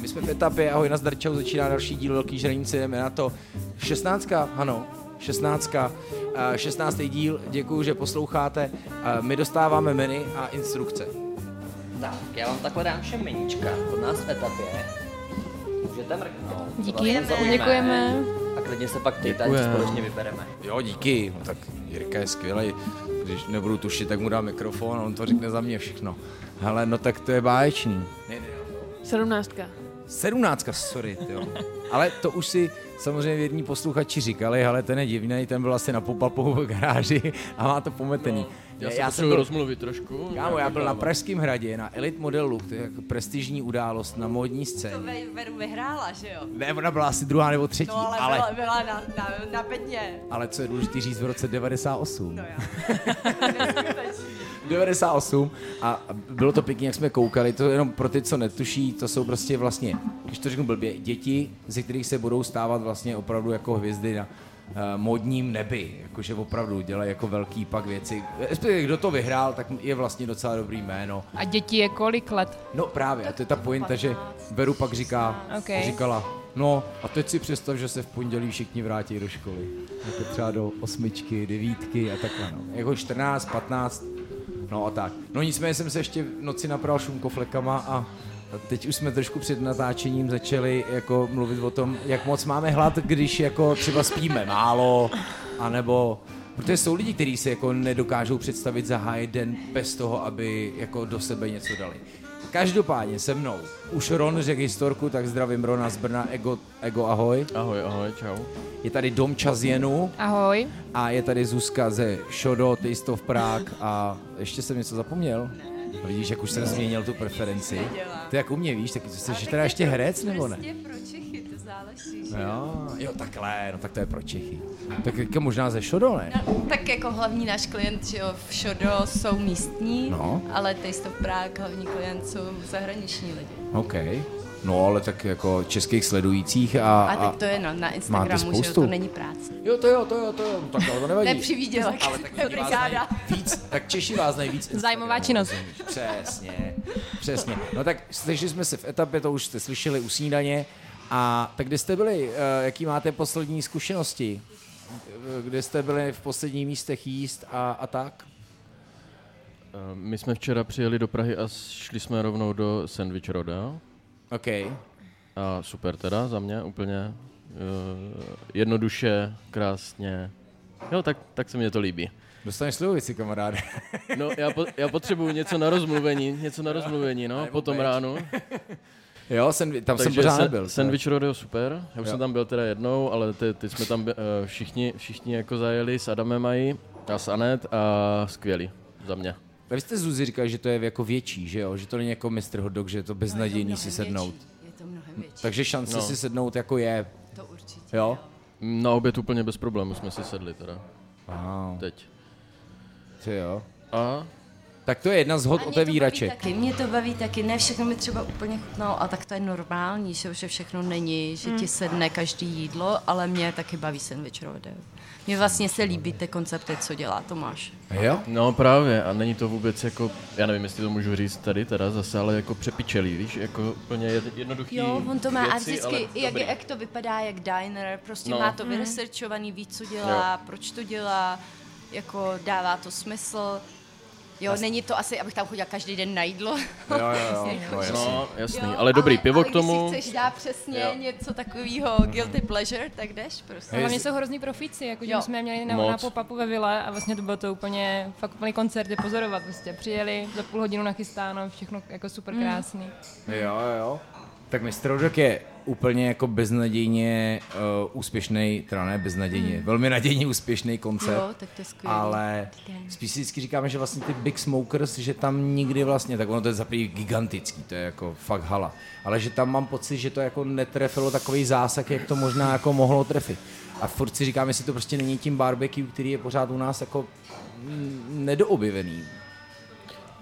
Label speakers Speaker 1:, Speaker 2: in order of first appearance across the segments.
Speaker 1: My jsme v etapě, ahoj, na zdarčau začíná další díl Velký žranice, jdeme na to. 16. ano, 16. eh, 16. díl, děkuji, že posloucháte. Eh, My dostáváme menu a instrukce.
Speaker 2: Tak, já vám takhle dám všem menička od nás v etapě. Můžete mrknout. co vás
Speaker 3: Díky,
Speaker 2: tam zaujme.
Speaker 3: děkujeme.
Speaker 2: A klidně se pak ptejte, ať
Speaker 4: Děkujem.
Speaker 2: společně vybereme.
Speaker 1: Jo, díky. No, tak Jirka je skvělý. Když nebudu tušit, tak mu dám mikrofon a on to řekne za mě všechno. Hele, no tak to je báječný.
Speaker 3: Sedmnáctka.
Speaker 1: Sedmnáctka, sorry, jo. Ale to už si samozřejmě věrní posluchači říkali, ale ten je divný, ten byl asi na pop v garáži a má to pometený.
Speaker 4: No, Já,
Speaker 1: Ne,
Speaker 4: já jsem byl... rozmluvit trošku.
Speaker 1: Kámo, já byl na
Speaker 4: Nějak
Speaker 1: Pražském hradě, na Elite Modelu, to je jako prestižní událost na módní
Speaker 5: To
Speaker 1: scéně.
Speaker 5: ve, Veru vyhrála, že jo?
Speaker 1: Ne, ona byla asi druhá nebo třetí,
Speaker 5: No ale,
Speaker 1: ale,
Speaker 5: Byla, byla na, na, na bedně.
Speaker 1: ale co je důležité říct, v roce 98.
Speaker 5: No jo.
Speaker 1: 98 a bylo to pěkně, jak jsme koukali, to jenom pro ty, co netuší, to jsou prostě vlastně, když to řeknu blbě, děti, ze kterých se budou stávat vlastně opravdu jako hvězdy na uh, modním nebi, jakože opravdu dělají jako velký pak věci. Respektive, Kdo to vyhrál, tak je vlastně docela dobrý jméno.
Speaker 6: A děti je kolik let?
Speaker 1: No právě, a to je ta pointa, že Beru pak říká,
Speaker 6: Okay.
Speaker 1: říkala, no a teď si představ, že se v pondělí všichni vrátí do školy. Jako třeba do osmičky, devítky a takhle no. Jako 14, 15, no a tak. No nicméně jsem se ještě v noci napral šumkoflekama a a teď už jsme trošku před natáčením začali jako mluvit o tom, jak moc máme hlad, když jako třeba spíme málo, anebo Protože jsou lidi, kteří se jako nedokážou představit zahájit den bez toho, aby jako do sebe něco dali. Každopádně se mnou. Už Ron řekl historku, tak zdravím Rona z Brna. Ego, ego ahoj.
Speaker 4: to- Ahoj, ahoj, čau.
Speaker 1: Je tady Domča z Jenu
Speaker 6: Ahoj.
Speaker 1: a je tady Zuzka ze Šodo, ty jsi to v Prák a ještě jsem něco zapomněl. No Vidíš, jak už jsem změnil tu preferenci. Ty jak u mě víš, taky jsi
Speaker 5: Tak
Speaker 1: teda
Speaker 5: je
Speaker 1: ještě
Speaker 5: to
Speaker 1: herec nebo ne? No.
Speaker 5: Prostě pro Čechy to záleží, že jo?
Speaker 1: Jo, jo, takhle, no tak to je pro Čechy. Tak jako možná ze Šodo, ne?
Speaker 5: No, tak jako hlavní náš klient, že jo, v Šodo jsou místní,
Speaker 1: No.
Speaker 5: ale Taste of Prague, hlavní klient jsou zahraniční lidi.
Speaker 1: OK. No ale tak jako českých sledujících a...
Speaker 5: A, tak to je no, na Instagramu, že jo,
Speaker 1: spoustu?
Speaker 5: to není práce.
Speaker 1: Jo, to jo, to jo, to jo, No, tak to nevadí.
Speaker 5: To je přivídělek,
Speaker 1: Ale tak
Speaker 5: to je
Speaker 1: lidi vás znají
Speaker 5: brigáda.
Speaker 1: víc, tak Češi vás nejvíc.
Speaker 6: Zájmová činnost.
Speaker 1: Přesně, přesně. No tak slyšeli jsme se v etapě, to už jste slyšeli u snídaně. A tak kde jste byli, eh, jaký máte poslední zkušenosti? Eh, Kde jste byli v posledních místech jíst a, a tak?
Speaker 4: Eh, My jsme včera přijeli do Prahy a šli jsme rovnou do Sandwich Roda.
Speaker 1: OK.
Speaker 4: A super teda za mě, úplně eh, jednoduše, krásně. Jo, tak, tak se mně to líbí.
Speaker 1: Dostaneš slivovici, kamaráde.
Speaker 4: No, já, po, já potřebuju něco na rozmluvení, něco na rozmluvení, no, po tom
Speaker 1: péč.
Speaker 4: ránu.
Speaker 1: Jo, sen, tam jsem
Speaker 4: Takže
Speaker 1: pořád
Speaker 4: sa-
Speaker 1: nebyl.
Speaker 4: Sandwich Rodeo super, já už
Speaker 1: Jo.
Speaker 4: jsem tam byl teda jednou, ale te- teď jsme tam by- eh, všichni, všichni jako zajeli s Adamem mají a s Anet a skvělý za mě.
Speaker 1: Vy jste Zuzi říkal, že to je jako větší, že jo? Že to není jako Mr. Hotdog, že je to beznadějný si sednout.
Speaker 5: Větší, je to mnohem větší, tak...
Speaker 1: Takže šance
Speaker 4: No.
Speaker 1: si sednout jako je,
Speaker 5: to určitě.
Speaker 1: jo?
Speaker 4: Na oběd úplně bez problému jsme si sedli teda,
Speaker 1: Wow,
Speaker 4: teď.
Speaker 1: ty jo.
Speaker 4: A
Speaker 1: Tak to je jedna z hod
Speaker 5: A mě to baví
Speaker 1: otevíraček.
Speaker 5: Taky, mě to baví taky, ne všechno mi třeba úplně chutnalo, a tak to je normální, že, že všechno není, že ti sedne každý jídlo, ale mě taky baví sandwich rodeo. Mně vlastně se líbí ty koncepty, co dělá Tomáš.
Speaker 1: Jo?
Speaker 4: no právě, a není to vůbec jako, já nevím, jestli to můžu říct tady teda zase, ale jako přepičelý, víš, jako úplně jed- jednoduchý
Speaker 5: Jo, on to má
Speaker 4: věci,
Speaker 5: a vždycky,
Speaker 4: ale
Speaker 5: jak,
Speaker 4: dobrý.
Speaker 5: jak to vypadá, jak diner, prostě
Speaker 4: No.
Speaker 5: má to vyresearchovaný, ví, co dělá, proč to dělá, jako dává to smysl. Jo, není to asi, abych tam chodila každý den na jídlo.
Speaker 1: Jo, jo, jo.
Speaker 4: No, jasný, ale dobrý pivo
Speaker 5: ale
Speaker 4: k tomu.
Speaker 5: Když si chceš dát přesně
Speaker 4: Jo.
Speaker 5: něco takového guilty pleasure, tak jdeš prostě.
Speaker 1: Mhm. Hej,
Speaker 6: Hlavně
Speaker 1: jestli-
Speaker 6: jsou hrozný profíci, jako že
Speaker 5: Jo.
Speaker 6: my jsme je měli na,
Speaker 4: Moc.
Speaker 6: na pop-upu ve vile a vlastně to bylo to úplně, fakt úplný koncert je pozorovat, prostě přijeli, za půl hodinu nachystáno, všechno jako super krásný.
Speaker 1: Jo, jo. Tak Mr. Rodok je úplně jako beznadějně uh, úspěšný, teda ne beznadějně, velmi nadějně úspěšný koncept.
Speaker 5: Hmm. Jo, tak to je skvělý.
Speaker 1: Ale spíš si vždycky říkáme, že vlastně ty Big Smokers, že tam nikdy vlastně, tak ono to je zaprý gigantický, to je jako fakt hala. Ale že tam mám pocit, že to jako netrefilo takový zásah, jak to možná jako mohlo trefit. A furt si říkáme, jestli to prostě není tím barbecue, který je pořád u nás jako mm, nedoobjevený.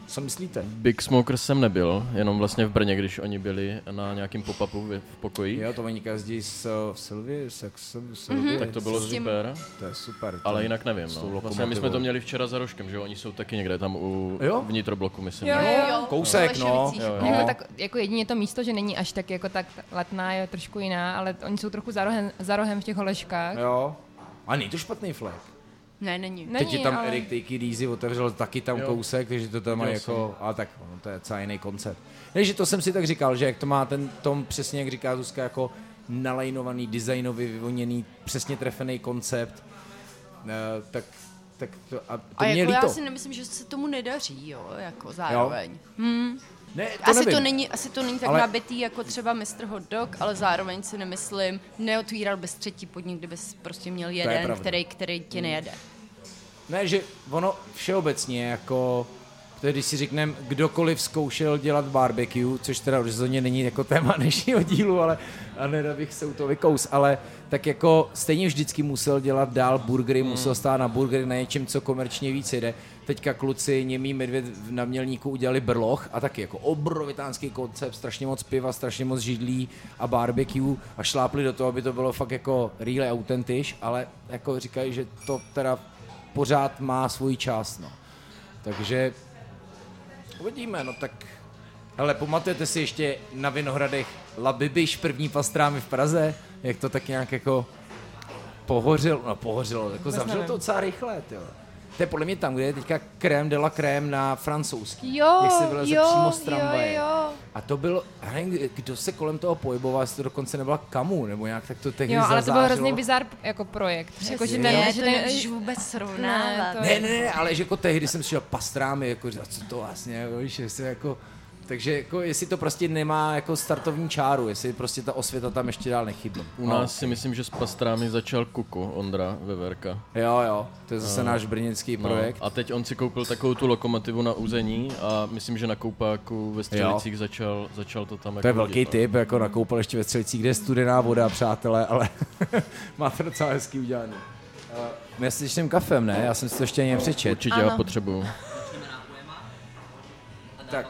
Speaker 1: Co myslíte?
Speaker 4: Big Smoker jsem nebyl, jenom vlastně v Brně, když oni byli na nějakým pop-upu v- v pokoji.
Speaker 1: Jo, to oni jezdí s Silvi, sexem, Silvi.
Speaker 4: Tak to bylo
Speaker 5: S tím-
Speaker 4: super,
Speaker 1: To je super. to-
Speaker 4: ale jinak nevím.
Speaker 1: s tou
Speaker 4: No. Vlastně my jsme
Speaker 1: lokomotivou.
Speaker 4: to měli včera za rožkem, že jo? Oni jsou taky někde tam u
Speaker 1: Jo?
Speaker 4: vnitrobloku, myslím.
Speaker 6: Jo,
Speaker 4: ne?
Speaker 6: jo, jo.
Speaker 5: Jo,
Speaker 1: Kousek,
Speaker 5: ve
Speaker 1: no.
Speaker 5: Ševicích.
Speaker 1: Jo,
Speaker 6: No. Jako,
Speaker 1: jo.
Speaker 6: tak, jako jedině to místo, že není až tak jako tak letná, je trošku jiná, ale oni jsou trochu za rohem, za rohem v těch holeškách.
Speaker 1: Jo. A není to špatný flek.
Speaker 5: Ne, není.
Speaker 6: Není,
Speaker 1: Teď je tam
Speaker 6: ale...
Speaker 1: Erik Takey Deasy otevřel taky tam jo.
Speaker 4: Jo.
Speaker 1: kousek, takže to tam má
Speaker 4: Viděl
Speaker 1: jako, a tak ono, to je celý jiný koncept. Takže to jsem si tak říkal, že jak to má ten Tom, přesně jak říká Zuzka, jako nalajnovaný, designově vyvoněný, přesně trefený koncept, eh, tak, tak to, a to
Speaker 5: A
Speaker 1: mě
Speaker 5: jako
Speaker 1: líto.
Speaker 5: já si nemyslím, že se tomu nedaří, jo, jako zároveň.
Speaker 1: ne, to
Speaker 5: asi,
Speaker 1: nevím.
Speaker 5: to není, asi to není tak
Speaker 1: Ale-
Speaker 5: ale... nabitý jako třeba Mr. Hot Dog, ale zároveň si nemyslím, neotvíral bys třetí podnik, kdybys prostě měl jeden,
Speaker 1: pravda. Mm.
Speaker 5: který, který ti nejede.
Speaker 1: Ne, že ono všeobecně jako, to je, když si řekneme, kdokoliv zkoušel dělat barbecue, což teda rozhodně není jako téma dnešního dílu, ale a nerad bych se u toho vykous, ale tak jako stejně vždycky musel dělat dál burgery, musel stát na burgery na něčem, co komerčně víc jde. Teďka kluci němý medvěd v- na mělníku udělali brloch a taky jako obrovitánský koncept, strašně moc piva, strašně moc židlí a barbecue a šlápli do toho, aby to bylo fakt jako real autentiš, ale jako říkají, že to teda pořád má svůj čas, no. Takže uvidíme, no tak... Ale pamatujete si ještě na Vinohradech Labibiš, první pastrámy v Praze? Jak to tak nějak jako pohořilo, no pohořilo, jako zavřelo to docela rychle, jo. To je podle mě tam, kde je teďka krém de la krém na francouzský.
Speaker 6: Jo,
Speaker 1: jak se vyleze
Speaker 6: jo,
Speaker 1: přímo z
Speaker 6: jo,
Speaker 1: tramvaje.
Speaker 6: jo.
Speaker 1: A to byl, já nevím, kdo se kolem toho pohyboval, jestli to dokonce nebyla kamu, nebo nějak tak to tehdy
Speaker 6: Jo, ale to byl
Speaker 1: zazářilo.
Speaker 6: hrozný bizar jako projekt. Jako, že ten,
Speaker 5: ne,
Speaker 6: že
Speaker 5: to
Speaker 6: ten,
Speaker 5: nemůžeš vůbec srovnávat.
Speaker 6: to-
Speaker 1: Ne, ne, ne, ale že jako tehdy jsem šel pastrámy, jako, že a co to vlastně, jako, víš, jestli jako, takže jako, jestli to prostě nemá jako startovní čáru, jestli prostě ta osvěta tam ještě dál nechybí.
Speaker 4: U nás si myslím, že s pastrámi začal Kuku, Ondra Veverka.
Speaker 1: Jo, jo, to je zase náš brněnský
Speaker 4: No,
Speaker 1: projekt.
Speaker 4: a teď on si koupil takovou tu lokomotivu na úzení a myslím, že na koupáku ve Střelicích začal, začal to tam
Speaker 1: To je
Speaker 4: jako
Speaker 1: velký
Speaker 4: hodit, no.
Speaker 1: tip, jako na koupališti ve Střelicích, kde je studená voda, přátelé, ale má to docela hezký udělaný. Eh, Měsíčným kafem, ne? Já jsem si to ještě ani přečet.
Speaker 4: Určitě já potřebuju.
Speaker 1: Tak,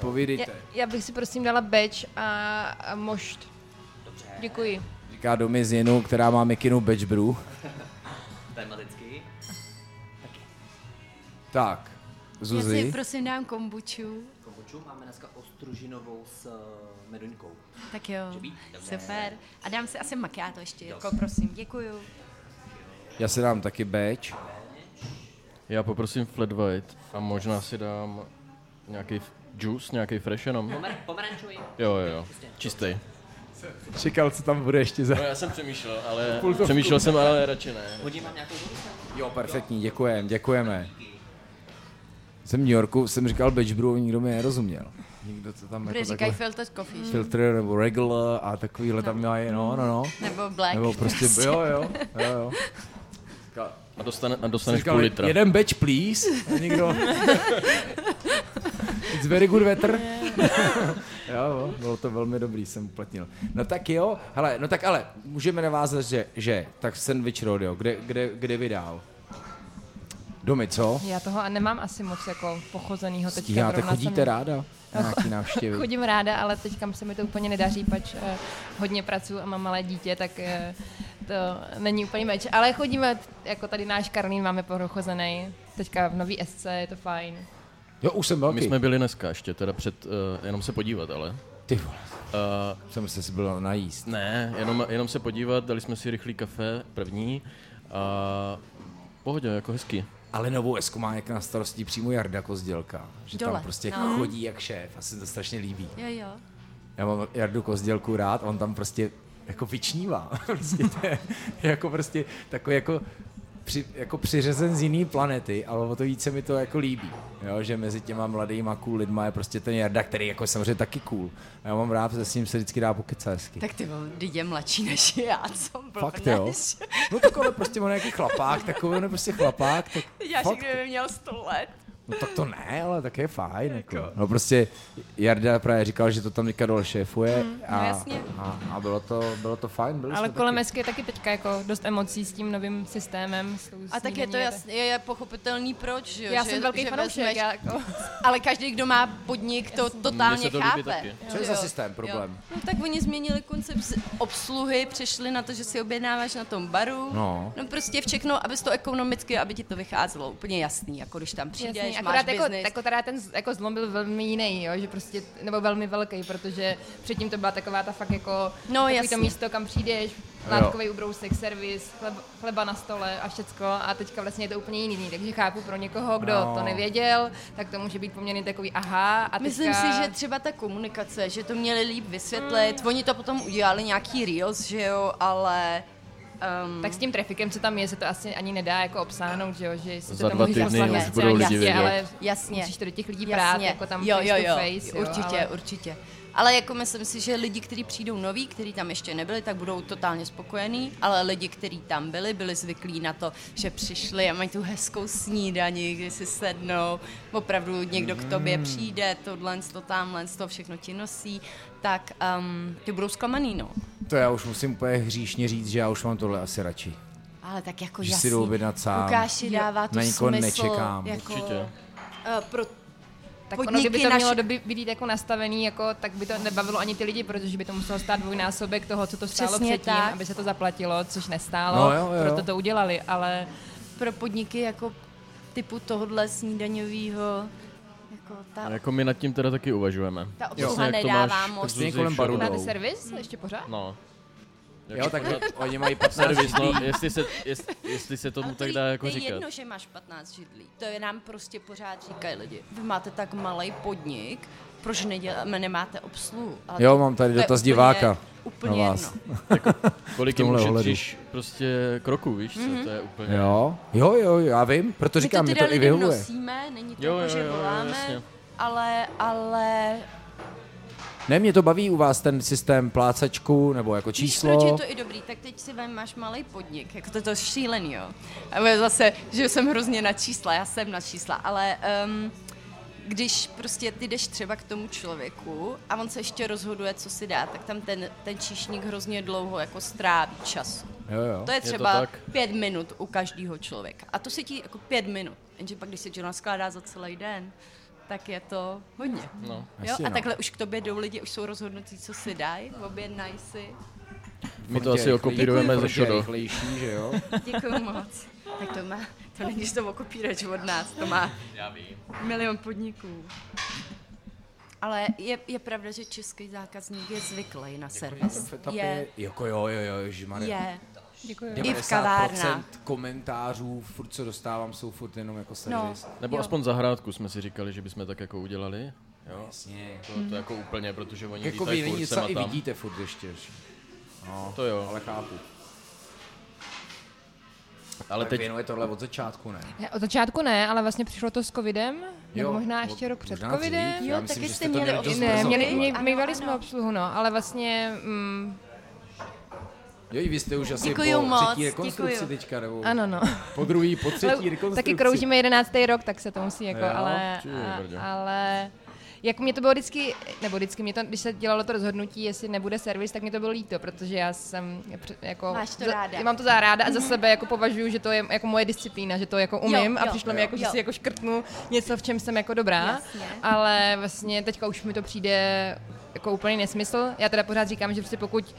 Speaker 1: povídejte.
Speaker 6: já bych si prosím dala beč a, a mošt. Děkuji.
Speaker 1: Říká Domi z Jinu, která má mikinu Batch Brew.
Speaker 2: Tematicky.
Speaker 1: Tak,
Speaker 5: Já
Speaker 1: Zuzi.
Speaker 5: si prosím dám kombuču.
Speaker 2: Kombuču máme dneska ostružinovou s eh, meduňkou.
Speaker 5: Tak jo,
Speaker 2: být? Dobře.
Speaker 5: super. A dám si asi makiáto ještě, jako prosím, děkuju.
Speaker 1: Já si dám taky beč.
Speaker 4: Já poprosím flat white a možná si dám nějaký f- juice, nějaký fresh jenom.
Speaker 2: Pomer- Pomerančový.
Speaker 4: Jo, jo, jo. Čistý.
Speaker 1: Čekal, co tam bude ještě za...
Speaker 4: No, já jsem přemýšlel, ale přemýšlel jsem, ale radši ne.
Speaker 2: Hodím vám nějakou bonus?
Speaker 1: Jo, perfektní, děkujem, děkujeme. Jsem v New Yorku, jsem říkal batch brew, nikdo mi nerozuměl. Nikdo to tam
Speaker 5: Protože
Speaker 1: jako
Speaker 5: říkají
Speaker 1: takhle
Speaker 5: filtered coffee,
Speaker 1: filtr nebo regular a takovýhle tam mají, no, no, no.
Speaker 5: nebo black.
Speaker 1: Nebo prostě, jo, jo, jo, jo. Říkal-
Speaker 4: A, dostane, a
Speaker 1: jsem
Speaker 4: dostaneš
Speaker 1: říkal,
Speaker 4: půl litra.
Speaker 1: jeden batch, please. A nikdo... It's very good weather. jo, jo, bylo to velmi dobrý, jsem uplatnil. No tak jo, hele, no tak ale, můžeme navázat, že, že tak Sandwich Rodeo, kde, kde, kde vy dál? Domy, co?
Speaker 6: Já toho a nemám asi moc jako pochozenýho teďka.
Speaker 1: Stíháte,
Speaker 6: zrovna
Speaker 1: chodíte
Speaker 6: jsem-
Speaker 1: ráda Jako- na nějaký návštěvy?
Speaker 6: Chodím ráda, ale teďka se mi to úplně nedaří, pač eh, hodně pracuji a mám malé dítě, tak eh, to není úplně meč. Ale chodíme, t- jako tady náš Karlín máme prochozený, teďka v nový SC, je to fajn.
Speaker 1: Jo, už jsem velký.
Speaker 4: My jsme byli dneska ještě, teda před, eh, jenom se podívat, ale.
Speaker 1: Ty vole,
Speaker 4: Eh,
Speaker 1: jsem se si byl najíst.
Speaker 4: Ne, jenom, jenom se podívat, dali jsme si rychlý kafe, první, a pohodě, jako hezky.
Speaker 1: Ale novou esku má jak na starosti přímo Jarda Kozdělka. Že
Speaker 5: Dole,
Speaker 1: tam prostě
Speaker 5: no.
Speaker 1: chodí jak šéf a se to strašně líbí.
Speaker 5: Jo, jo.
Speaker 1: Já mám Jardu Kozdělku rád, on tam prostě jako vyčnívá. prostě to je, jako prostě takový jako, při, jako přiřazen z jiný planety, ale o to více mi to jako líbí. Jo, že mezi těma mladýma cool lidma je prostě ten Jarda, který jako samozřejmě taky cool. A já mám rád, že s ním se vždycky dá pokecat hezky.
Speaker 5: Tak ty vole, teď je mladší než já, co
Speaker 1: Fakt jo. No tak ale prostě on je nějaký chlapák, takový on je prostě chlapák. Tak
Speaker 5: Já
Speaker 1: fakt,
Speaker 5: všechny by měl 100 let.
Speaker 1: No tak to ne, ale tak je fajn. Jako. No prostě Jarda právě říkal, že to tam teďka dole šéfuje a,
Speaker 5: Hmm, no, jasně.
Speaker 1: a, a bylo, to, bylo to fajn. Byli
Speaker 6: Ale
Speaker 1: jsme
Speaker 6: kolem
Speaker 1: taky,
Speaker 6: Esky je taky teďka jako dost emocí s tím novým systémem. s tou
Speaker 5: A tak je to
Speaker 6: snídaní,
Speaker 5: jasný, je, je pochopitelný proč, že, jo,
Speaker 6: Já
Speaker 5: že,
Speaker 6: jsem velký
Speaker 5: že
Speaker 6: fanoušek,
Speaker 5: vezmeš-
Speaker 6: já jako,
Speaker 5: ale každý, kdo má podnik, to
Speaker 4: Mně se
Speaker 5: totálně
Speaker 4: to líbí
Speaker 5: chápe.
Speaker 4: taky.
Speaker 1: Co je za systém problém?
Speaker 5: No tak oni změnili koncept z- obsluhy, přešli na to, že si objednáváš na tom baru.
Speaker 1: No.
Speaker 5: no prostě všechno, aby to ekonomicky, aby ti to vycházelo. Úplně jasný, jako když tam přijdeš,
Speaker 6: jasný,
Speaker 5: máš
Speaker 6: akorát jako,
Speaker 5: biznis.
Speaker 6: jako teda ten z- jako zlom byl velmi jiný, jo, že prostě, nebo velmi velký, protože předtím to byla taková ta fakt jako,
Speaker 5: No,
Speaker 6: takový
Speaker 5: jasně.
Speaker 6: to místo, kam přijdeš, látkový ubrousek, servis, chleb, chleba na stole a všecko a teďka vlastně je to úplně jiný, takže chápu pro někoho, kdo
Speaker 1: No.
Speaker 6: no. to nevěděl, tak to může být poměrně takový aha a teďka...
Speaker 5: Myslím si, že třeba ta komunikace, že to měli líp vysvětlit. Oni to potom udělali nějaký reels, že jo, ale... Um,
Speaker 6: Tak s tím trafikem, co tam je, se to asi ani nedá jako obsáhnout, že jo? Že si
Speaker 4: Za
Speaker 6: to
Speaker 4: dva
Speaker 6: tam může
Speaker 4: týdny
Speaker 6: poslat
Speaker 4: už
Speaker 6: na
Speaker 4: budou lidi
Speaker 6: sociální sítě,
Speaker 4: vědět.
Speaker 6: Ale
Speaker 5: Jasně.
Speaker 6: Musíš to do těch lidí brát, jako tam
Speaker 5: jo,
Speaker 6: face
Speaker 5: jo,
Speaker 6: to
Speaker 5: jo,
Speaker 6: face, jo,
Speaker 5: určitě,
Speaker 6: ale...
Speaker 5: určitě. Ale jako myslím si, že lidi, kteří přijdou noví, kteří tam ještě nebyli, tak budou totálně spokojení, ale lidi, kteří tam byli, byli zvyklí na to, že přišli a mají tu hezkou snídani, kdy si sednou, opravdu někdo k tobě
Speaker 1: Mm.
Speaker 5: přijde, tohle, to tamhle, to všechno ti nosí, tak um, ty budou zklamaný, no.
Speaker 1: To já už musím úplně hříšně říct, že já už mám tohle asi radši.
Speaker 5: Ale tak jako
Speaker 1: Že si
Speaker 5: jasný.
Speaker 1: jdu objednat sám.
Speaker 5: Lukáši dává to
Speaker 1: Na nikoho
Speaker 5: smysl.
Speaker 1: nečekám.
Speaker 5: Jako,
Speaker 4: Určitě.
Speaker 5: Uh, pro
Speaker 6: Tak ono,
Speaker 5: podniky
Speaker 6: kdyby to
Speaker 5: naše-
Speaker 6: mělo doby, být jako nastavený, jako, tak by to nebavilo ani ty lidi, protože by to muselo stát dvojnásobek toho, co to stálo
Speaker 5: Přesně
Speaker 6: předtím,
Speaker 5: tak.
Speaker 6: aby se to zaplatilo, což nestálo,
Speaker 1: No jo, jo.
Speaker 6: proto to udělali, ale
Speaker 5: pro podniky jako typu tohodle snídaňového, jako ta,
Speaker 4: A jako my nad tím teda taky uvažujeme.
Speaker 5: ta
Speaker 4: Jo.
Speaker 5: obsluha
Speaker 4: Jak to
Speaker 5: nedává
Speaker 4: máš
Speaker 5: moc.
Speaker 4: Zuzi
Speaker 1: Stejně kolem baru
Speaker 4: všude.
Speaker 6: máte
Speaker 1: jdou.
Speaker 6: servis ještě pořád?
Speaker 4: No.
Speaker 1: Jo, tak oni mají 15
Speaker 4: Servis,
Speaker 1: lidí.
Speaker 4: no, jestli se, jest, jestli se tomu tak dá jako
Speaker 5: No je
Speaker 4: říkat.
Speaker 5: jedno, že máš 15 židlí. To je nám prostě pořád říkají lidi. Vy máte tak malý podnik, proč neděláme, nemáte obsluhu? Ale
Speaker 1: Jo,
Speaker 5: to-
Speaker 1: mám tady
Speaker 5: to je
Speaker 1: dotaz
Speaker 5: úplně-
Speaker 1: diváka
Speaker 5: Úplně
Speaker 1: na vás.
Speaker 5: jedno.
Speaker 4: Kolik
Speaker 1: v
Speaker 4: jim
Speaker 1: tomhle
Speaker 4: ušetříš prostě kroků, víš co,
Speaker 5: Mhm.
Speaker 4: to je úplně...
Speaker 1: Jo, jo, jo, já vím, proto
Speaker 5: My
Speaker 1: říkám,
Speaker 5: to
Speaker 1: mi
Speaker 5: teda
Speaker 1: to i
Speaker 5: lidem
Speaker 1: vyhovuje.
Speaker 5: nosíme, není to
Speaker 4: Jo,
Speaker 5: jako,
Speaker 4: jo,
Speaker 5: že
Speaker 4: jo, jo,
Speaker 5: voláme,
Speaker 4: jasně.
Speaker 5: ale, ale
Speaker 1: Ne, mě to baví u vás ten systém plácačku nebo jako
Speaker 5: Víš, proč je
Speaker 1: číslo.
Speaker 5: to i dobrý, tak teď si vem, máš malý podnik, jako to je to šílený, jo. A já zase, že jsem hrozně na čísla, já jsem na čísla, ale um, když prostě ty jdeš třeba k tomu člověku a on se ještě rozhoduje, co si dá, tak tam ten, ten číšník hrozně dlouho jako stráví času.
Speaker 1: Jo, jo.
Speaker 5: To je
Speaker 4: to
Speaker 5: třeba
Speaker 4: tak.
Speaker 5: pět minut u každého člověka. A to se ti jako pět minut. Jenže pak, když se to skládá za celý den, tak je to hodně.
Speaker 4: No.
Speaker 5: Jo?
Speaker 1: Asi
Speaker 5: A
Speaker 1: no.
Speaker 5: takhle už k tobě jdou lidi, už jsou rozhodnutí, co si dají, objednají si.
Speaker 4: My to asi okopírujeme ze šodo.
Speaker 1: rychlejší, že jo?
Speaker 5: Děkuji moc. Tak to má, to není, že to okopírač od nás, to má milion podniků. Ale je, je pravda, že český zákazník je zvyklý na servis. Je,
Speaker 1: Jako jo, jo, jo, ježišmarja.
Speaker 5: je.
Speaker 6: Děkuji.
Speaker 5: I v kavárnách.
Speaker 1: komentářů, furt co dostávám, jsou furt jenom jako servis. No.
Speaker 4: Nebo aspoň zahrádku jsme si říkali, že bychom tak jako udělali. Jo,
Speaker 1: Jasně.
Speaker 4: to,
Speaker 5: Mhm.
Speaker 4: to jako úplně, protože oni
Speaker 1: Jako
Speaker 4: lítají
Speaker 1: vy
Speaker 4: furt
Speaker 1: není
Speaker 4: sem
Speaker 1: co
Speaker 4: a
Speaker 1: i
Speaker 4: tam.
Speaker 1: vidíte furt ještě. že? No,
Speaker 4: To jo.
Speaker 1: ale chápu.
Speaker 4: Ale
Speaker 1: Ale teď...
Speaker 4: teď
Speaker 1: Věnuje tohle od začátku, ne?
Speaker 6: Od začátku ne, ale vlastně přišlo to s covidem, nebo možná
Speaker 1: od-
Speaker 6: ještě rok před
Speaker 1: možná dřív.
Speaker 6: covidem.
Speaker 1: Já
Speaker 5: Jo,
Speaker 1: myslím,
Speaker 5: taky
Speaker 1: že jste
Speaker 5: jste
Speaker 1: to
Speaker 5: měli
Speaker 1: měli dost
Speaker 5: objednat.
Speaker 6: Ne,
Speaker 1: brzo,
Speaker 6: měli,
Speaker 1: ale-
Speaker 6: mě,
Speaker 5: Ano,
Speaker 6: mývali jsme
Speaker 5: ano.
Speaker 6: obsluhu, no, ale vlastně, mm,
Speaker 1: Jo, i vy jste už asi
Speaker 5: Děkuju
Speaker 1: po
Speaker 5: moc,
Speaker 1: třetí rekonstrukci
Speaker 5: děkuju.
Speaker 1: teďka, nebo
Speaker 6: ano, no.
Speaker 1: po druhý, po třetí
Speaker 6: Ale
Speaker 1: rekonstrukci.
Speaker 6: Taky kroužíme jedenáctý rok, tak se to musí jako,
Speaker 1: Jo,
Speaker 6: ale,
Speaker 4: ty
Speaker 6: a,
Speaker 4: brďo.
Speaker 6: ale jak mě to bylo vždycky, nebo vždycky mě to, když se dělalo to rozhodnutí, jestli nebude servis, tak mě to bylo líto, protože já jsem před- jako...
Speaker 5: Máš to
Speaker 6: za-
Speaker 5: ráda.
Speaker 6: Já mám to za ráda a za sebe jako považuji, že to je jako moje disciplína, že to jako umím a
Speaker 5: jo,
Speaker 6: přišlo mi
Speaker 5: jo,
Speaker 6: jako, že
Speaker 5: jo.
Speaker 6: si jako škrtnu něco, v čem jsem jako dobrá,
Speaker 5: Jasně.
Speaker 6: ale vlastně teďka už mi to přijde jako úplný nesmysl. Já teda pořád říkám, že prostě pokud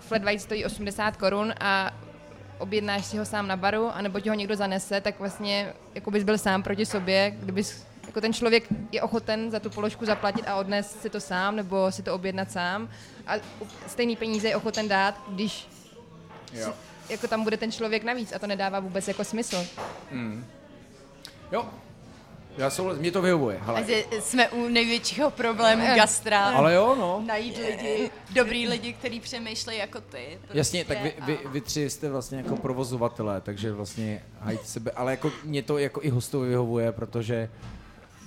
Speaker 6: flat white stojí 80 korun a objednáš si ho sám na baru, anebo ti ho někdo zanese, tak vlastně jako bys byl sám proti sobě, kdybys jako ten člověk je ochoten za tu položku zaplatit a odnést si to sám, nebo si to objednat sám a u- stejný peníze je ochoten dát, když
Speaker 1: Jo.
Speaker 6: jako tam bude ten člověk navíc a to nedává vůbec jako smysl.
Speaker 1: Jo. Já souhlasím, mě to vyhovuje, hele.
Speaker 5: Takže jsme u největšího problému gastra.
Speaker 1: Ale jo, no.
Speaker 5: Najít lidi, dobrý lidi, kteří přemýšlejí jako ty.
Speaker 1: Jasně, tak vy,
Speaker 5: prostě
Speaker 1: vy, vy tři jste vlastně jako provozovatelé, takže vlastně hajte sebe, ale jako mě to jako i hostovi vyhovuje, protože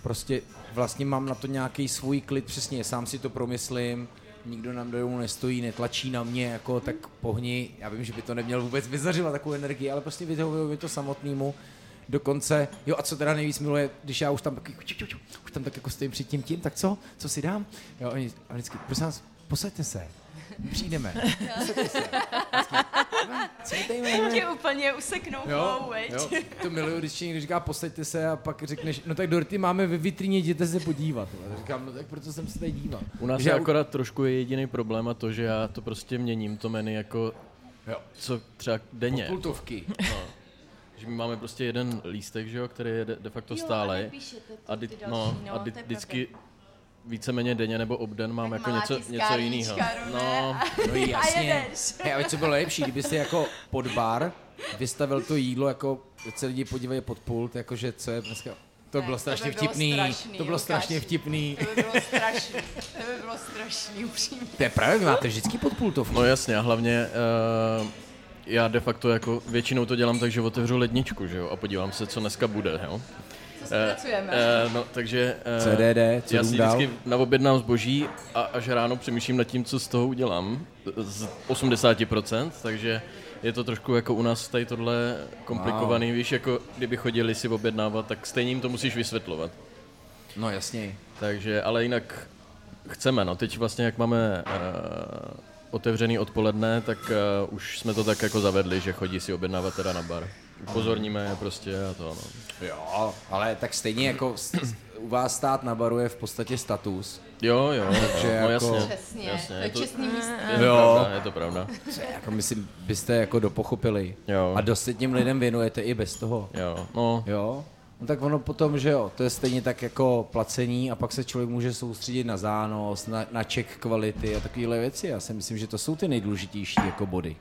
Speaker 1: prostě vlastně mám na to nějaký svůj klid, přesně, sám si to promyslím, nikdo nám do domu nestojí, netlačí na mě, jako tak pohni, já vím, že by to neměl vůbec vyzařovat takovou energii, ale prostě vyhovuje mi to samotnému, Dokonce, jo a co teda nejvíc miluje, když já už tam taky, ču, ču, ču, už tam tak jako stojím před tím tím, tak co, co si dám? Jo, oni, a vždycky, prosím vás, posaďte se, přijdeme. Posaďte se. Vždycky, Co mi tady máme?
Speaker 5: Tě úplně useknou hlavou, veď?
Speaker 1: jo, to miluju, když ti někdo říká, posaďte se a pak řekneš, no tak Dorty máme ve vitríně, jděte se podívat. A říkám, no tak proto jsem se tady díval.
Speaker 4: U nás
Speaker 1: Takže
Speaker 4: je
Speaker 1: já-
Speaker 4: akorát trošku je jediný problém a to, že já to prostě měním to menu jako
Speaker 1: Jo.
Speaker 4: co třeba denně.
Speaker 1: Pultovky.
Speaker 4: Že my máme prostě jeden lístek, že jo, který je de, de facto stále. A, vždy- no, a vždy- vždycky víceméně denně nebo obden mám jako
Speaker 5: malá
Speaker 4: něco, něco jiného.
Speaker 5: tiskárnička,
Speaker 4: No,
Speaker 1: No jasně.
Speaker 5: jedeš.
Speaker 1: Hej, ale co bylo lepší, kdyby si jako pod bar vystavil to jídlo, jako teď se lidi podívají pod pult, jakože co je dneska... To bylo strašně
Speaker 5: by bylo
Speaker 1: vtipný.
Speaker 5: strašný,
Speaker 1: to bylo
Speaker 5: Lukáši.
Speaker 1: strašně vtipný.
Speaker 5: To by bylo strašný, to by bylo strašný, upřímně.
Speaker 1: To je pravda, vy máte vždycky pod pultovku.
Speaker 4: no jasně a hlavně uh, já de facto jako většinou to dělám tak, že otevřu ledničku, že jo, a podívám se, co dneska bude, jo.
Speaker 5: Co se pracujeme?
Speaker 4: Eh, no, takže eh,
Speaker 1: CDD, co
Speaker 4: já si
Speaker 1: jim dál?
Speaker 4: vždycky naobjednám zboží a až ráno přemýšlím nad tím, co z toho udělám. Z 80%, takže je to trošku jako u nás tady tohle komplikovaný, víš, jako kdyby chodili si objednávat, tak stejně jim to musíš vysvětlovat.
Speaker 1: No jasně.
Speaker 4: Takže, ale jinak chceme, no teď vlastně jak máme uh, otevřený odpoledne, tak uh, už jsme to tak jako zavedli, že chodí si objednávat teda na bar. Upozorníme je prostě a to no.
Speaker 1: Jo, ale tak stejně jako s- s- u vás stát na baru je v podstatě status.
Speaker 4: Jo, jo,
Speaker 1: Takže
Speaker 4: jo, no
Speaker 1: jako-
Speaker 4: jasně.
Speaker 5: Přesně,
Speaker 4: jasně,
Speaker 5: to
Speaker 4: je
Speaker 5: je
Speaker 4: to-
Speaker 5: čestný místo.
Speaker 4: Je to
Speaker 1: Jo.
Speaker 4: pravda, je to pravda.
Speaker 1: Jako myslím, byste jako dopochopili.
Speaker 4: Jo.
Speaker 1: A dost se těm lidem věnujete i bez toho.
Speaker 4: Jo, no,
Speaker 1: Jo? No tak ono potom, že jo, to je stejně tak jako placení a pak se člověk může soustředit na zános, na, na check kvality a takovéhle věci. Já si myslím, že to jsou ty nejdůležitější jako body.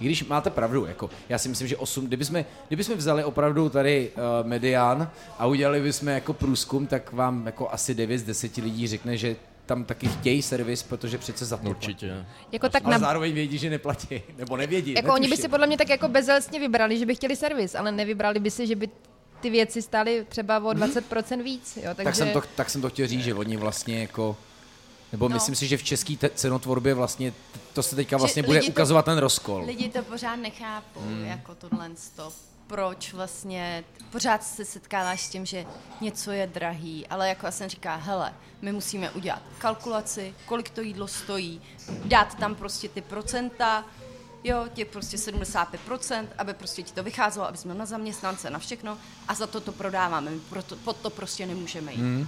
Speaker 1: I když máte pravdu, jako já si myslím, že 8, kdybychom, kdybychom vzali opravdu tady uh, medián a udělali bychom jako průzkum, tak vám jako asi 9 z 10 lidí řekne, že tam taky chtějí servis, protože přece za to platí.
Speaker 4: No, určitě.
Speaker 6: Jako tak
Speaker 1: A
Speaker 6: na,
Speaker 1: zároveň vědí, že neplatí, nebo nevědí.
Speaker 6: jako oni by si
Speaker 1: netuší.
Speaker 6: podle mě tak jako bezelstně vybrali, že by chtěli servis, ale nevybrali by si, že by ty věci stály třeba o 20% víc, jo, takže...
Speaker 1: Mhm. Tak, jsem to, tak jsem to chtěl říct, že oni vlastně jako... Nebo no. myslím si, že v české te- cenotvorbě vlastně, t- to se teďka vlastně bude
Speaker 5: lidi to-
Speaker 1: ukazovat ten rozkol.
Speaker 5: Lidi to pořád nechápou, hmm. jako tohle stop. Proč vlastně, pořád se setkáváš s tím, že něco je drahý, ale jako já jsem říká, hele, my musíme udělat kalkulaci, kolik to jídlo stojí, dát tam prostě ty procenta, jo, tě prostě 75%, aby prostě ti to vycházelo, aby jsme na zaměstnance, na všechno a za to to prodáváme, my proto, pod to prostě nemůžeme jít. Hmm.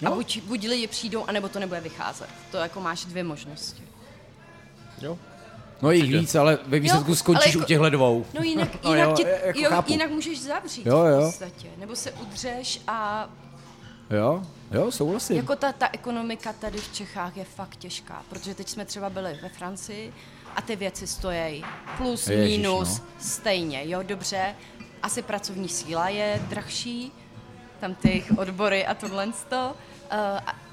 Speaker 5: No. A buď, buď lidi přijdou, anebo to nebude vycházet. To jako máš dvě možnosti.
Speaker 4: Jo.
Speaker 1: No jich víc, ale ve výsledku
Speaker 5: ale
Speaker 1: skončíš
Speaker 5: jako-
Speaker 1: u těchhle dvou.
Speaker 5: No jinak,
Speaker 1: No
Speaker 5: jinak,
Speaker 1: jo,
Speaker 5: tě,
Speaker 1: je- jako
Speaker 5: jo,
Speaker 1: chápu.
Speaker 5: jinak můžeš zavřít
Speaker 1: Jo, jo.
Speaker 5: v podstatě, nebo se udřeš a
Speaker 1: Jo, jo, souhlasím.
Speaker 5: jako ta, ta ekonomika tady v Čechách je fakt těžká, protože teď jsme třeba byli ve Francii a ty věci stojí plus,
Speaker 1: Ježiš,
Speaker 5: Ježiš, minus,
Speaker 1: no.
Speaker 5: no. stejně, jo, dobře, asi pracovní síla je drahší, tam ty jejich odbory a tohle eh, to,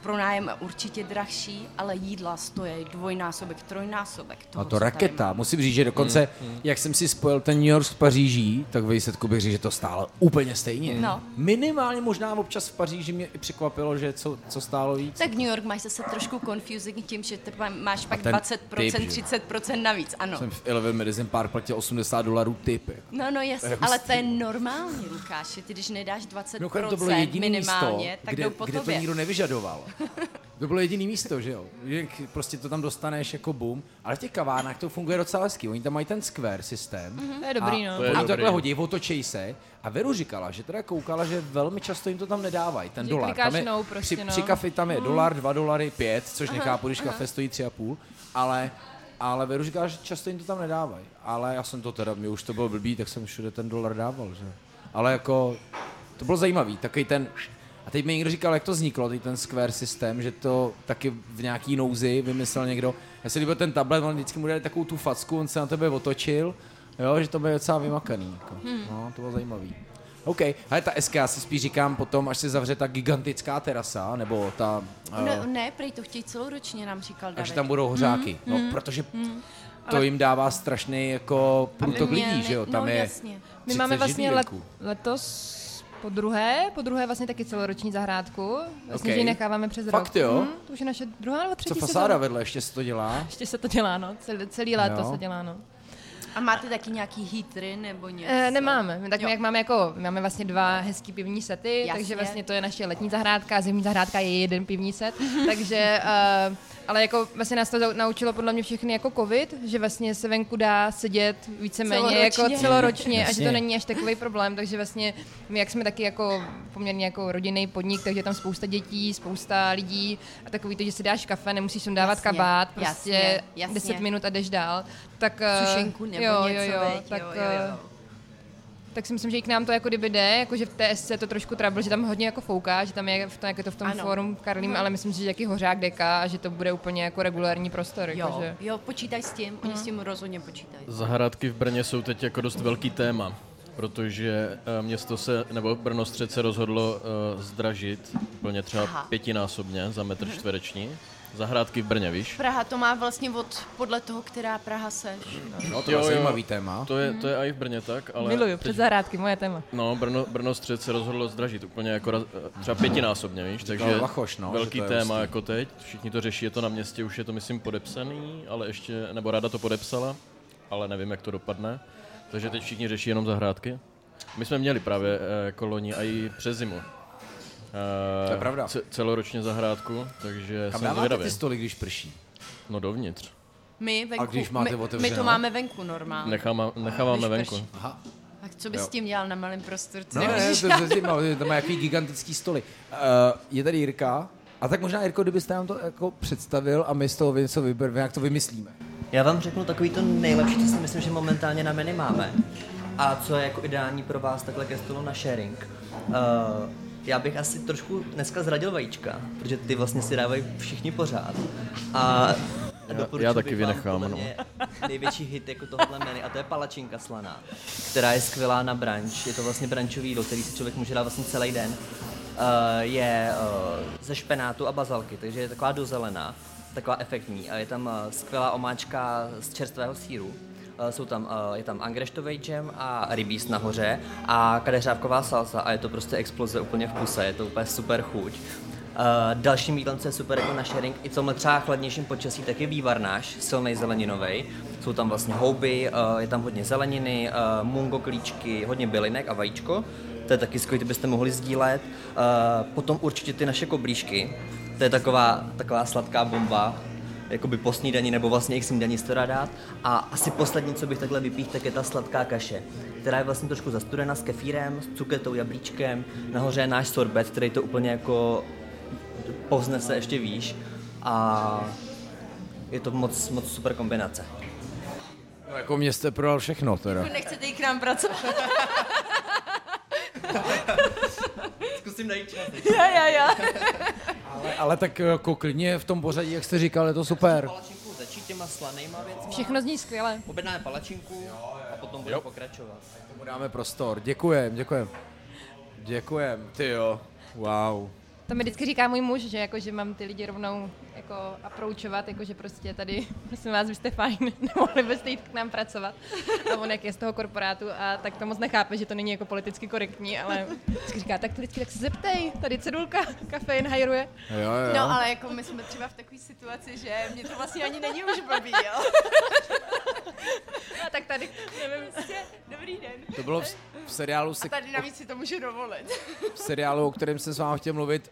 Speaker 5: pronájem je určitě drahší, ale jídla stojí dvojnásobek, trojnásobek.
Speaker 1: A
Speaker 5: toho,
Speaker 1: to
Speaker 5: co tady
Speaker 1: raketa.
Speaker 5: máme.
Speaker 1: Musím říct, že dokonce, jak jsem si spojil ten New York s Paříží, tak ve výsledku bych řekl, že to stálo úplně stejně.
Speaker 5: No.
Speaker 1: Minimálně možná občas v Paříži mě i překvapilo, že co, co stálo víc.
Speaker 5: Tak New York máš zase trošku confusing tím, že ty máš pak
Speaker 1: ten
Speaker 5: 20%,
Speaker 1: typ, že?
Speaker 5: 30% navíc, ano.
Speaker 1: Jsem v Eleven Medicine Park platil 80 dolarů jako. typy.
Speaker 5: No, no, jasně,
Speaker 1: Hustý.
Speaker 5: ale to je normální, Lukáši. Ty, když nedáš 20%
Speaker 1: Mimochodem to bylo jediné místo,
Speaker 5: minimálně, tak
Speaker 1: kde,
Speaker 5: jdou po
Speaker 1: kde to
Speaker 5: tobě.
Speaker 1: nikdo nevyžadoval. To bylo jediné místo, že jo? Že k- Prostě to tam dostaneš jako boom, ale v těch kavárnách to funguje docela hezky. Oni tam mají ten square systém.
Speaker 5: Mhm.
Speaker 6: To je dobrý,
Speaker 1: a
Speaker 6: no.
Speaker 4: To je
Speaker 1: Oni to
Speaker 4: dobrý.
Speaker 1: takhle hodí, otočej se. A Veru říkala, že teda koukala, že velmi často jim to tam nedávají, ten
Speaker 6: Že
Speaker 1: dolar.
Speaker 6: klikáš
Speaker 1: Tam je,
Speaker 6: no prostě,
Speaker 1: při,
Speaker 6: no.
Speaker 1: při kafi tam je dolar, dva dolary, pět, což nechápu, když kafe stojí tři a půl, ale ale Veru říká, že často jim to tam nedávají. Ale já jsem to teda, mě už to bylo blbý, tak jsem všude ten dolar dával, že? Ale jako, to bylo zajímavý, takový ten... A teď mi někdo říkal, jak to vzniklo, teď ten square systém, že to taky v nějaký nouzi vymyslel někdo. Já si líbil ten tablet, on vždycky mu dali takovou tu facku, on se na tebe otočil, jo, že to bylo docela vymakaný. Jako.
Speaker 6: Hmm.
Speaker 1: No, to bylo zajímavý. OK, ale ta SK, já si spíš říkám potom, až se zavře ta gigantická terasa, nebo ta...
Speaker 5: No,
Speaker 1: eh,
Speaker 5: ne, prej to chtějí celoročně, nám říkal
Speaker 1: takže
Speaker 5: David.
Speaker 1: tam budou hořáky. No, protože to jim dává strašný jako průtok lidí,
Speaker 5: měli-
Speaker 1: že jo? Tam
Speaker 5: no,
Speaker 1: je
Speaker 5: jasně.
Speaker 6: My máme
Speaker 1: 30
Speaker 6: vlastně let,
Speaker 1: židlíků.
Speaker 6: letos po druhé, po druhé vlastně taky celoroční zahrádku. Vlastně,
Speaker 1: Okej.
Speaker 6: že ji necháváme přes
Speaker 1: Fakt
Speaker 6: rok.
Speaker 1: jo?
Speaker 6: Hm, to už je naše druhá nebo třetí
Speaker 1: Co
Speaker 6: sezóna.
Speaker 1: fasáda vedle ještě se to dělá?
Speaker 6: Ještě se to dělá, no. Celý, celý léto
Speaker 1: Jo.
Speaker 6: se dělá, no.
Speaker 5: A máte taky nějaký hitry nebo něco?
Speaker 6: E, nemáme. My tak
Speaker 5: Jo.
Speaker 6: my jak máme jako, my máme vlastně dva hezký pivní sety,
Speaker 5: Jasně.
Speaker 6: takže vlastně to je naše letní zahrádka a zimní zahrádka je jeden pivní set, takže... E, ale jako vlastně nás to zau- naučilo podle mě všechny jako covid, že vlastně se venku dá sedět víceméně jako
Speaker 5: Celoročně.
Speaker 6: celoročně a že
Speaker 1: Jasně.
Speaker 6: to není až takový problém, takže vlastně my jak jsme taky jako poměrně jako rodinný podnik, takže je tam spousta dětí, spousta lidí a takový to, že si dáš kafe, nemusíš sem dávat
Speaker 5: Jasně,
Speaker 6: kabát, prostě
Speaker 5: jasně, jasně.
Speaker 6: 10 minut a jdeš dál. Tak, e,
Speaker 5: Sušenku nebo
Speaker 6: jo,
Speaker 5: něco,
Speaker 6: jo, jo,
Speaker 5: veď,
Speaker 6: tak,
Speaker 5: jo, jo,
Speaker 6: e,
Speaker 5: jo.
Speaker 6: tak si myslím, že i k nám to jako kdyby jde, jako že v TSC to trošku trouble, že tam hodně jako fouká, že tam je, v tom, jak je to v tom
Speaker 5: Ano. Mhm.
Speaker 6: fórum Karlím, ale myslím si, že taky hořák deka a že to bude úplně jako regulární prostor. Jako,
Speaker 5: Jo,
Speaker 6: že...
Speaker 5: jo, počítaj s tím,
Speaker 6: Mhm.
Speaker 5: oni s tím rozhodně počítají.
Speaker 4: Zahrádky v Brně jsou teď jako dost velký téma, protože eh, město se, nebo Brno střed se rozhodlo eh, zdražit úplně třeba
Speaker 5: Aha.
Speaker 4: pětinásobně za metr čtvereční. Zahrádky v Brně, víš?
Speaker 5: Praha to má vlastně od, podle toho, která Praha seš.
Speaker 1: No, to
Speaker 4: Jo,
Speaker 1: je
Speaker 4: jo.
Speaker 1: zajímavý téma.
Speaker 4: To je, to je i v Brně tak, ale...
Speaker 6: Miluju,
Speaker 4: teď,
Speaker 6: před zahrádky, moje téma.
Speaker 4: No, Brno, Brno střed se rozhodlo zdražit úplně jako raz- eh, třeba pětinásobně, víš? Takže
Speaker 1: Lachoš, no, že
Speaker 4: velký
Speaker 1: to je
Speaker 4: téma
Speaker 1: hustý.
Speaker 4: jako teď, všichni to řeší, je to na městě, už je to myslím podepsaný, ale ještě, nebo rada to podepsala, ale nevím, jak to dopadne. Takže teď všichni řeší jenom zahrádky. My jsme měli právě eh, jako loni a i přes zimu. Eh,
Speaker 1: To je pravda.
Speaker 4: ce- celoročně zahrádku, takže
Speaker 1: Kam
Speaker 4: jsem
Speaker 1: dáváte
Speaker 4: zvědavý.
Speaker 1: ty stoly, když prší?
Speaker 4: No dovnitř.
Speaker 5: My venku,
Speaker 1: když máte
Speaker 5: my, my
Speaker 1: otevřeno?
Speaker 5: to máme venku normálně.
Speaker 4: Necháma, necháváme
Speaker 5: Když
Speaker 4: venku.
Speaker 5: prší.
Speaker 1: Aha.
Speaker 5: Tak co bys
Speaker 1: Jo.
Speaker 5: s tím dělal na malém prostoru? Co
Speaker 1: No, ne,
Speaker 5: nemůžeš-
Speaker 1: to, to, to, má, to má jaký gigantický stoly. Uh, je tady Jirka. A tak možná, Jirko, kdybyste nám to jako představil a my z toho něco vybereme, jak to vymyslíme.
Speaker 7: Já vám řeknu takový to nejlepší, co si myslím, že momentálně na menu máme. A co je jako ideální pro vás takhle ke stolu na sharing. Uh, já bych asi trošku dneska zradil vajíčka, protože ty vlastně si dávají všichni pořád. A doporučil
Speaker 4: já taky
Speaker 7: bych vám
Speaker 4: vynechám,
Speaker 7: podle
Speaker 4: no.
Speaker 7: mě největší hit jako tohohle menu, a to je palačinka slaná, která je skvělá na brunch. Je to vlastně branchový jídlo, který si člověk může dát vlastně celý den. Uh, je uh, ze špenátu a bazalky, takže je taková dozelená, taková efektní. A je tam uh, skvělá omáčka z čerstvého síru. Uh, jsou tam, uh, je tam angreštový džem a rybíz nahoře a kadeřávková salsa a je to prostě exploze úplně v kuse, je to úplně super chuť. Uh, dalším jídlem, co je super jako na sharing, i co třeba chladnějším počasí, tak je vývarnáš, silný zeleninový. Jsou tam vlastně houby, uh, je tam hodně zeleniny, uh, mungo klíčky, hodně bylinek a vajíčko. To je taky skvělé, ty byste mohli sdílet. Uh, potom určitě ty naše koblížky, to je taková, taková sladká bomba, jakoby po snídani nebo vlastně i k snídani se to dá dát. A asi poslední, co bych takhle vypít, tak je ta sladká kaše, která je vlastně trošku zastudena s kefírem, s cuketou, jablíčkem. Nahoře je náš sorbet, který to úplně jako povznese ještě výš a je to moc, moc super kombinace.
Speaker 1: No, jako mě jste prodal všechno, teda.
Speaker 5: Nechcete jít k nám pracovat?
Speaker 7: Zkusím najít čas.
Speaker 5: Já, já, já.
Speaker 1: Ale, ale tak jako klidně v tom pořadí, jak jste říkal, je to super.
Speaker 7: Palačinku začít těma slanejma věcma.
Speaker 6: Všechno zní skvěle.
Speaker 7: Objednáme palačinku a potom budeme pokračovat.
Speaker 1: Tomu dáme prostor. Děkujem, děkujem. Děkujem, ty jo. Wow.
Speaker 6: To mi vždycky říká můj muž, že, jako, že mám ty lidi rovnou jako approachovat, jako, že prostě tady, prosím vás, vy jste fajn, nemohli byste jít k nám pracovat. A on jak je z toho korporátu a tak to moc nechápe, že to není jako politicky korektní, ale vždycky říká, tak to vždycky tak se zeptej, tady cedulka, kafein hajruje.
Speaker 1: Jo, jo.
Speaker 8: No, ale jako my jsme třeba v takové situaci, že mě to vlastně ani není už blbý, jo.
Speaker 6: A No, tak tady, nevím,
Speaker 8: Prostě, Dobrý den.
Speaker 1: To bylo v, v seriálu, se,
Speaker 8: A tady navíc si to můžu dovolit.
Speaker 1: v seriálu, o kterém jsem s vámi chtěl mluvit,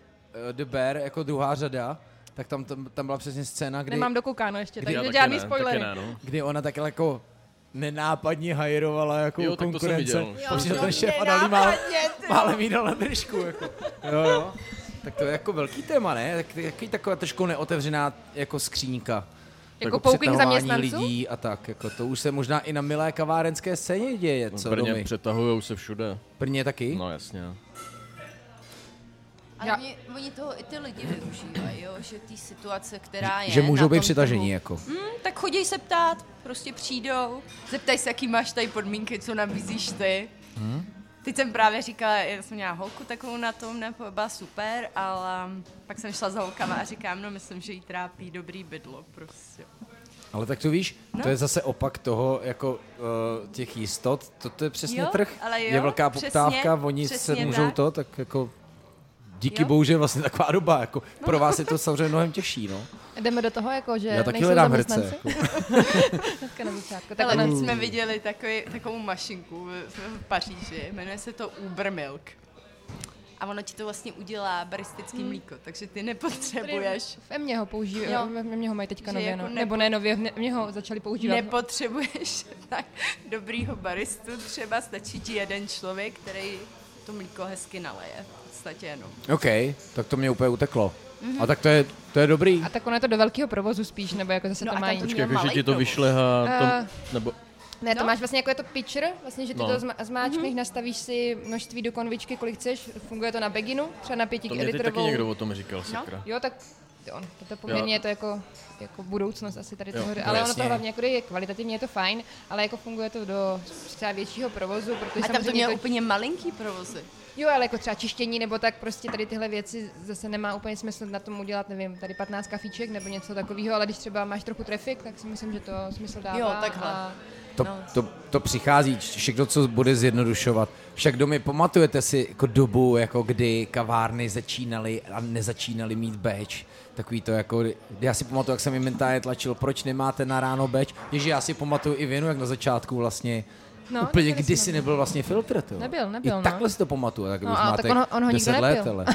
Speaker 1: eh, The Bear, jako druhá řada, tak tam, tam, tam byla přesně scéna, kdy,
Speaker 6: nemám dokoukáno ještě,
Speaker 4: Já
Speaker 6: takže
Speaker 4: taky
Speaker 6: žádný
Speaker 4: ne, taky
Speaker 6: spoiler.
Speaker 4: ne, no.
Speaker 1: kdy ona takhle jako nenápadně hajrovala jako
Speaker 4: Jo,
Speaker 1: u
Speaker 4: tak to jsem
Speaker 1: konkurence.
Speaker 4: viděl. Jo,
Speaker 1: Přišel
Speaker 8: to
Speaker 1: ten šéf a dal jí málem,
Speaker 8: nenápadně, ty.
Speaker 1: málem jí dal na držku. Jako. Jo, jo. Tak to je jako velký téma, ne? Tak, taky taková trošku neotevřená jako skřínka.
Speaker 6: Jako poukyn
Speaker 1: přetahování
Speaker 6: zaměstnanců?
Speaker 1: lidí a tak. Jako to už se možná i na milé kavárenské scéně děje,
Speaker 4: V
Speaker 1: co Hm?
Speaker 4: Brně
Speaker 1: domy.
Speaker 4: přetahujou se všude.
Speaker 1: Brně taky?
Speaker 4: No jasně.
Speaker 5: Ale
Speaker 6: Já-
Speaker 5: oni, oni toho i ty lidi využívají, jo? že ty situace, která je
Speaker 1: Že můžou
Speaker 5: na
Speaker 1: být
Speaker 5: tom
Speaker 1: přitažení,
Speaker 5: trhu-
Speaker 1: jako.
Speaker 5: Hm, tak chodí se ptát, prostě přijdou, zeptaj se, jaký máš tady podmínky, co nabízíš ty. Teď jsem právě říkala, já jsem měla holku takovou na tom, ne, byla super, ale pak jsem šla za holkama a říkám, no myslím, že jí trápí dobrý bydlo, prostě.
Speaker 1: Ale tak to víš, no.
Speaker 5: No.
Speaker 1: to je zase opak toho, jako uh, těch jistot, to, to je přesně
Speaker 5: Jo,
Speaker 1: trh,
Speaker 5: ale
Speaker 1: je
Speaker 5: jo,
Speaker 1: velká
Speaker 5: přesně,
Speaker 1: poptávka, oni se
Speaker 5: přesně
Speaker 1: můžou
Speaker 5: tak.
Speaker 1: to, tak jako díky
Speaker 5: Jo.
Speaker 1: bohu, že je vlastně taková doba, jako pro vás je to samozřejmě mnohem těžší, no.
Speaker 6: Jdeme do toho, jako, že
Speaker 1: Já taky
Speaker 6: nejsou
Speaker 1: hledám herce. jako.
Speaker 6: zaměstnanci? Hnedka na začátku. Tak
Speaker 8: Tak
Speaker 6: ona,
Speaker 8: Ale jsme viděli takový, takovou mašinku v, v Paříži, jmenuje se to Uber Milk. A ono ti to vlastně udělá baristický mlíko, takže ty nepotřebuješ,
Speaker 6: v Emě ho použijí,
Speaker 8: Jo.
Speaker 6: v Emě ho mají teďka
Speaker 8: Že
Speaker 6: nově,
Speaker 8: jako
Speaker 6: no.
Speaker 8: nepo-
Speaker 6: nebo ne nově, v Emě ho začali používat.
Speaker 8: nepotřebuješ tak dobrýho baristu, třeba stačí ti jeden člověk, který to mlíko hezky naleje, v podstatě jenom.
Speaker 1: OK, tak to mě úplně uteklo.
Speaker 5: Mhm.
Speaker 1: A tak to je, to je dobrý.
Speaker 6: A tak ono je to do velkého provozu spíš, nebo jako zase
Speaker 8: No
Speaker 6: no
Speaker 8: a
Speaker 6: tam
Speaker 8: tam
Speaker 6: mají.
Speaker 8: to
Speaker 4: Počkej,
Speaker 8: měl
Speaker 4: jako, že
Speaker 8: malej
Speaker 4: ti to
Speaker 8: provoz.
Speaker 4: vyšlehá,
Speaker 6: Eh.
Speaker 4: to, nebo
Speaker 6: Ne, to
Speaker 8: No. Mhm.
Speaker 6: máš vlastně jako je to pitcher, vlastně, že ty
Speaker 4: No.
Speaker 6: no. to zma- zmáčkneš, mm-hmm. nastavíš si množství do konvičky, kolik chceš, funguje to na beginu, třeba na pěti
Speaker 4: to mě teď taky
Speaker 6: litrovou.
Speaker 4: někdo o tom
Speaker 8: No.
Speaker 4: říkal, sakra.
Speaker 6: Jo, tak jo, to, to poměrně
Speaker 4: Jo.
Speaker 6: je to jako, jako budoucnost asi tady
Speaker 4: Jo,
Speaker 6: toho,
Speaker 4: no
Speaker 6: ale ono
Speaker 1: jasně.
Speaker 6: to hlavně jako je kvalitativně, je to fajn, ale jako funguje to do třeba většího provozu, protože
Speaker 8: A tam to
Speaker 6: samozřejmě
Speaker 8: měl
Speaker 6: to,
Speaker 8: úplně malinký provozy.
Speaker 6: jo, ale jako třeba čištění nebo tak prostě tady tyhle věci zase nemá úplně smysl na tom udělat, nevím, tady 15 kafíček nebo něco takového, ale když třeba máš trochu trafik, tak si myslím, že to smysl dává.
Speaker 8: Jo, takhle.
Speaker 6: A,
Speaker 1: To,
Speaker 6: No.
Speaker 1: to, to přichází, č- všechno, co bude zjednodušovat. Však domy, pamatujete si jako dobu, jako kdy kavárny začínaly a nezačínaly mít beč? Takový to jako, já si pamatuju, jak jsem jim mentálně tlačil, proč nemáte na ráno beč? Ježi, já si pamatuju i věnu, jak na začátku vlastně
Speaker 6: No,
Speaker 1: no, úplně
Speaker 6: taky
Speaker 1: kdysi
Speaker 6: jsem-
Speaker 1: nebyl vlastně filtr. Tyjo.
Speaker 6: Nebyl, nebyl,
Speaker 1: I
Speaker 6: no.
Speaker 1: takhle si to pamatuju, tak
Speaker 6: No,
Speaker 1: už
Speaker 6: a
Speaker 1: máte
Speaker 6: tak ono- ono ho nikdo
Speaker 1: 10 let,
Speaker 6: nepil.
Speaker 1: ale.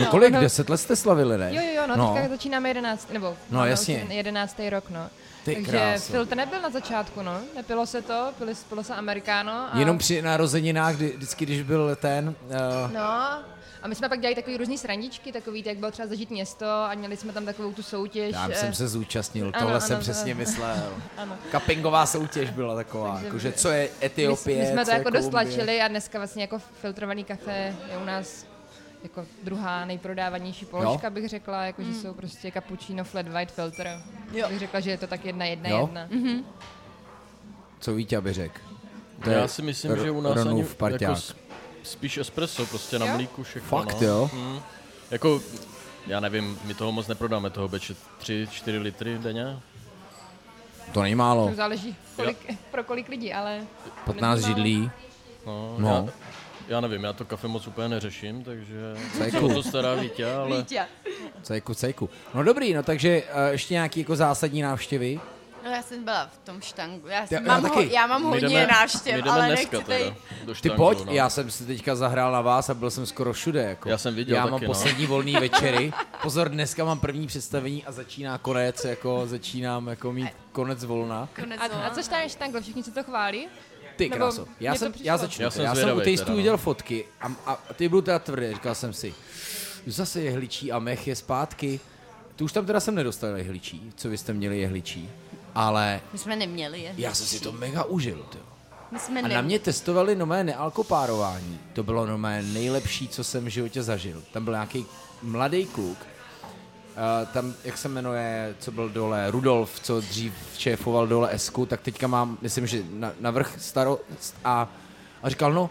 Speaker 1: No kolik,
Speaker 6: ono-
Speaker 1: 10 let jste slavili, ne?
Speaker 6: Jo, jo, jo, no, no. teďka začínáme 11, nebo máme už
Speaker 1: No, jasně.
Speaker 6: ten 11. rok, no.
Speaker 1: Ty
Speaker 6: Takže
Speaker 1: kráso.
Speaker 6: filtr nebyl na začátku, no. Nepilo se to, pilo, pilo se amerikáno. A...
Speaker 1: Jenom při narozeninách, kdy, vždycky, když byl ten... Uh,
Speaker 6: No, a my jsme pak dělali takový různý srandičky, takový, jak bylo třeba zažít město a měli jsme tam takovou tu soutěž.
Speaker 1: Já
Speaker 6: eh,
Speaker 1: jsem se zúčastnil,
Speaker 6: ano,
Speaker 1: tohle
Speaker 6: ano,
Speaker 1: jsem
Speaker 6: ano.
Speaker 1: přesně myslel.
Speaker 6: Ano.
Speaker 1: Kapingová soutěž byla taková,
Speaker 6: Takže
Speaker 1: jakože
Speaker 6: my-
Speaker 1: co je
Speaker 6: My,
Speaker 1: Etiopie,
Speaker 6: my jsme to
Speaker 1: co je
Speaker 6: jako
Speaker 1: Kolumbie.
Speaker 6: dostlačili a dneska vlastně jako filtrovaný kafe je u nás jako druhá nejprodávanější položka, bych řekla, jako, že jsou prostě cappuccino flat white filter.
Speaker 8: Jo.
Speaker 6: Bych řekla, že je to tak jedna, jedna,
Speaker 1: Jo. Mhm.
Speaker 6: jedna.
Speaker 1: Co Vítě by řekl? To je
Speaker 4: Já si myslím,
Speaker 1: R-
Speaker 4: že u nás
Speaker 1: Ronův
Speaker 4: ani
Speaker 1: parťák.
Speaker 4: jako s- spíš espresso, prostě na
Speaker 6: Jo?
Speaker 4: mlíku všechno.
Speaker 1: Fakt,
Speaker 4: no.
Speaker 1: jo?
Speaker 4: Mm. Jako, já nevím, my toho moc neprodáme, toho beče 3-4 litry denně.
Speaker 1: To není málo,
Speaker 6: To záleží kolik, pro kolik lidí, ale...
Speaker 1: 15 židlí,
Speaker 4: No,
Speaker 1: No.
Speaker 4: Já, já nevím, já to kafe moc úplně neřeším, takže
Speaker 1: Cajku.
Speaker 4: se o to stará Vítě, ale
Speaker 8: Vítě.
Speaker 1: cejku, cejku. No dobrý, no takže eh, ještě nějaký jako zásadní návštěvy.
Speaker 8: No já jsem byla v tom štangu, já, já,
Speaker 1: já
Speaker 8: mám, ho,
Speaker 1: taky.
Speaker 8: já mám
Speaker 4: my
Speaker 8: hodně
Speaker 4: jdeme,
Speaker 8: návštěv,
Speaker 4: my jdeme
Speaker 8: ale
Speaker 4: dneska
Speaker 8: nechci tady...
Speaker 4: teda do
Speaker 1: Ty
Speaker 4: štangu,
Speaker 1: pojď,
Speaker 4: no.
Speaker 1: já jsem si teďka zahrál na vás a byl jsem skoro všude. Jako.
Speaker 4: Já jsem viděl
Speaker 1: Já
Speaker 4: taky,
Speaker 1: mám
Speaker 4: no.
Speaker 1: poslední volný večery. Pozor, dneska mám první představení a začíná konec, jako začínám jako mít konec volna.
Speaker 8: Konec
Speaker 6: A, a co štáješ tangle, všichni se to chválí?
Speaker 1: Ty
Speaker 6: Nebo
Speaker 1: kráso. Já
Speaker 6: mně to
Speaker 1: jsem,
Speaker 6: přišlo.
Speaker 1: já začnu. teda.
Speaker 4: Já jsem
Speaker 1: já jsem u
Speaker 4: zvědavej
Speaker 1: tejstu
Speaker 4: teda, no.
Speaker 1: viděl fotky a, a a ty budu teda tvrdý, říkal jsem si, zase jehličí a mech je zpátky. Tu už tam teda jsem nedostal jehličí, co vy jste měli jehličí, ale
Speaker 5: My jsme neměli je.
Speaker 1: já jsem si to mega užil, tyjo.
Speaker 5: My jsme
Speaker 1: A
Speaker 5: ne...
Speaker 1: na mě testovali nové nealkopárování. To bylo nové nejlepší, co jsem v životě zažil. Tam byl nějaký mladý kluk, eh, tam, jak se jmenuje, co byl dole, Rudolf, co dřív šéfoval dole Esku, tak teďka mám, myslím, že na, na vrch starost a, a říkal, no,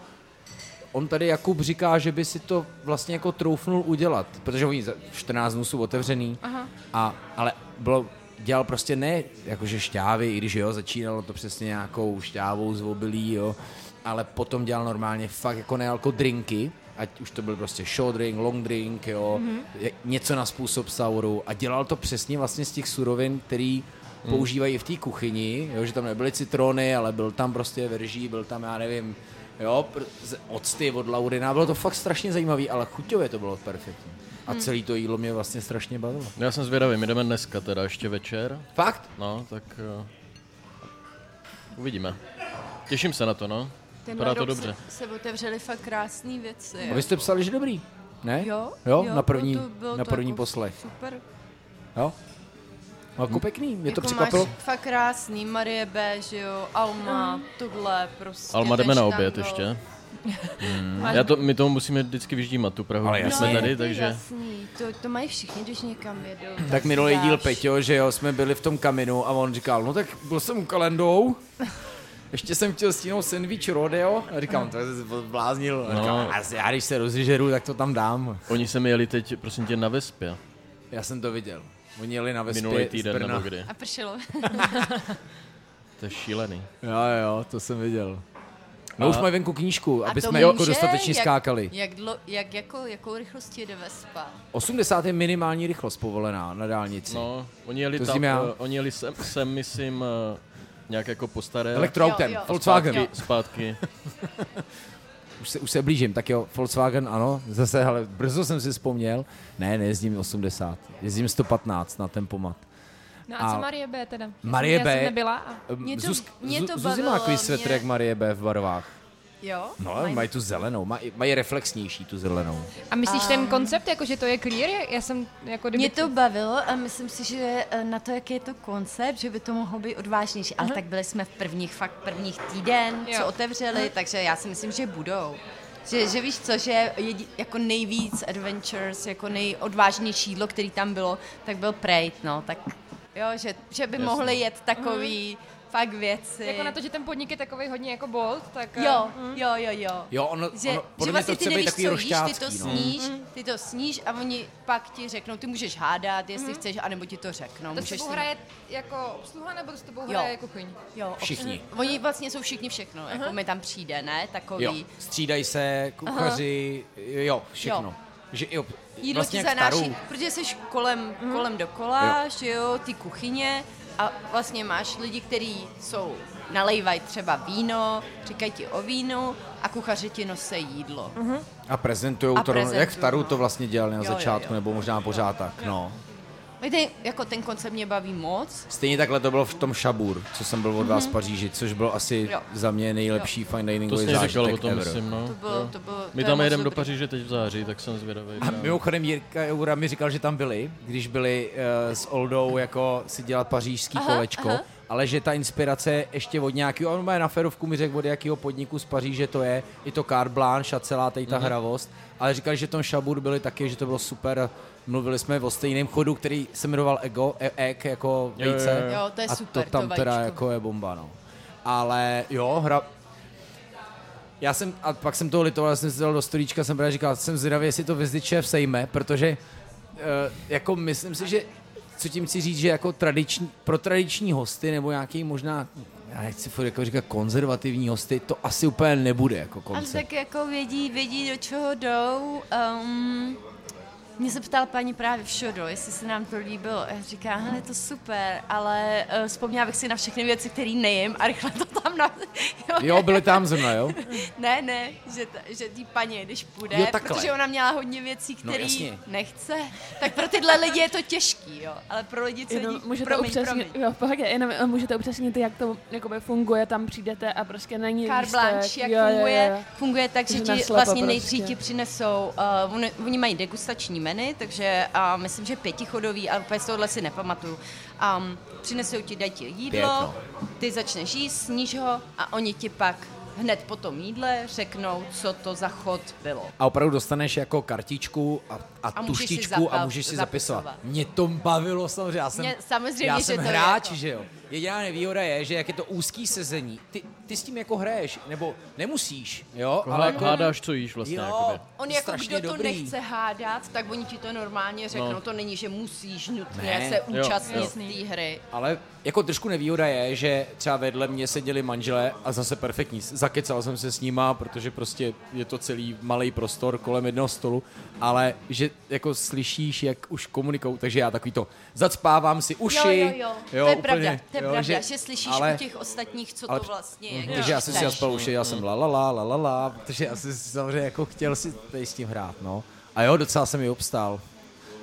Speaker 1: on tady Jakub říká, že by si to vlastně jako troufnul udělat, protože oni za 14 dnů jsou otevřený, Aha. A, ale bylo, dělal prostě ne jakože šťávy, i když jo, začínalo to přesně nějakou šťávou z obilí, jo, ale potom dělal normálně fakt jako ne jako drinky, ať už to byl prostě short drink, long drink, jo, mm-hmm. něco na způsob sauru a dělal to přesně vlastně z těch surovin, který Hmm. používají v té kuchyni, jo, že tam nebyly citrony, ale byl tam prostě verží, byl tam, já nevím, jo, pr- z- octy od Laurina, bylo to fakt strašně zajímavý, ale chuťově to bylo perfektní. A
Speaker 8: Hmm.
Speaker 1: celý to jídlo mě vlastně strašně bavilo.
Speaker 4: No, já jsem zvědavý, my jdeme dneska teda ještě večer,
Speaker 1: Fakt?
Speaker 4: no, tak eh, uvidíme. Těším se na to, no. Vypadá to dobře.
Speaker 8: Se, se otevřely fakt krásné věci.
Speaker 1: A vy jste psali, že dobrý, ne?
Speaker 8: Jo,
Speaker 1: jo,
Speaker 8: jo,
Speaker 1: na první,
Speaker 8: bylo to- bylo
Speaker 1: na
Speaker 8: to
Speaker 1: první
Speaker 8: jako
Speaker 1: poslech,
Speaker 8: Super.
Speaker 1: jo? No, jako pěkný, mě
Speaker 8: jako
Speaker 1: to překvapilo.
Speaker 8: Máš fakt krásný, Marie B, že jo, Alma, tohle prostě.
Speaker 4: Alma jdeme
Speaker 8: ten
Speaker 4: na oběd
Speaker 8: štango.
Speaker 5: no.
Speaker 4: ještě. Hmm. Já to, my tomu musíme vždycky vyždímat, tu Prahu.
Speaker 1: Ale
Speaker 8: No,
Speaker 4: když
Speaker 1: jasně.
Speaker 4: jsme tady,
Speaker 5: je to
Speaker 4: takže...
Speaker 5: Jasný. To, to mají všichni, když někam jedou.
Speaker 1: Tak
Speaker 5: si
Speaker 1: minulý
Speaker 5: dáš.
Speaker 1: díl Peťo, že jo, jsme byli v tom kaminu a on říkal, no tak byl jsem u kalendou, ještě jsem chtěl stínout sandwich rodeo a říkám, to je bláznil. A říkám,
Speaker 4: No.
Speaker 1: "A já když se rozžeru, tak to tam dám.
Speaker 4: Oni se mi jeli teď, prosím tě, na Vespě.
Speaker 1: Já jsem to viděl. Oni jeli na
Speaker 4: Minulý
Speaker 1: vespě z
Speaker 4: týden
Speaker 1: Brna.
Speaker 4: nebo kdy.
Speaker 8: A pršelo.
Speaker 4: To je šílený.
Speaker 1: Jo, jo, to jsem viděl. No už mají venku knížku, aby
Speaker 8: to
Speaker 1: jsme
Speaker 8: může,
Speaker 1: jako dostatečně
Speaker 8: jak,
Speaker 1: skákali.
Speaker 8: Jak, dlo, jak jako, jakou rychlostí jede Vespa?
Speaker 1: 80 je minimální rychlost povolená na dálnici.
Speaker 4: No, oni jeli
Speaker 1: To
Speaker 4: tam,
Speaker 1: zním já.
Speaker 4: eh, oni jeli sem, sem myslím, eh, nějak jako po staré.
Speaker 1: Elektroautem,
Speaker 8: Jo, jo.
Speaker 1: Volkswagen.
Speaker 4: Zpátky, zpátky.
Speaker 1: Už se, už se blížím, tak jo, Volkswagen ano, zase, ale brzo jsem si vzpomněl. Ne, nejezdím 80, jezdím 115 na tempomat.
Speaker 6: No a
Speaker 1: A-
Speaker 6: co Marie B teda? Já jsem-
Speaker 1: Marie
Speaker 6: Já
Speaker 1: B.
Speaker 6: jsem nebyla a...
Speaker 8: Mě to-
Speaker 1: Zuz-
Speaker 8: mě
Speaker 1: Zu-
Speaker 8: to
Speaker 1: Zuzi má
Speaker 8: bavilo,
Speaker 1: takový svetr,
Speaker 8: mě-
Speaker 1: jak Marie B. v barvách.
Speaker 8: Jo?
Speaker 1: No, mají, mají tu zelenou, mají, mají reflexnější tu zelenou.
Speaker 6: a myslíš ten koncept, jako že to je clear? Já jsem jako kdyby...
Speaker 5: Mě to bavilo a myslím si, že eh, na to, jaký je to koncept, že by to mohlo být odvážnější. Ale tak byli jsme v prvních, fakt prvních týden,
Speaker 6: Mhm. Jo. Mhm.
Speaker 5: co otevřeli, takže já si myslím, že budou. Že, že víš co, že jedi, jako nejvíc adventures, jako nejodvážnější jídlo, který tam bylo, tak byl Prejt, no, tak jo, že, že by mohli jet takový fakt věci.
Speaker 6: Mhm. Jako na to, že ten podnik je takový hodně jako bold, tak... eh,
Speaker 5: Jo, No, jo, jo, jo.
Speaker 1: Jo, ono,
Speaker 5: Že,
Speaker 1: ono podle mě
Speaker 5: že
Speaker 1: to
Speaker 5: vlastně
Speaker 1: chce
Speaker 5: ty
Speaker 1: být
Speaker 5: nevíš,
Speaker 1: takový
Speaker 5: co jíš, ty to
Speaker 1: rošťácký, no.
Speaker 5: sníš,
Speaker 6: Mhm.
Speaker 5: ty to sníš a oni pak ti řeknou, ty můžeš hádat, jestli chceš, anebo ti to řeknou.
Speaker 6: Mhm. To s
Speaker 5: můžeš
Speaker 6: tebou
Speaker 5: si-
Speaker 6: hraje jako obsluha, nebo s tebou hraje jako kuchyň?
Speaker 5: Jo,
Speaker 1: Všichni.
Speaker 5: obs- Oni vlastně jsou všichni všechno, jako mi tam přijde, ne? Takový.
Speaker 1: Jo, střídají se, kuchaři, jo, všechno.
Speaker 5: Jo.
Speaker 1: Že, jo,
Speaker 5: Jídlo
Speaker 1: vlastně
Speaker 5: ti
Speaker 1: jak starou.
Speaker 5: zanáší, protože jsi kolem,
Speaker 6: Mhm.
Speaker 5: kolem dokola, že jo, ty kuchyně a vlastně máš lidi, kteří jsou, nalejvají třeba víno, říkají ti o vínu a kuchaři ti nosí jídlo.
Speaker 6: Mhm.
Speaker 1: A prezentují
Speaker 5: A
Speaker 1: to rovno, jak
Speaker 5: prezentujou,
Speaker 1: v Taru to
Speaker 5: no.
Speaker 1: vlastně dělali na
Speaker 5: Jo, jo,
Speaker 1: začátku,
Speaker 5: jo.
Speaker 1: nebo možná pořád tak, no.
Speaker 5: Víte, jako ten koncept mě baví moc.
Speaker 1: Stejně takhle to bylo v tom Šabur, co jsem byl od vás z Paříži, což byl asi
Speaker 5: Mhm. Jo.
Speaker 1: za mě nejlepší fine
Speaker 4: To jsi
Speaker 1: diningový
Speaker 4: mě říkal o
Speaker 1: zážitek
Speaker 4: tom,
Speaker 1: ever.
Speaker 4: myslím, no.
Speaker 5: To bylo, to bylo,
Speaker 4: My tam
Speaker 5: to je moc
Speaker 4: jedeme do
Speaker 5: dobrý.
Speaker 4: Paříže teď v září, tak jsem zvědavý.
Speaker 1: A mimochodem Jirka Joura mi říkal, že tam byli, když byli uh, s Oldou jako si dělat pařížský aha, kolečko, aha. ale že ta inspirace je ještě od nějakého, a on má na ferovku mi řekl, od jakého podniku z Paříže to je, i to carte blanche a celá tady
Speaker 4: Mhm.
Speaker 1: ta mm-hmm. hravost, ale říkal, že v tom Šabur byli taky, že to bylo super, mluvili jsme o stejném chodu, který se jmenoval Ego, e- Ek jako
Speaker 4: Jo, jo,
Speaker 1: vejce.
Speaker 4: jo.
Speaker 8: Jo, to je
Speaker 1: a
Speaker 8: super,
Speaker 1: to
Speaker 8: to
Speaker 1: tam teda
Speaker 8: vajíčko.
Speaker 1: jako je bomba, no. Ale jo, hra, já jsem, a pak jsem to litoval, já jsem si dal do storíčka, jsem právě říkal, jsem zvědavý, jestli to vyzdiče sejme, protože uh, jako myslím si, že co tím chci říct, že jako tradiční, pro tradiční hosty nebo nějaký možná, já nechci furt jako říkat konzervativní hosty, to asi úplně nebude jako
Speaker 5: Ale
Speaker 1: koncept.
Speaker 5: tak jako vědí, vědí, do čeho jdou. Um, mě se ptala paní právě všudo, jestli se nám to líbilo. Já říkám, hele, je to super, ale uh, vzpomněla bych si na všechny věci, které nejím a rychle to tam na...
Speaker 1: Jo, byli tam zrovna, jo?
Speaker 5: Ne, ne, že, ta, že tý paní, když půjde,
Speaker 1: Jo, takhle.
Speaker 5: protože ona měla hodně věcí,
Speaker 1: No,
Speaker 5: které
Speaker 1: jasně.
Speaker 5: nechce, tak pro tyhle lidi je to těžký, jo. Ale pro lidi, co
Speaker 3: Jenom
Speaker 5: jedí,
Speaker 3: můžete
Speaker 5: promiň,
Speaker 3: upřesnit,
Speaker 5: promiň.
Speaker 3: jo, v pohodě, jenom eh, můžete upřesnit, jak to jakoby funguje, tam přijdete a prostě není
Speaker 5: Carte
Speaker 3: lístek.
Speaker 5: blanche, jak
Speaker 3: Jo, jo, jo.
Speaker 5: funguje, funguje tak,
Speaker 3: Takže
Speaker 5: že ti
Speaker 3: naslepo
Speaker 5: vlastně
Speaker 3: prostě.
Speaker 5: nejdřív ti přinesou, uh, oni, oni mají degustační menu, takže uh, myslím, že pětichodový, ale úplně z tohohle si nepamatuju. Um, přinesou ti, dají ti
Speaker 1: Pět,
Speaker 5: jídlo,
Speaker 1: no.
Speaker 5: ty začneš jíst, sníš ho a oni ti pak hned po tom jídle řeknou, co to za chod bylo.
Speaker 1: A opravdu dostaneš jako kartičku a, a, a
Speaker 5: A můžeš si
Speaker 1: tuštičku a
Speaker 5: zapal-
Speaker 1: můžeš si
Speaker 5: zapisovat.
Speaker 1: zapisovat. Mě to bavilo samozřejmě, já jsem,
Speaker 5: Mě samozřejmě,
Speaker 1: já
Speaker 5: že
Speaker 1: jsem
Speaker 5: to je
Speaker 1: hráč,
Speaker 5: jako-
Speaker 1: že jo. Jediná nevýhoda je, že jak je to úzký sezení, ty, ty s tím jako hraješ, nebo nemusíš, jo, jako-
Speaker 4: Ale hádáš, co jíš vlastně.
Speaker 1: jo,
Speaker 4: jakoby.
Speaker 5: On jako
Speaker 1: strašně
Speaker 5: kdo to
Speaker 1: dobrý.
Speaker 5: nechce hádat, tak oni ti to normálně řeknou,
Speaker 4: No.
Speaker 5: no. to není, že musíš nutně
Speaker 1: Ne.
Speaker 5: se
Speaker 1: Jo,
Speaker 5: účastnit té hry.
Speaker 1: Ale jako trošku nevýhoda je, že třeba vedle mě seděli manželé a zase perfektní. Zakecal jsem se s nima, protože prostě je to celý malý prostor kolem jednoho stolu, ale že jako slyšíš, jak už komunikou, takže já takový to zacpávám si uši.
Speaker 5: Jo, jo, jo, to je
Speaker 1: úplně,
Speaker 5: pravda, to je
Speaker 1: jo,
Speaker 5: pravda, že, slyšíš
Speaker 1: ale-
Speaker 5: u těch ostatních, co
Speaker 1: ale-
Speaker 5: to vlastně je. když
Speaker 1: Takže já jsem si
Speaker 5: čteš.
Speaker 1: zaspal uši, já jsem la la la la la la, protože já jsem si samozřejmě jako chtěl si tady s tím hrát, no. A jo, docela jsem ji obstál.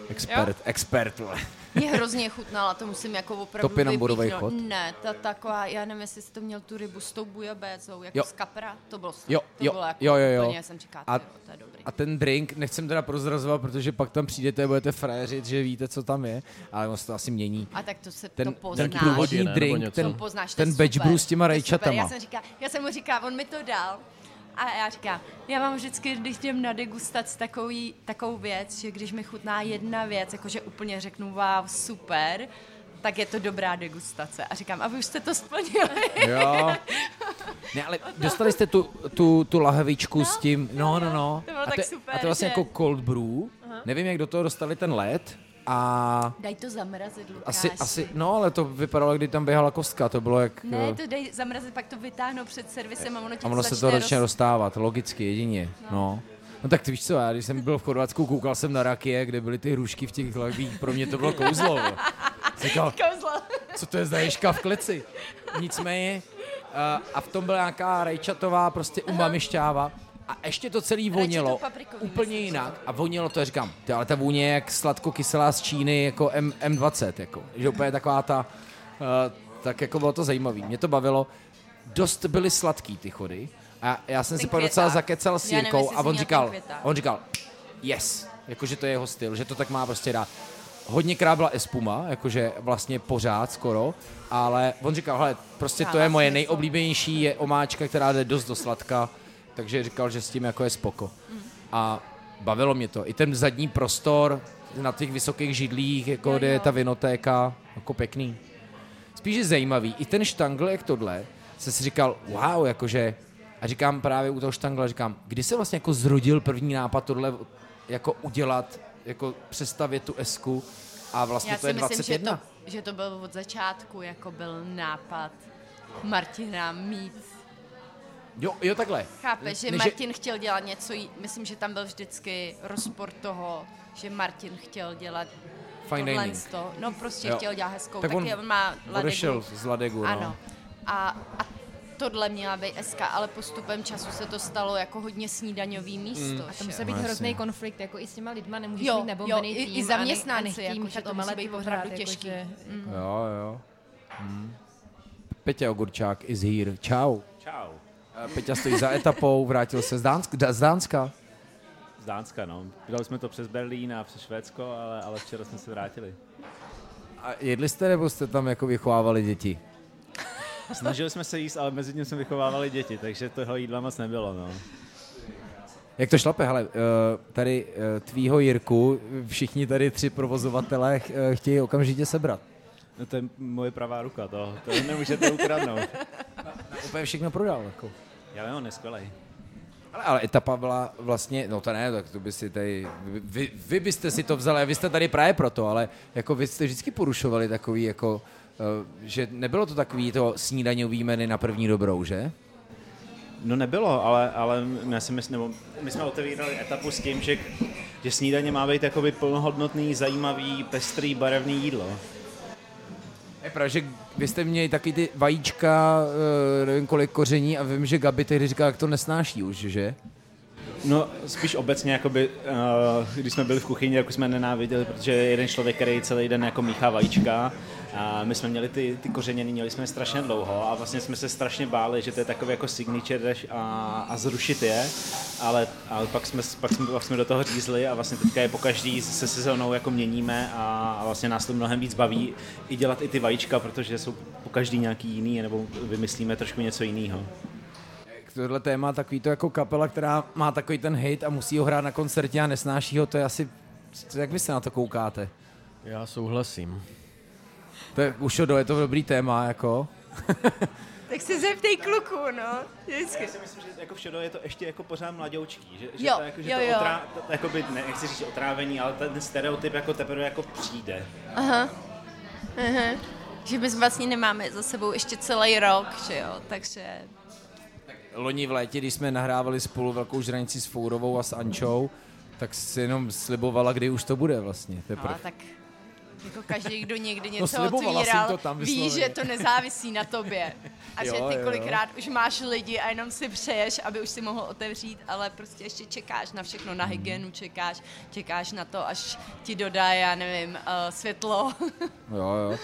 Speaker 1: Expert, expert, vole.
Speaker 5: Mě hrozně chutnala, to musím jako opravdu
Speaker 1: Topinamburovej
Speaker 5: vypíchnout.
Speaker 1: chod?
Speaker 5: Ne, ta taková, já nevím, jestli jsi to měl tu rybu s tou bujabézou, jako
Speaker 1: Jo.
Speaker 5: z kapra, to bylo snad,
Speaker 1: Jo,
Speaker 5: to
Speaker 1: jo,
Speaker 5: bylo jako
Speaker 1: jo, jo, jo.
Speaker 5: úplně, jsem říkala,
Speaker 1: A-
Speaker 5: a, to je dobrý.
Speaker 1: A ten drink, nechcem teda prozrazovat, protože pak tam přijdete a budete frajeřit, že víte, co tam je, ale ono se to asi mění.
Speaker 5: A tak to se
Speaker 1: Ten,
Speaker 5: to poznáš.
Speaker 1: ten
Speaker 4: průvod je,
Speaker 1: průvodní
Speaker 4: ne? Nebo
Speaker 1: drink,
Speaker 4: něco.
Speaker 1: ten,
Speaker 5: to poznáš, to je
Speaker 1: ten
Speaker 5: super,
Speaker 1: batch brew s těma
Speaker 5: to je super.
Speaker 1: rajčatama.
Speaker 5: Já jsem, říká, já jsem mu říká, on mi to dal. A já říkám, já mám vždycky, když jdem na degustaci takový, takovou věc, že když mi chutná jedna věc, jakože úplně řeknu, wow, super, tak je to dobrá degustace. A říkám, a vy už jste to splnili.
Speaker 1: Jo. Ne, ale dostali jste tu, tu, tu lahevičku s tím, no, no, no.
Speaker 5: to bylo
Speaker 1: a
Speaker 5: tak
Speaker 1: je-
Speaker 5: super,
Speaker 1: A to je vlastně
Speaker 5: že?
Speaker 1: jako cold brew. Nevím, jak do toho dostali ten led, A
Speaker 5: Daj to zamrazit, Lukáši.
Speaker 1: asi, asi, no ale to vypadalo, kdy tam běhala kostka, to bylo jak... eh,
Speaker 5: Ne, to dej zamrazit, pak to vytáhnou před servisem a ono ti
Speaker 1: A ono se to začne rozstávat, logicky, jedině. No. No tak ty víš co, já když jsem byl v Chorvatsku, koukal jsem na rakie, kde byly ty hrušky v těch hlavích, pro mě to bylo kouzlo. jo. Říkal,
Speaker 5: Kouzlo.
Speaker 1: co to je za ješka v kleci? Nicméně, a, a v tom byla nějaká rajčatová prostě umamišťáva. A ještě to celý vonělo
Speaker 5: paprikový,
Speaker 1: úplně
Speaker 5: myslím,
Speaker 1: jinak. A vonělo to, já říkám, ty, ale ta vůně je jak sladkokyselá z Číny, jako M, M20, jako. Že úplně taková ta, uh, tak jako bylo to zajímavé. Mě to bavilo. Dost byly sladký ty chody. A já jsem si pak
Speaker 5: květák.
Speaker 1: docela zakecal s
Speaker 5: Já nevím,
Speaker 1: Jirkou
Speaker 5: jestli
Speaker 1: a
Speaker 5: jsi
Speaker 1: on
Speaker 5: měl
Speaker 1: říkal,
Speaker 5: ten květák.
Speaker 1: a on říkal, yes, jakože to je jeho styl, že to tak má prostě rád. Hodněkrát byla Espuma, jakože vlastně pořád skoro, ale on říkal, hele, prostě to je moje nejoblíbenější, je omáčka, která jde dost do sladka, takže říkal, že s tím jako je spoko.
Speaker 5: Mm.
Speaker 1: A bavilo mě to. I ten zadní prostor na těch vysokých židlích, jako kde je ta vinotéka, jako pěkný spíš zajímavý. I ten štangl, jak tohle, jsem si říkal, wow, jakože, a říkám právě u toho štangla, říkám, kdy se vlastně jako zrodil první nápad tohle jako udělat, jako přestavět tu esku a vlastně
Speaker 5: Já
Speaker 1: to
Speaker 5: si
Speaker 1: je
Speaker 5: myslím, že
Speaker 1: 21.
Speaker 5: to, že to byl od začátku, jako byl nápad Martina mít.
Speaker 1: Jo, jo, takhle.
Speaker 5: Chápeš, že
Speaker 1: Ne,
Speaker 5: Martin chtěl dělat něco, jí- myslím, že tam byl vždycky rozpor toho, že Martin chtěl dělat
Speaker 1: Fine
Speaker 5: tohle
Speaker 1: dining.
Speaker 5: to. No prostě
Speaker 1: Jo.
Speaker 5: chtěl dělat hezkou,
Speaker 1: Tak
Speaker 5: tak taky
Speaker 1: on
Speaker 5: on, má Ladegu.
Speaker 1: odešel z Ladegu, no.
Speaker 5: Ano. A, a tohle měla být SK, ale postupem času se to stalo jako hodně snídaňový místo. Mm.
Speaker 6: A to musí být
Speaker 1: No, jasně.
Speaker 6: hrozný konflikt, jako i s těma lidma nemůžeš
Speaker 5: Jo,
Speaker 6: mít nebombený
Speaker 5: jo, i- i
Speaker 6: tým.
Speaker 5: zaměstnanci, jako,
Speaker 6: jako,
Speaker 5: že to musí být opravdu těžký. Mm.
Speaker 1: Jo, jo. Hmm. Peťa Ogurčák is here. Čau.
Speaker 9: Čau.
Speaker 1: Eh, Peťa stojí za etapou, vrátil se z Dánska. da- Z Dánska.
Speaker 9: Z Dánska, no. Dali jsme to přes Berlín a přes Švédsko, ale, ale včera jsme se vrátili.
Speaker 1: A jedli jste nebo jste tam jako vychovávali děti?
Speaker 9: Snažili jsme se jíst, ale mezi tím jsme vychovávali děti, takže toho jídla moc nebylo, no.
Speaker 1: Jak to šlape, hele, eh, tady eh, tvýho Jirku všichni tady tři provozovatelé ch- eh, chtějí okamžitě sebrat.
Speaker 9: no to je moje pravá ruka, to, to nemůžete ukradnout.
Speaker 1: Úplně všechno prodal, jako.
Speaker 9: Já vím, on je skvělej.
Speaker 1: Ale, ale etapa byla vlastně, no to ne, tak to by si tady, vy- vy, vy byste si to vzali, a vy jste tady právě proto, ale jako vy jste vždycky porušovali takový, jako, eh, že nebylo to takový to snídaňový menu na první dobrou, že?
Speaker 9: No nebylo, ale, ale já si myslím, nebo my jsme otevírali etapu s tím, že, že snídaně má být jakoby plnohodnotný, zajímavý, pestrý, barevný jídlo.
Speaker 1: Je pravda, že vy jste měli taky ty vajíčka, eh, nevím kolik koření a vím, že Gabi tehdy říká, jak to nesnáší už, že?
Speaker 9: No, spíš obecně, jakoby, uh, když jsme byli v kuchyni, jako jsme nenáviděli, protože jeden člověk, který celý den jako míchá vajíčka, a my jsme měli ty, ty kořeněný, měli jsme je strašně dlouho a vlastně jsme se strašně báli, že to je takové jako signature dash a, a zrušit je, ale, ale pak, jsme, pak, jsme, pak jsme do toho řízli a vlastně teďka je po každý se sezónou jako měníme a, a vlastně nás to mnohem víc baví i dělat i ty vajíčka, protože jsou po každý nějaký jiný nebo vymyslíme trošku něco jiného.
Speaker 1: Tohle téma, takový to jako kapela, která má takový ten hit a musí ho hrát na koncertě a nesnáší ho, to je asi, jak vy se na to koukáte?
Speaker 4: Já souhlasím.
Speaker 1: To je, už je to dobrý téma, jako.
Speaker 5: Tak se zeptej kluku, no. Vždycky.
Speaker 9: Já si myslím, že jako všedo je to ještě jako pořád mladoučký, že, že
Speaker 5: Jo,
Speaker 9: to, jako, že
Speaker 5: jo,
Speaker 9: to,
Speaker 5: jo.
Speaker 9: Otrá, to, to jakoby, ne, nechci říct otrávení, ale ten stereotyp jako teprve jako přijde.
Speaker 5: Že my vlastně nemáme za sebou ještě celý rok, že jo, takže...
Speaker 1: Loni v létě, když jsme nahrávali spolu velkou žranici s Fourovou a s Ančou, tak si jenom slibovala, kdy už to bude vlastně. Teprve.
Speaker 5: Ale tak jako každý, kdo někdy
Speaker 1: No,
Speaker 5: něco
Speaker 1: slibovala jsem
Speaker 5: otvíral,
Speaker 1: to tam
Speaker 5: ví,
Speaker 1: vysloveně.
Speaker 5: že to nezávisí na tobě. A
Speaker 1: Jo,
Speaker 5: že
Speaker 1: jo,
Speaker 5: ty
Speaker 1: jo.
Speaker 5: kolikrát už máš lidi a jenom si přeješ, aby už si mohl otevřít, ale prostě ještě čekáš na všechno,
Speaker 1: Hmm.
Speaker 5: na hygienu čekáš, čekáš na to, až ti dodá, já nevím, eh, světlo.
Speaker 1: Jo, jo.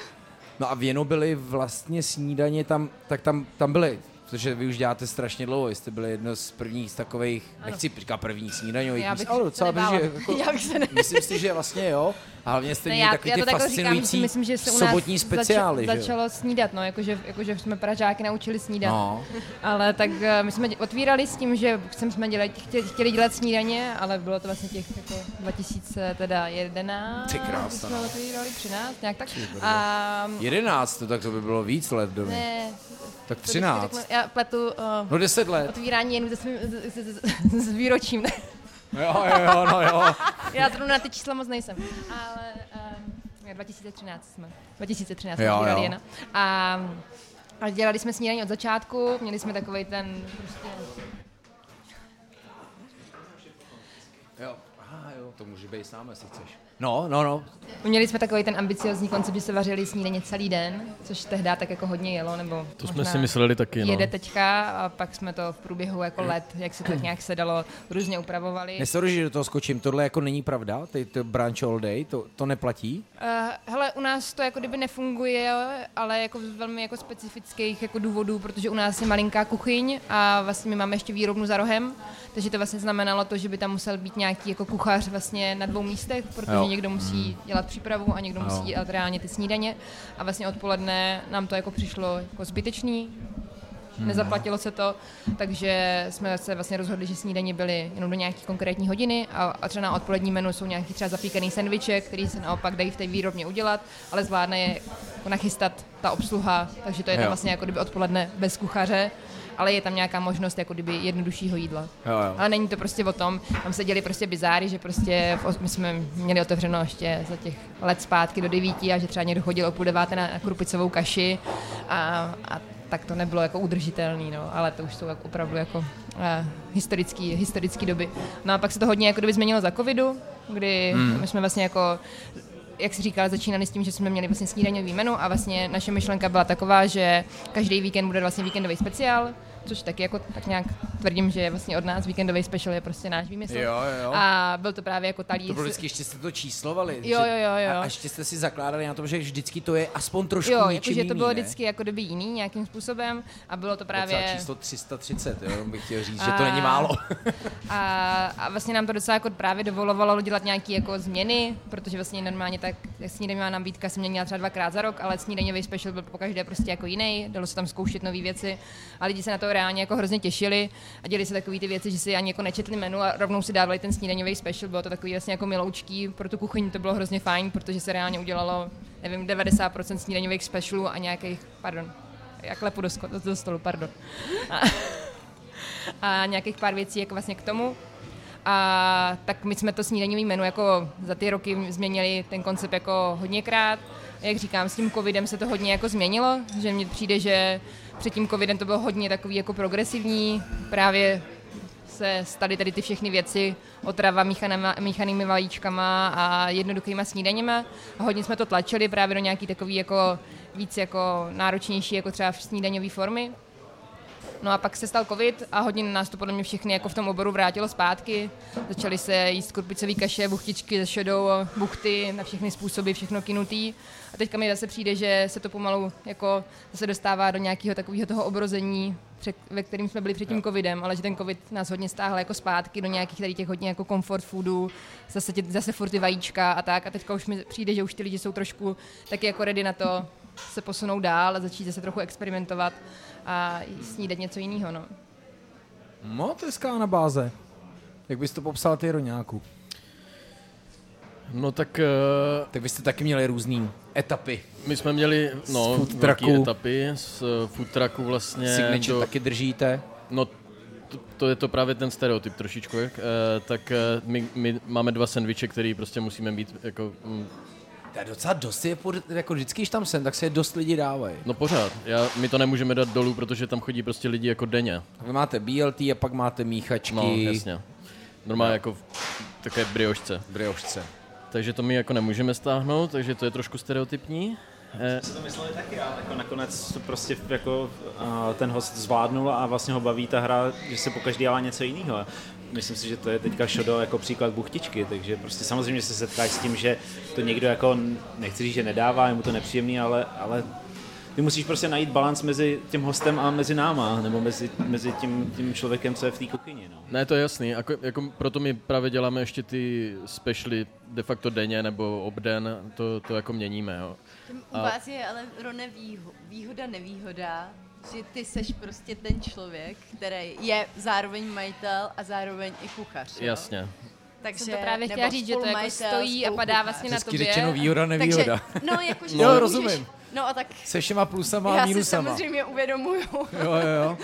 Speaker 1: No a věno byly vlastně snídaně tam, tak tam, tam byly, protože vy už děláte strašně dlouho, jste byli jedno z prvních z takových, ano. nechci říkat prvních snídaňových,
Speaker 6: Já
Speaker 1: míst,
Speaker 6: bych
Speaker 1: ale
Speaker 6: se
Speaker 1: docela,
Speaker 6: nebála.
Speaker 1: protože jako,
Speaker 5: Já bych se ne...
Speaker 1: myslím si, že vlastně jo, a hlavně jste
Speaker 6: Ne,
Speaker 1: měli
Speaker 6: já,
Speaker 1: taky
Speaker 6: já
Speaker 1: ty
Speaker 6: to takhle říkám, že si
Speaker 1: fascinující
Speaker 6: myslím, že se u nás
Speaker 1: sobotní speciály,
Speaker 6: zača-
Speaker 1: že jo.
Speaker 6: začalo snídat, no, jakože, jakože jsme Pražáky naučili snídat.
Speaker 1: No.
Speaker 6: Ale tak eh, my jsme dě- otvírali s tím, že chcem, jsme dělat, chtěli, chtěli dělat snídaně, ale bylo to vlastně těch jako 2011,
Speaker 1: Ty krása,
Speaker 6: jsme otvírali 13, nějak tak. A, mm,
Speaker 1: 11, to no tak to by bylo víc let, do mě.
Speaker 6: ne,
Speaker 1: tak
Speaker 6: to bych si řekla-
Speaker 1: 13.
Speaker 6: Já pletu eh,
Speaker 1: No 10 let.
Speaker 6: otvírání jenom se svým, s, s, s, s výročím.
Speaker 1: Jo, jo, jo, no jo.
Speaker 6: Já zrovna na ty čísla moc nejsem. Ale, eh, 2013 jsme. 2013
Speaker 1: Jo,
Speaker 6: jo,
Speaker 1: jo.
Speaker 6: jo. Jena. A, a dělali jsme snídaní od začátku, měli jsme takový ten prostě...
Speaker 1: Jo, aha, jo, to může být s námi, jestli chceš. No, no, no,
Speaker 6: Měli jsme takový ten ambiciozní koncept, že se vařili snídaně celý den, což tehdy tak jako hodně jelo, nebo
Speaker 4: To jsme
Speaker 6: možná
Speaker 4: si mysleli taky, no.
Speaker 6: Jede teďka a pak jsme to v průběhu jako let, jak se tak nějak sedalo, různě upravovali.
Speaker 1: Nesor, že do toho skočím, tohle jako není pravda, ty to branch all day, to, to neplatí.
Speaker 6: Uh, hele, u nás to jako kdyby nefunguje, ale jako z velmi jako specifických jako důvodů, protože u nás je malinká kuchyň a vlastně my máme ještě výrobnu za rohem, takže to vlastně znamenalo to, že by tam musel být nějaký jako kuchař vlastně na dvou místech, protože
Speaker 1: Jo.
Speaker 6: jo. někdo musí dělat přípravu a někdo
Speaker 1: Jo.
Speaker 6: jo. musí dělat reálně ty snídaně a vlastně odpoledne nám to jako přišlo jako zbytečný, Nezaplatilo se to, takže jsme se vlastně rozhodli, že snídaně byly jenom do nějaké konkrétní hodiny a, a třeba na odpolední menu jsou nějaký třeba zapíkaný sendviče, který se naopak dají v té výrobně udělat, ale zvládne je jako nachystat ta obsluha, takže to je
Speaker 1: Jo.
Speaker 6: tam vlastně jako kdyby odpoledne bez kuchaře, ale je tam nějaká možnost jako kdyby jednoduššího jídla.
Speaker 1: Jo, jo.
Speaker 6: Ale není to prostě o tom, tam se děli prostě bizáry, že prostě v os- my jsme měli otevřeno ještě za těch let zpátky do devíti a že třeba někdo chodil o půl deváté na, na krupicovou kaši a, a tak to nebylo jako udržitelný, no, ale to už jsou jako opravdu jako uh, historický, historický doby. No a pak se to hodně jako doby změnilo za covidu, kdy
Speaker 1: Hmm.
Speaker 6: my jsme vlastně jako jak jsi říkal, začínali s tím, že jsme měli vlastně snídaňový menu a vlastně naše myšlenka byla taková, že každý víkend bude vlastně víkendový speciál, což taky jako tak nějak tvrdím, že je vlastně od nás víkendový speciál je prostě náš výmysl.
Speaker 1: Jo, jo.
Speaker 6: A byl to právě jako talíř.
Speaker 1: To bylo vždycky, ještě jste to číslovali.
Speaker 6: Jo,
Speaker 1: že-
Speaker 6: jo, jo, jo.
Speaker 1: A, a ještě jste si zakládali na tom, že vždycky to je aspoň trošku
Speaker 6: jo,
Speaker 1: něčím
Speaker 6: jakože to
Speaker 1: jiný,
Speaker 6: bylo
Speaker 1: ne?
Speaker 6: vždycky jako doby jiný nějakým způsobem a bylo to právě...
Speaker 1: Docela číslo 330, jo, jenom bych chtěl říct, že to
Speaker 6: A-
Speaker 1: není málo.
Speaker 6: A, a vlastně nám to docela jako právě dovolovalo dělat nějaké jako změny, protože vlastně normálně tak snídaňová nabídka se měnila třeba dvakrát za rok, ale snídaňový special byl pokaždé prostě jako jiný, dalo se tam zkoušet nové věci a lidi se na to reálně jako hrozně těšili a děli se takové ty věci, že si ani jako nečetli menu a rovnou si dávali ten snídaňový special, bylo to takový vlastně jako miloučký, pro tu kuchyň to bylo hrozně fajn, protože se reálně udělalo, nevím, 90% snídaňových specialů a nějakých, pardon, jak lepu do, sko- do stolu, pardon a nějakých pár věcí jako vlastně k tomu. A tak my jsme to snídaňový menu jako za ty roky změnili ten koncept jako hodněkrát. Jak říkám, s tím covidem se to hodně jako změnilo, že mně přijde, že před tím covidem to bylo hodně takový jako progresivní, právě se staly tady ty všechny věci, otrava míchanama- míchanými vajíčkama a jednoduchýma snídaněma. A hodně jsme to tlačili právě do nějaký takový jako víc jako náročnější, jako třeba v snídaňové formy. No a pak se stal covid a hodně nás to podle mě všechny jako v tom oboru vrátilo zpátky. Začaly se jíst kurpicový kaše, buchtičky ze šedou, buchty na všechny způsoby, všechno kinutý. A teďka mi zase přijde, že se to pomalu jako zase dostává do nějakého takového toho obrození, před- ve kterým jsme byli před tím covidem, ale že ten covid nás hodně stáhl jako zpátky do nějakých tady těch hodně jako comfort foodů, zase, tě, zase furt ty vajíčka a tak. A teďka už mi přijde, že už ty lidi jsou trošku taky jako ready na to se posunou dál a začít zase trochu experimentovat a snídat něco jiného. No.
Speaker 1: No, to je skána báze. Jak bys to popsal ty roňáku?
Speaker 4: No tak eh,
Speaker 1: Tak byste taky měli různý etapy.
Speaker 4: my jsme měli no,
Speaker 1: food
Speaker 4: velký
Speaker 1: trucku.
Speaker 4: etapy z eh, food trucku vlastně.
Speaker 1: Signature
Speaker 4: do-
Speaker 1: taky držíte.
Speaker 4: No, to, to je to právě ten stereotyp trošičku, jak, eh, tak eh, my, my máme dva sendviče, který prostě musíme mít jako, mm,
Speaker 1: To je docela dost, je pod, jako vždycky, když tam jsem, tak se je dost lidi dávají.
Speaker 4: no pořád, já, my to nemůžeme dát dolů, protože tam chodí prostě lidi jako denně,
Speaker 1: Vy máte BLT a pak máte míchačky.
Speaker 4: no jasně, normálně jako v takové briošce,
Speaker 1: Briošce.
Speaker 4: takže to my jako nemůžeme stáhnout, takže to je trošku stereotypní. Eh,
Speaker 9: to mysleli taky, ale jako nakonec to prostě jako a, ten host zvládnul a vlastně ho baví ta hra, že se pokaždý dělá něco jiného. Myslím si, že to je teďka šodo jako příklad buchtičky, takže prostě samozřejmě se setkáš s tím, že to někdo jako, nechci říct, že nedává, je mu to nepříjemný, ale, ale ty musíš prostě najít balans mezi tím hostem a mezi náma, nebo mezi, mezi tím, tím člověkem, co je v té kuchyni. No.
Speaker 4: Ne, to je jasný. Jako, jako proto my právě děláme ještě ty specialy de facto denně nebo obden, to, to jako měníme. Jo.
Speaker 8: U vás je ale, Rone, výho- výhoda, nevýhoda, že ty seš prostě ten člověk, který je zároveň majitel a zároveň i kuchař. jo?
Speaker 4: Jasně.
Speaker 8: Takže,
Speaker 6: Jsem to právě chtěla
Speaker 8: nebo
Speaker 6: říct, že to jako
Speaker 8: spolumajitel,
Speaker 6: stojí a padá vlastně na
Speaker 1: Hezky
Speaker 6: tobě.
Speaker 1: řečeno výhoda,
Speaker 8: Takže,
Speaker 1: nevýhoda. Takže...
Speaker 8: no, jakože
Speaker 1: No,
Speaker 8: si můžeš-
Speaker 1: rozumím.
Speaker 8: No a tak
Speaker 1: Se všema plusama a
Speaker 8: já si
Speaker 1: minusama.
Speaker 8: samozřejmě uvědomuju.
Speaker 1: Jo, jo, jo.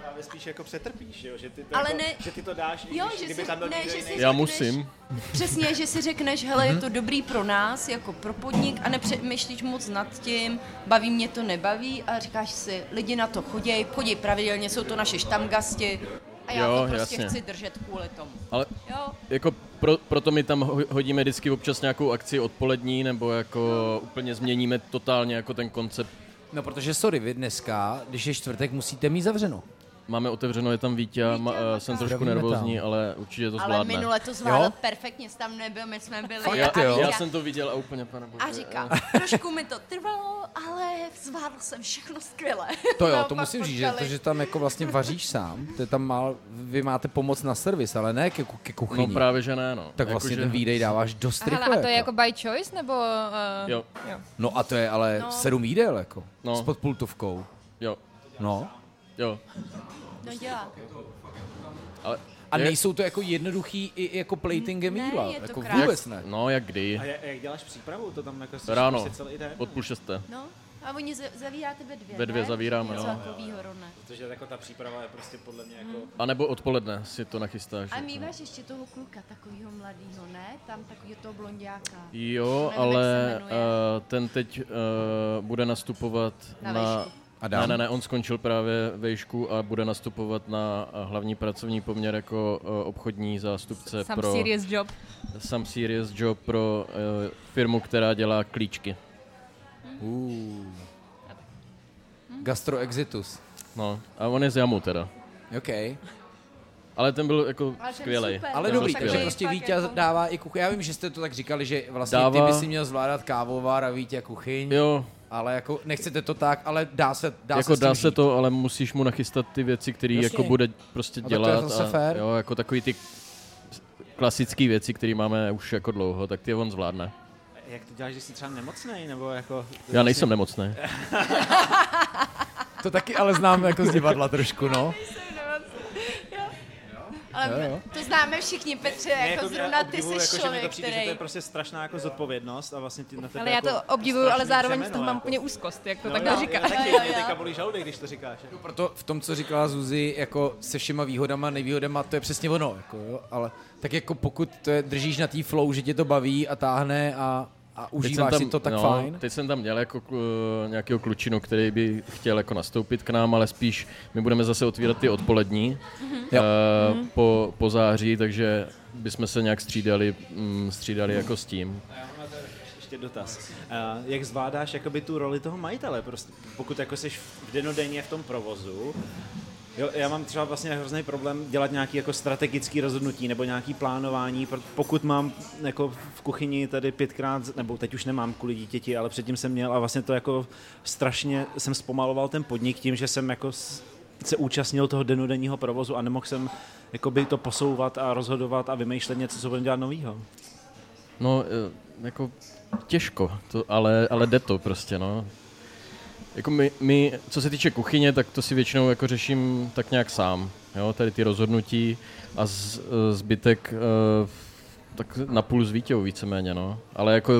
Speaker 9: právě spíš jako přetrpíš, že jo? Že ty to,
Speaker 8: Ale
Speaker 9: jako,
Speaker 8: ne-
Speaker 9: že ty to dáš, i
Speaker 8: Jo,
Speaker 9: když,
Speaker 8: že
Speaker 9: kdyby
Speaker 8: si-
Speaker 9: tam byl
Speaker 8: ne,
Speaker 9: někdo
Speaker 8: že
Speaker 9: jiný.
Speaker 8: si-
Speaker 4: Já musím.
Speaker 8: Přesně, že si řekneš, hele, je to
Speaker 1: Mhm.
Speaker 8: dobrý pro nás, jako pro podnik a nepřemýšlíš moc nad tím, baví mě to, nebaví a říkáš si, lidi na to choděj, chodí pravidelně, jsou to naše štamgasti a já
Speaker 4: Jo,
Speaker 8: to prostě
Speaker 4: jasně.
Speaker 8: chci držet kvůli tomu.
Speaker 4: Ale
Speaker 8: Jo,
Speaker 4: jako pro, proto my tam ho- hodíme vždycky občas nějakou akci odpolední, nebo jako úplně změníme totálně jako ten koncept.
Speaker 1: No protože sorry, vy dneska, když je čtvrtek, musíte mít zavřeno.
Speaker 4: Máme otevřeno, je tam Vítě, ma,
Speaker 8: Vítě,
Speaker 4: jsem
Speaker 8: Maká.
Speaker 4: trošku
Speaker 1: Zdravíme
Speaker 4: nervózní,
Speaker 1: tam.
Speaker 4: ale určitě to
Speaker 8: ale
Speaker 4: zvládne.
Speaker 8: minule to zvládl
Speaker 1: Jo?
Speaker 8: perfektně, jsi tam nebyl, my jsme byli
Speaker 4: já,
Speaker 8: a,
Speaker 4: já
Speaker 8: já,
Speaker 4: jsem to viděl a úplně, pane bože.
Speaker 8: a říkám, trošku mi to trvalo, ale zvládl jsem všechno skvěle.
Speaker 1: To jo,
Speaker 8: Naopak
Speaker 1: to musím říct, že,
Speaker 8: potkali.
Speaker 1: to, že tam jako vlastně vaříš sám, to je tam mal, vy máte pomoc na servis, ale ne ke, ku- ke kuchyni.
Speaker 4: No právě, že ne, no.
Speaker 1: Tak
Speaker 4: Jako,
Speaker 1: vlastně
Speaker 4: že-
Speaker 1: ten výdej dáváš dost
Speaker 6: Hele,
Speaker 1: rychle.
Speaker 6: a to je jako by choice, nebo... Uh,
Speaker 4: Jo,
Speaker 1: No a to je ale
Speaker 8: No.
Speaker 1: sedm jídel jako,
Speaker 4: No.
Speaker 1: s podpultovkou.
Speaker 4: jo,
Speaker 1: No.
Speaker 4: jo.
Speaker 8: No dělá.
Speaker 4: Ale
Speaker 1: A
Speaker 4: je-
Speaker 1: nejsou to jako jednoduchý i jako platingem
Speaker 8: Ne,
Speaker 1: jídla.
Speaker 8: je to
Speaker 1: jako
Speaker 8: krásný.
Speaker 1: vůbec ne.
Speaker 4: No, jak kdy?
Speaker 9: A jak, jak děláš přípravu? To tam jako jsi
Speaker 4: Ráno,
Speaker 9: prostě celý den?
Speaker 4: od půl šesté.
Speaker 8: No, a oni z- zavíráte ve dvě,
Speaker 4: Ve dvě
Speaker 8: ne?
Speaker 4: zavíráme,
Speaker 8: Něco
Speaker 4: no.
Speaker 8: takovýho, Rone.
Speaker 9: Protože jako ta příprava je prostě podle mě jako...
Speaker 8: Mhm.
Speaker 4: A nebo odpoledne si to nachystáš.
Speaker 8: A míváš ještě toho kluka, takového mladého, ne? Tam takového toho blondiáka.
Speaker 4: Jo,
Speaker 8: Nevím, jak se
Speaker 4: ale
Speaker 8: jmenuje.
Speaker 4: uh, ten teď uh, bude nastupovat
Speaker 8: Na
Speaker 4: na...
Speaker 8: vejšku.
Speaker 1: Adam?
Speaker 4: Ne, ne, ne, on skončil právě vejšku a bude nastupovat na eh, hlavní pracovní poměr jako eh, obchodní zástupce
Speaker 6: Some
Speaker 4: pro
Speaker 6: serious job.
Speaker 4: Sam Serious Job pro eh, firmu, která dělá klíčky.
Speaker 1: Uh. Gastroexitus.
Speaker 4: No, a on je z Jamu teda.
Speaker 1: OK.
Speaker 4: Ale ten byl jako
Speaker 8: Ale ten
Speaker 4: skvělej.
Speaker 8: super.
Speaker 4: Ten
Speaker 1: Ale
Speaker 4: byl
Speaker 1: dobrý, takže
Speaker 4: skvělej.
Speaker 1: prostě
Speaker 8: Fakt
Speaker 1: Vítě
Speaker 8: jako-
Speaker 1: dává i kuchyň. Já vím, že jste to tak říkali, že vlastně
Speaker 4: Dává-
Speaker 1: ty by si měl zvládat kávovar a Vítě kuchyň.
Speaker 4: Jo,
Speaker 1: Ale jako nechcete to tak, ale dá se, dá
Speaker 4: dá
Speaker 1: se
Speaker 4: jako
Speaker 1: s
Speaker 4: se
Speaker 1: tím
Speaker 4: dá se
Speaker 1: žít.
Speaker 4: to, ale musíš mu nachystat ty věci, které
Speaker 1: Jasně.
Speaker 4: jako bude prostě
Speaker 1: A tak to je
Speaker 4: dělat.
Speaker 1: zase fér.
Speaker 4: jo, jako takový ty klasické věci, které máme už jako dlouho, tak ty on zvládne.
Speaker 9: A Jak to děláš, když jsi třeba nemocnej? Nebo jako...
Speaker 4: Já nejsem nemocný.
Speaker 1: To taky ale znám jako z divadla trošku, no.
Speaker 8: Ale
Speaker 1: Jo, jo.
Speaker 8: to známe všichni, Petře,
Speaker 9: Ne,
Speaker 8: jako
Speaker 9: Vlastně mě
Speaker 8: zrovna ty
Speaker 9: obdivuju,
Speaker 8: jsi
Speaker 9: jako, že mi to
Speaker 8: člověk,
Speaker 9: přijde, že
Speaker 8: který...
Speaker 9: to je prostě strašná jako zodpovědnost a vlastně ti na tebe
Speaker 6: Ale já
Speaker 9: jako
Speaker 6: to obdivuju, ale
Speaker 9: strašný
Speaker 6: zároveň z
Speaker 9: břemeno,
Speaker 6: toho mám
Speaker 9: jako.
Speaker 6: úplně úzkost, jak to
Speaker 9: No,
Speaker 6: takhle
Speaker 9: jo,
Speaker 6: říká.
Speaker 9: Já taky,
Speaker 8: Jo, jo,
Speaker 9: mě
Speaker 8: jo.
Speaker 9: teďka bolí žaludek, když to říkáš. jako.
Speaker 1: Proto v tom, co říkala Zuzi, jako se všema výhodama, nevýhodama, to je přesně ono, jako jo, ale tak jako pokud to je, držíš na té flow, že tě to baví a táhne a, a užíváš si to, tak
Speaker 4: no,
Speaker 1: fajn.
Speaker 4: Teď jsem tam dělal jako eh, nějakého klučinu, který by chtěl jako nastoupit k nám, ale spíš my budeme zase otvírat ty odpolední
Speaker 1: Mhm. Jo.
Speaker 4: eh, po, po září, takže bychom se nějak střídali, mm, střídali jako s tím.
Speaker 9: Já mám na to ještě dotaz. Uh, jak zvládáš jakoby tu roli toho majitele, prostě, pokud jako jsi v denodenně v tom provozu, Jo, já mám třeba vlastně hrozný problém dělat nějaký jako strategický rozhodnutí nebo nějaký plánování, pro- pokud mám jako v kuchyni tady pětkrát, z- nebo teď už nemám kvůli dítěti, ale předtím jsem měl a vlastně to jako strašně jsem zpomaloval ten podnik tím, že jsem jako s- se účastnil toho denodenního provozu a nemohl jsem jakoby to posouvat a rozhodovat a vymýšlet něco, co budeme dělat novýho.
Speaker 4: No, eh, jako těžko, to, ale, ale jde to prostě, no. Jako my, my, co se týče kuchyně, tak to si většinou jako řeším tak nějak sám, jo, tady ty rozhodnutí a z, eh, zbytek eh, tak na půl s Vítěou víceméně, no. Ale jako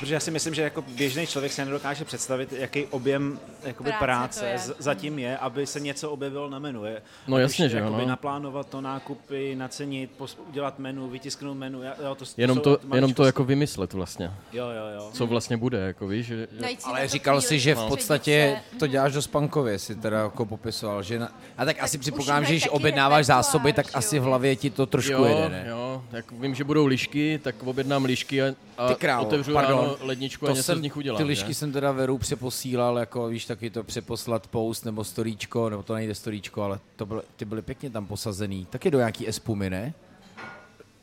Speaker 9: Protože já si myslím, že jako běžný člověk se nedokáže představit, jaký objem jakoby
Speaker 8: Práce
Speaker 9: práce,
Speaker 8: to
Speaker 9: práce
Speaker 8: je.
Speaker 9: z- zatím je, aby se něco objevilo na menu. Je,
Speaker 4: No
Speaker 9: Ať
Speaker 4: jasně,
Speaker 9: už
Speaker 4: že jo,
Speaker 9: jakoby
Speaker 4: no.
Speaker 9: naplánovat to nákupy, nacenit, pos- udělat menu, vytisknout menu. já- Jo, to,
Speaker 4: jenom
Speaker 9: jsou
Speaker 4: to, jenom
Speaker 9: maličkosti.
Speaker 4: to jako vymyslet vlastně,
Speaker 9: Jo, jo, jo.
Speaker 1: Hmm.
Speaker 4: co vlastně bude, jako víš, že, že
Speaker 8: Najít si na
Speaker 1: Ale
Speaker 8: to
Speaker 1: říkal
Speaker 8: chvíli,
Speaker 1: si, že v
Speaker 8: soustředit
Speaker 1: podstatě
Speaker 8: se.
Speaker 1: to děláš do spankově, si teda jako popisoval, že na... A tak, asi
Speaker 8: už
Speaker 1: předpokládám,
Speaker 8: mají
Speaker 1: že když
Speaker 8: taky
Speaker 1: objednáváš
Speaker 8: repertoár,
Speaker 1: zásoby, tak
Speaker 8: že jo,
Speaker 1: asi v
Speaker 8: že-
Speaker 1: hlavě ti to trošku
Speaker 4: jo,
Speaker 1: jede, ne?
Speaker 4: jo, tak vím, že budou lišky, tak objednám lišky a,
Speaker 1: Ty
Speaker 4: a
Speaker 1: králo,
Speaker 4: otevřu
Speaker 1: pardon.
Speaker 4: ráno ledničku a něco
Speaker 1: jsem,
Speaker 4: z nich udělám.
Speaker 1: Ty
Speaker 4: že?
Speaker 1: lišky jsem teda Veru přeposílal, jako víš, taky to přeposlat post nebo storíčko, nebo to nejde storíčko, ale to byly, ty byly pěkně tam posazený. Taky do nějaký espumy, ne?
Speaker 8: Ne,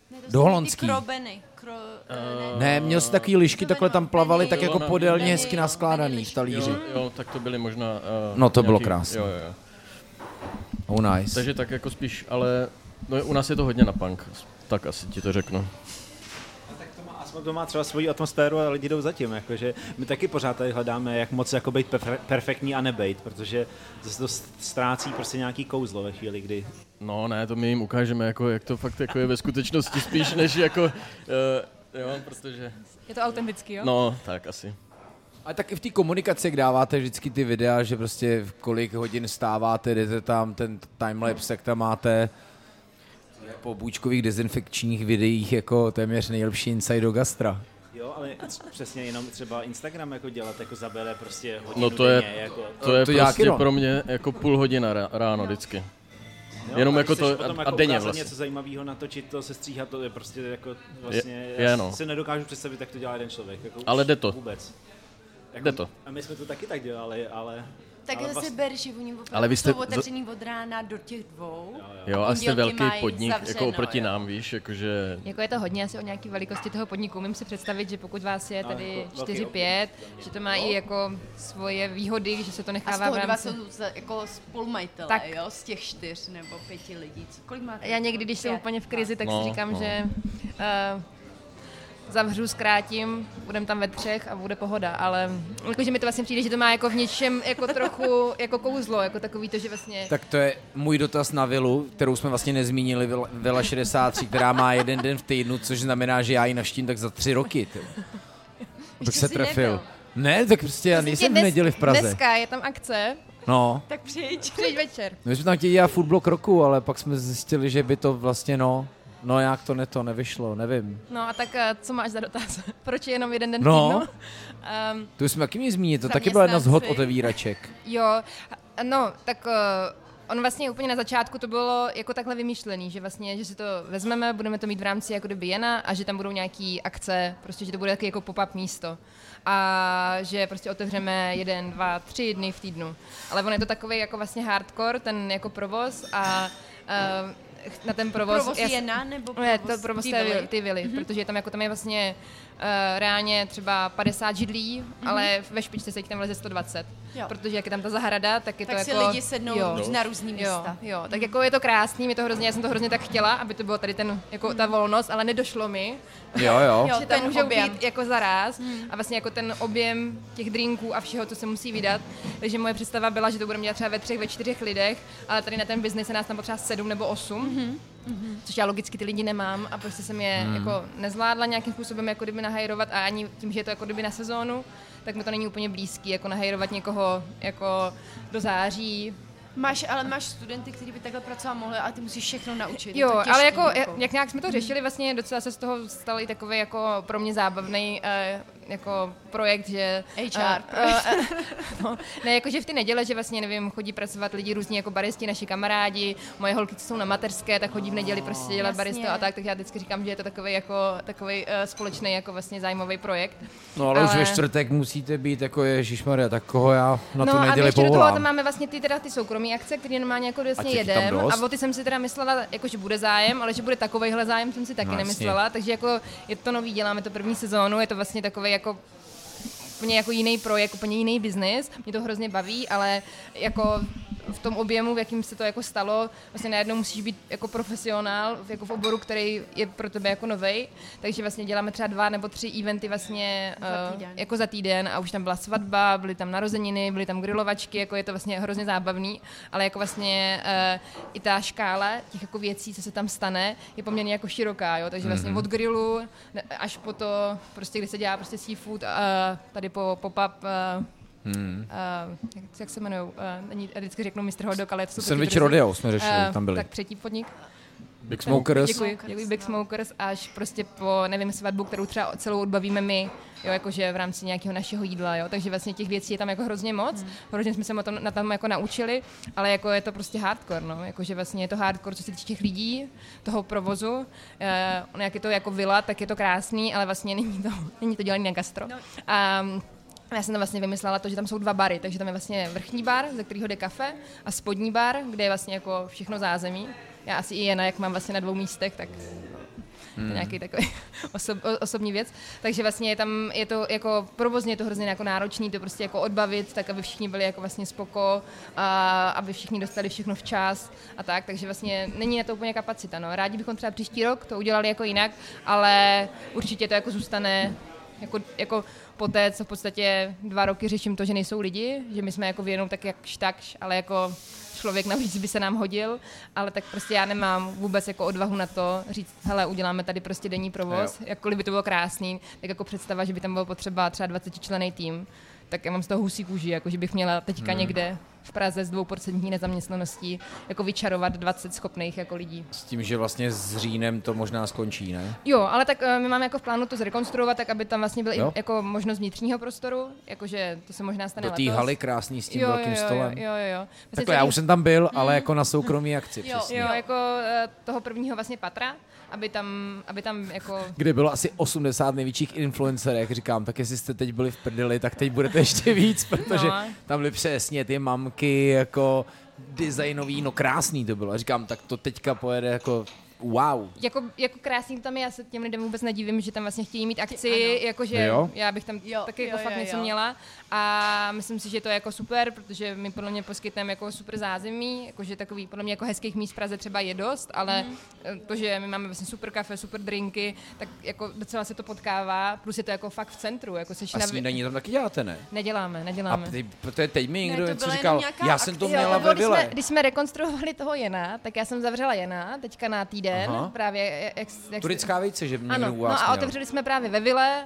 Speaker 8: to
Speaker 1: Do
Speaker 8: jsou ty
Speaker 1: holandský.
Speaker 8: Krobeny. Kro, eh, ne.
Speaker 1: Ne, měl jsi takový lišky,
Speaker 8: To
Speaker 1: takhle
Speaker 8: ne,
Speaker 1: tam
Speaker 8: ne,
Speaker 1: plavaly,
Speaker 8: ne,
Speaker 1: tak
Speaker 8: ne,
Speaker 1: jako
Speaker 4: ne,
Speaker 1: podélně
Speaker 8: ne,
Speaker 1: hezky
Speaker 8: ne, ne,
Speaker 1: naskládaný v talíři.
Speaker 4: Jo, jo, tak to byly možná... Uh,
Speaker 1: No, to bylo krásné.
Speaker 4: Jo, jo, jo.
Speaker 1: Oh nice.
Speaker 4: Takže tak jako spíš, ale no, u nás je to hodně na punk. Tak asi ti to řeknu.
Speaker 9: To má, aspoň to má třeba svoji atmosféru a lidi jdou zatím. Jakože my taky pořád tady hledáme, jak moc jako být perfe- perfektní a nebejt, protože zase to s- ztrácí prostě nějaký kouzlo ve chvíli, kdy
Speaker 4: No ne, to my jim ukážeme, jako, jak to fakt jako je ve skutečnosti spíš, než jako... Uh, eh, jo, protože...
Speaker 6: Je to autentický, jo?
Speaker 4: No, tak asi.
Speaker 1: A tak i v té komunikaci, jak dáváte vždycky ty videa, že prostě v kolik hodin stáváte, jdete tam, ten timelapse, jak tam máte, po bůčkových dezinfekčních videích jako téměř nejlepší insight do gastra.
Speaker 9: Jo, ale c- přesně jenom třeba Instagram jako dělat, jako zabere prostě
Speaker 4: No
Speaker 9: hodinu
Speaker 4: to je,
Speaker 9: denně, jako,
Speaker 4: to je
Speaker 1: To já
Speaker 4: prostě
Speaker 1: kino.
Speaker 4: pro mě jako půl hodina ra- ráno vždycky.
Speaker 9: jo,
Speaker 4: jenom
Speaker 9: a
Speaker 4: jako
Speaker 9: když chceš
Speaker 4: to-
Speaker 9: potom
Speaker 4: a denně
Speaker 9: ukázat
Speaker 4: vlastně.
Speaker 9: něco zajímavého natočit, to se stříhat, to je prostě jako vlastně,
Speaker 4: Je-
Speaker 9: já
Speaker 4: je, no.
Speaker 9: si nedokážu představit, jak to dělá jeden člověk. Jako už
Speaker 4: Ale jde to.
Speaker 9: Vůbec. Jako,
Speaker 4: Jde to.
Speaker 9: A my jsme to taky tak dělali, ale...
Speaker 5: Tak
Speaker 9: ale
Speaker 5: zase
Speaker 9: vlastně-
Speaker 5: ber, že oni opravdu
Speaker 4: Ale vy jste-
Speaker 5: jsou otevřený od rána do těch dvou.
Speaker 4: Jo, a jste
Speaker 5: Pondělky
Speaker 4: velký
Speaker 5: mají
Speaker 4: podnik jako
Speaker 5: zavřeno,
Speaker 4: oproti
Speaker 5: jo.
Speaker 4: nám, víš, jakože
Speaker 6: Jako je to hodně asi o nějaký velikosti toho podniku. Umím si představit, že pokud vás je
Speaker 9: No,
Speaker 6: tady
Speaker 9: jako velký No.
Speaker 6: 4-5, že to má i jako svoje výhody, že se to
Speaker 5: A z
Speaker 6: nechává
Speaker 5: toho
Speaker 6: v
Speaker 5: dva
Speaker 6: rámci.
Speaker 5: jsou za- jako spolumajitelé,
Speaker 6: Tak.
Speaker 5: jo, z těch čtyř nebo pěti lidí. Co- Kolik máte?
Speaker 6: Já někdy, když jsem
Speaker 5: Pět.
Speaker 6: úplně v krizi, tak
Speaker 4: No,
Speaker 6: si říkám,
Speaker 4: no.
Speaker 6: že uh, zavřu, zkrátím, budem tam ve třech a bude pohoda, ale jakože mi to vlastně přijde, že to má jako v něčem jako trochu jako kouzlo, jako takový to, že vlastně...
Speaker 1: Tak to je můj dotaz na Vilu, kterou jsme vlastně nezmínili, Vila- Vila 63, která má jeden den v týdnu, což znamená, že já ji navštívím tak za tři roky. Ty. Bych se
Speaker 5: jsi
Speaker 1: trefil.
Speaker 5: nebyl.
Speaker 1: Ne, tak prostě já nejsem v
Speaker 6: Dnes-
Speaker 1: neděli v Praze.
Speaker 6: Dneska je tam akce,
Speaker 1: No,
Speaker 5: Tak přijď.
Speaker 6: přijď večer.
Speaker 1: my jsme tam chtěli dělat furt blok roku, ale pak jsme zjistili, že by to vlastně no, no jak to ne to nevyšlo, nevím.
Speaker 6: No a tak eh, co máš za dotaz? Proč je jenom jeden den v
Speaker 1: No.
Speaker 6: týdnu? Um,
Speaker 1: To už jsme taky měli zmínit, to taky byla jedna z hod
Speaker 5: Zaměstnanci.
Speaker 1: otevíraček.
Speaker 6: Jo, a- no, tak eh, on vlastně úplně na začátku to bylo jako takhle vymyšlený, že vlastně, že si to vezmeme, budeme to mít v rámci jako doby jena a že tam budou nějaký akce, prostě, že to bude taky jako pop-up místo. A že prostě otevřeme jeden, dva, tři dny v týdnu. Ale on je to takový jako vlastně hardcore, ten jako provoz a eh, ch- na ten provoz...
Speaker 5: Provoz
Speaker 6: já s-
Speaker 5: jena nebo
Speaker 6: ne,
Speaker 5: provoz
Speaker 6: No to provoz
Speaker 5: ty
Speaker 6: té
Speaker 5: vily? Mhm.
Speaker 6: vily, ty vily mm-hmm. protože tam jako tam je vlastně uh, reálně třeba 50 židlí, mm-hmm. ale ve špičce se jich tam vleze 120.
Speaker 5: Mhm. Jo.
Speaker 6: Protože jak je tam ta zahrada, tak je
Speaker 5: Tak
Speaker 6: to
Speaker 5: si
Speaker 6: jako...
Speaker 5: lidi sednou Mhm. na různý místa.
Speaker 6: Jo, jo, tak jako je to krásný, mi to hrozně, já jsem to hrozně tak chtěla, aby to bylo tady ten, jako
Speaker 5: Mhm.
Speaker 6: ta volnost, ale nedošlo mi,
Speaker 1: Jo, jo.
Speaker 5: Jo,
Speaker 6: že tam
Speaker 5: ten
Speaker 6: můžou
Speaker 5: objem.
Speaker 6: být jako zaraz hmm. a vlastně jako ten objem těch drinků a všeho, co se musí vydat. Takže moje představa byla, že to budeme dělat třeba ve třech, ve čtyřech lidech, ale tady na ten biznis se nás tam potřeba sedm nebo osm.
Speaker 5: Mhm,
Speaker 6: Mm-hmm. Což já logicky ty lidi nemám a prostě jsem je hmm. jako nezvládla nějakým způsobem jako kdyby nahajrovat a ani tím, že je to jako kdyby na sezónu, tak mi to není úplně blízký, jako nahajrovat někoho jako do září,
Speaker 5: Máš, ale máš studenty, kteří by takhle pracovat mohli, ale ty musíš všechno naučit.
Speaker 6: Jo,
Speaker 5: to je těžký,
Speaker 6: ale jako, jak nějak jsme to řešili, vlastně docela se z toho stal i takový jako pro mě zábavný eh, jako projekt, že...
Speaker 5: HR
Speaker 6: eh, eh, no, ne, jakože v ty neděle, že vlastně, nevím, chodí pracovat lidi různí jako baristi, naši kamarádi, moje holky, co jsou na mateřské, tak chodí v neděli prostě dělat
Speaker 5: No, Jasně.
Speaker 6: baristu a tak, tak já vždycky říkám, že je to takový jako, takový eh, společný jako vlastně zájmový projekt.
Speaker 1: No ale, ale už
Speaker 6: Ale-
Speaker 1: ve čtvrtek musíte být jako Ježišmarja, tak koho já na
Speaker 6: no
Speaker 1: tu
Speaker 6: a my
Speaker 1: neděli
Speaker 6: ještě do toho tam
Speaker 1: povolám.
Speaker 6: máme vlastně ty, teda, ty soukromé akce, které normálně jako vlastně
Speaker 1: těch je tam
Speaker 6: jedem.
Speaker 1: dost.
Speaker 6: A o ty jsem si teda myslela, jako, že bude zájem, ale že bude takovejhle zájem, jsem si taky
Speaker 1: No,
Speaker 6: no,
Speaker 1: jasně.
Speaker 6: nemyslela. Takže jako je to nový, děláme to první sezónu, je to vlastně takový jako úplně jako jiný projekt, úplně jiný biznis. Mě to hrozně baví, ale jako v tom objemu, v jakým se to jako stalo, vlastně najednou musíš být jako profesionál v- jako v oboru, který je pro tebe jako novej, takže vlastně děláme třeba dva nebo tři eventy vlastně
Speaker 5: Za
Speaker 6: eh,
Speaker 5: týden.
Speaker 6: jako za týden a už tam byla svatba, byly tam narozeniny, byly tam grilovačky, jako je to vlastně hrozně zábavný, ale jako vlastně uh, i ta škála těch jako věcí, co se tam stane, je poměrně jako široká, jo, takže
Speaker 1: Mhm.
Speaker 6: vlastně mm-hmm. od grilu ne- až po to, prostě kde se dělá prostě seafood, uh, tady po pop-up, uh,
Speaker 1: Mhm.
Speaker 6: Hmm. Uh, jak, jak se jmenují? Uh, není, já vždycky řeknu Mr. Hodok, ale to jsou taky
Speaker 1: Sandwich
Speaker 6: drsy.
Speaker 1: Rodeo jsme řešili,
Speaker 6: Eh,
Speaker 1: tam byli.
Speaker 6: Tak třetí podnik.
Speaker 1: Big Smokers.
Speaker 6: Děkuji, děkuji Big Smokers, až prostě po, nevím, svatbu, kterou třeba celou odbavíme my, jo, jakože v rámci nějakého našeho jídla, jo, takže vlastně těch věcí je tam jako hrozně moc, hmm. hrozně jsme se na tom, na tom jako naučili, ale jako je to prostě hardcore, no, jakože vlastně je to hardcore, co se týče těch lidí, toho provozu, eh, ono jak je to jako vila, tak je to krásný, ale vlastně není to, není to dělaný na gastro. No. A, já jsem tam vlastně vymyslela to, že tam jsou dva bary, takže tam je vlastně vrchní bar, ze kterého jde kafe, a spodní bar, kde je vlastně jako všechno zázemí. Já asi i jena, jak mám vlastně na dvou místech, tak to je nějaký takový osob, o- osobní věc. Takže vlastně je tam, je to jako provozně je to hrozně jako náročný to prostě jako odbavit, tak aby všichni byli jako vlastně spoko, a aby všichni dostali všechno včas a tak, takže vlastně není na to úplně kapacita. No. Rádi bychom třeba příští rok to udělali jako jinak, ale určitě to jako zůstane jako, jako po té, co v podstatě dva roky řeším to, že nejsou lidi, že my jsme jako věnou tak jakž takž, ale jako člověk navíc by se nám hodil, ale tak prostě já nemám vůbec jako odvahu na to říct, hele, uděláme tady prostě denní provoz, jakkoliv by to bylo krásný, tak jako představa, že by tam bylo potřeba třeba 20 člený tým, tak já mám z toho husí kůži, jako že bych měla teďka někde v Praze s dvouprocentní nezaměstnaností jako vyčarovat 20 schopných jako lidí.
Speaker 1: S tím, že vlastně s Řínem to možná skončí, ne?
Speaker 6: Jo, ale tak eh, my máme jako v plánu to zrekonstruovat, tak aby tam vlastně byl
Speaker 1: Jo.
Speaker 6: i jako možnost vnitřního prostoru, jakože to se možná stane
Speaker 1: Do té
Speaker 6: letos.
Speaker 1: haly krásný s tím
Speaker 6: jo,
Speaker 1: velkým
Speaker 6: jo,
Speaker 1: stolem.
Speaker 6: Jo, jo, jo. jo. Vlastně
Speaker 1: Takhle, já
Speaker 6: celý-
Speaker 1: už jsem tam byl, ale jako na soukromý akci,
Speaker 6: Jo,
Speaker 1: přesně.
Speaker 6: jo, jako eh, toho prvního vlastně patra, aby tam, aby tam jako...
Speaker 1: Kde bylo asi 80 největších influencerů, jak říkám, tak jestli jste teď byli v prdeli, tak teď budete ještě víc, protože
Speaker 6: No.
Speaker 1: tam byly přesně ty mamky, jako designový, no krásný to bylo. A říkám, tak to teďka pojede jako wow.
Speaker 6: Jako, jako krásný to tam je, já se těm lidem vůbec nedivím, že tam vlastně chtějí mít akci, jakože
Speaker 1: No Jo.
Speaker 6: já bych tam
Speaker 5: Jo,
Speaker 6: taky
Speaker 5: jo,
Speaker 6: jako fakt
Speaker 5: jo,
Speaker 6: něco
Speaker 5: jo.
Speaker 6: měla a myslím si, že to je jako super, protože my podle mě poskytneme jako super zázemí, jakože takový podle mě jako hezkých míst v Praze třeba je dost, ale eh, to, že my máme vlastně super kafe, super drinky, tak jako docela se to potkává, plus je to jako fakt v centru, jako seš
Speaker 1: A
Speaker 6: na...
Speaker 1: snídaní tam taky děláte, ne?
Speaker 6: Neděláme,
Speaker 1: A
Speaker 6: neděláme.
Speaker 1: teď, protože teď mi někdo
Speaker 8: to
Speaker 1: něco
Speaker 8: byla
Speaker 1: říkal,
Speaker 8: jenom nějaká
Speaker 1: já jsem to
Speaker 8: akce,
Speaker 1: měla
Speaker 6: to bylo,
Speaker 1: ve
Speaker 6: když, jsme,
Speaker 1: vile.
Speaker 6: když jsme rekonstruovali toho Jena, tak já jsem zavřela Jena teďka na týden,
Speaker 1: Aha.
Speaker 6: Aha. právě eh, jak, jak
Speaker 1: Turická vejce, že mě
Speaker 6: ano,
Speaker 1: u
Speaker 6: no
Speaker 1: vás
Speaker 6: a
Speaker 1: měl.
Speaker 6: otevřeli jsme právě ve Vile,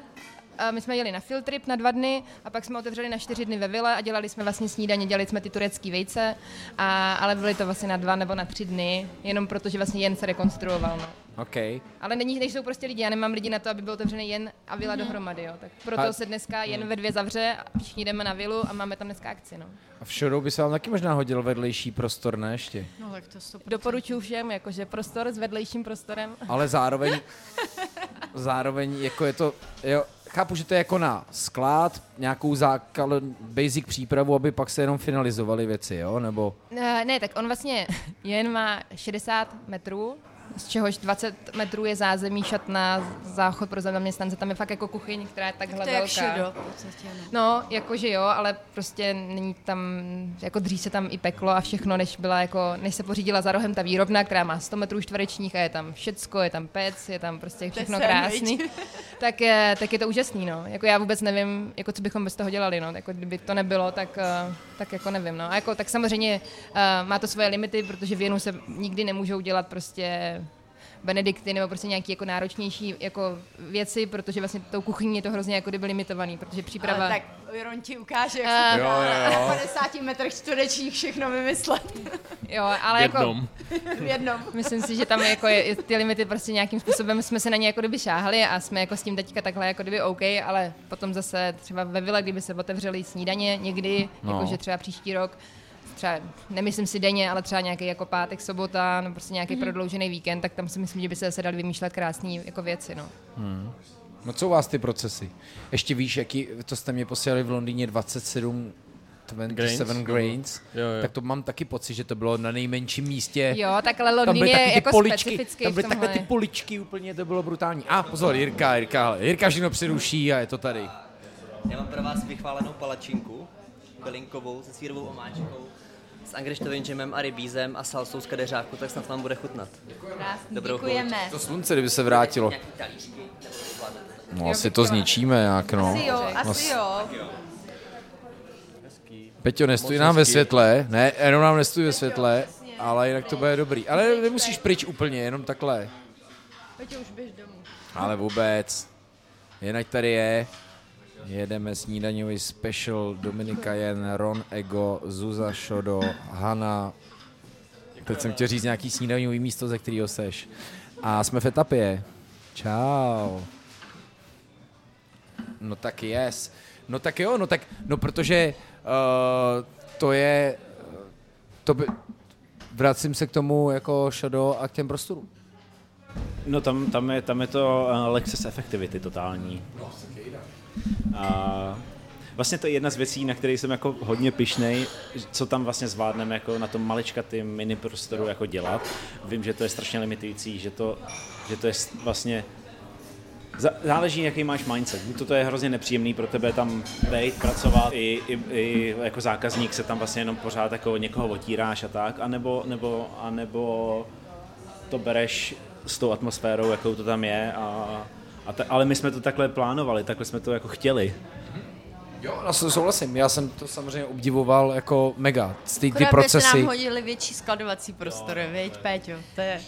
Speaker 6: a my jsme jeli na field trip na dva dny a pak jsme otevřeli na čtyři dny ve Vile a dělali jsme vlastně snídaně, dělali jsme ty turecké vejce, a, ale byly to vlastně na dva nebo na tři dny, jenom protože vlastně jen se rekonstruoval. No.
Speaker 1: Okay.
Speaker 6: Ale není, než jsou prostě lidi, já nemám lidi na to, aby byl otevřený jen a vila dohromady, jo. tak proto
Speaker 1: A- Mhm.
Speaker 6: se dneska jen ve dvě zavře a všichni jdeme na vilu a máme tam dneska akci. No.
Speaker 1: A v showroom by se vám taky možná hodil vedlejší prostor, ne ještě?
Speaker 5: No tak to stop.
Speaker 6: Doporučuji všem, jakože prostor s vedlejším prostorem.
Speaker 1: Ale zároveň, zároveň jako je to, jo, chápu, že to je jako na sklad, nějakou zákal, basic přípravu, aby pak se jenom finalizovaly věci, jo, nebo
Speaker 6: Ne, ne, tak on vlastně jen má 60 metrů, z čehož 20 metrů je zázemí, šatna, záchod pro zaměstnance, tam je fakt jako kuchyň, která je takhle
Speaker 5: To je jak
Speaker 6: velká.
Speaker 5: šedo, v podstatě, no.
Speaker 6: No, jakože jo, ale prostě není tam, jako dřív se tam i peklo a všechno, než byla jako, než se pořídila za rohem ta výrobna, která má 100 metrů čtverečních a je tam všecko, je tam pec, je tam prostě všechno
Speaker 5: sen,
Speaker 6: krásný, tak, je- tak je to úžasný, no. Jako já vůbec nevím, jako co bychom bez toho dělali, no. Jako kdyby to nebylo, tak, eh, tak jako nevím, no. A jako, tak samozřejmě eh, má to svoje limity, protože věnu se nikdy nemůžou dělat prostě Benedikty nebo prostě nějaký jako náročnější jako věci, protože vlastně tou kuchyní je to hrozně jako kdyby limitovaný, protože příprava...
Speaker 5: Ale tak Ron ti ukáže, jak
Speaker 6: Eh,
Speaker 5: se to
Speaker 1: Jo,
Speaker 5: dá
Speaker 1: jo, jo.
Speaker 5: na 50 metrech čtverečních všechno vymyslet
Speaker 6: Jo, ale
Speaker 4: jednom.
Speaker 6: jako
Speaker 5: v jednom.
Speaker 6: myslím si, že tam jako je, je ty limity prostě nějakým způsobem jsme se na ně jako kdyby šáhli a jsme jako s tím teďka takhle jako kdyby OK, ale potom zase třeba ve Vile, kdyby se otevřeli snídaně někdy,
Speaker 1: No.
Speaker 6: no. jakože třeba příští rok, třeba nemyslím si denně, ale třeba nějaký jako pátek, sobota, no prostě nějaký mm-hmm. prodloužený víkend, tak tam si myslím, že by se zase dali vymýšlet krásné jako věci, no.
Speaker 1: no co u vás ty procesy? Ještě víš, jaký, to jste mě posílali v Londýně 27 27
Speaker 4: Grains?
Speaker 1: grains,
Speaker 4: Jo, jo.
Speaker 1: tak to mám taky pocit, že to bylo na nejmenším místě.
Speaker 6: Jo, takhle
Speaker 1: Eh, Tam
Speaker 6: Londýn
Speaker 1: byly taky
Speaker 6: je
Speaker 1: ty
Speaker 6: jako
Speaker 1: poličky,
Speaker 6: specifický
Speaker 1: tam
Speaker 6: v
Speaker 1: byly takové ty
Speaker 6: tomhle.
Speaker 1: poličky úplně, to bylo brutální. A pozor, Jirka, Jirka, Jirka všechno přeruší a je to tady.
Speaker 7: Já mám pro vás vychválenou palačinku, bylinkovou se sírovou omáčkou, s angličtovým džemem a rybízem a salsou z kadeřáku, tak snad vám bude chutnat. Dobrou chuť.
Speaker 5: Děkujeme.
Speaker 1: To slunce, kdyby se vrátilo.
Speaker 7: Nějaký talířky, nebo to zvládnete.
Speaker 1: No, asi to zničíme nějak, no.
Speaker 5: Asi jo, asi jo.
Speaker 1: Peťo, nestuj nám ve světle, ne, jenom nám nestuj ve světle, ale jinak to bude dobrý. Ale nemusíš pryč úplně, jenom takhle.
Speaker 5: Peťo, už běž domů.
Speaker 1: Ale vůbec. Jinak tady je. Jedeme snídaňový special Dominika Jen, Ron Ego, Zuza Šodo, Hana. Teď jsem chtěl říct nějaký snídaňový místo, ze kterého seš. A jsme v etapě. Čau. No tak yes. No tak jo, no tak, no protože uh, to je, eh, to by, vracím se k tomu jako Shadow a k těm prostorům.
Speaker 9: No tam, tam, je, tam je to uh, Lexus efektivity totální. A vlastně to je jedna z věcí, na které jsem jako hodně pišnej, co tam vlastně zvládneme jako na tom maličkatým mini prostoru jako dělat. Vím, že to je strašně limitující, že to, že to je s- vlastně Zá- Záleží, jaký máš mindset. Buď to, to je hrozně nepříjemný pro tebe tam být, pracovat, i, i, i jako zákazník se tam vlastně jenom pořád jako někoho otíráš a tak, anebo, nebo, anebo to bereš s tou atmosférou, jakou to tam je. A, a ta, ale my jsme to takhle plánovali, takhle jsme to jako chtěli.
Speaker 1: Jo, já s- souhlasím. Já jsem to samozřejmě obdivoval jako mega. Ty, ty
Speaker 5: Akorát by se
Speaker 1: procesy.
Speaker 5: nám hodili větší skladovací prostory, viď, Péťo? To je...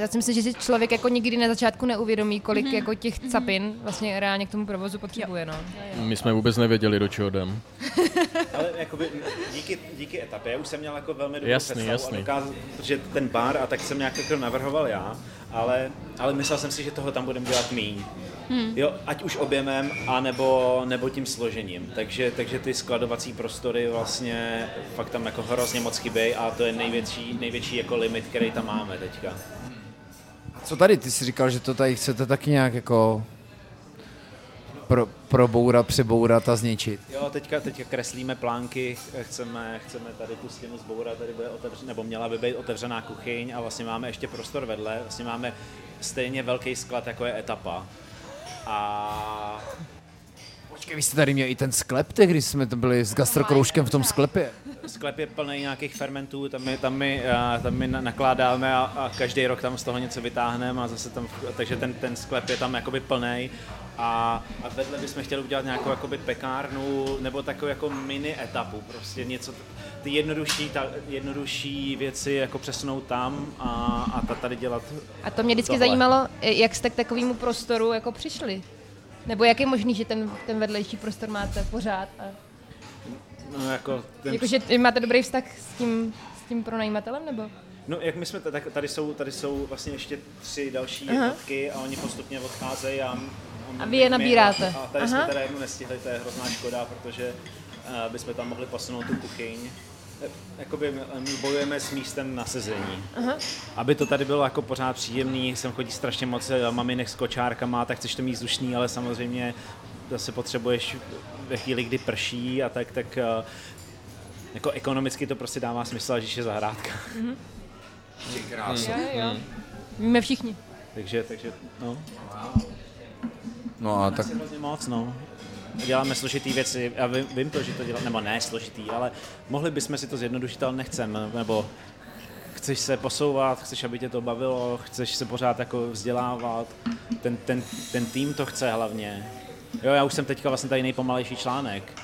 Speaker 6: Já si myslím, že si člověk jako nikdy na začátku neuvědomí, kolik mm-hmm. jako těch capin mm-hmm. vlastně reálně k tomu provozu potřebuje. No.
Speaker 4: My jsme vůbec nevěděli, do čeho jdem.
Speaker 9: Ale jakoby díky, díky etapě už jsem měl jako velmi dobrou
Speaker 4: Jasný,
Speaker 9: představu
Speaker 4: jasný.
Speaker 9: a dokázal, protože ten bar a tak jsem nějak jako navrhoval já, ale, ale myslel jsem si, že toho tam budeme dělat míň. Hmm. Jo, ať už objemem, anebo, nebo tím složením. Takže, takže ty skladovací prostory vlastně fakt tam jako hrozně moc chybějí a to je největší, největší jako limit, který tam máme teďka.
Speaker 1: Co tady, ty jsi říkal, že to tady chcete taky nějak jako pro, probourat, přebourat a zničit.
Speaker 9: Jo, teďka, teďka kreslíme plánky, chceme, chceme tady tu stěnu zbourat, tady bude otevřená, nebo měla by být otevřená kuchyň a vlastně máme ještě prostor vedle, vlastně máme stejně velký sklad, jako je etapa. A
Speaker 1: Počkej, vy jste tady měli i ten sklep, tehdy jsme to byli s gastrokroužkem v tom sklepě.
Speaker 9: sklep je plný nějakých fermentů, tam my, tam my, a, tam my na- nakládáme a, a každý rok tam z toho něco vytáhneme a zase tam, takže ten, ten sklep je tam jakoby plný. A, a vedle bychom chtěli udělat nějakou jakoby pekárnu nebo takovou jako mini etapu, prostě něco, t- ty jednodušší, ta, jednodušší věci jako přesunout tam a, a ta, tady dělat.
Speaker 6: A to mě vždycky
Speaker 9: Tohle.
Speaker 6: zajímalo, eh, jak jste k takovému prostoru jako přišli. Nebo jak je možný, že ten, ten vedlejší prostor máte pořád? A...
Speaker 9: No, jako ten
Speaker 6: Jakože t- máte dobrý vztah s tím, s tím pronajímatelem, nebo?
Speaker 9: No, jak my jsme, t- tak tady jsou, tady jsou vlastně ještě tři další jednotky a oni postupně odcházejí a,
Speaker 6: A vy je
Speaker 9: my-
Speaker 6: nabíráte.
Speaker 9: A tady
Speaker 6: Aha.
Speaker 9: jsme teda jednu nestihli, to je hrozná škoda, protože uh, bychom tam mohli posunout tu kuchyň. Eh, Jakoby eh, my bojujeme s místem na sezení. Aha. Aby to tady bylo jako pořád příjemný, sem chodí strašně moc eh, maminek s kočárkama, tak chceš to mít vzdušný, ale samozřejmě zase potřebuješ ve chvíli, kdy prší a tak, tak eh, jako ekonomicky to prostě dává smysl, že je zahrádka.
Speaker 1: Krásně.
Speaker 6: Víme všichni.
Speaker 9: Takže, takže, no.
Speaker 1: No a tak
Speaker 9: Tak. Hrozně moc, no. Děláme složitý věci, já vím, vím to, že to děláme, nebo ne složitý, ale mohli bychom si to zjednodušit, ale nechcem, nebo chceš se posouvat, chceš, aby tě to bavilo, chceš se pořád jako vzdělávat, ten, ten, ten tým to chce hlavně. Jo, já už jsem teďka vlastně tady nejpomalejší článek.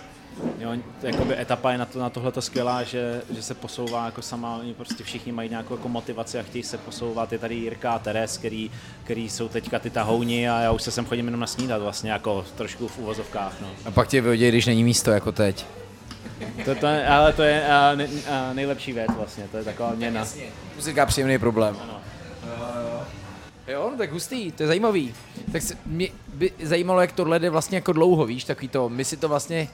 Speaker 9: Jo, jakoby etapa je na, to, na tohleto skvělá, že, že se posouvá jako sama, oni prostě všichni mají nějakou jako motivaci a chtějí se posouvat. Je tady Jirka a Teres, který, který jsou teďka ty tahouni a já už se sem chodím jenom na snídat vlastně, jako trošku v uvozovkách. No.
Speaker 1: a pak tě vyhodí, když není místo jako teď.
Speaker 9: To, to, je- ale to je a, ne, a, nejlepší věc vlastně, to je taková měna.
Speaker 1: Muzika příjemný problém. Jo, no tak hustý, to je zajímavý. Tak se, mě by zajímalo, jak tohle jde vlastně jako dlouho, víš, takový to, my si to vlastně,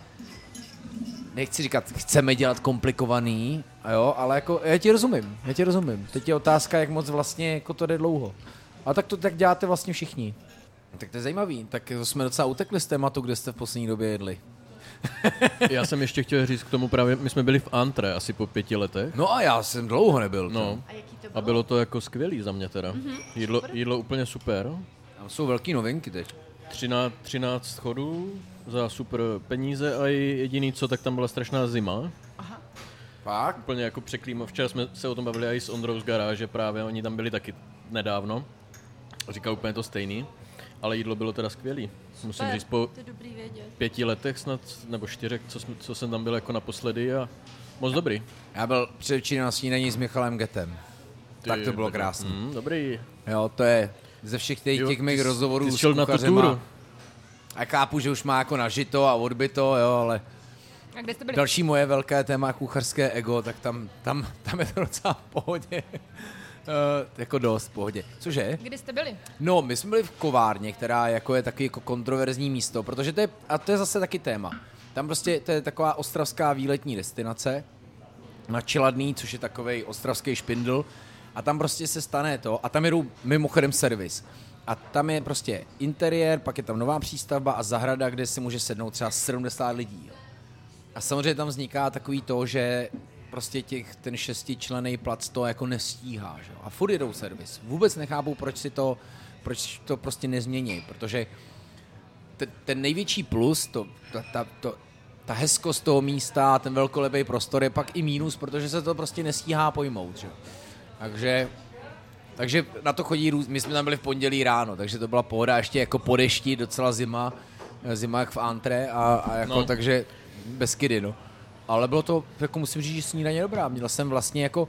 Speaker 1: nechci říkat, chceme dělat komplikovaný, a jo, ale jako, já ti rozumím, já ti rozumím. Teď je otázka, jak moc vlastně jako to jde dlouho. A tak to tak děláte vlastně všichni. No Tak to je zajímavý, tak to jsme docela utekli z tématu, kde jste v poslední době jedli.
Speaker 4: Já jsem ještě chtěl říct k tomu právě, my jsme byli v Antre asi po pěti letech.
Speaker 1: No a já jsem dlouho nebyl. No.
Speaker 4: No. A bylo Mhm, to jako skvělý za mě teda. Jídlo, jídlo úplně super.
Speaker 1: Tam jsou velký novinky teď.
Speaker 4: 13, 13 schodů za super peníze a i jediný co, tak tam byla strašná zima.
Speaker 1: Pak?
Speaker 4: Úplně jako překlíma. Včera jsme se o tom bavili i s Ondrou z garáže právě, oni tam byli taky nedávno. Říkal úplně to stejný. Ale jídlo bylo teda skvělý. Musím říct, po
Speaker 5: To je dobrý vědět.
Speaker 4: pěti letech snad, nebo čtyřech, co, jsme, co jsem tam byl jako naposledy a moc dobrý.
Speaker 1: Já byl předevčírem na snídaní s Michalem Getem. Ty, tak to bylo krásné. Mm.
Speaker 4: Mm, dobrý.
Speaker 1: Jo, to je ze všech těch,
Speaker 4: Jo,
Speaker 1: těch mých
Speaker 4: ty jsi-
Speaker 1: rozhovorů
Speaker 4: ty jsi
Speaker 1: s
Speaker 4: šel na tu
Speaker 1: kuchařema.
Speaker 4: túru.
Speaker 1: A chápu, že už má jako nažito a odbyto, jo, ale
Speaker 6: A kde jste byli?
Speaker 1: další moje velké téma kuchařské ego, tak tam, tam, tam je to docela v pohodě. Uh, jako dost v pohodě. Cože?
Speaker 6: Kde jste byli?
Speaker 1: No, my jsme byli v kovárně, která jako je takový jako kontroverzní místo, protože to je, a to je zase taky téma. Tam prostě to je taková ostravská výletní destinace na Čiladný, což je takový ostravský špindl. A tam prostě se stane to, a tam jedou mimochodem servis. A tam je prostě interiér, pak je tam nová přístavba a zahrada, kde si může sednout třeba 70 lidí. Jo. A samozřejmě tam vzniká takový to, že prostě těch, ten šestičlený plac to jako nestíhá. Že? jo. A furt jedou servis. Vůbec nechápu, proč si to, proč to prostě nezmění, protože ten, ten největší plus, to, ta, ta, to, ta hezkost toho místa, ten velkolepý prostor je pak i mínus, protože se to prostě nestíhá pojmout. Že? jo. Takže, takže na to chodí růz... My jsme tam byli v pondělí ráno, takže to byla pohoda, ještě jako po dešti, docela zima, zima jak v antre, a, a jako, no.
Speaker 4: No.
Speaker 1: takže bez kidy, no. Ale bylo to, jako musím říct, že snídaně dobrá. Měl jsem vlastně jako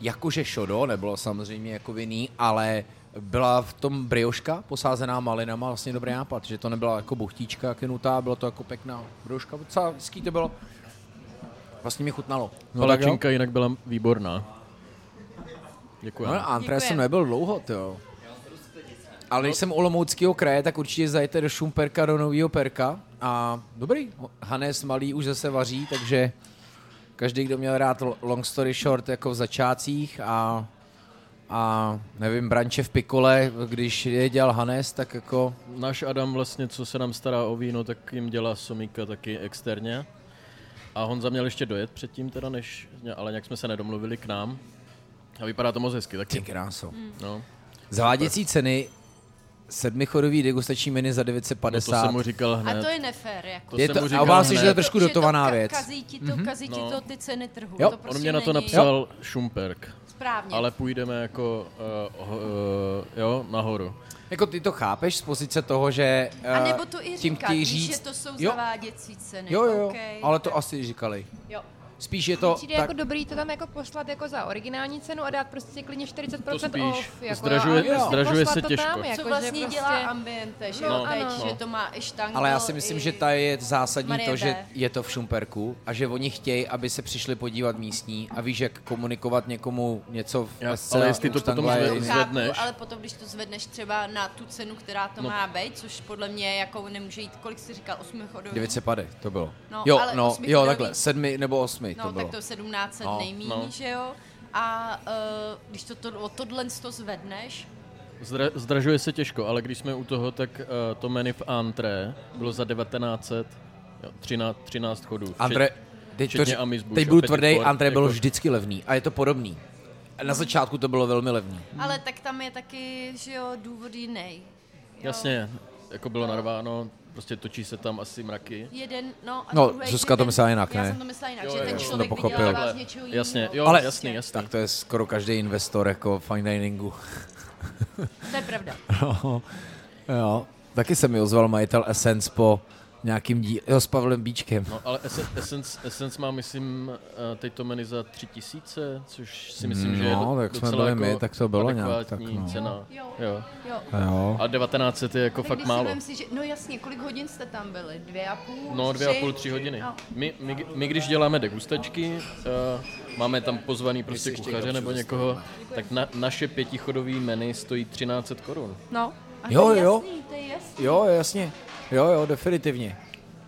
Speaker 1: jakože šodo, nebylo samozřejmě jako vinný, ale byla v tom brioška posázená malinama, vlastně dobrý nápad, že to nebyla jako buchtíčka kynutá, bylo to jako pěkná brioška, docela hezký to bylo. Vlastně mi chutnalo. tak jo.
Speaker 4: Palačinka jinak byla výborná. Děkuji.
Speaker 1: No, Antra jsem nebyl dlouho, to jo. Ale když jsem olomouckého kraje, tak určitě zajete do Šumperka, do Nového Perka. A dobrý, Hanes Malý už zase vaří, takže každý, kdo měl rád l- long story short jako v začátcích a, a nevím, branče v pikole, když je dělal Hanes, tak jako
Speaker 4: Náš Adam vlastně, co se nám stará o víno, tak jim dělá somíka taky externě. A Honza měl ještě dojet předtím teda, než, ale nějak jsme se nedomluvili k nám. A vypadá to moc hezky
Speaker 1: ty
Speaker 4: taky.
Speaker 1: kráso.
Speaker 5: Hmm.
Speaker 4: No.
Speaker 1: Zaváděcí ceny sedmichodový degustační menu za
Speaker 4: No to
Speaker 1: 950.
Speaker 4: jsem mu říkal hned.
Speaker 5: A to je nefér, jako.
Speaker 4: To
Speaker 1: je
Speaker 4: jsem
Speaker 1: to,
Speaker 4: mu
Speaker 1: a
Speaker 4: říkal
Speaker 1: obávám se, že to je
Speaker 4: hned.
Speaker 1: trošku
Speaker 5: Protože
Speaker 1: dotovaná
Speaker 5: to,
Speaker 1: věc.
Speaker 5: Kazí ti to, kazí ti to ty ceny trhu.
Speaker 1: Jo.
Speaker 5: to prostě
Speaker 4: Mhm. No. On mě na to
Speaker 5: není
Speaker 4: napsal Šumperk.
Speaker 5: Správně.
Speaker 4: Ale půjdeme jako, uh, uh, jo, nahoru.
Speaker 1: Jako ty to chápeš z pozice toho, že
Speaker 5: A
Speaker 1: eh,
Speaker 5: nebo to i
Speaker 1: tím
Speaker 5: říká,
Speaker 1: chtějí
Speaker 5: víš,
Speaker 1: říct,
Speaker 5: že to jsou
Speaker 1: jo,
Speaker 5: zaváděcí ceny.
Speaker 1: jo, jo, jo,
Speaker 5: okay.
Speaker 1: ale to asi říkali.
Speaker 5: Jo.
Speaker 1: Spíš je to
Speaker 6: Přijde
Speaker 1: No, tak,
Speaker 6: jako dobrý to tam jako poslat jako za originální cenu a dát prostě klidně 40%
Speaker 4: To spíš.
Speaker 6: off. Jako,
Speaker 4: Zdražuje-
Speaker 6: ale prostě
Speaker 4: zdražuje
Speaker 6: poslat
Speaker 4: se
Speaker 6: to
Speaker 4: těžko.
Speaker 6: Tam,
Speaker 4: Co
Speaker 6: jako,
Speaker 5: Co
Speaker 6: že
Speaker 5: vlastně
Speaker 6: prostě...
Speaker 5: dělá ambiente, že
Speaker 6: No,
Speaker 5: jo, teď,
Speaker 6: ano.
Speaker 5: že to má i štangl.
Speaker 1: ale já si myslím,
Speaker 5: i...
Speaker 1: že ta je zásadní to,
Speaker 5: Mariebe.
Speaker 1: že je to v Šumperku a že oni chtějí, aby se přišli podívat místní a víš, jak komunikovat někomu něco v
Speaker 4: Já-
Speaker 1: lesce
Speaker 4: ale
Speaker 1: a
Speaker 4: jestli
Speaker 1: u
Speaker 4: to potom
Speaker 1: štangla je
Speaker 4: zve-
Speaker 1: jiný.
Speaker 4: zve- zvedneš.
Speaker 5: Chápu, ale potom, když to zvedneš třeba na tu cenu, která to
Speaker 4: No.
Speaker 5: no. má být, což podle mě jako nemůže jít, kolik jsi říkal, 8 chodový.
Speaker 1: 950, to bylo.
Speaker 5: No,
Speaker 1: jo,
Speaker 5: ale
Speaker 1: no, jo,
Speaker 5: osmichodový-
Speaker 1: takhle, sedmi nebo osmi to
Speaker 5: No,
Speaker 1: bylo.
Speaker 5: tak to 1700
Speaker 1: No,
Speaker 5: no, nejmíň,
Speaker 4: no.
Speaker 5: no. že jo? A uh, když to, to o tohle to zvedneš,
Speaker 4: Zdra, zdražuje se těžko, ale když jsme u toho, tak uh, to menu v Antré bylo za 1900, jo, 13, 13 chodů. Včet-
Speaker 1: Andre, teď, to,
Speaker 4: včetně
Speaker 1: ř-
Speaker 4: Amis Bush
Speaker 1: teď
Speaker 4: a
Speaker 1: budu
Speaker 4: Petit
Speaker 1: tvrdý,
Speaker 4: Port,
Speaker 1: Andre bylo
Speaker 4: jako-
Speaker 1: vždycky levný a je to podobný. Na začátku to bylo velmi levný.
Speaker 5: ale tak tam je taky, že jo, důvod jiný. Jo.
Speaker 4: Jasně, jako bylo narváno, prostě točí se tam asi mraky.
Speaker 5: Jeden, no a
Speaker 1: No,
Speaker 5: druhej
Speaker 1: Zuzka to
Speaker 5: jeden-
Speaker 1: myslela jinak,
Speaker 5: já
Speaker 1: ne?
Speaker 5: jsem to myslela jinak,
Speaker 4: Jo,
Speaker 5: že
Speaker 4: jo,
Speaker 5: ten
Speaker 4: já jsem to
Speaker 5: člověk
Speaker 1: pochopil.
Speaker 5: vydělává z něčeho jiného.
Speaker 4: Jasně, jo,
Speaker 1: Ale-
Speaker 4: No, jasný, jasný.
Speaker 1: Tak to je skoro každý investor jako fine diningu.
Speaker 5: To je pravda.
Speaker 1: No, jo. Taky se mi ozval majitel Essence po nějakým dí... jo, s Pavlem Bíčkem.
Speaker 4: No, ale Essence, Essence, Essence má, myslím, eh, teď to menu za 3000, což si myslím, že je
Speaker 1: No,
Speaker 4: do-
Speaker 1: tak jsme
Speaker 4: docela
Speaker 1: byli
Speaker 4: jako
Speaker 1: my, tak to bylo nějak,
Speaker 4: adekvátní
Speaker 1: tak no.
Speaker 4: cena.
Speaker 5: Jo,
Speaker 4: Jo.
Speaker 5: Jo.
Speaker 1: Jo.
Speaker 4: A 1900 je jako
Speaker 5: Tak
Speaker 4: fakt
Speaker 5: když
Speaker 4: málo.
Speaker 5: Si vem si, že, no jasně, kolik hodin jste tam byli? Dvě a půl?
Speaker 4: No, dvě a půl, tři hodiny.
Speaker 5: No.
Speaker 4: My, my, my když děláme degustačky, uh, máme tam pozvaný prostě kuchaře nebo někoho, tak na, naše pětichodový menu stojí 1300 korun.
Speaker 5: No. A
Speaker 1: Jo,
Speaker 5: to je
Speaker 1: jo.
Speaker 5: Jasný, to je jasný.
Speaker 1: Jo, jasně. Jo, jo, definitivně.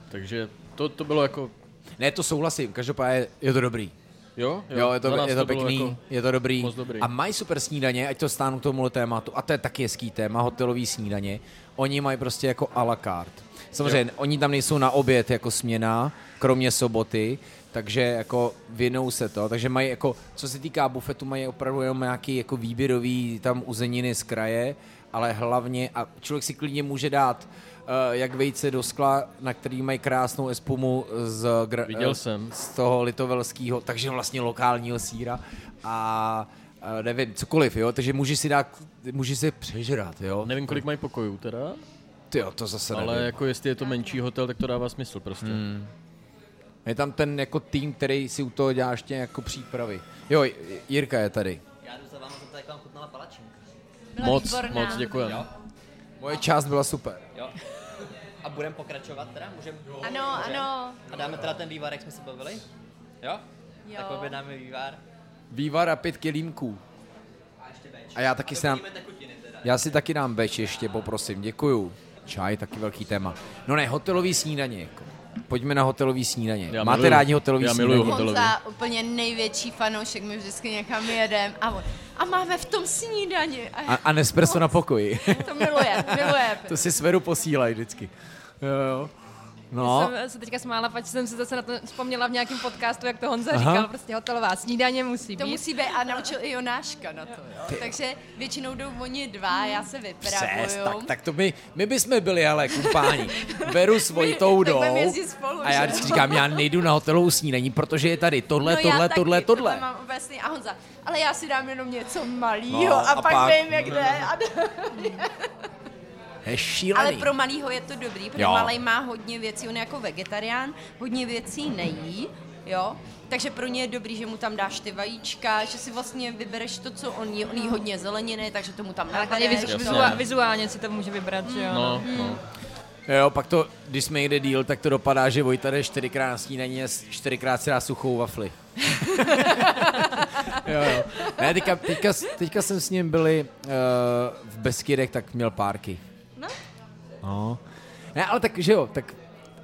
Speaker 4: Takže to, to bylo jako,
Speaker 1: Ne, to souhlasím, každopádně je to dobrý.
Speaker 4: jo?
Speaker 1: Jo, jo je to,
Speaker 4: za nás
Speaker 1: je to,
Speaker 4: bylo
Speaker 1: pěkný, jako je to dobrý.
Speaker 4: moc dobrý.
Speaker 1: A mají super snídaně, ať to stánu k tomuhle tématu, a to je taky hezký téma, hotelový snídaně. Oni mají prostě jako a la carte. Samozřejmě, jo. oni tam nejsou na oběd jako směna, kromě soboty, takže jako věnou se to. Takže mají jako, co se týká bufetu, mají opravdu jenom nějaký jako výběrový tam uzeniny z kraje, ale hlavně, a člověk si klidně může dát eh, jak vejce do skla, na který mají krásnou espumu z, gra-
Speaker 4: Viděl
Speaker 1: eh,
Speaker 4: jsem.
Speaker 1: z toho litovelského, takže vlastně lokálního síra a eh, nevím, cokoliv, jo, takže můžeš si dát, můžeš si přežrat, jo.
Speaker 4: Nevím, kolik mají pokojů teda,
Speaker 1: Ty jo, to zase
Speaker 4: ale
Speaker 1: nevím. Hmm.
Speaker 4: jako jestli je to menší hotel, tak to dává smysl prostě.
Speaker 1: Je tam ten jako tým, který si u toho dělá ještě jako přípravy. Jo, J- Jirka je tady.
Speaker 7: Já jdu za váma, zeptat, jak vám chutnala palačinka.
Speaker 5: Byla
Speaker 4: Moc,
Speaker 5: výborná.
Speaker 4: moc děkujeme.
Speaker 1: Moje část byla super.
Speaker 7: Jo. A budeme pokračovat teda? Můžeme?
Speaker 5: Ano, ano.
Speaker 7: A dáme teda ten vývar, jak jsme se bavili? Jo?
Speaker 5: Jo.
Speaker 7: Tak objednáme vývar.
Speaker 1: Vývar a pět kelímků.
Speaker 7: A ještě beč.
Speaker 1: A já taky si dám,
Speaker 7: Pojďme tekutiny teda.
Speaker 1: já si taky dám beč ještě, poprosím, děkuju. Čaj, taky velký téma. No ne, hotelový snídaně, jako. Pojďme na hotelový snídaně.
Speaker 4: Já
Speaker 1: Máte
Speaker 4: miluju-
Speaker 1: rádi hotelový
Speaker 4: já
Speaker 1: snídaně?
Speaker 4: miluju hotelový.
Speaker 5: Honza, úplně největší fanoušek, my vždycky někam jedem a on, a máme v tom snídani. A,
Speaker 1: A,
Speaker 5: já
Speaker 1: a Nespresso na pokoji.
Speaker 5: to miluje, miluje.
Speaker 1: to si sveru posílají vždycky. Jo, jo. No,
Speaker 6: Jsem se teďka smála, pač jsem se zase na to vzpomněla v nějakém podcastu, jak to Honza
Speaker 1: Aha.
Speaker 6: říkal, prostě hotelová snídaně musí
Speaker 5: To
Speaker 6: být.
Speaker 5: musí být a naučil i Jonáška na to, jo. Takže většinou jdou oni dva, já se vypravuju. No,
Speaker 1: přes, tak, tak to my, my bychom byli, ale kumpáni. Beru svoji
Speaker 5: My-
Speaker 1: tou
Speaker 5: tak
Speaker 1: jdou.
Speaker 5: budeme jezdit spolu,
Speaker 1: A já
Speaker 5: že? No,
Speaker 1: vždycky říkám, já nejdu na hotelovou snídaní, protože je tady tohle,
Speaker 5: já
Speaker 1: tohle,
Speaker 5: taky,
Speaker 1: tohle, tohle.
Speaker 5: mám obecný. A Honza, ale já si dám jenom něco malýho
Speaker 1: No,
Speaker 5: a,
Speaker 1: a
Speaker 5: pak,
Speaker 1: pak-
Speaker 5: vím, jak jde. A
Speaker 1: Je
Speaker 5: Ale
Speaker 1: šílený.
Speaker 5: pro malýho je to dobrý, protože
Speaker 1: Jo.
Speaker 5: malý má hodně věcí, on je jako vegetarián, hodně věcí nejí,
Speaker 8: jo. Takže pro ně je dobrý, že mu tam dáš ty vajíčka, že si vlastně vybereš to, co on jí, on jí hodně zeleniny, takže tomu tam
Speaker 6: Ale hlavně
Speaker 8: napadeš.
Speaker 6: vizu, vizua, vizuálně si to může vybrat, že jo.
Speaker 4: No, no.
Speaker 1: Jo, pak to, když jsme jde díl, tak to dopadá, že Vojta jde čtyřikrát na snídaní a s- čtyřikrát si dá suchou wafli. jo, jo. Ne, teďka, teďka, teďka jsem s ním byli uh, v Beskydech, tak měl párky. No. No. Ne, ale tak, že jo, tak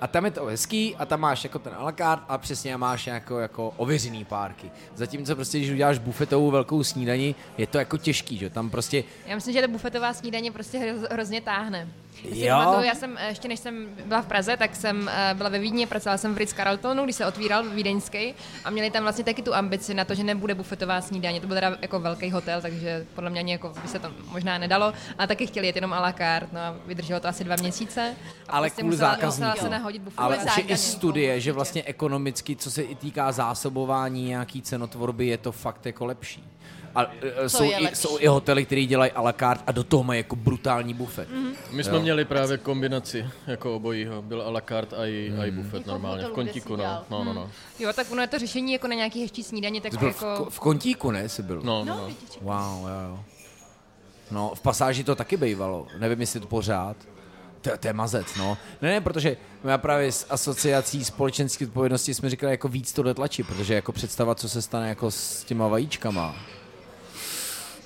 Speaker 1: a tam je to hezký a tam máš jako ten alakard a přesně máš jako, jako ověřený párky. Zatímco prostě, když uděláš bufetovou velkou snídaní, je to jako těžký, že jo, tam prostě
Speaker 6: Já myslím, že ta bufetová snídaně prostě hro- hrozně táhne. Já, si
Speaker 1: Jo.
Speaker 6: pamatuju, já jsem eh, ještě než jsem byla v Praze, tak jsem eh, byla ve Vídni, pracovala jsem v Ritz Carltonu, když se otvíral vídeňský a měli tam vlastně taky tu ambici na to, že nebude bufetová snídaně. To byl teda jako velký hotel, takže podle mě ani jako by se to možná nedalo. A taky chtěli jet jenom à la carte, no a vydrželo to asi dva měsíce. A
Speaker 1: ale
Speaker 6: prostě
Speaker 1: kvůli
Speaker 6: musela,
Speaker 1: zákazníkům.
Speaker 6: Musela se nahodit bufetová
Speaker 1: ale už je i
Speaker 6: zákazníkům,
Speaker 1: studie, že
Speaker 6: určitě.
Speaker 1: vlastně ekonomicky, co se i týká zásobování nějaký cenotvorby, je to fakt jako lepší. A e, jsou,
Speaker 8: je
Speaker 1: i,
Speaker 8: lepší?
Speaker 1: jsou i hotely, které dělají à la carte a do toho mají jako brutální bufet.
Speaker 6: Mhm,
Speaker 4: My jsme jo. měli právě kombinaci jako obojího. Byl a la carte a i,
Speaker 1: Hmm.
Speaker 4: a i bufet normálně. V
Speaker 8: hotelu, kde
Speaker 4: kontíku,
Speaker 8: jsi
Speaker 4: no.
Speaker 8: dělal.
Speaker 4: No, no, no.
Speaker 6: Jo, tak ono je to řešení jako na nějaký hezčí snídaně, tak
Speaker 1: Jsi byl v,
Speaker 6: jako...
Speaker 1: ko- v kontíku, ne? Jsi byl.
Speaker 4: no, no, no.
Speaker 1: Wow, jo, jo. No, v pasáži to taky bývalo. Nevím, jestli to pořád. To, to je mazec, no. Ne, ne, protože já právě s asociací společenské odpovědnosti jsme říkali jako víc to tlačí, protože jako představa, co se stane jako s těma vajíčkama,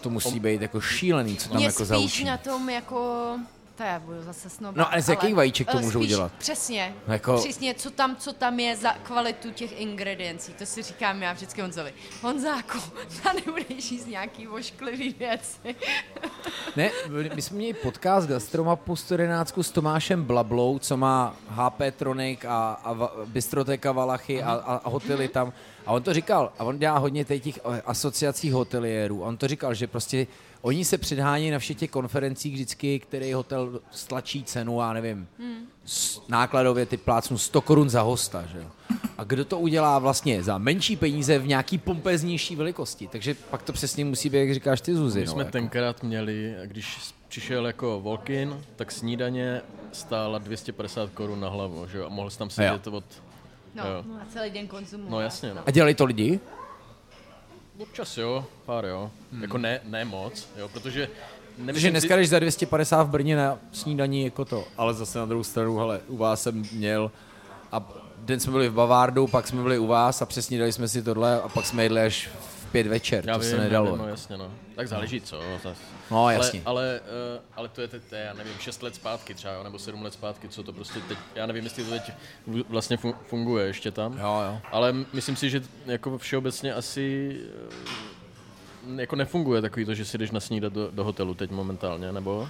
Speaker 1: to musí být jako šílený, co tam
Speaker 8: Mě
Speaker 1: jako
Speaker 8: spíš
Speaker 1: zaučí.
Speaker 8: na tom jako... To já budu zase snobat.
Speaker 1: No, ale z jakých vajíček to
Speaker 8: eh,
Speaker 1: můžou
Speaker 8: spíš
Speaker 1: dělat?
Speaker 8: Přesně.
Speaker 1: No, jako-
Speaker 8: Přesně, co tam, co tam je za kvalitu těch ingrediencí. To si říkám já vždycky Honzovi. Honzáku, já nebudeš jíst nějaký ošklivý věci.
Speaker 1: Ne, my jsme měli podcast Gastromapu 111 s Tomášem Blablou, co má HP Tronic a, a va- Bistroteka Valachy a, a, a hotely tam. A on to říkal, a on dělá hodně tady těch eh, asociací hoteliérů. A on to říkal, že prostě oni se předhání na všech těch konferencích vždycky, který hotel stlačí cenu, já nevím, s, nákladově ty plácnu 100 korun za hosta, že jo. A kdo to udělá vlastně za menší peníze v nějaký pompeznější velikosti. Takže pak to přesně musí být, jak říkáš ty, Zuzi.
Speaker 4: My
Speaker 1: no,
Speaker 4: jsme
Speaker 1: jako.
Speaker 4: tenkrát měli, když přišel jako walk-in, tak snídaně stála 250 korun na hlavu, že jo? A mohl jsi tam sedět od...
Speaker 8: No,
Speaker 4: Jo.
Speaker 8: a celý den konzumuju.
Speaker 4: No jasně, no.
Speaker 1: A dělají to lidi?
Speaker 4: Občas jo, pár jo. Hmm. Jako ne, ne moc, jo, protože... Nemyslím,
Speaker 1: Protože
Speaker 4: si-
Speaker 1: dneska jdeš za 250 v Brně na snídaní jako to. Ale zase na druhou stranu, hele, u vás jsem měl a den jsme byli v Bavárdu, pak jsme byli u vás a přesně dali jsme si tohle a pak jsme jedli až v pět večer,
Speaker 4: Já
Speaker 1: to
Speaker 4: vím,
Speaker 1: se
Speaker 4: já
Speaker 1: nedalo.
Speaker 4: Vím, no jasně, no. Tak záleží co. No, tak.
Speaker 1: No, jasně.
Speaker 4: Ale, ale, eh, ale to je, teď, to je, já nevím, 6 let zpátky třeba, jo, nebo 7 let zpátky, co to prostě teď, já nevím, jestli to teď vl- vlastně fun- funguje ještě tam.
Speaker 1: Jo, jo.
Speaker 4: Ale m- myslím si, že jako všeobecně asi eh, jako nefunguje takový to, že si jdeš nasnídat do, do hotelu teď momentálně, nebo?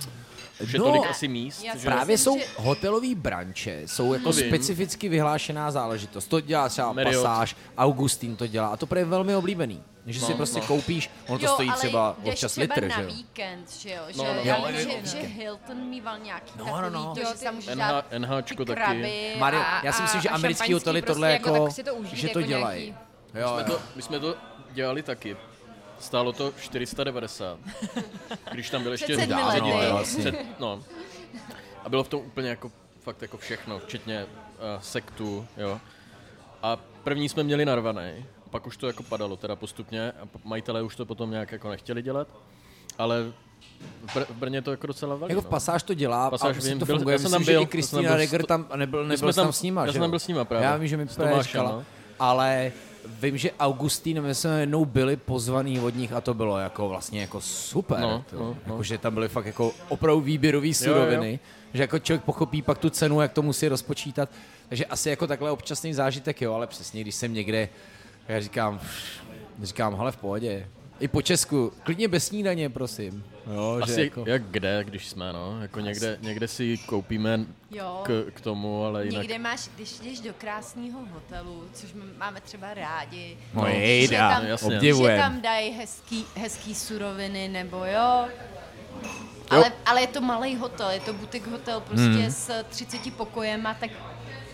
Speaker 4: Už je
Speaker 1: No.
Speaker 4: tolik asi míst,
Speaker 8: Já
Speaker 4: že
Speaker 1: Právě
Speaker 8: myslím,
Speaker 1: jsou
Speaker 8: že-
Speaker 1: hotelové branče, jsou jako
Speaker 4: vím.
Speaker 1: specificky vyhlášená záležitost. To dělá třeba
Speaker 4: Marriott.
Speaker 1: Pasáž, Augustín to dělá a to je velmi oblíbený. Že
Speaker 4: No,
Speaker 1: si prostě koupíš, ono to stojí
Speaker 8: ale
Speaker 1: třeba
Speaker 8: jdeš
Speaker 1: občas
Speaker 8: třeba
Speaker 1: litr,
Speaker 8: na
Speaker 1: že jo?
Speaker 8: víkend, že jo? Že,
Speaker 4: no, no.
Speaker 8: já
Speaker 1: Jo,
Speaker 8: vím,
Speaker 1: jo,
Speaker 8: že, že Hilton mýval nějaký
Speaker 1: No,
Speaker 8: takový,
Speaker 1: no, no.
Speaker 8: to, že tam můžeš
Speaker 4: NH
Speaker 8: dát ty
Speaker 4: NHčko taky.
Speaker 8: kraby a-
Speaker 1: Mario, já si
Speaker 6: a-
Speaker 1: myslím, že
Speaker 6: a
Speaker 1: americký
Speaker 6: šampaňský
Speaker 1: hotely
Speaker 6: prostě
Speaker 1: tohle
Speaker 6: jako,
Speaker 1: jako,
Speaker 6: tak si to užít
Speaker 1: že to
Speaker 6: jako nějaký-
Speaker 1: dělají. Jo,
Speaker 4: My
Speaker 1: jo.
Speaker 4: to, my jsme to dělali taky. Stálo to 490. Když tam byl ještě
Speaker 8: Před sedmi lety.
Speaker 4: ředitel.
Speaker 1: No, vlastně.
Speaker 4: Před- no. A bylo v tom úplně jako fakt jako všechno, včetně uh, sektu, jo. A první jsme měli narvaný, pak už to jako padalo teda postupně a p- majitelé už to potom nějak jako nechtěli dělat, ale v, Br- v Brně to jako docela valí.
Speaker 1: Jako v
Speaker 4: no.
Speaker 1: pasáž to dělá,
Speaker 4: Pasáž
Speaker 1: pasáž a vím,
Speaker 4: vím,
Speaker 1: to
Speaker 4: byl-
Speaker 1: funguje.
Speaker 4: já jsem
Speaker 1: myslím,
Speaker 4: tam
Speaker 1: že
Speaker 4: byl,
Speaker 1: i
Speaker 4: já jsem tam
Speaker 1: Kristýna
Speaker 4: byl
Speaker 1: Reger
Speaker 4: sto-
Speaker 1: tam nebyl, nebyl
Speaker 4: jsme
Speaker 1: jsi tam,
Speaker 4: tam-
Speaker 1: s nima,
Speaker 4: já
Speaker 1: že
Speaker 4: jsem
Speaker 1: jo?
Speaker 4: tam byl s nima právě.
Speaker 1: Já vím, že mi
Speaker 4: S
Speaker 1: právě
Speaker 4: Tomášem,
Speaker 1: říkala,
Speaker 4: no.
Speaker 1: ale vím, že Augustín, my jsme jednou byli pozvaný od nich a to bylo jako vlastně jako super.
Speaker 4: No,
Speaker 1: to,
Speaker 4: no,
Speaker 1: Jako, že tam byly fakt jako opravdu výběrový suroviny, že jako člověk pochopí pak tu cenu, jak to musí rozpočítat. Takže asi jako takhle občasný zážitek, jo, ale přesně, když jsem někde, já říkám, říkám, hele v pohodě, i po Česku, klidně bez snídaně, prosím. Jo,
Speaker 4: Asi jako... jak kde, když jsme, no. Jako někde, někde si koupíme
Speaker 8: Jo.
Speaker 4: k, k tomu, ale jinak...
Speaker 8: Někde máš, když jdeš do krásného hotelu, což m- máme třeba rádi,
Speaker 1: No,
Speaker 8: že
Speaker 1: jejda,
Speaker 8: tam-
Speaker 4: jasně.
Speaker 1: obdivujem.
Speaker 8: Že tam dají hezký, hezký suroviny, nebo jo. Ale, ale je to malý hotel, je to butik hotel prostě mm. s 30 pokojema, tak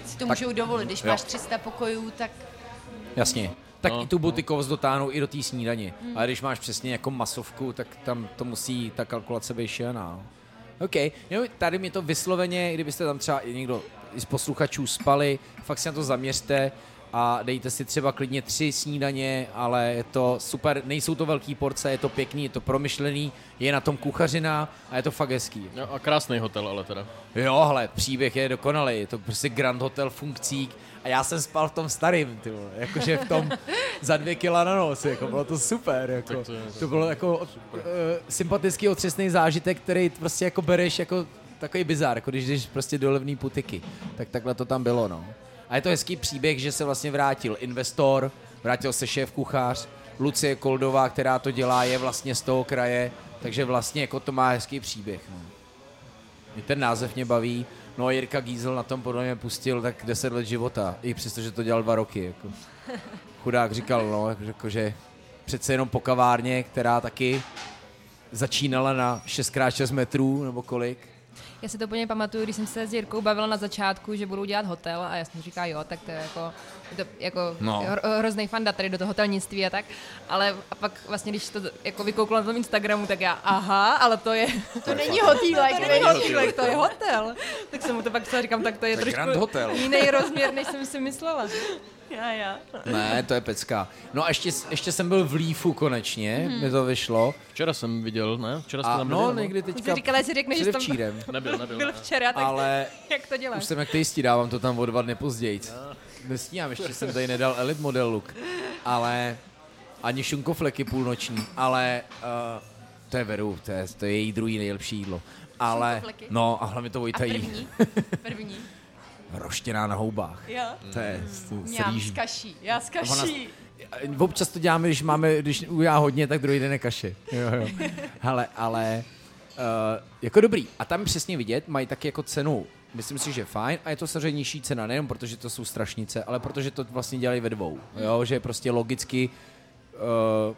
Speaker 8: si to můžou dovolit. Když
Speaker 1: jo.
Speaker 8: jo. máš 300 pokojů, tak
Speaker 1: Jasně. Tak no,
Speaker 4: No,
Speaker 1: i tu butikovost dotáhnou i do té snídaně. Mm. Ale když máš přesně jako masovku, tak tam to musí ta kalkulace být šílená. no. OK, no, tady mě to vysloveně, kdybyste tam třeba i někdo i z posluchačů spali, fakt se na to zaměřte. a dejte si třeba klidně tři snídaně, ale je to super, nejsou to velký porce, je to pěkný, je to promyšlený, je na tom kuchařina a je to fakt hezký.
Speaker 4: No a krásný hotel ale teda.
Speaker 1: Jo, hele, příběh je dokonalý, je to prostě Grand Hotel funkcík a já jsem spal v tom starým, ty vole, jakože v tom za dvě kila na nos, jako bylo to super, jako,
Speaker 4: to je-
Speaker 1: to bylo jako uh, sympatický otřesný zážitek, který prostě jako bereš jako takový bizár, jako když jdeš prostě do levný putiky, tak takhle to tam bylo, no. A je to hezký příběh, že se vlastně vrátil investor, vrátil se šéf kuchař, Lucie Koldová, která to dělá, je vlastně z toho kraje, takže vlastně jako to má hezký příběh, no. Mě ten název mě baví. No a Jirka Gízel na tom podle mě pustil tak 10 let života, i přestože to dělal dva roky. Jako. Chudák říkal, no, jako- jako, že přece jenom po kavárně, která taky začínala na 6x6 metrů nebo kolik.
Speaker 6: Já si to úplně pamatuju, když jsem se s Jirkou bavila na začátku, že budou dělat hotel a já jsem říká jo, tak to je jako, to, jako
Speaker 1: No.
Speaker 6: no. hrozný fanda tady do toho hotelnictví a tak, ale a pak vlastně, když to jako vykoukla na tom Instagramu, tak já, aha, ale to je, to není hotýlek, to není hotýlek, to je hotel. Tak jsem mu to pak psala, říkám, tak to je
Speaker 1: To je
Speaker 6: trošku
Speaker 1: Grand Hotel.
Speaker 6: jiný rozměr, než jsem si myslela.
Speaker 1: Ne, to je pecka. No a ještě, ještě jsem byl v Lífu konečně,
Speaker 6: Mhm.
Speaker 1: mi to vyšlo.
Speaker 4: Včera jsem viděl, ne? Včera jste
Speaker 1: A
Speaker 4: tam
Speaker 1: no,
Speaker 4: nebyl, ne?
Speaker 1: někdy
Speaker 6: Jsem
Speaker 1: teďka
Speaker 6: říkala, jestli řekneš, že jsi tam
Speaker 1: předevčírem.
Speaker 4: Nebyl, nebyl.
Speaker 6: byl
Speaker 4: ne.
Speaker 6: včera, tak
Speaker 1: No. Ale
Speaker 6: jak to děláš?
Speaker 1: už jsem jak tejstí, dávám to tam o dva dny později. Nestíhám, ještě jsem tady nedal Elite Model look, ale ani šunkofleky půlnoční, ale uh, to je veru, to je, to je její druhý nejlepší jídlo. Ale,
Speaker 8: Šunkofleky?
Speaker 1: no a hlavně to
Speaker 8: A
Speaker 1: Vojta jí.
Speaker 8: první? První.
Speaker 1: Roštěná na houbách.
Speaker 8: Jo. Mm.
Speaker 1: To je s, s
Speaker 8: Já s
Speaker 1: rýží.
Speaker 8: kaší. Já s kaší.
Speaker 1: Občas to děláme, když máme, když udělá hodně, tak druhý den je kaše. Jo, jo. Hele, ale uh, jako dobrý. A tam přesně vidět, mají taky jako cenu. Myslím si, že fajn a je to samozřejmě nižší cena, nejenom protože to jsou strašnice, ale protože to vlastně dělají ve dvou. Jo, že prostě logicky uh,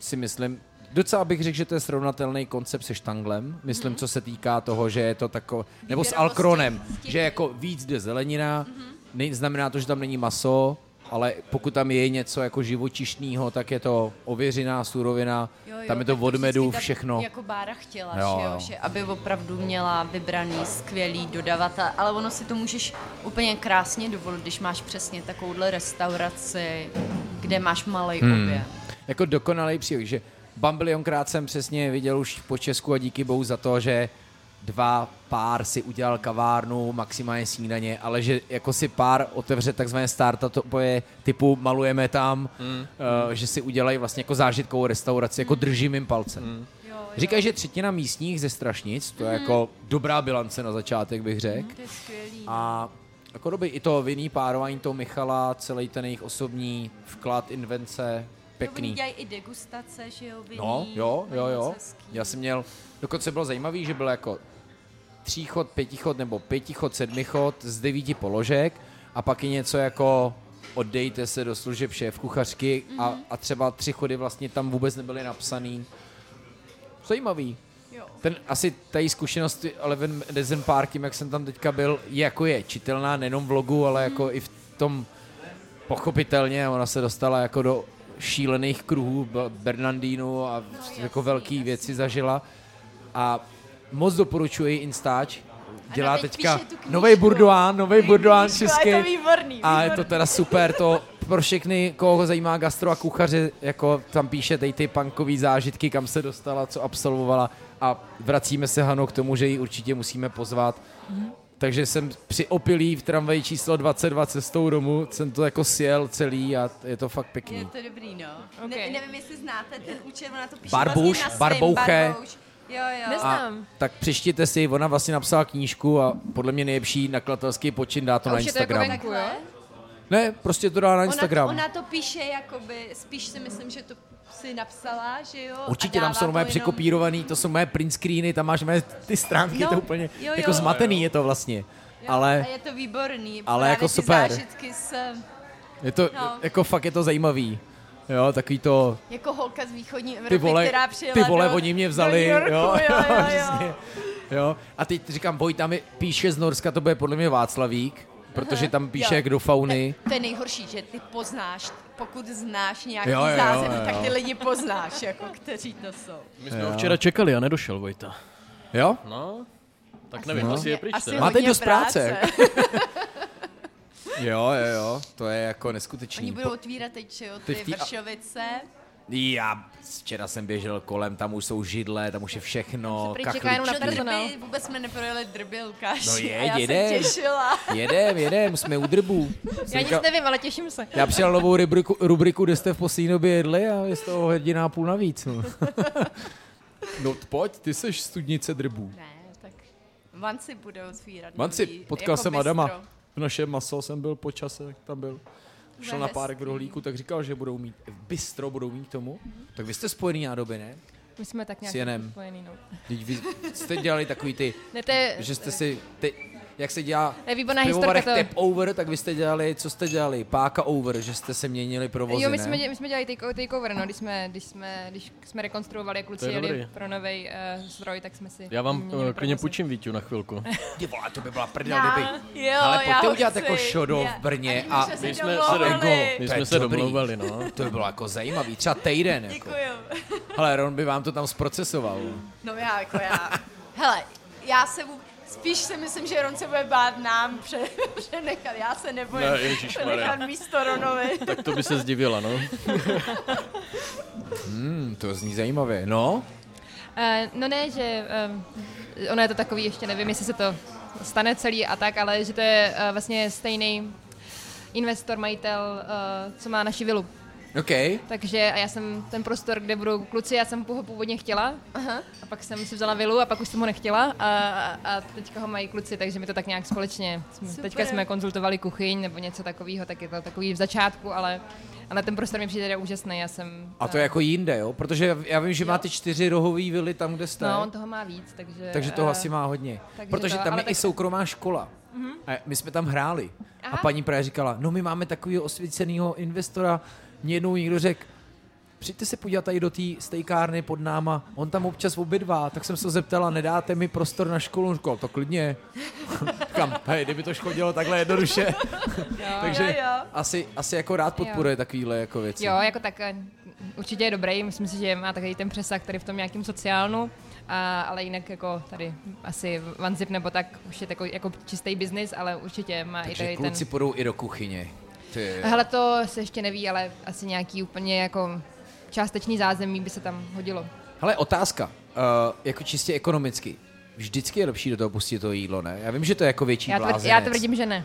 Speaker 1: si myslím, docela bych řekl, že to je srovnatelný koncept se štanglem, myslím,
Speaker 5: Mhm.
Speaker 1: co se týká toho, že je to tako, nebo s Alkronem, že jako víc jde zelenina,
Speaker 5: Mhm.
Speaker 1: ne, znamená to, že tam není maso, ale pokud tam je něco jako živočišného, tak je to ověřená surovina, tam je to
Speaker 5: tak
Speaker 1: od medu,
Speaker 5: vždycky tak
Speaker 1: všechno.
Speaker 5: Jako Bára chtěla,
Speaker 1: Jo,
Speaker 5: že
Speaker 1: jo.
Speaker 5: jo, že aby opravdu měla vybraný skvělý dodavatel, ale ono si to můžeš úplně krásně dovolit, když máš přesně takovouhle restauraci, kde máš malý hmm. objem.
Speaker 1: jako dokonalý příběh, že bambilionkrát jsem přesně viděl už po Česku a díky bohu za to, že dva pár si udělal kavárnu, maximálně snídaně, ale že jako si pár otevře takzvané startupové typu malujeme tam, mm. uh, že si udělají vlastně jako zážitkovou restauraci, jako držím jim palcem. Mm. Říkají, že třetina místních ze Strašnic,
Speaker 5: Mm.
Speaker 1: to je jako dobrá bilance na začátek, bych řekl.
Speaker 5: No,
Speaker 1: A jako doby i to vinný párování toho Michala, celý ten jejich osobní vklad, invence,
Speaker 5: Oni
Speaker 1: pěkný.
Speaker 5: dělají i degustace, že jo, vinný,
Speaker 1: No, jo,
Speaker 5: mají
Speaker 1: jo,
Speaker 5: moc
Speaker 1: jo.
Speaker 5: hezký.
Speaker 1: Já jsem měl, dokonce bylo zajímavý, že byl jako tříchod, pětichod nebo pětichod, sedmichod z devíti položek a pak i něco jako oddejte se do služeb šéf kuchařky a, a třeba tři chody vlastně tam vůbec nebyly napsaný. Zajímavý. Jo. Ten asi tady zkušenost Eleven Dezen Parkem, jak jsem tam teďka byl, je jako je čitelná nejenom v logu, ale jako i v tom pochopitelně, ona se dostala jako do šílených kruhů Be- Bernardínu a jako velký věci zažila. A moc doporučuji její Instač. Dělá
Speaker 5: teď
Speaker 1: teďka
Speaker 5: píše tu knížku.
Speaker 1: nový Burduán, nový Burduán český.
Speaker 5: A je to výborný,
Speaker 1: A je to teda super, to pro všechny, koho ho zajímá gastro a kuchaře, jako tam píše tady ty punkový zážitky, kam se dostala, co absolvovala a vracíme se Hano k tomu, že ji určitě musíme pozvat. Takže jsem při opilí v tramvaji číslo 22 cestou domů, jsem to jako sjel celý a je to fakt
Speaker 5: Je
Speaker 1: pěkný.
Speaker 5: to dobrý, no.
Speaker 6: Okay.
Speaker 5: Ne, nevím, jestli znáte ten účet, ona to píše
Speaker 1: Barbuš,
Speaker 5: vlastně na svým,
Speaker 1: Barbouche.
Speaker 5: Barbouš. Jo, jo.
Speaker 1: A
Speaker 6: Neznám.
Speaker 1: tak přečtěte si, ona vlastně napsala knížku a podle mě nejlepší nakladatelský počin dá to
Speaker 6: A
Speaker 1: na
Speaker 6: už je to jako
Speaker 1: Instagram.
Speaker 6: venku, jo?
Speaker 1: Ne, prostě to dá na Instagram.
Speaker 5: Ona, ona to píše jakoby, spíš si myslím, že to si napsala, že jo?
Speaker 1: Určitě tam
Speaker 5: a dává
Speaker 1: jsou
Speaker 5: to
Speaker 1: nové
Speaker 5: jenom-
Speaker 1: překopírovaný, to jsou moje print screeny, tam máš mé ty stránky,
Speaker 5: No,
Speaker 1: to úplně
Speaker 5: jo, jo.
Speaker 1: jako zmatený je to vlastně.
Speaker 5: A
Speaker 1: Ale
Speaker 5: je to výborný,
Speaker 1: Ale
Speaker 5: právě
Speaker 1: jako
Speaker 5: ty
Speaker 1: super.
Speaker 5: zážitky s, eh,
Speaker 1: je to,
Speaker 5: no.
Speaker 1: jako fakt je to zajímavý. Jo, takový to,
Speaker 5: jako holka z východní Evropy,
Speaker 1: ty vole,
Speaker 5: která přijela
Speaker 1: ty vole,
Speaker 5: do,
Speaker 1: oni mě
Speaker 5: do
Speaker 1: vzali,
Speaker 5: New Yorku,
Speaker 1: jo,
Speaker 5: jo, jo,
Speaker 1: přesně.
Speaker 5: jo.
Speaker 1: jo. A teď říkám, boj, tam je, píše z Norska, to bude podle mě Václavík, protože tam píše jak do fauny.
Speaker 5: To je nejhorší, že ty poznáš, pokud znáš nějaký
Speaker 1: Jo, jo, jo,
Speaker 5: zázemí,
Speaker 1: jo.
Speaker 5: tak ty lidi poznáš, jako kteří to jsou.
Speaker 4: My jsme ho včera čekali a nedošel Vojta.
Speaker 1: Jo?
Speaker 4: No, tak nevím, asi je pryč
Speaker 5: asi
Speaker 4: teda.
Speaker 5: ho-
Speaker 1: Máte
Speaker 5: Hodně
Speaker 1: dost práce.
Speaker 5: práce.
Speaker 1: Jo, jo, jo, to je jako neskutečný.
Speaker 8: Oni
Speaker 1: Po-
Speaker 8: budou otvírat teď, že jo,
Speaker 1: Ty
Speaker 8: ty
Speaker 1: v tý-
Speaker 8: vršovice.
Speaker 1: Já včera jsem běžel kolem, tam už jsou židle, tam už je všechno,
Speaker 6: prý čeká jenom na
Speaker 8: Čo
Speaker 1: kachličky.
Speaker 6: personál.
Speaker 8: drby, vůbec jsme neprojeli drby, Lukáš.
Speaker 1: No je,
Speaker 8: a já
Speaker 1: jede.
Speaker 8: jsem těšila.
Speaker 1: Jedem, jedem, jsme u drbů. Jsem
Speaker 6: Já
Speaker 1: říkal-
Speaker 6: nic nevím, ale těším se.
Speaker 1: já přijal novou rubriku, rubriku kde jste v poslední době jedli a je z toho hodina a půl navíc. No, no pojď, ty seš studnice drbů.
Speaker 8: Ne, tak Vanci budou otvírat.
Speaker 1: Manci,
Speaker 8: nový,
Speaker 1: potkal
Speaker 8: jako
Speaker 1: jsem
Speaker 8: bistro.
Speaker 1: Adama. V našem maso jsem byl po čase, jak tam byl. Šel na párek v rohlíku, tak říkal, že budou mít, v bistro budou mít k tomu.
Speaker 6: Mhm.
Speaker 1: Tak vy jste spojený nádoby, ne?
Speaker 6: My jsme tak
Speaker 1: S Jenem.
Speaker 6: nějak spojený, no.
Speaker 1: Teď vy jste dělali takový ty,
Speaker 6: Ne, to je,
Speaker 1: že jste si, ty, jak se dělá
Speaker 6: to je výborná
Speaker 1: v
Speaker 6: historka
Speaker 1: pivovarech
Speaker 6: to.
Speaker 1: tap over, tak vy jste dělali, co jste dělali? Páka over, že jste se měnili provozy,
Speaker 6: Jo, my
Speaker 1: ne?
Speaker 6: jsme, dě- my jsme dělali take- takeover, no, když jsme, když jsme, když jsme rekonstruovali, jak
Speaker 4: je
Speaker 6: kluci jeli
Speaker 4: dobrý.
Speaker 6: pro nový uh, zdroj, tak jsme si
Speaker 4: Já vám
Speaker 6: měnili
Speaker 4: eh, klidně
Speaker 6: provozy.
Speaker 4: půjčím Víťu na chvilku.
Speaker 1: Ty vole, to by byla prdel, kdyby.
Speaker 8: Jo,
Speaker 1: Ale
Speaker 8: já
Speaker 1: pojďte
Speaker 8: ho
Speaker 1: udělat
Speaker 8: chci.
Speaker 1: jako šodo
Speaker 8: Já-
Speaker 1: v Brně
Speaker 8: Ani
Speaker 1: a
Speaker 8: jsme se
Speaker 4: My jsme se,
Speaker 8: domlouvali.
Speaker 4: domluvali, my
Speaker 1: To je
Speaker 4: jsme se
Speaker 1: dobrý.
Speaker 4: domlouvali, no.
Speaker 1: to by bylo jako zajímavý, třeba týden. Jako.
Speaker 8: Děkuju.
Speaker 1: Ale Ron by vám to tam zprocesoval.
Speaker 8: No já, jako já. Hele, já se vů... Spíš si myslím, že Ron se bude bát nám pře- přenechat. Já se nebojím
Speaker 4: Ne, ježišmarja.
Speaker 8: přenechat místo Ronovi.
Speaker 4: Tak to by se zdivila, no.
Speaker 1: Hm, to zní zajímavě. No,
Speaker 6: Eh, no ne, že um, ono je to takový, ještě nevím, jestli se to stane celý a tak, ale že to je eh, vlastně stejný investor, majitel, eh, co má naši vilu.
Speaker 1: OK.
Speaker 6: Takže a já jsem ten prostor, kde budou kluci, já jsem ho původně chtěla Aha. a pak jsem si vzala vilu a pak už jsem ho nechtěla a, a a teďka ho mají kluci, takže mi to tak nějak společně, jsme, teďka jsme konzultovali kuchyň nebo něco takového, tak je to takový v začátku, ale, ale ten prostor mi přijde teda úžasný, já jsem...
Speaker 1: A to je jako jinde, jo? Protože já- já vím, že máte čtyři rohový vily tam, kde jste.
Speaker 6: No, on toho má víc, takže...
Speaker 1: Takže toho
Speaker 6: eh,
Speaker 1: asi má hodně.
Speaker 6: takže
Speaker 1: Protože
Speaker 6: to-
Speaker 1: tam je
Speaker 6: ale
Speaker 1: i
Speaker 6: tak- Mhm.
Speaker 1: soukromá škola. A my jsme tam hráli. A
Speaker 6: Aha.
Speaker 1: paní právě říkala, no my máme takového osvíceného investora. Mě jednou někdo řekl, přijďte se podívat tady do té stejkárny pod náma, on tam občas obědvá, tak jsem se ho zeptala, nedáte mi prostor na školu? On Říkal, to klidně. Kam? Hej, kdyby to škodilo takhle jednoduše. Takže Asi, asi jako rád podporuje takovýhle jako věci.
Speaker 6: Jo, jako tak eh, určitě je dobrý, myslím si, že má takový ten přesah tady v tom nějakým sociálnu, a, ale jinak jako tady asi OneZip nebo tak už je takový jako čistý biznis, ale určitě má
Speaker 1: Takže
Speaker 6: i tady
Speaker 1: kluci
Speaker 6: ten...
Speaker 1: půjdou i do kuchyně. Ty.
Speaker 6: Hele, to se ještě neví, ale asi nějaký úplně jako částečný zázemí by se tam hodilo.
Speaker 1: Hele, otázka, uh, jako čistě ekonomicky. Vždycky je lepší do toho pustit to jídlo, ne? Já vím, že to je jako větší
Speaker 6: Já, tvrd,
Speaker 1: blázenec.
Speaker 6: já tvrdím, že ne.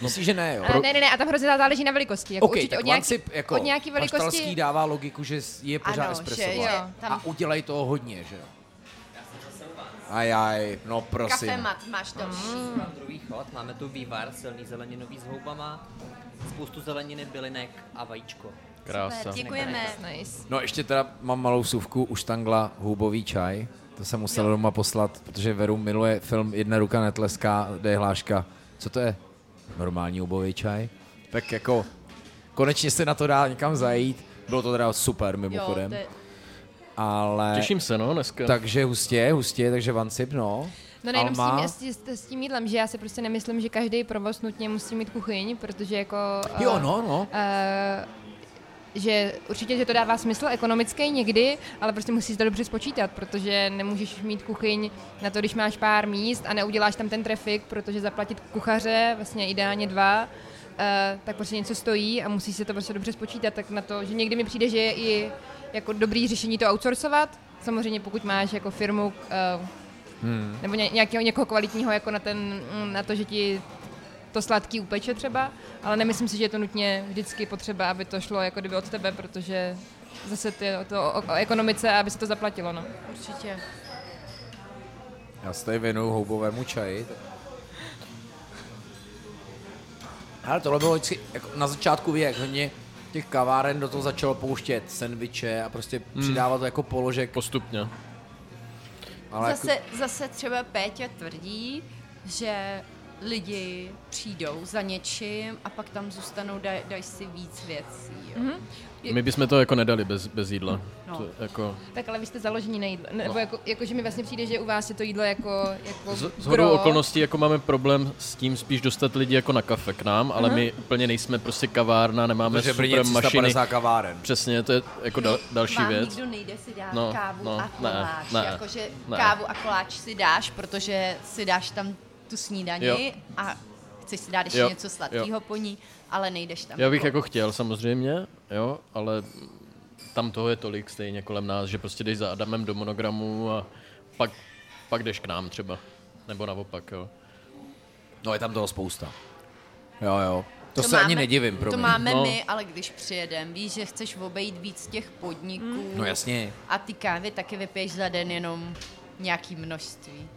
Speaker 1: Myslíš, že ne, jo?
Speaker 6: Pro... Ne, ne, ne, a tam hrozně záleží na velikosti. Jako
Speaker 1: OK,
Speaker 6: určitě
Speaker 1: tak
Speaker 6: od nějaký,
Speaker 1: Lancip jako
Speaker 6: od nějaký
Speaker 1: Maštalský
Speaker 6: velikosti...
Speaker 1: dává logiku, že je pořád
Speaker 8: Ano, že-
Speaker 1: espresová.
Speaker 8: že tam-
Speaker 1: A udělej toho hodně, že jo? Ajaj, no prosím.
Speaker 8: Kafemat máš další.
Speaker 7: Mám druhý chod, máme tu vývar silný zeleninový s houbama, spoustu zeleniny, bylinek a vajíčko.
Speaker 4: Krása.
Speaker 8: Děkujeme.
Speaker 6: Nice.
Speaker 1: No ještě teda mám malou suvku, už tangla houbový čaj. To jsem musel doma poslat, protože Veru miluje film Jedna ruka netleská, kde je hláška. Co to je? Normální houbový čaj? Tak jako, konečně se na to dá někam zajít. Bylo to teda super
Speaker 8: Jo,
Speaker 1: mimochodem.
Speaker 8: to je,
Speaker 1: Ale...
Speaker 4: Těším se, no, dneska.
Speaker 1: Takže hustě, hustě, takže vancip, no.
Speaker 6: No nejenom
Speaker 1: Alma?
Speaker 6: s tím, s, s tím jídlem, že já si prostě nemyslím, že každý provoz nutně musí mít kuchyň, protože jako... eh,
Speaker 1: Jo, no, no.
Speaker 6: eh, že určitě, že to dává smysl ekonomický někdy, ale prostě musíš to dobře spočítat, protože nemůžeš mít kuchyň na to, když máš pár míst a neuděláš tam ten trafik, protože zaplatit kuchaře, vlastně ideálně dva, eh, tak prostě něco stojí a musíš se to prostě dobře spočítat, tak na to, že někdy mi přijde, že je i jako dobrý řešení to outsourcovat, samozřejmě pokud máš jako firmu, eh, nebo ně, nějakého, někoho kvalitního jako na, ten, mm, na to, že ti to sladký upeče třeba, ale nemyslím si, že je to nutně vždycky potřeba, aby to šlo jako kdyby od tebe, protože zase ty, to o, o ekonomice, aby se to zaplatilo, no.
Speaker 8: určitě.
Speaker 1: Já se tady věnuju houbovému čaji. Ale tohle bylo vždycky, jako na začátku věk, hodně těch kaváren do toho začalo pouštět sendviče a prostě
Speaker 4: Hmm.
Speaker 1: mm. přidávat to jako položek.
Speaker 4: Postupně.
Speaker 1: Ale jako,
Speaker 8: zase, zase třeba Péťa tvrdí, že lidi přijdou za něčím a pak tam zůstanou, daj, daj si víc věcí. Jo.
Speaker 1: Mhm.
Speaker 8: Mm-hmm.
Speaker 4: My bychom to jako nedali bez, bez jídla.
Speaker 8: No.
Speaker 4: To, jako,
Speaker 6: Tak ale vy jste založení na jídlo,
Speaker 4: No.
Speaker 6: nebo jako, jako, že mi vlastně přijde, že u vás je to jídlo jako, jako
Speaker 4: z, z hodou
Speaker 6: gro.
Speaker 4: okolností jako máme problém s tím spíš dostat lidi jako na kafe k nám, ale my úplně nejsme prostě kavárna, nemáme
Speaker 1: protože v Brně je
Speaker 4: super mašiny.
Speaker 1: 350 kaváren.
Speaker 4: Přesně, to je jako dal, další
Speaker 8: Vám
Speaker 4: věc.
Speaker 8: nikdo nejde si dát
Speaker 4: No,
Speaker 8: no, kávu
Speaker 4: no,
Speaker 8: no, a
Speaker 4: ne,
Speaker 8: koláč.
Speaker 4: ne,
Speaker 8: Jakože
Speaker 4: ne.
Speaker 8: kávu a koláč si dáš, protože si dáš tam tu snídani
Speaker 4: Jo.
Speaker 8: a
Speaker 5: chceš si dát ještě
Speaker 4: Jo,
Speaker 5: něco sladkého po ní, ale nejdeš tam.
Speaker 4: Já bych jako chtěl samozřejmě, jo, ale tam toho je tolik stejně kolem nás, že prostě jdeš za Adamem do monogramu a pak, pak jdeš k nám třeba. Nebo naopak, jo.
Speaker 1: No je tam toho spousta. Jo, jo. To,
Speaker 5: To
Speaker 1: se
Speaker 5: máme-
Speaker 1: ani nedivím, pro
Speaker 5: To
Speaker 1: mě.
Speaker 5: máme
Speaker 4: No.
Speaker 5: my, ale když přijedem, víš, že chceš obejít víc těch podniků.
Speaker 1: No jasně.
Speaker 5: A ty kávy taky vypiješ za den jenom nějaký množství.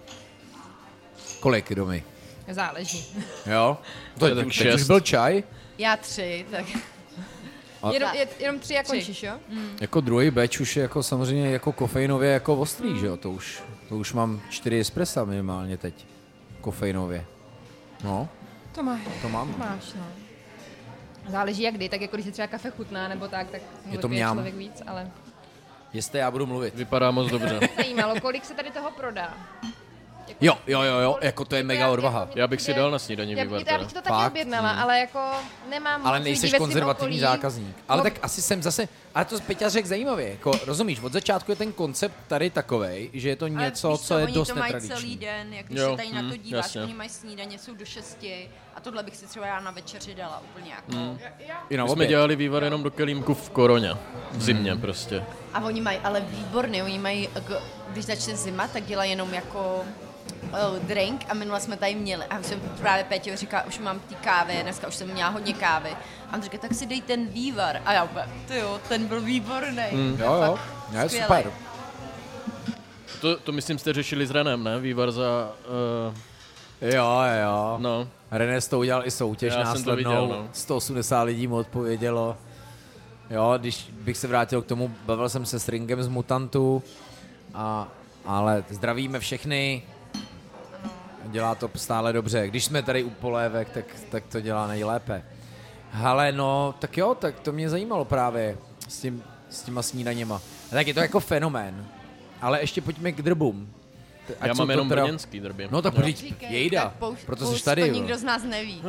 Speaker 1: Kolik domy?
Speaker 6: Záleží.
Speaker 1: Jo? To
Speaker 4: je
Speaker 1: je
Speaker 4: tak
Speaker 1: už
Speaker 4: šest.
Speaker 1: teď už byl čaj?
Speaker 5: Já tři, tak
Speaker 6: Jenom, je- jenom tři Mhm. a končíš, jo?
Speaker 1: Jako druhý beč už je jako samozřejmě jako kofeinově jako ostrý, že jo? To už, to už mám čtyři espressa minimálně teď. Kofeinově. No,
Speaker 6: To máš.
Speaker 1: to mám.
Speaker 6: Máš, no. Záleží jak kdy, tak jako když je třeba kafe chutná nebo tak, tak
Speaker 1: Je to
Speaker 6: vypije
Speaker 1: mňam.
Speaker 6: člověk víc, ale
Speaker 1: Jestli já budu mluvit.
Speaker 4: Vypadá moc dobře.
Speaker 6: zajímalo, kolik se tady toho prodá.
Speaker 1: Jo, jo, jo, jo, jako to je mega odvaha.
Speaker 4: Já bych si dal na snídaní
Speaker 6: Já,
Speaker 4: vývar
Speaker 6: bych- já
Speaker 4: teda.
Speaker 6: bych to
Speaker 1: Fakt?
Speaker 6: taky objednala, ale jako nemám
Speaker 1: Ale
Speaker 6: moc lidí
Speaker 1: nejseš
Speaker 6: ve svém
Speaker 1: konzervativní
Speaker 6: okolí.
Speaker 1: zákazník. Ale
Speaker 6: No,
Speaker 1: tak asi jsem zase, ale to Peťa řekl zajímavě, jako rozumíš, od začátku je ten koncept tady takovej, že je to
Speaker 5: Ale
Speaker 1: něco,
Speaker 5: víš
Speaker 1: co je
Speaker 5: oni
Speaker 1: dost
Speaker 5: to mají celý
Speaker 1: netradiční.
Speaker 5: den, jak když
Speaker 4: Jo,
Speaker 5: se tady na
Speaker 4: hm,
Speaker 5: to díváš,
Speaker 4: jasně.
Speaker 5: oni mají snídaně, jsou do šesti a tohle bych si třeba já na večeři dala úplně jako.
Speaker 1: I na
Speaker 4: My jsme
Speaker 1: oběd. Hmm.
Speaker 4: dělali vývar jenom do kelímku v koroně. V zimě prostě.
Speaker 5: A oni mají ale výborný, oni mají, k- když začne zima, tak dělají jenom jako eh, drink a minule jsme tady měli. A už jsem právě Pétě říká, už mám ty kávy, dneska už jsem měla hodně kávy. A on říká, tak si dej ten vývar. A já úplně, ty jo, ten byl výborný.
Speaker 1: Hm. Jo, jo, jo, je
Speaker 5: skvělej.
Speaker 1: super.
Speaker 4: To, to myslím jste řešili s Renem, ne? Vývar za... Uh,
Speaker 1: Jo, jo.
Speaker 4: no,
Speaker 1: René s to udělal i soutěž
Speaker 4: Já jsem to
Speaker 1: následnou.
Speaker 4: viděl, no.
Speaker 1: 180 lidí mu odpovědělo. Jo, když bych se vrátil k tomu, bavil jsem se s Ringem z Mutantu, a, ale zdravíme všechny. Dělá to stále dobře. Když jsme tady u polévek, tak, tak to dělá nejlépe. Hele, no, tak jo, tak to mě zajímalo právě s, tím, s těma snídaněma. A tak je to jako fenomén. Ale ještě pojďme k drbům. T- ať
Speaker 4: já
Speaker 1: jsou
Speaker 4: mám
Speaker 1: to
Speaker 4: jenom
Speaker 1: teda-
Speaker 4: brněnský drby.
Speaker 1: No tak pojď,
Speaker 5: Říkej,
Speaker 1: jejda,
Speaker 5: tak pouš-
Speaker 1: proto
Speaker 5: pouš-
Speaker 1: jsi tady.
Speaker 5: To
Speaker 1: jo.
Speaker 5: nikdo z nás neví.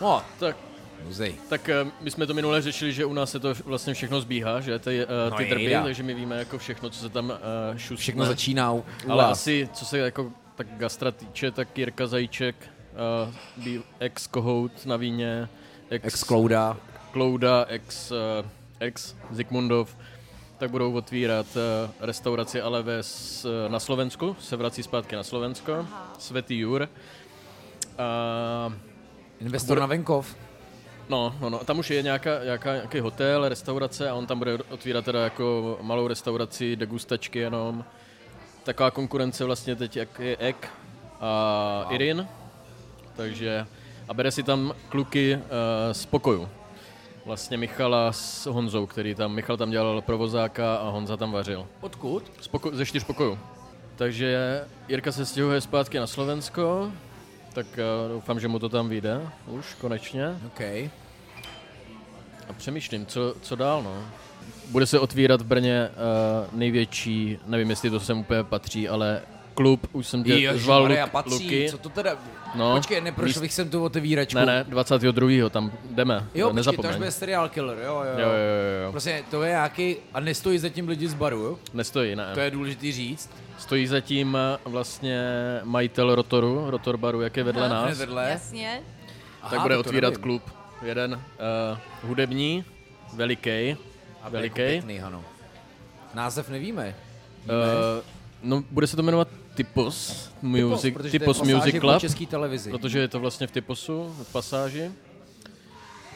Speaker 1: No,
Speaker 4: Tak,
Speaker 1: Muzej.
Speaker 4: tak eh, my jsme to minule řešili, že u nás se to vlastně všechno zbíhá, že ty,
Speaker 1: No
Speaker 4: uh, ty
Speaker 1: je,
Speaker 4: drby,
Speaker 1: jda.
Speaker 4: takže my víme jako všechno, co se tam uh, šustne.
Speaker 1: Všechno ne. začíná u, u
Speaker 4: Ale
Speaker 1: vás.
Speaker 4: asi, co se jako tak gastra týče, tak Jirka Zajíček, uh, byl ex kohout na víně, ex,
Speaker 1: ex Clouda.
Speaker 4: Klouda, ex, eh, ex Zikmundov, tak budou otvírat eh, restauraci ale ve, s- na Slovensku, se vrací zpátky na Slovensko, Svetý Jur. A,
Speaker 1: Investor na venkov.
Speaker 4: no, no, no, tam už je nějaká, nějaká, nějaký hotel, restaurace a on tam bude otvírat teda jako malou restauraci, degustačky jenom. Taková konkurence vlastně teď jak je Ek a wow. Irin, takže a bere si tam kluky uh, z pokoju vlastně Michala s Honzou, který tam, Michal tam dělal provozáka a Honza tam vařil.
Speaker 1: Odkud?
Speaker 4: Z poko- ze čtyř pokojů. Takže Jirka se stěhuje zpátky na Slovensko, tak eh, doufám, že mu to tam vyjde už konečně.
Speaker 1: OK.
Speaker 4: A přemýšlím, co, co dál, no. Bude se otvírat v Brně uh, největší, nevím, jestli to sem úplně patří, ale klub, už jsem tě zval
Speaker 1: Maria,
Speaker 4: Luk,
Speaker 1: patří,
Speaker 4: Luky.
Speaker 1: co to teda...
Speaker 4: No.
Speaker 1: No. Počkej, neprošel bych sem tu otevíračku.
Speaker 4: Ne, ne, 22. tam jdeme,
Speaker 1: Jo, počkej, to
Speaker 4: nezapomeň.
Speaker 1: až bude serial killer, jo, jo.
Speaker 4: jo, jo, jo, jo.
Speaker 1: Prostě to je nějaký, a nestojí zatím lidi z baru, jo?
Speaker 4: Nestojí, ne.
Speaker 1: To je důležité říct.
Speaker 4: Stojí zatím eh, vlastně majitel Rotoru, Rotor baru, jak je vedle
Speaker 1: Ne,
Speaker 4: nás,
Speaker 1: vedle.
Speaker 5: Jasně.
Speaker 4: tak bude
Speaker 1: tak to
Speaker 4: otvírat
Speaker 1: nevím.
Speaker 4: klub. Jeden uh, hudební,
Speaker 1: A
Speaker 4: veliký,
Speaker 1: to je jako
Speaker 4: veliký.
Speaker 1: pěkný, ano. Název nevíme.
Speaker 4: Uh, no, bude se to jmenovat Typos Music,
Speaker 1: protože to
Speaker 4: Typos,
Speaker 1: je pasáž
Speaker 4: Music
Speaker 1: jako
Speaker 4: Club,
Speaker 1: český televizi.
Speaker 4: protože je to vlastně v Typosu, v pasáži.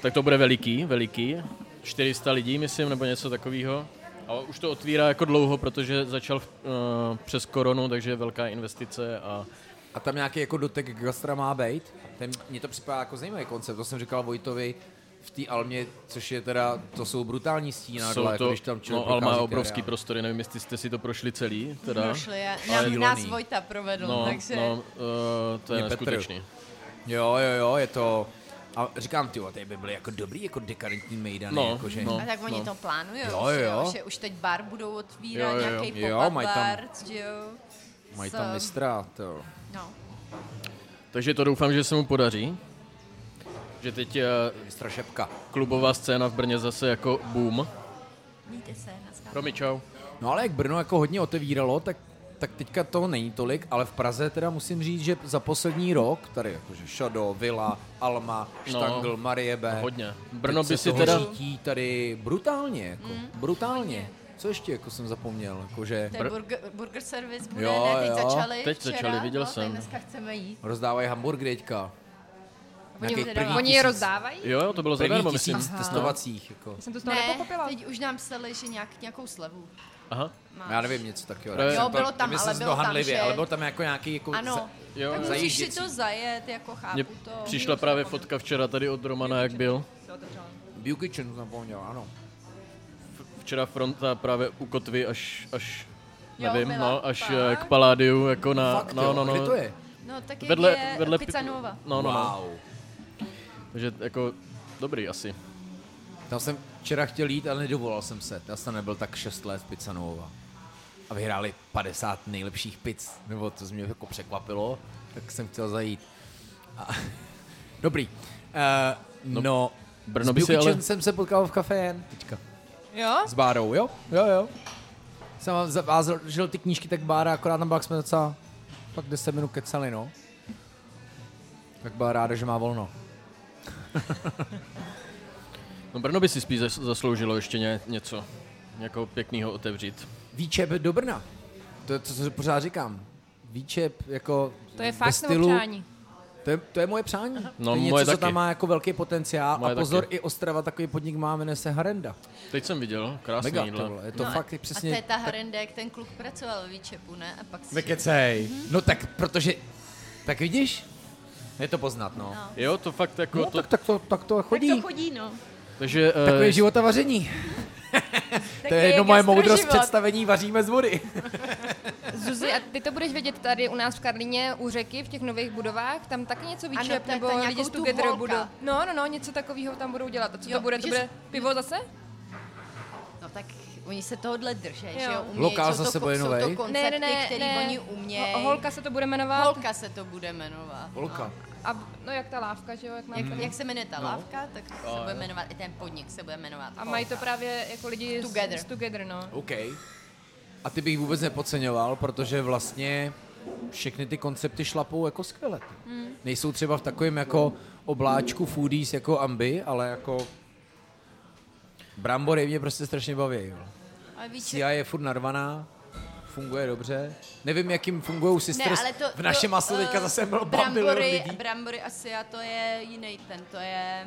Speaker 4: Tak to bude veliký, veliký, 400 lidí, myslím, nebo něco takového. A už to otvírá jako dlouho, protože začal uh, přes koronu, takže je velká investice a
Speaker 1: A tam nějaký jako dotek gastra má být. Ten, mně to připadá jako zajímavý koncept. To jsem říkal Vojtovi v té Almě, což je teda, to jsou brutální stína,
Speaker 4: Jsou
Speaker 1: dole, jako
Speaker 4: to,
Speaker 1: když tam člověk
Speaker 4: no, ale má
Speaker 1: prochází ty
Speaker 4: obrovský
Speaker 1: areály.
Speaker 4: prostory, nevím, jestli jste si to prošli celý, teda.
Speaker 5: Prošli, já-
Speaker 4: Ale
Speaker 5: nám, nás
Speaker 1: dělaný.
Speaker 5: Vojta provedl,
Speaker 4: No,
Speaker 5: takže...
Speaker 4: no uh, to je
Speaker 1: Mě Petr.
Speaker 4: neskutečný.
Speaker 1: Jo, jo, jo, je to... A říkám, ty tady by byly jako dobrý, jako dekadentní mejdany, jako
Speaker 4: No,
Speaker 1: jakože...
Speaker 4: no.
Speaker 5: A tak oni
Speaker 4: no.
Speaker 5: to plánují,
Speaker 1: Jo,
Speaker 5: že
Speaker 1: jo.
Speaker 5: že už teď bar budou otvírat,
Speaker 4: Jo, jo, jo.
Speaker 5: nějaký
Speaker 1: Jo,
Speaker 5: pop-up
Speaker 1: mají tam-
Speaker 5: bar, že jo.
Speaker 1: Mají
Speaker 5: S-
Speaker 1: tam mistra, to...
Speaker 5: No.
Speaker 4: Takže to doufám, že se mu podaří. Že teď eh,
Speaker 1: Mistra Šepka.
Speaker 4: klubová scéna v Brně zase jako boom.
Speaker 5: Mějte se, naschle.
Speaker 4: Romi, čau.
Speaker 1: No ale jak Brno jako hodně otevíralo, tak tak teďka toho není tolik, ale v Praze teda musím říct, že za poslední rok, tady jakože Shadow, Vila, Alma,
Speaker 4: No,
Speaker 1: Štangl, Marie B.
Speaker 4: hodně. Brno
Speaker 1: teď se
Speaker 4: by si
Speaker 1: toho
Speaker 4: teda-
Speaker 1: Řítí tady brutálně, jako,
Speaker 5: Mm.
Speaker 1: brutálně. Co ještě, jako jsem zapomněl, jakože
Speaker 5: To je burger, burger service bude,
Speaker 1: Jo,
Speaker 5: jo, ne, teď
Speaker 1: jo.
Speaker 5: jo. začali
Speaker 4: Teď
Speaker 5: včera,
Speaker 4: začali, viděl
Speaker 5: no,
Speaker 4: jsem.
Speaker 5: Tak dneska chceme jít.
Speaker 1: rozdávají hamburgery teďka. Nějakých
Speaker 5: už
Speaker 1: prvních
Speaker 6: Oni je
Speaker 1: tisíc-
Speaker 6: rozdávají?
Speaker 4: Jo, jo, to bylo zadarmo,
Speaker 1: Prvních
Speaker 4: myslím.
Speaker 1: tisíc testovacích, jako.
Speaker 6: Jsem to z toho
Speaker 5: Ne,
Speaker 6: nepochopila.
Speaker 5: teď už nám psali, že nějak, nějakou slevu.
Speaker 4: Aha.
Speaker 1: Já nevím nic takového.
Speaker 4: Jo,
Speaker 5: bylo tam,
Speaker 1: nemyslel
Speaker 5: ale
Speaker 1: jsem
Speaker 5: bylo
Speaker 1: to
Speaker 5: tam,
Speaker 1: handlivě,
Speaker 5: že-
Speaker 1: ale bylo tam jako nějaký jako
Speaker 5: Ano,
Speaker 4: Jo,
Speaker 5: tak
Speaker 4: jo.
Speaker 5: musíš si
Speaker 1: zajížděcí.
Speaker 5: to zajet, jako chápu
Speaker 4: Mně
Speaker 5: to.
Speaker 4: přišla právě fotka včera tady od Romana, jak byl.
Speaker 1: Bew Kitchen jsem zapomněl, ano.
Speaker 4: Včera fronta právě u kotvy až, až
Speaker 5: Jo,
Speaker 4: nevím,
Speaker 5: byla.
Speaker 4: no, až
Speaker 5: Fakt?
Speaker 4: eh, k Paládiu, jako na,
Speaker 1: Fakt,
Speaker 4: no,
Speaker 1: jo,
Speaker 4: no, no,
Speaker 1: kde to je?
Speaker 5: No tak vedle,
Speaker 4: Vedle,
Speaker 5: je
Speaker 4: vedle
Speaker 5: vedle pizza nova.
Speaker 4: No, no, no.
Speaker 1: Wow.
Speaker 4: Takže jako dobrý asi.
Speaker 1: Tam jsem včera chtěl jít, ale nedovolal jsem se. Já jsem nebyl tak 6 let pizza Novova. A vyhráli 50 nejlepších pizz, nebo to z mě jako překvapilo, tak jsem chtěl zajít. A, dobrý. Uh, no, no
Speaker 4: Brno
Speaker 1: s
Speaker 4: by
Speaker 1: Bew
Speaker 4: si ale-
Speaker 1: Kitchen jsem se potkal v kafén teďka.
Speaker 6: Jo?
Speaker 1: S Bárou, jo? Jo, jo. Jsem vám zavázal, žil ty knížky, tak Bára, akorát tam byla, jak jsme docela pak 10 minut kecali, no. Tak byla ráda, že má volno.
Speaker 4: No Brno by si spíš zas- zasloužilo ještě ně, něco. Nějakého pěkného otevřít.
Speaker 1: Výčep do Brna. To je to, co pořád říkám. Výčep jako
Speaker 6: To je
Speaker 1: ve
Speaker 6: fakt nebo
Speaker 1: stylu,
Speaker 6: přání?
Speaker 1: To je, to je moje přání.
Speaker 4: No,
Speaker 1: to je něco,
Speaker 4: moje
Speaker 1: co
Speaker 4: taky.
Speaker 1: tam má jako velký potenciál.
Speaker 4: Moje
Speaker 1: a pozor,
Speaker 4: taky.
Speaker 1: i Ostrava takový podnik má, jmenuje se Harenda.
Speaker 4: Teď jsem viděl, krásný
Speaker 1: Mega, to
Speaker 4: jídla.
Speaker 1: vole. je to
Speaker 5: No
Speaker 1: no,
Speaker 5: a-
Speaker 1: fakt je
Speaker 5: A
Speaker 1: přesně...
Speaker 5: téta Harenda, jak ten kluk pracoval ve výčepu, ne? A pak si...
Speaker 1: Nekecej. No tak, protože... Tak vidíš? Je to poznat, no. no.
Speaker 4: Jo, to fakt jako
Speaker 1: No,
Speaker 4: to,
Speaker 1: tak, tak, to, tak to chodí.
Speaker 5: Tak to chodí, no.
Speaker 4: takže eh,
Speaker 1: Takový život a vaření. to je jedno moje moudrost představení, vaříme z vody.
Speaker 6: Zuzi, a ty to budeš vědět tady u nás v Karlíně, u řeky, v těch nových budovách, tam taky něco
Speaker 5: Ano,
Speaker 6: výčep,
Speaker 5: ta- ta
Speaker 6: nebo
Speaker 5: nějakou
Speaker 6: lidi z
Speaker 5: tu
Speaker 6: Together
Speaker 5: holka.
Speaker 6: budou. No, no, no, něco takového tam budou dělat. A co
Speaker 5: Jo,
Speaker 6: to bude? To
Speaker 5: že-
Speaker 6: bude pivo zase?
Speaker 5: No tak oni se tohle drží, že
Speaker 6: Jo.
Speaker 5: jo? Umějí,
Speaker 1: Lokál
Speaker 5: jsou to,
Speaker 1: zase
Speaker 5: ko-
Speaker 1: bude
Speaker 5: jsou
Speaker 1: novej?
Speaker 5: to koncepty, který oni umějí.
Speaker 6: Ho- holka se to bude jmenovat.
Speaker 5: Holka se to bude jmenovat.
Speaker 1: Volka.
Speaker 6: A, no jak ta lávka, že jo? Jak, nám
Speaker 5: Jak,
Speaker 6: tady-
Speaker 5: jak se jmenuje ta lávka, tak se bude jmenovat, i ten podnik se bude jmenovat.
Speaker 6: A mají to právě jako lidi
Speaker 5: Together.
Speaker 6: Z, z Together, no.
Speaker 1: OK. A ty bych vůbec nepodceňoval, protože vlastně všechny ty koncepty šlapou jako skvěle.
Speaker 6: Hmm.
Speaker 1: Mm. Nejsou třeba v takovém jako obláčku foodies jako Ambi, ale jako brambory mě prostě strašně baví. Jo.
Speaker 5: Ale víš,
Speaker 1: CIA je furt narvaná, funguje dobře. Nevím, jakým fungují
Speaker 5: ne,
Speaker 1: sisters.
Speaker 5: ale to,
Speaker 1: v našem
Speaker 5: to,
Speaker 1: masu
Speaker 5: eh,
Speaker 1: teďka zase byl bambilion
Speaker 5: brambory,
Speaker 1: lidí.
Speaker 5: brambory asi a to je jiný ten, to je...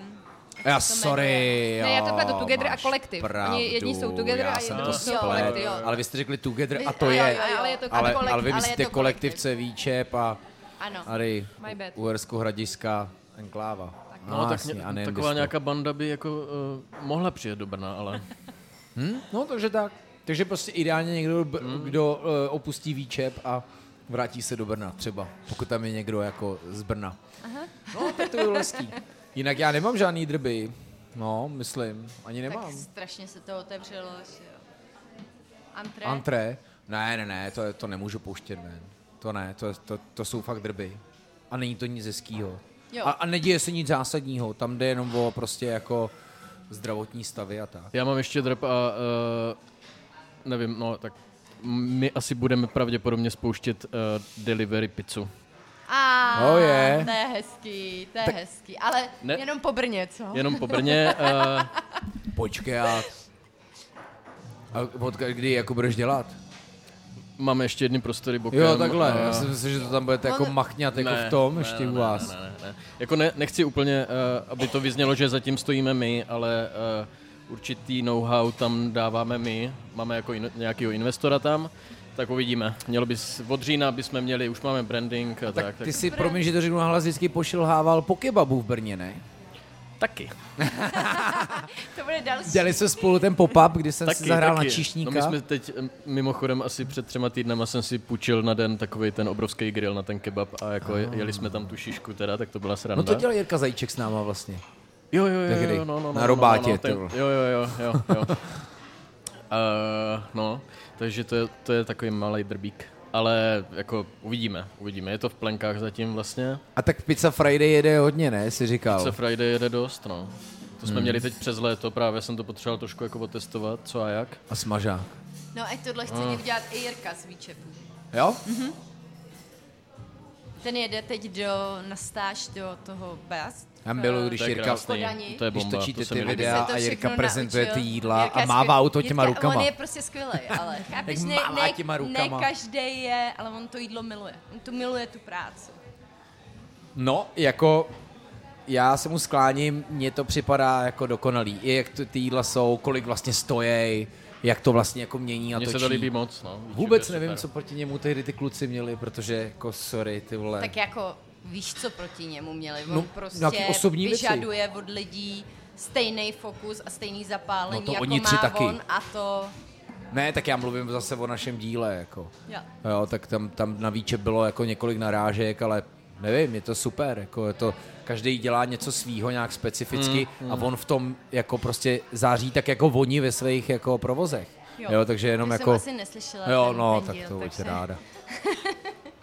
Speaker 1: Já
Speaker 5: to
Speaker 1: sorry, jo,
Speaker 6: Ne, já to pletu Together a
Speaker 1: máš
Speaker 6: Kolektiv. Oni
Speaker 1: Pravdu,
Speaker 6: jedni jsou Together
Speaker 1: já
Speaker 6: a
Speaker 1: jsem
Speaker 6: jedni
Speaker 1: to
Speaker 5: jsou
Speaker 1: splet,
Speaker 5: Kolektiv.
Speaker 1: Ale vy jste řekli Together a to
Speaker 5: Jo, jo,
Speaker 1: je.
Speaker 5: jo, jo,
Speaker 6: ale je to
Speaker 1: Ale,
Speaker 5: kolektiv,
Speaker 1: ale vy
Speaker 5: ale
Speaker 1: myslíte
Speaker 5: je to
Speaker 1: kolektivce Výčep a
Speaker 5: Ano.
Speaker 1: Ary,
Speaker 6: My bad.
Speaker 1: Uhersko hradiska, enkláva.
Speaker 4: No, tak
Speaker 1: jasně,
Speaker 4: ně,
Speaker 1: a nejen
Speaker 4: taková
Speaker 1: disco.
Speaker 4: nějaká banda by jako uh, mohla přijet do Brna, ale
Speaker 1: No, takže tak. Takže prostě ideálně někdo, b-
Speaker 4: Hmm.
Speaker 1: kdo uh, opustí Výčep a vrátí se do Brna třeba, pokud tam je někdo jako z Brna. Aha. No, tak to bylo hezký. Jinak já nemám žádný drby. No, myslím, ani nemám.
Speaker 5: Tak strašně se to otevřelo, že jo. Antré?
Speaker 1: Antré? Ne, ne, ne, to, to nemůžu pouštět ven. To ne, to, to, to jsou fakt drby. A není to nic hezkýho.
Speaker 5: Jo.
Speaker 1: A, a neděje se nic zásadního, tam jde jenom o prostě jako zdravotní stavy a tak.
Speaker 4: já mám ještě drep a uh, nevím, no tak my asi budeme pravděpodobně spouštět uh, delivery pizzu.
Speaker 5: A,
Speaker 1: No je.
Speaker 5: to je hezký, to je hezký. Ale
Speaker 4: Ne.
Speaker 5: jenom po Brně, co?
Speaker 4: Jenom po Brně, uh,
Speaker 1: Počkej a... A od kdy jako budeš dělat? no.
Speaker 4: máme ještě jedny prostory bokem. Eh,
Speaker 1: Jo, takhle.
Speaker 4: a-
Speaker 1: Já si myslím, že to tam budete jako machňat jako v tom ještě u vás.
Speaker 4: Ne, ne, ne. Jako ne, nechci úplně, uh, aby to vyznělo, že zatím stojíme my, ale uh, určitý know-how tam dáváme my. Máme jako in, nějakého investora tam, tak uvidíme. Mělo by, s- od října by jsme měli, už máme branding a tak.
Speaker 1: Tak ty si, promiň, že to řeknu nahlas, vždycky pošilhával po kebabu v Brně, ne?
Speaker 4: taky.
Speaker 5: To bude další.
Speaker 1: Dělali jsme spolu ten pop-up, kdy jsem si
Speaker 4: Taky,
Speaker 1: zahrál
Speaker 4: taky.
Speaker 1: na číšníka.
Speaker 4: No my jsme teď, em, mimochodem, asi před třema týdnama jsem si půjčil na den takový ten obrovský grill na ten kebab a jako jeli jsme tam tu šišku teda, tak to byla sranda.
Speaker 1: No to dělal Jirka Zajíček s náma vlastně.
Speaker 4: Jo, jo, jo,
Speaker 1: Tehdy.
Speaker 4: jo, no, no,
Speaker 1: Na
Speaker 4: no,
Speaker 1: Robátě,
Speaker 4: no, no,
Speaker 1: ty
Speaker 4: ten,
Speaker 1: vole.
Speaker 4: jo, jo, jo, jo, jo. uh, no, takže to je, to je takový malý drbík. Ale jako uvidíme, uvidíme. Je to v plenkách zatím vlastně.
Speaker 1: A tak Pizza Friday jede hodně, ne, si říkal.
Speaker 4: Co Friday jede dost, no. To
Speaker 1: Hmm.
Speaker 4: jsme měli teď přes léto, právě jsem to potřeboval trošku jako otestovat, co a jak.
Speaker 1: A smažák. Mm.
Speaker 5: No a tohle chce někdo dělat i Jirka z výčepu.
Speaker 1: Jo?
Speaker 5: Ten jede teď do, na stáž do toho Best.
Speaker 1: Tam
Speaker 5: Eh,
Speaker 1: bylo, když
Speaker 4: To je
Speaker 1: Jirka,
Speaker 4: krásný.
Speaker 5: Kodani.
Speaker 4: To je
Speaker 1: když
Speaker 4: bomba,
Speaker 1: točíte
Speaker 4: to se
Speaker 1: ty
Speaker 4: mi líbí.
Speaker 1: videa
Speaker 5: se
Speaker 1: a
Speaker 5: to
Speaker 1: Jirka
Speaker 5: všechno
Speaker 1: prezentuje ty
Speaker 5: naučil.
Speaker 1: jídla
Speaker 5: Jirka
Speaker 1: a
Speaker 5: je
Speaker 1: mává
Speaker 5: skvěl-
Speaker 1: auto těma
Speaker 5: Jirka-
Speaker 1: rukama.
Speaker 5: On je prostě skvělý, ale chápeš,
Speaker 1: Tak
Speaker 5: ne,
Speaker 1: mává těma
Speaker 5: ne, ne
Speaker 1: rukama.
Speaker 5: každý je, ale on to jídlo miluje. On to miluje tu práci.
Speaker 1: No, jako já se mu skláním, mně to připadá jako dokonalý. I jak to, ty jídla jsou, kolik vlastně stojí, jak to vlastně jako mění a
Speaker 4: Mně
Speaker 1: točí.
Speaker 4: se to líbí moc, no. YouTube
Speaker 1: Vůbec
Speaker 4: je
Speaker 1: nevím,
Speaker 4: super.
Speaker 1: co proti němu tehdy ty kluci měli, protože jako sorry, ty vole.
Speaker 5: Tak jako víš, co proti němu měli.
Speaker 1: No,
Speaker 5: On
Speaker 1: nějaký
Speaker 5: prostě
Speaker 1: osobní věci.
Speaker 5: vyžaduje od lidí stejný fokus a stejný zapálení,
Speaker 1: No to
Speaker 5: jako
Speaker 1: oni
Speaker 5: má
Speaker 1: tři taky.
Speaker 5: on a to...
Speaker 1: Ne, tak já mluvím zase o našem díle, jako.
Speaker 5: Jo.
Speaker 1: Jo, tak tam, tam na výče bylo jako několik narážek, ale nevím, je to super, jako je to, každý dělá něco svýho nějak specificky a on v tom jako prostě září tak jako oni ve svých jako provozech. Jo, takže jenom
Speaker 5: to
Speaker 1: jako...
Speaker 5: Jsem asi neslyšela
Speaker 1: Jo,
Speaker 5: ten,
Speaker 1: no,
Speaker 5: ten
Speaker 1: tak
Speaker 5: díl,
Speaker 1: to buď
Speaker 5: takže-
Speaker 1: ráda.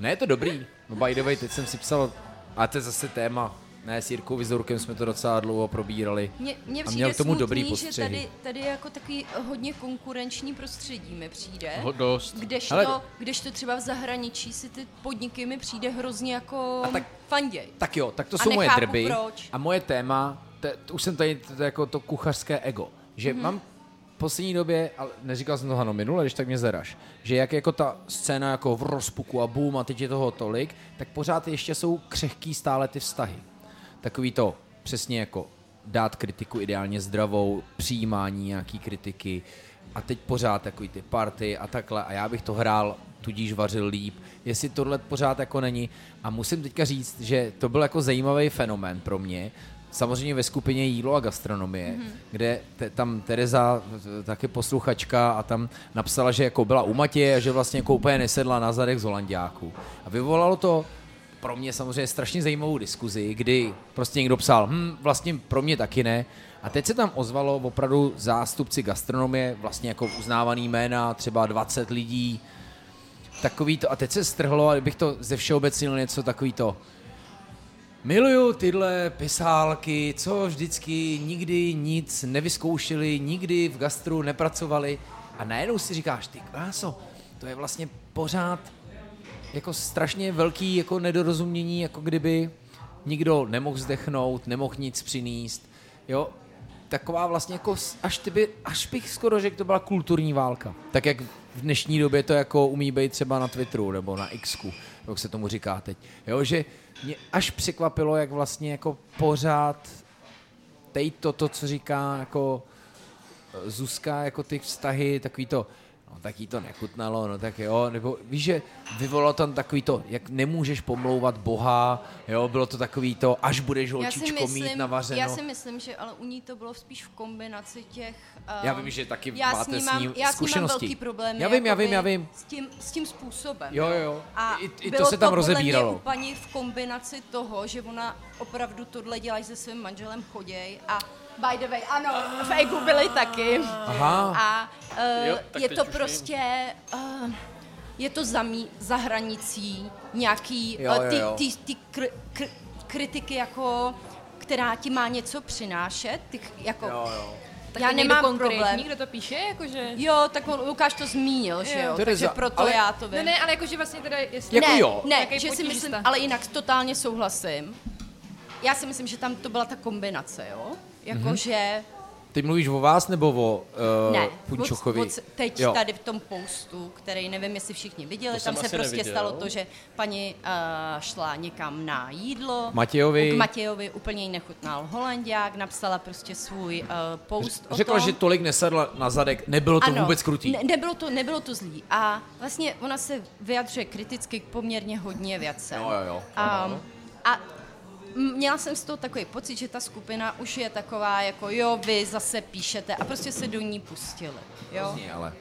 Speaker 1: Ne, je to dobrý. No by the way, teď jsem si psal, a to je zase téma, ne, s Jirkou Vizorkem jsme to docela dlouho probírali.
Speaker 5: Mně, mně
Speaker 1: A
Speaker 5: přijde
Speaker 1: měl k tomu
Speaker 5: smutný,
Speaker 1: dobrý
Speaker 5: že
Speaker 1: postřehy.
Speaker 5: tady, tady je jako takový hodně konkurenční prostředí mi přijde.
Speaker 4: Ho, dost.
Speaker 5: Kdežto,
Speaker 1: Hele-
Speaker 5: kdežto třeba v zahraničí si ty podniky mi přijde hrozně jako
Speaker 1: A tak-
Speaker 5: fanděj.
Speaker 1: Tak jo, tak to
Speaker 5: A
Speaker 1: jsou moje
Speaker 5: nechápu,
Speaker 1: drby.
Speaker 5: proč.
Speaker 1: A moje téma, te, t- už jsem tady t- t- jako to kuchařské ego, že
Speaker 5: Mhm.
Speaker 1: hmm. mám v poslední době, ale neříkal jsem to Hano minule, když tak mě zeraš, že jak jako ta scéna jako v rozpuku a boom a teď je toho tolik, tak pořád ještě jsou křehký stále ty vztahy. Takový to přesně jako dát kritiku ideálně zdravou, přijímání nějaký kritiky a teď pořád takový ty party a takhle a já bych to hrál tudíž vařil líp, jestli tohle pořád jako není. A musím teďka říct, že to byl jako zajímavý fenomén pro mě, samozřejmě ve skupině jídlo a gastronomie, mm-hmm. kde te, tam Tereza, eh, taky posluchačka, a tam napsala, že jako byla u Matěje a že vlastně jako úplně nesedla na zadek z holandiáku. A vyvolalo to pro mě samozřejmě strašně zajímavou diskuzi, kdy prostě někdo psal, hm, vlastně pro mě taky ne. A teď se tam ozvalo opravdu zástupci gastronomie, vlastně jako uznávaný jména, třeba 20 lidí, takový to, a teď se strhlo, a kdybych to ze všeobecnil něco takový to, Miluju tyhle pisálky, co vždycky nikdy nic nevyzkoušeli, nikdy v gastru nepracovali a najednou si říkáš, ty kráso, to je vlastně pořád jako strašně velký jako nedorozumění, jako kdyby nikdo nemohl zdechnout, nemohl nic přinést, jo, taková vlastně jako, s- až, ty by, až bych skoro řekl, to byla kulturní válka. Tak jak v dnešní době to jako umí být třeba na Twitteru nebo na Xku, jak se tomu říká teď. Jo, že mě až překvapilo, jak vlastně jako pořád teď to, to co říká jako eh, Zuzka, jako ty vztahy, takový to, no tak jí to nechutnalo, no tak jo, nebo víš, že vyvolalo tam takový to, jak nemůžeš pomlouvat Boha, jo, bylo to takový to, až budeš holčičko mít navařeno.
Speaker 5: já si myslím, že ale u ní to bylo spíš v kombinaci těch... Um,
Speaker 1: Já vím, že taky
Speaker 5: já
Speaker 1: máte
Speaker 5: s ní
Speaker 1: s
Speaker 5: mám,
Speaker 1: ním
Speaker 5: já
Speaker 1: zkušenosti.
Speaker 5: s ní mám velký problémy.
Speaker 1: Já vím, já vím, já
Speaker 5: jakoby
Speaker 1: vím.
Speaker 5: S tím, s tím způsobem.
Speaker 1: Jo, jo, jo.
Speaker 5: A
Speaker 1: I- i to
Speaker 5: bylo
Speaker 1: se tam
Speaker 5: to podle
Speaker 1: rozebíralo.
Speaker 5: Mě u paní v kombinaci toho, že ona opravdu tohle dělá že se svým manželem choděj a by the way, ano, v Egu byli taky.
Speaker 1: Aha.
Speaker 5: A uh,
Speaker 4: Jo, tak
Speaker 5: je
Speaker 4: teď
Speaker 5: to
Speaker 4: už vím.
Speaker 5: prostě... Uh, je to za, mí, za hranicí nějaký
Speaker 1: Jo,
Speaker 5: eh,
Speaker 1: jo, jo.
Speaker 5: ty, ty, ty kr, kr, kritiky jako která ti má něco přinášet, ty ch- jako jo, jo.
Speaker 6: Tak
Speaker 5: já
Speaker 6: to Jako někdo
Speaker 5: nemám
Speaker 6: konkrétní,
Speaker 5: problém.
Speaker 6: Kdo to píše, jakože...
Speaker 5: Jo, tak on, Lukáš to zmínil, že jo,
Speaker 1: Tereza,
Speaker 5: takže proto
Speaker 1: ale-
Speaker 5: já to
Speaker 6: Ne,
Speaker 5: vím.
Speaker 6: ne, ale jakože vlastně teda, jestli...
Speaker 1: Jako
Speaker 5: ne,
Speaker 1: jo.
Speaker 5: ne
Speaker 6: Jaký
Speaker 5: že si
Speaker 6: potížista.
Speaker 5: myslím, ale jinak totálně souhlasím. Já si myslím, že tam to byla ta kombinace, jo? Jako, Jakože,
Speaker 1: Ty mluvíš o vás nebo o uh,
Speaker 5: ne,
Speaker 1: Punčochovi?
Speaker 5: moc- moc- teď
Speaker 1: Jo.
Speaker 5: tady v tom postu, který nevím, jestli všichni viděli,
Speaker 4: To
Speaker 5: tam
Speaker 4: jsem
Speaker 5: se
Speaker 4: asi
Speaker 5: prostě
Speaker 4: neviděl.
Speaker 5: stalo to, že paní uh, šla někam na jídlo.
Speaker 1: Matějovi.
Speaker 5: K Matějovi úplně jí nechutnal holandiák, napsala prostě svůj uh, post o
Speaker 1: Řekla,
Speaker 5: tom.
Speaker 1: že tolik nesadla na zadek, nebylo to
Speaker 5: Ano,
Speaker 1: vůbec krutý.
Speaker 5: Ne, nebylo, to, nebylo to zlý. A vlastně ona se vyjadřuje kriticky k poměrně hodně věcem.
Speaker 1: Jo, jo, jo.
Speaker 5: A, a měla jsem z toho takový pocit, že ta skupina už je taková jako jo, vy zase píšete a prostě se do ní pustili. Jo?
Speaker 1: Ne, ale.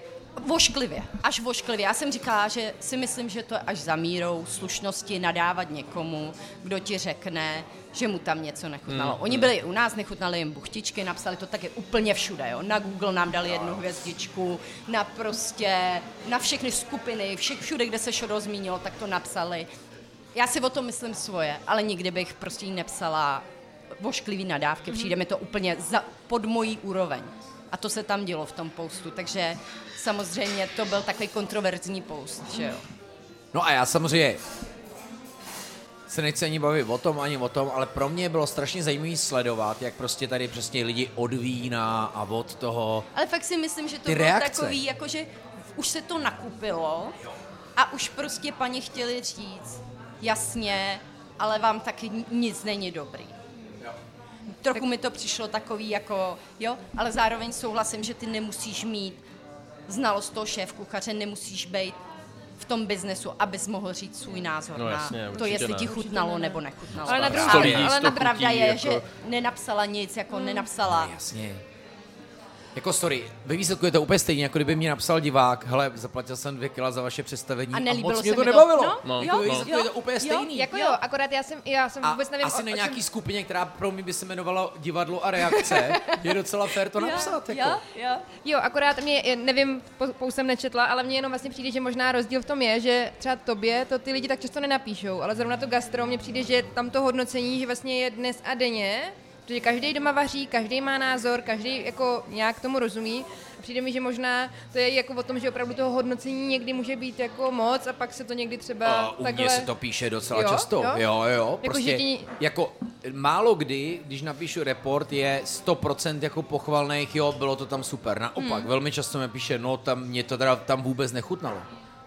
Speaker 5: Vošklivě, až vošklivě. Já jsem říkala, že si myslím, že to je až za mírou slušnosti nadávat někomu, kdo ti řekne, že mu tam něco nechutnalo. Mm. Oni byli u nás, nechutnali jim buchtičky, napsali to taky úplně všude. Jo? Na Google nám dali jednu hvězdičku, na prostě, na všechny skupiny, všech, všude, kde se šodo zmínilo, tak to napsali. Já si o tom myslím svoje, ale nikdy bych prostě jí nepsala vošklivý nadávky. Přijde mi to úplně za, pod mojí úroveň. A to se tam dělo v tom postu, takže samozřejmě to byl takový kontroverzní post, že jo.
Speaker 1: No a já samozřejmě se nechci ani bavit o tom, ani o tom, ale pro mě bylo strašně zajímavé sledovat, jak prostě tady přesně lidi od vína a od toho.
Speaker 5: Ale fakt si myslím, že to
Speaker 1: Ty
Speaker 5: bylo
Speaker 1: reakce.
Speaker 5: takový, jakože už se to nakupilo a už prostě paní chtěli říct, jasně, ale vám taky ni- nic není dobrý. Trochu mi to přišlo takový jako, jo, ale zároveň souhlasím, že ty nemusíš mít znalost toho šéf kuchaře, nemusíš být v tom biznesu, abys mohl říct svůj názor
Speaker 4: No
Speaker 5: na
Speaker 4: jasně,
Speaker 5: to,
Speaker 4: určitě
Speaker 5: jestli
Speaker 4: ne.
Speaker 5: ti chutnalo nebo nechutnalo.
Speaker 6: Ale na druhou
Speaker 4: Sto
Speaker 6: stranu-
Speaker 4: lidí,
Speaker 6: ale
Speaker 4: sto
Speaker 6: na
Speaker 4: chutí,
Speaker 5: Pravda je,
Speaker 4: jako...
Speaker 5: že nenapsala nic, jako nenapsala.
Speaker 1: No, Jasně. Jako sorry, ve výsledku je to úplně stejně, jako kdyby mi napsal divák, hele, zaplatil jsem dvě kila za vaše představení
Speaker 5: A
Speaker 1: a,
Speaker 5: nelíbilo
Speaker 1: moc
Speaker 5: se
Speaker 1: mě to
Speaker 5: mi to.
Speaker 1: nebavilo.
Speaker 5: No,
Speaker 4: No,
Speaker 1: Jako ve
Speaker 4: no.
Speaker 1: výsledku
Speaker 5: jo,
Speaker 1: je to úplně stejný.
Speaker 6: Jako jo, akorát já jsem, já jsem
Speaker 1: a
Speaker 6: vůbec nevím,
Speaker 1: asi
Speaker 6: o,
Speaker 1: na
Speaker 6: o čem-
Speaker 1: nějaký skupině, která pro mě by se jmenovala divadlo a reakce, je docela fér to napsat. Jako.
Speaker 5: Jo, jo.
Speaker 6: Jo, akorát mě, je- nevím, po- pou jsem nečetla, ale mně jenom vlastně přijde, že možná rozdíl v tom je, že třeba tobě to ty lidi tak často nenapíšou, ale zrovna to gastro, mně přijde, že tam to hodnocení, že vlastně je dnes a denně, protože každý doma vaří, každý má názor, každý jako nějak tomu rozumí. A Přijde mi, že možná to je jako o tom, že opravdu toho hodnocení někdy může být jako moc a pak se to někdy třeba
Speaker 1: A u
Speaker 6: takhle...
Speaker 1: mě se to píše docela
Speaker 6: Jo?
Speaker 1: často.
Speaker 6: Jo?
Speaker 1: Jo, jo. jo
Speaker 6: Jako,
Speaker 1: prostě,
Speaker 6: že ti-
Speaker 1: jako málo kdy, když napíšu report, je 100% jako pochvalných, jo, bylo to tam super. Naopak, hmm. velmi často mi píše, no, tam mě to teda tam vůbec nechutnalo.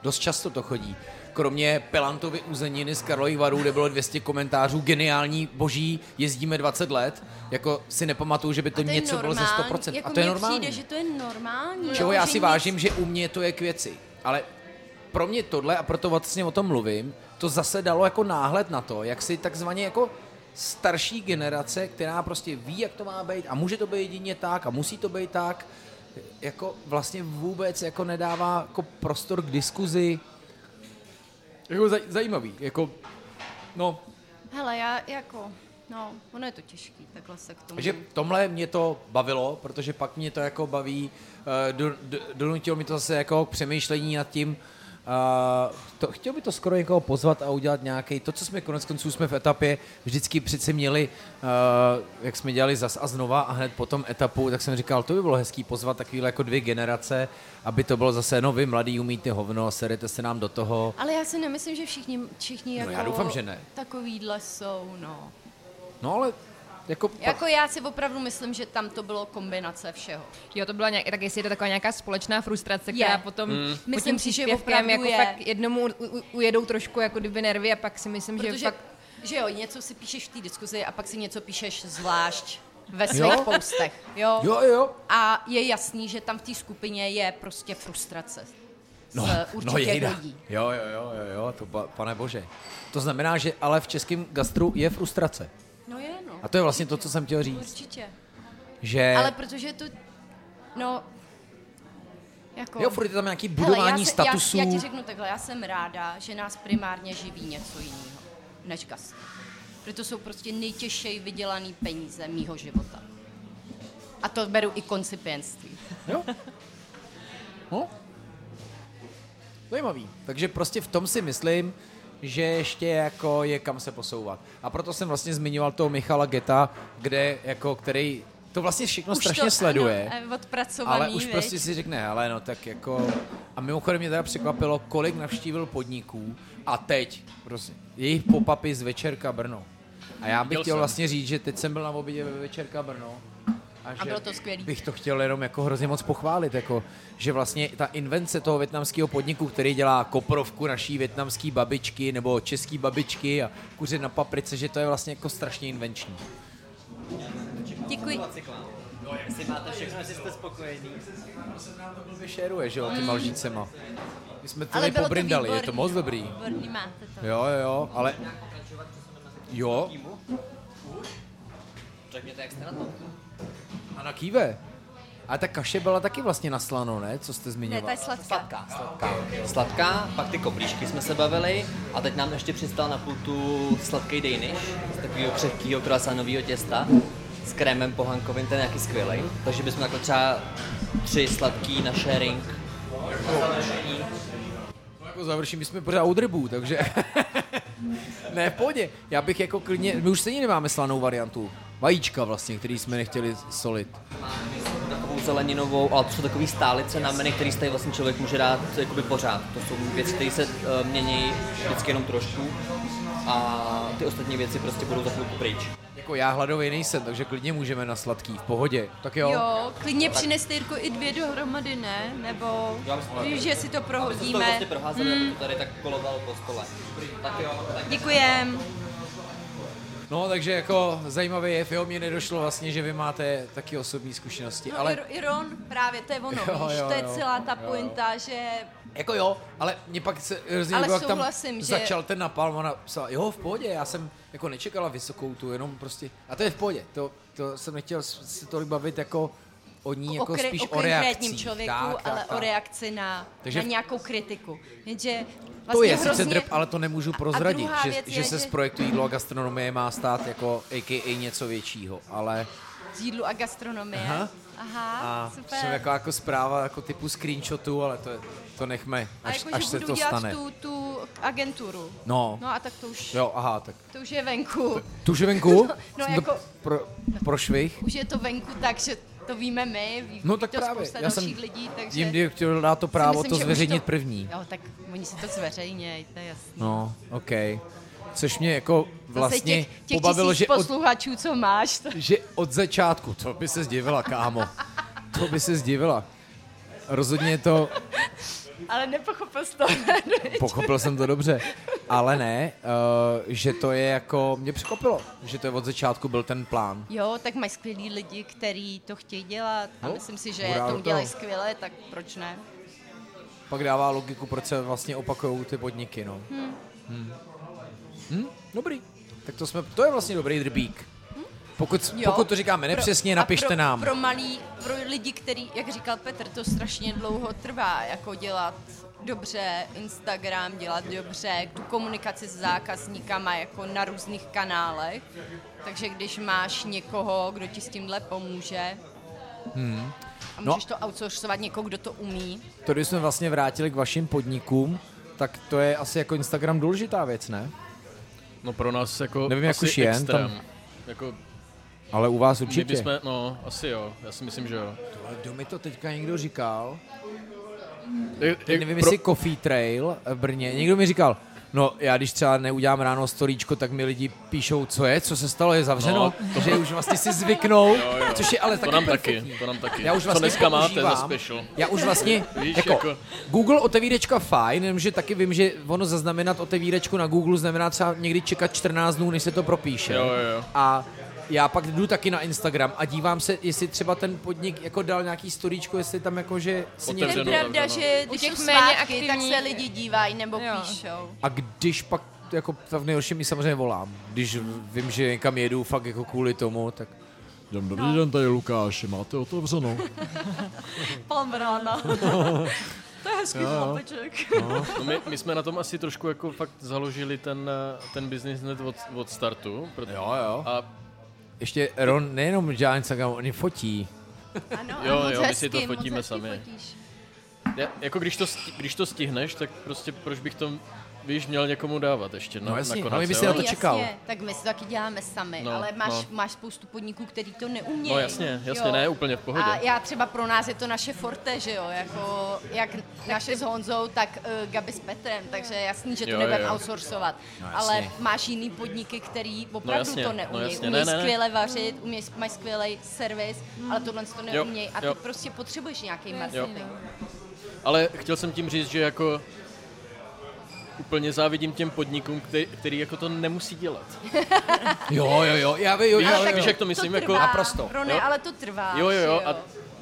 Speaker 1: Dost často to chodí. Kromě Pelantovy uzeniny z Karlových varů, kde bylo 200 komentářů, geniální, boží, jezdíme 20 let, jako si nepamatuju, že by to,
Speaker 5: A to je
Speaker 1: něco bylo za 100%.
Speaker 5: Jako
Speaker 1: a to je
Speaker 5: mně
Speaker 1: normální.
Speaker 5: Přijde, že to je normální.
Speaker 1: Čeho
Speaker 5: jo,
Speaker 1: já
Speaker 5: že
Speaker 1: si
Speaker 5: nic-
Speaker 1: vážím, že u mě to je k věci. Ale pro mě tohle, a proto vlastně o tom mluvím, to zase dalo jako náhled na to, jak si takzvaně jako starší generace, která prostě ví, jak to má být a může to být jedině tak a musí to být tak, jako vlastně vůbec jako nedává jako prostor k diskuzi. Jako zaj- zajímavý, jako no,
Speaker 5: Hele, já jako, no, ono je to těžký, takhle se k tomu.
Speaker 1: Takže tomhle mě to bavilo, protože pak mě to jako baví, eh, do- do- donutilo mi to zase jako k přemýšlení nad tím, Uh, to, chtěl by to skoro někoho pozvat a udělat nějaký. To, co jsme konec konců jsme v etapě vždycky přece měli, uh, jak jsme dělali zas a znova a hned po tom etapu, tak jsem říkal, to by bylo hezký pozvat takovýhle jako dvě generace, aby to bylo zase, no vy mladý umíte hovno, serete se nám do toho.
Speaker 5: Ale já si nemyslím, že všichni, všichni
Speaker 1: No,
Speaker 5: jako
Speaker 1: já doufám, že ne.
Speaker 5: takovýhle jsou, no.
Speaker 1: No ale jako,
Speaker 5: Jako já si opravdu myslím, že tam to bylo kombinace všeho.
Speaker 6: Jo, to byla nějak, tak jestli je to taková nějaká společná frustrace,
Speaker 5: Je.
Speaker 6: která potom
Speaker 1: Hmm.
Speaker 5: Mm.
Speaker 6: po
Speaker 5: Myslím
Speaker 6: tím
Speaker 5: si, že
Speaker 6: příspěvkem
Speaker 5: opravdu
Speaker 6: jako
Speaker 5: je.
Speaker 6: fakt jednomu u, u, ujedou trošku jako kdyby nervy a pak si myslím, že
Speaker 5: Protože,
Speaker 6: fakt...
Speaker 5: že jo, něco si píšeš v té diskuzi a pak si něco píšeš zvlášť ve svých jo? postech, jo?
Speaker 1: jo, jo,
Speaker 5: A je jasný, že tam v té skupině je prostě frustrace.
Speaker 1: No,
Speaker 5: z eh, určitě
Speaker 1: no jejda.
Speaker 5: lidí.
Speaker 1: Jo, jo, jo, jo, jo, to pa, pane bože. To znamená, že ale v českém gastru je frustrace.
Speaker 5: No je, no.
Speaker 1: A to je vlastně to, co jsem chtěl říct,
Speaker 5: Určitě.
Speaker 1: že
Speaker 5: Ale protože to, no, jako...
Speaker 1: jo, furt je tam nějaký
Speaker 5: Hele,
Speaker 1: budování
Speaker 5: já se-
Speaker 1: statusů.
Speaker 5: Já, já ti řeknu takhle, já jsem ráda, že nás primárně živí něco jiného než gastro. Proto jsou prostě nejtěžší vydělaný peníze mýho života. A to beru i koncipientství.
Speaker 1: No. Zajímavý. Takže prostě v tom si myslím, že ještě jako je kam se posouvat. A proto jsem vlastně zmiňoval toho Michala Geta, kde jako, který to vlastně všechno strašně sleduje.
Speaker 5: Ano, eh, odpracovaný,
Speaker 1: Ale už
Speaker 5: viď?
Speaker 1: prostě si řekne, hele, no tak jako... A mimochodem mě teda překvapilo, kolik navštívil podniků a teď, prostě, jejich popapy z Večerka Brno. A já bych
Speaker 4: Viděl
Speaker 1: chtěl
Speaker 4: jsem.
Speaker 1: vlastně říct, že teď jsem byl na obědě ve Večerka Brno. A, že
Speaker 5: bylo to skvělý.
Speaker 1: Bych to chtěl jenom jako hrozně moc pochválit, jako, že vlastně ta invence toho větnamského podniku, který dělá koprovku naší větnamské babičky nebo české babičky a kuře na paprice, že to je vlastně jako strašně invenční.
Speaker 5: Děkuji.
Speaker 10: Jestli máte všechno, jestli jste spokojení.
Speaker 1: Blbě šeruje, že jo, těma lžícema. My jsme to
Speaker 5: Mm. Ale bylo to
Speaker 1: pobrindali,
Speaker 5: výborný.
Speaker 1: je to moc dobrý.
Speaker 5: Výborný máte to.
Speaker 1: Jo, jo, jo, ale... Jo,
Speaker 7: Řekněte, jak jste na tom.
Speaker 1: a na kýve. A ta kaše byla taky vlastně na slano, ne? Co jste
Speaker 5: Ne, ta
Speaker 1: zmiňoval?
Speaker 5: je sladká.
Speaker 7: Sladká, sladká. Sladká, pak ty koblížky jsme se bavili a teď nám ještě přistal na pultu sladký Danish z takového křehkého croissantového těsta s krémem pohankovým, ten je nějaký skvělý. Takže bychom takhle třeba tři sladký na sharing.
Speaker 1: No jako završím, my jsme pořád u drbů, takže... ne, v pohodě. Já bych jako klidně... My už stejně nemáme slanou variantu. Vajíčka vlastně, který jsme nechtěli solit.
Speaker 7: Takovou zeleninovou, ale to jsou takový stálice na menu, který si tady vlastně člověk může dát jakoby pořád. To jsou věci, které se eh, mění vždycky jenom trošku a ty ostatní věci prostě budou za chvilku pryč.
Speaker 1: Jako já hladový nejsem, takže klidně můžeme na sladký, v pohodě. Tak jo.
Speaker 5: Jo, klidně přineste Jirko i dvě dohromady, ne? Nebo víš, že si to
Speaker 7: To
Speaker 5: prohodíme.
Speaker 7: prostě proházeli,
Speaker 6: Hmm,
Speaker 7: aby to tady tak kolovalo po stole. Tak jo, tak
Speaker 5: Děkujem.
Speaker 1: No, takže jako zajímavý je, jo, mně nedošlo vlastně, že vy máte taky osobní zkušenosti,
Speaker 5: No,
Speaker 1: ale...
Speaker 5: ale... Iron, právě to je ono,
Speaker 1: Jo,
Speaker 5: víš,
Speaker 1: jo,
Speaker 5: to je
Speaker 1: jo.
Speaker 5: celá ta
Speaker 1: Jo, jo.
Speaker 5: pointa, že
Speaker 1: Jako jo, ale mě pak se hrozně
Speaker 5: Ale
Speaker 1: líbilo, jak tam
Speaker 5: souhlasím, že-
Speaker 1: začal ten napalm a napsal, jo, v pohodě, já jsem jako nečekala vysokou tu, jenom prostě, a to je v pohodě, to, to jsem nechtěl s- se tolik bavit jako o ní, jako
Speaker 5: o, kre-
Speaker 1: spíš
Speaker 5: o
Speaker 1: o reakcích.
Speaker 5: konkrétním člověku,
Speaker 1: tak, tak,
Speaker 5: ale
Speaker 1: tak.
Speaker 5: o reakci na,
Speaker 1: Takže
Speaker 5: na
Speaker 1: v-
Speaker 5: nějakou kritiku. Jenže vlastně
Speaker 1: To je sice
Speaker 5: hrozně...
Speaker 1: drb, ale to nemůžu prozradit,
Speaker 5: druhá
Speaker 1: že,
Speaker 5: věc je,
Speaker 1: že se
Speaker 5: že-
Speaker 1: z projektu jídlo a gastronomie má stát jako a.k.a. něco většího, ale
Speaker 5: Z jídlu a gastronomie.
Speaker 1: Aha.
Speaker 5: Aha, Aha
Speaker 1: a
Speaker 5: super.
Speaker 1: jsem jako, jako zpráva jako typu screenshotu, ale to, je, to nechme,
Speaker 5: a
Speaker 1: až,
Speaker 5: jako,
Speaker 1: až
Speaker 5: že
Speaker 1: se
Speaker 5: budu
Speaker 1: to
Speaker 5: dělat
Speaker 1: stane.
Speaker 5: Tu, tu agenturu.
Speaker 1: No.
Speaker 5: No a tak to už,
Speaker 1: Jo, aha, tak.
Speaker 5: to už je venku.
Speaker 1: Tu už je venku?
Speaker 5: No,
Speaker 1: Jsem
Speaker 5: jako-
Speaker 1: to pro, prošvih?
Speaker 5: Už je to venku tak, že to víme my, ví
Speaker 1: No
Speaker 5: ví
Speaker 1: tak
Speaker 5: to
Speaker 1: právě,
Speaker 5: spousta
Speaker 1: já jsem
Speaker 5: dalších lidí, takže...
Speaker 1: jim
Speaker 5: si
Speaker 1: jim chtěl dát to právo
Speaker 5: myslím,
Speaker 1: to
Speaker 5: že už
Speaker 1: zveřejnit první.
Speaker 5: Jo, tak oni si to zveřejněj, to je jasný.
Speaker 1: No, OK. Což mě jako
Speaker 5: Zase
Speaker 1: vlastně
Speaker 5: těch, těch
Speaker 1: pobavilo,
Speaker 5: tisíc
Speaker 1: že od,
Speaker 5: posluchačů, co máš, to...
Speaker 1: že od začátku, to by se zdivila, kámo. To by se zdivila. Rozhodně to,
Speaker 5: ale nepochopil jsi to.
Speaker 1: pochopil jsem to dobře, ale ne, uh, že to je jako, mě překvapilo, že to je od začátku byl ten plán.
Speaker 5: jo, tak mají skvělí lidi, kteří to chtějí dělat a
Speaker 1: No,
Speaker 5: myslím si, že
Speaker 1: hurá do
Speaker 5: to
Speaker 1: toho.
Speaker 5: udělají skvěle, tak proč ne?
Speaker 1: Pak dává logiku, proč se vlastně opakují ty podniky, no. Hmm.
Speaker 5: Hm.
Speaker 1: Hmm. Dobrý. Tak to jsme, to je vlastně dobrý drbík. Pokud,
Speaker 5: Jo.
Speaker 1: pokud to říkáme nepřesně,
Speaker 5: a
Speaker 1: napište
Speaker 5: pro,
Speaker 1: nám.
Speaker 5: Pro malý, pro lidi, který, jak říkal Petr, to strašně dlouho trvá, jako dělat dobře Instagram, dělat dobře tu komunikaci s zákazníkama jako na různých kanálech. Takže když máš někoho, kdo ti s tímhle pomůže, hmm.
Speaker 1: No.
Speaker 5: a můžeš to outsourcovat někoho, kdo to umí,
Speaker 1: To, když jsme vlastně vrátili k vašim podnikům, tak to je asi jako Instagram důležitá věc, ne?
Speaker 4: No pro nás jako
Speaker 1: Nevím, jak
Speaker 4: asi
Speaker 1: už je,
Speaker 4: extrém.
Speaker 1: tam-
Speaker 4: Jako
Speaker 1: Ale u vás
Speaker 4: my
Speaker 1: určitě.
Speaker 4: bychom, no asi jo, já si myslím, že jo.
Speaker 1: Ale kdo mi to teďka někdo říkal?
Speaker 4: Je,
Speaker 1: Teď nevím, jestli Coffee Trail v Brně. Někdo mi říkal, no já když třeba neudělám ráno storíčko, tak mi lidi píšou, co je, co se stalo, je zavřeno,
Speaker 4: No,
Speaker 1: to... že už vlastně si zvyknou, jo, jo. což je ale
Speaker 4: to
Speaker 1: taky
Speaker 4: nám
Speaker 1: perfektní.
Speaker 4: taky, to nám taky.
Speaker 1: Já už
Speaker 4: Co
Speaker 1: vlastně
Speaker 4: dneska máte za
Speaker 1: používám.
Speaker 4: special?
Speaker 1: Já už vlastně,
Speaker 4: Víš,
Speaker 1: jako,
Speaker 4: jako-
Speaker 1: Google otevírečka fajn, jenomže taky vím, že ono zaznamenat otevírečku na Google znamená třeba někdy čekat 14 dnů, než se to propíše.
Speaker 4: Jo, jo, jo.
Speaker 1: A já pak jdu taky na Instagram a dívám se, jestli třeba ten podnik jako dal nějaký storíčko, jestli tam jako, že si někdo...
Speaker 5: to je
Speaker 4: Otevřeno,
Speaker 5: pravda,
Speaker 4: zavřeno.
Speaker 5: že
Speaker 6: U
Speaker 5: když
Speaker 6: těch
Speaker 5: jsou
Speaker 6: méně
Speaker 5: svátky, tak
Speaker 6: aktivních-
Speaker 5: se lidi dívají nebo
Speaker 6: Jo.
Speaker 5: píšou.
Speaker 1: A když pak, jako to v nejhorším mi samozřejmě volám, když vím, že někam jedu fakt jako kvůli tomu, tak
Speaker 11: Dobrý no. den, tady je Lukáš, máte otevřeno.
Speaker 5: Pan Brána. to je hezký chlapeček.
Speaker 4: No my, my, jsme na tom asi trošku jako fakt založili ten, eh, ten biznis hned od, od startu. Proto,
Speaker 1: jo, jo. A
Speaker 4: A
Speaker 1: ještě Ron nejenom dělá Instagram, on i fotí.
Speaker 5: Ano,
Speaker 4: Jo,
Speaker 5: a moc
Speaker 4: jo, my si
Speaker 5: hezky,
Speaker 4: to
Speaker 5: No, moc
Speaker 4: fotíme
Speaker 5: hezky
Speaker 4: sami.
Speaker 5: Fotíš.
Speaker 4: já, jako když to, sti- když to stihneš, tak prostě proč bych to, víš, měl někomu dávat ještě na,
Speaker 1: No jasně,
Speaker 4: nakonec,
Speaker 1: ale my by si
Speaker 4: jo?
Speaker 1: na to čekal.
Speaker 5: No, Jasně, tak my si to taky děláme sami,
Speaker 4: No,
Speaker 5: no, ale máš,
Speaker 4: no.
Speaker 5: no. máš spoustu podniků, který to neumějí.
Speaker 4: No jasně, jasně, ne, úplně v pohodě.
Speaker 5: A já třeba pro nás je to naše forte, že jo, jako jak naše s Honzou, tak uh, Gabi s Petrem, takže je jasný, že to
Speaker 4: Jo,
Speaker 5: nebudeme
Speaker 4: jo.
Speaker 5: outsourcovat.
Speaker 1: No
Speaker 5: ale
Speaker 1: jasně.
Speaker 5: máš jiný podniky, který opravdu
Speaker 4: jasně,
Speaker 5: to
Speaker 4: no
Speaker 5: neumějí.
Speaker 4: jasně, ne,
Speaker 5: umějí
Speaker 4: ne, ne.
Speaker 5: skvěle vařit, umějí, mají skvělý servis, ale tohle to neumějí. A ty
Speaker 4: jo.
Speaker 5: prostě potřebuješ nějaký marketing.
Speaker 4: Ale chtěl jsem tím říct, že jako úplně závidím těm podnikům, který, který jako to nemusí dělat.
Speaker 1: Jo, jo, jo, já vím, jo,
Speaker 4: Víš,
Speaker 1: jo,
Speaker 4: víš,
Speaker 1: jo.
Speaker 4: jak to myslím?
Speaker 5: to
Speaker 4: jako,
Speaker 5: trvá,
Speaker 1: Naprosto.
Speaker 5: Rone,
Speaker 4: Jo.
Speaker 5: ale to trvá.
Speaker 4: jo, jo,
Speaker 5: že
Speaker 4: jo. A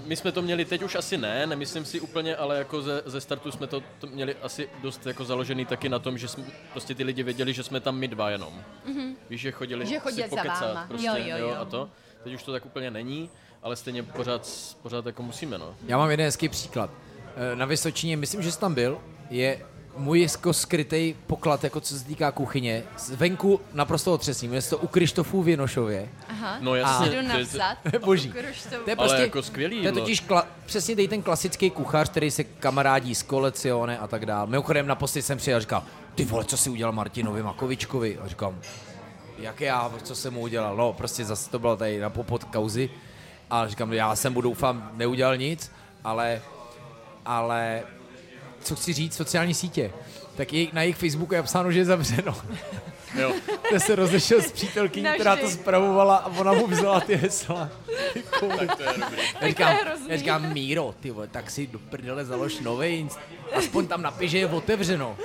Speaker 4: my jsme to měli teď už asi ne, nemyslím si úplně, ale jako ze, ze startu jsme to, to měli asi dost jako založený taky na tom, že jsme, prostě ty lidi věděli, že jsme tam my dva jenom. Mm-hmm. Víš, že chodili
Speaker 5: Mhm. Že chodí
Speaker 4: si
Speaker 5: za
Speaker 4: pokecat
Speaker 5: váma.
Speaker 4: prostě,
Speaker 5: Jo, jo, jo.
Speaker 4: a to. Teď už to tak úplně není, ale stejně pořád, pořád jako musíme, no.
Speaker 1: Já mám jeden hezký příklad. Eh, Na Vysočině, myslím, že jsi tam byl, je můj jako skrytej poklad, jako co se týká kuchyně. Zvenku naprosto otřesný, jmenuje se to u Krištofů v Jenošově.
Speaker 5: Aha.
Speaker 4: No jasně.
Speaker 5: Jdu
Speaker 4: to je-
Speaker 5: napsat.
Speaker 1: Boží. To je
Speaker 4: Ale
Speaker 1: prostě,
Speaker 4: jako skvělý
Speaker 1: To je
Speaker 4: jídlo.
Speaker 1: totiž kla, přesně tady ten klasický kuchař, který se kamarádí s kolecione a tak dále. Mimochodem na posty jsem přijel a říkal, ty vole, co si udělal Martinovi Makovičkovi? A říkám, jak já, co jsem mu udělal? No, prostě zase to bylo tady na popod kauzy. A říkám, já jsem mu doufám neudělal nic, ale, ale co chci říct, sociální sítě. Tak jej, na jejich Facebooku je napsáno, že je zavřeno.
Speaker 4: Jo.
Speaker 1: Ten se rozešel s přítelkyní, která to zpravovala a ona mu vzala ty hesla. Tak to je já říkám, já říkám, Míro, ty vole, tak si do prdele založ nový inst- Aspoň tam napiš, že je otevřeno.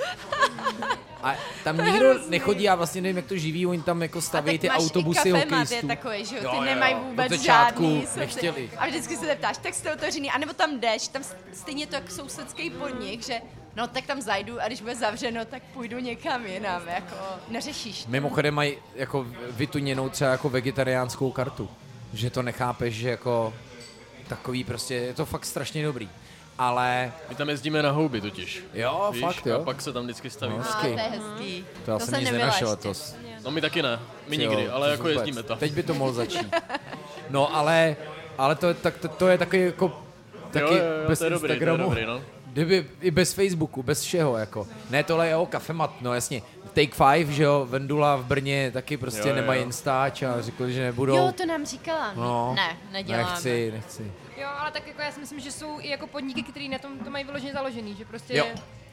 Speaker 1: A tam nikdo nechodí, já vlastně nevím, jak to živí, oni tam jako staví ty autobusy
Speaker 5: je
Speaker 1: hokejistů.
Speaker 5: takové, že jo,
Speaker 1: Jo,
Speaker 5: ty
Speaker 1: jo, jo.
Speaker 5: nemají
Speaker 1: Od
Speaker 5: vůbec
Speaker 1: začátku
Speaker 5: žádný. soci-
Speaker 1: nechtěli.
Speaker 5: A vždycky se zeptáš, tak jste otevřený, anebo tam jdeš, tam s- stejně to jak sousedský podnik, že no tak tam zajdu a když bude zavřeno, tak půjdu někam jinam, jako neřešíš.
Speaker 1: Mimochodem mají jako vytuněnou třeba jako vegetariánskou kartu. Že to nechápeš, že jako takový prostě, je to fakt strašně dobrý. Ale
Speaker 4: My tam jezdíme na houby totiž.
Speaker 1: jo,
Speaker 4: Víš?
Speaker 1: fakt jo.
Speaker 4: A pak se tam vždycky stavíme.
Speaker 1: No,
Speaker 4: No,
Speaker 1: hezky.
Speaker 5: To je hezký.
Speaker 1: To já
Speaker 5: To
Speaker 1: jsem
Speaker 5: jsem
Speaker 1: nic
Speaker 5: nebyla
Speaker 1: nenašel
Speaker 5: ještě.
Speaker 1: letos.
Speaker 4: my taky ne. My
Speaker 1: Jo,
Speaker 4: nikdy, ale
Speaker 1: to
Speaker 4: jako
Speaker 1: vůbec.
Speaker 4: jezdíme tam.
Speaker 1: Teď by to mohl začít. No ale, ale to, je- tak, to, to je takový jako taky
Speaker 4: jo, jo, jo,
Speaker 1: bez
Speaker 4: to je dobrý, to je
Speaker 1: Instagramu.
Speaker 4: dobrý, no.
Speaker 1: Kdyby i bez Facebooku, bez všeho, jako. Ne, tohle je o kafemat, no jasně. Take Five, že jo, Vendula v Brně taky prostě
Speaker 4: Jo, jo,
Speaker 1: nemají
Speaker 4: jo.
Speaker 1: Instač a řekli, že nebudou.
Speaker 5: Jo, to nám říkala.
Speaker 1: no,
Speaker 5: Ne, neděláme.
Speaker 1: Nechci, nechci.
Speaker 6: Jo, ale tak jako já si myslím, že jsou i jako podniky, které na tom to mají vyloženě založený, že prostě
Speaker 1: Jo.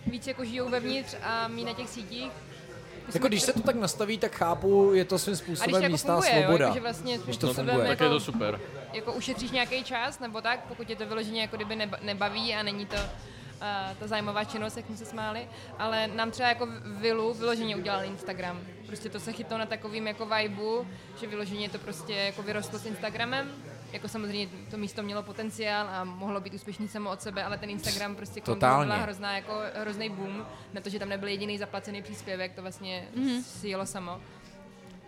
Speaker 6: víc jako žijou vevnitř a mí na těch sítích. My
Speaker 1: Jako
Speaker 6: jsme-
Speaker 1: když se to tak nastaví, tak chápu, je to svým
Speaker 6: a když to
Speaker 1: způsobem
Speaker 6: jako
Speaker 1: jistá
Speaker 6: funguje, jo,
Speaker 1: svoboda.
Speaker 6: jako, že vlastně
Speaker 1: Když to
Speaker 6: způsobem
Speaker 1: funguje.
Speaker 4: Tak je to super.
Speaker 6: jako ušetříš nějaký čas nebo tak, pokud tě to vyloženě jako kdyby neba- nebaví a není to uh, ta zájmová činnost, jak jsme se smáli, ale nám třeba jako Vilu vyloženě udělal Instagram. Prostě to se chytlo na takovým jako vibeu, že vyloženě to prostě jako vyrostlo s Instagramem. Jako samozřejmě to místo mělo potenciál a mohlo být úspěšný samo od sebe, ale ten Instagram prostě kolem toho
Speaker 1: Totálně.
Speaker 6: byla hrozná, jako hrozný boom, na to, že tam nebyl jediný zaplacený příspěvek, to vlastně mm-hmm. si jelo samo.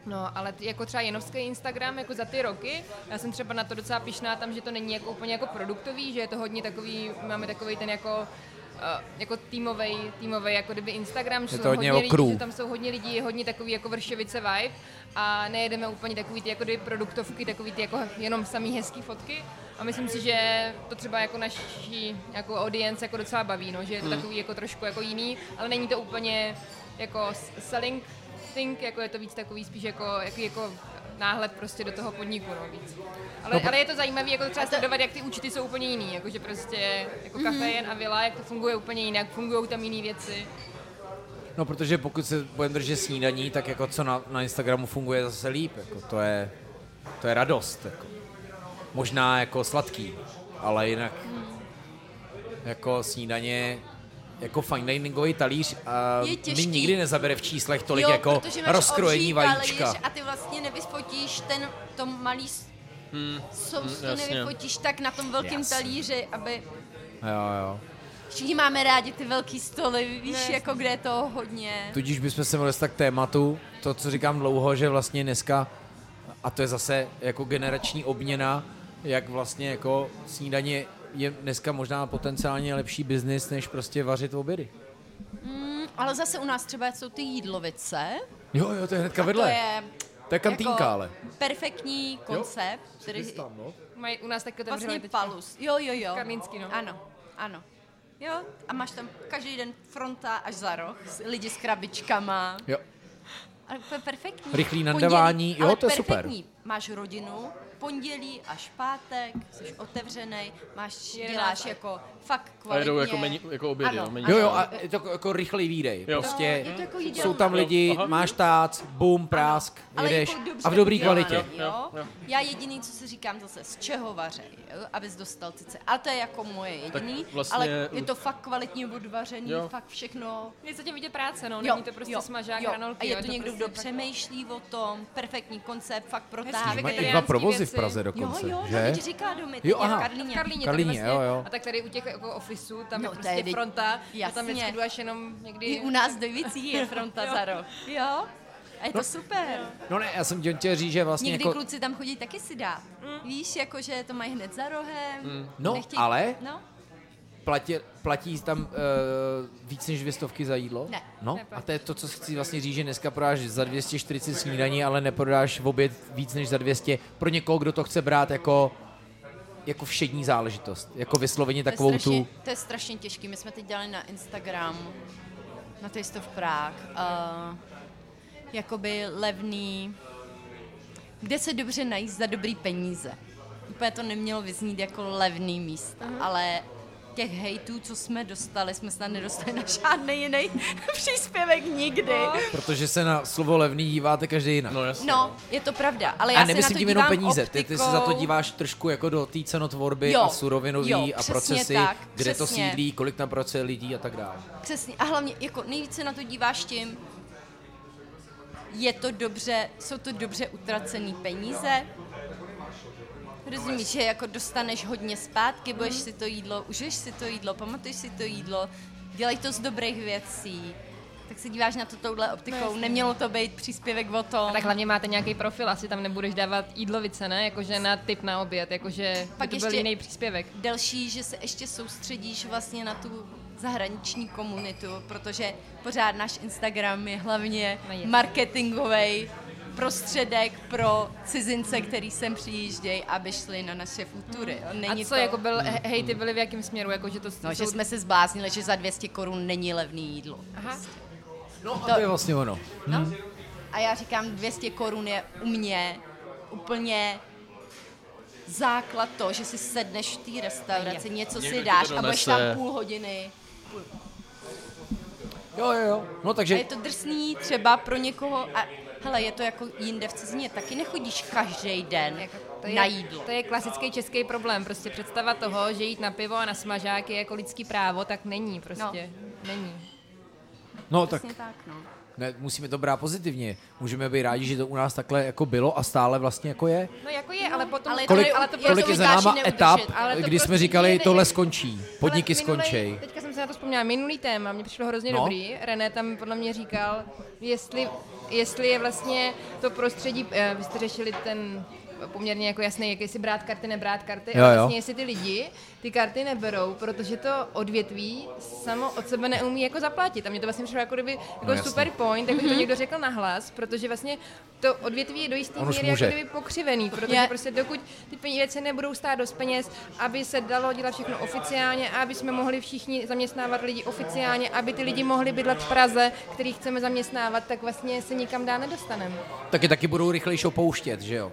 Speaker 6: No, ale t- jako třeba jenovský Instagram, jako za ty roky, já jsem třeba na to docela pišná tam, že to není jako úplně jako produktový, že je to hodně takový, máme takový ten jako eh, jako týmovej, týmovej, jako kdyby Instagram, že
Speaker 1: to
Speaker 6: jsou
Speaker 1: hodně o
Speaker 6: hodně
Speaker 1: crew.
Speaker 6: lidí, že tam jsou hodně lidí, je hodně takový jako vršovice vibe a nejedeme úplně takový ty jako kdyby produktovky, takový ty jako jenom samý hezký fotky a myslím si, že to třeba jako naší jako audience jako docela baví, no, že je to takový jako trošku jako jiný, ale není to úplně jako s- selling thing, jako je to víc takový spíš jako, jako, jako náhled prostě do toho podniku, no víc. Ale, ale je to zajímavé, jako třeba sledovat, jak ty účty jsou úplně jiný, jakože prostě jako kafejen a vila, jak to funguje úplně jinak, fungují tam jiné věci.
Speaker 1: No, protože pokud se budeme držet snídaní, tak jako co na, na Instagramu funguje zase líp, jako to je, to je radost, jako. Možná jako sladký, ale jinak jako snídaně, jako fine diningový talíř a
Speaker 5: Je
Speaker 1: mi
Speaker 5: těžký.
Speaker 1: nikdy nezabere v číslech tolik
Speaker 5: jo,
Speaker 1: jako
Speaker 5: protože máš
Speaker 1: rozkrojení
Speaker 5: obří
Speaker 1: vajíčka.
Speaker 5: talíř A ty vlastně nevyfotíš ten, to malý sous, to
Speaker 4: jasně.
Speaker 5: nevyfotíš tak na tom velkém
Speaker 1: Hmm, Jasně.
Speaker 5: talíři, aby
Speaker 1: Jo, jo.
Speaker 5: všichni máme rádi ty velký stoly, víš, jako kde je toho hodně.
Speaker 1: Tudíž bychom se mohli dostat k tématu, to, co říkám dlouho, že vlastně dneska, a to je zase jako generační obměna, jak vlastně jako snídaně je dneska možná potenciálně lepší biznis, než prostě vařit obědy.
Speaker 5: Hm, Ale zase u nás třeba jsou ty jídlovice,
Speaker 1: Jo, jo, to je hnedka
Speaker 5: to
Speaker 1: vedle.
Speaker 5: je
Speaker 1: to je kantýnka,
Speaker 5: jako
Speaker 1: ale.
Speaker 5: perfektní koncept, který
Speaker 1: no?
Speaker 6: Mají u nás taky otevřený
Speaker 5: vlastně
Speaker 6: teďka.
Speaker 5: palus. Jo, jo, jo.
Speaker 6: Karlínský, no.
Speaker 5: Ano, ano. Jo, a máš tam každý den fronta až za roh, s- lidi s krabičkama.
Speaker 1: Jo.
Speaker 5: Ale úplně perfektní.
Speaker 1: Rychlý nandavání, jo,
Speaker 5: ale
Speaker 1: to je super.
Speaker 5: perfektní. Máš rodinu, pondělí až pátek, jsi otevřený, máš,
Speaker 6: Jedenáct
Speaker 5: děláš
Speaker 6: až-
Speaker 5: jako fakt
Speaker 4: A
Speaker 5: kvalitně.
Speaker 4: jedou jako, meni, jako obědy,
Speaker 5: Ano,
Speaker 4: no, meni.
Speaker 1: Jo, jo, a je to jako rychlý výdej.
Speaker 4: Jo.
Speaker 1: Prostě
Speaker 5: Je to jako
Speaker 1: jsou tam
Speaker 5: jídelna.
Speaker 1: lidi,
Speaker 4: Aha.
Speaker 1: máš tác, bum, prásk,
Speaker 5: ale
Speaker 1: jedeš.
Speaker 5: jako dobře
Speaker 1: a v dobrý
Speaker 5: udělaný,
Speaker 1: kvalitě.
Speaker 5: Jo? Já jediný, co si říkám zase, z čeho vařej, jo? abys dostal cice. Ale to je jako moje jediný,
Speaker 4: vlastně-
Speaker 5: ale je to fakt kvalitně odvařený,
Speaker 4: Jo.
Speaker 5: fakt všechno.
Speaker 6: Je zatím vidět práce, no, není to prostě smažák, hranolky.
Speaker 5: A
Speaker 6: jo,
Speaker 5: je to někdo,
Speaker 6: prostě
Speaker 5: kdo
Speaker 6: fakt-
Speaker 5: přemýšlí o tom, perfektní koncept, fakt
Speaker 6: Hezký
Speaker 5: protáhne.
Speaker 1: Mají i dva
Speaker 6: vegetariánský
Speaker 1: provozy v
Speaker 6: věci.
Speaker 1: Praze
Speaker 5: Jo,
Speaker 1: dokonce,
Speaker 5: jo, no,
Speaker 1: že?
Speaker 5: že? říká domy,
Speaker 1: Jo,
Speaker 5: jo, aha.
Speaker 1: aha.
Speaker 5: v Karlíně.
Speaker 6: V Karlíně,
Speaker 1: Karlíně,
Speaker 6: to vlastně,
Speaker 1: jo, jo.
Speaker 6: A tak tady u těch jako ofisů, tam
Speaker 5: No,
Speaker 6: je
Speaker 5: to
Speaker 6: prostě
Speaker 5: je vždyť-
Speaker 6: fronta, a tam
Speaker 5: jasně.
Speaker 6: vždycky jdu až jenom někdy...
Speaker 5: I u nás devicí je fronta za rok. Jo? A je to super.
Speaker 1: No ne, já jsem tě chtěl říct, že vlastně
Speaker 5: Někdy
Speaker 1: jako...
Speaker 5: kluci tam chodí taky si dát. Víš, jakože to mají hned za rohem.
Speaker 1: No,
Speaker 5: nechtějí-
Speaker 1: ale-
Speaker 5: No,
Speaker 1: Platí, platí tam uh, víc než dvě stovky za jídlo?
Speaker 5: Ne.
Speaker 1: No, a to je to, co chci vlastně říct, že dneska prodáš za 240 snídaní, ale neprodáš v oběd víc než za 200 pro někoho, kdo to chce brát jako jako všední záležitost, jako vysloveně
Speaker 5: to
Speaker 1: takovou
Speaker 5: je strašně,
Speaker 1: tu...
Speaker 5: To je strašně těžký. My jsme teď dělali na Instagram, na Taste of Prague, uh, jakoby levný, kde se dobře najíst za dobrý peníze. úplně to nemělo vyznít jako levný místa, ale těch hejtů, co jsme dostali, jsme snad nedostali na žádný jiný příspěvek nikdy.
Speaker 1: No. Protože se na slovo levný díváte každý jinak.
Speaker 4: No jasně.
Speaker 5: No, je to pravda, ale já
Speaker 1: a
Speaker 5: se na to
Speaker 1: nemyslím tím jenom
Speaker 5: dívám
Speaker 1: peníze, ty, ty se za to
Speaker 5: optikou-
Speaker 1: díváš trošku jako do té cenotvorby
Speaker 5: Jo,
Speaker 1: a surovinový
Speaker 5: jo,
Speaker 1: a
Speaker 5: přesně
Speaker 1: procesy,
Speaker 5: tak,
Speaker 1: kde to
Speaker 5: přesně.
Speaker 1: sídlí, kolik tam pracuje lidí a tak dále.
Speaker 5: Přesně. A hlavně jako nejvíce na to díváš tím, je to dobře, jsou to dobře utracené peníze. Rozumíš, že jako dostaneš hodně zpátky, budeš si to jídlo, užiješ si to jídlo, pamatuješ si to jídlo, dělej to z dobrých věcí. Tak se díváš na to touhle optikou, nemělo to být příspěvek o tom.
Speaker 6: Tak hlavně máte nějaký profil, asi tam nebudeš dávat jídlovice, ne? Jakože na typ na oběd, jakože
Speaker 5: Pak
Speaker 6: Pak to byl
Speaker 5: ještě-
Speaker 6: jiný příspěvek.
Speaker 5: Další, že se ještě soustředíš vlastně na tu zahraniční komunitu, protože pořád náš Instagram je hlavně
Speaker 6: No je.
Speaker 5: marketingový prostředek pro cizince, který sem přijíždějí, aby šli na naše futury. jo. Není
Speaker 6: a co,
Speaker 5: to,
Speaker 6: jako byl, he- hejty byly v jakém směru, jakože to
Speaker 5: no, že
Speaker 6: jsou-
Speaker 5: jsme se zbláznili, že za 200 korun není levný jídlo.
Speaker 6: Aha.
Speaker 1: No a to je vlastně ono.
Speaker 5: No. A já říkám, 200 korun je u mě úplně základ to, že si sedneš v té restauraci, něco
Speaker 4: Někdo
Speaker 5: si
Speaker 4: ti
Speaker 5: dáš
Speaker 4: to
Speaker 5: a budeš tam
Speaker 4: donese.
Speaker 5: půl hodiny.
Speaker 1: Jo, jo, jo. No
Speaker 5: A
Speaker 1: takže
Speaker 5: je to drsný třeba pro někoho, a hele, je to jako jinde v cizině, taky nechodíš každý den
Speaker 6: Jako,
Speaker 5: to je, na jídlo.
Speaker 6: To je klasický český problém, prostě představa toho, že jít na pivo a na smažák je jako lidský právo, tak není prostě. No. Není.
Speaker 1: No tak
Speaker 5: Přesně tak, no.
Speaker 1: ne, musíme to brát pozitivně. Můžeme být rádi, že to u nás takhle jako bylo a stále vlastně jako je.
Speaker 6: No jako je, ale potom...
Speaker 5: ale to
Speaker 1: Kolik,
Speaker 5: je-
Speaker 6: ale prostě
Speaker 5: to
Speaker 1: kolik je za
Speaker 5: dokáží
Speaker 1: náma
Speaker 5: neudržet,
Speaker 1: etap,
Speaker 6: ale to
Speaker 1: kdy jsme
Speaker 6: prostě
Speaker 1: říkali,
Speaker 6: nejde-
Speaker 1: tohle skončí, podniky
Speaker 6: Ale minulej-
Speaker 1: skončí.
Speaker 6: Teďka jsem se na to vzpomněla, minulý téma, mě přišlo hrozně
Speaker 1: No.
Speaker 6: no. dobrý. René tam podle mě říkal, jestli, jestli je vlastně to prostředí, eh, vy jste řešili ten poměrně jako jasný, jak jestli brát karty, nebrát karty,
Speaker 1: Jo,
Speaker 6: a
Speaker 1: jo.
Speaker 6: vlastně jestli ty lidi ty karty neberou, protože to odvětví samo od sebe neumí jako zaplatit. A mě to vlastně přišlo jako kdyby jako
Speaker 1: jasně.
Speaker 6: no, super point, jako to někdo řekl nahlas, protože vlastně to odvětví je do jisté
Speaker 1: On už
Speaker 6: míry jako
Speaker 1: může.
Speaker 6: kdyby pokřivený, protože
Speaker 5: Je.
Speaker 6: prostě dokud ty peníze nebudou stát dost peněz, aby se dalo dělat všechno oficiálně, aby jsme mohli všichni zaměstnávat lidi oficiálně, aby ty lidi mohli bydlet v Praze, který chceme zaměstnávat, tak vlastně se nikam dál nedostaneme.
Speaker 1: Taky taky budou rychlejší opouštět, že jo?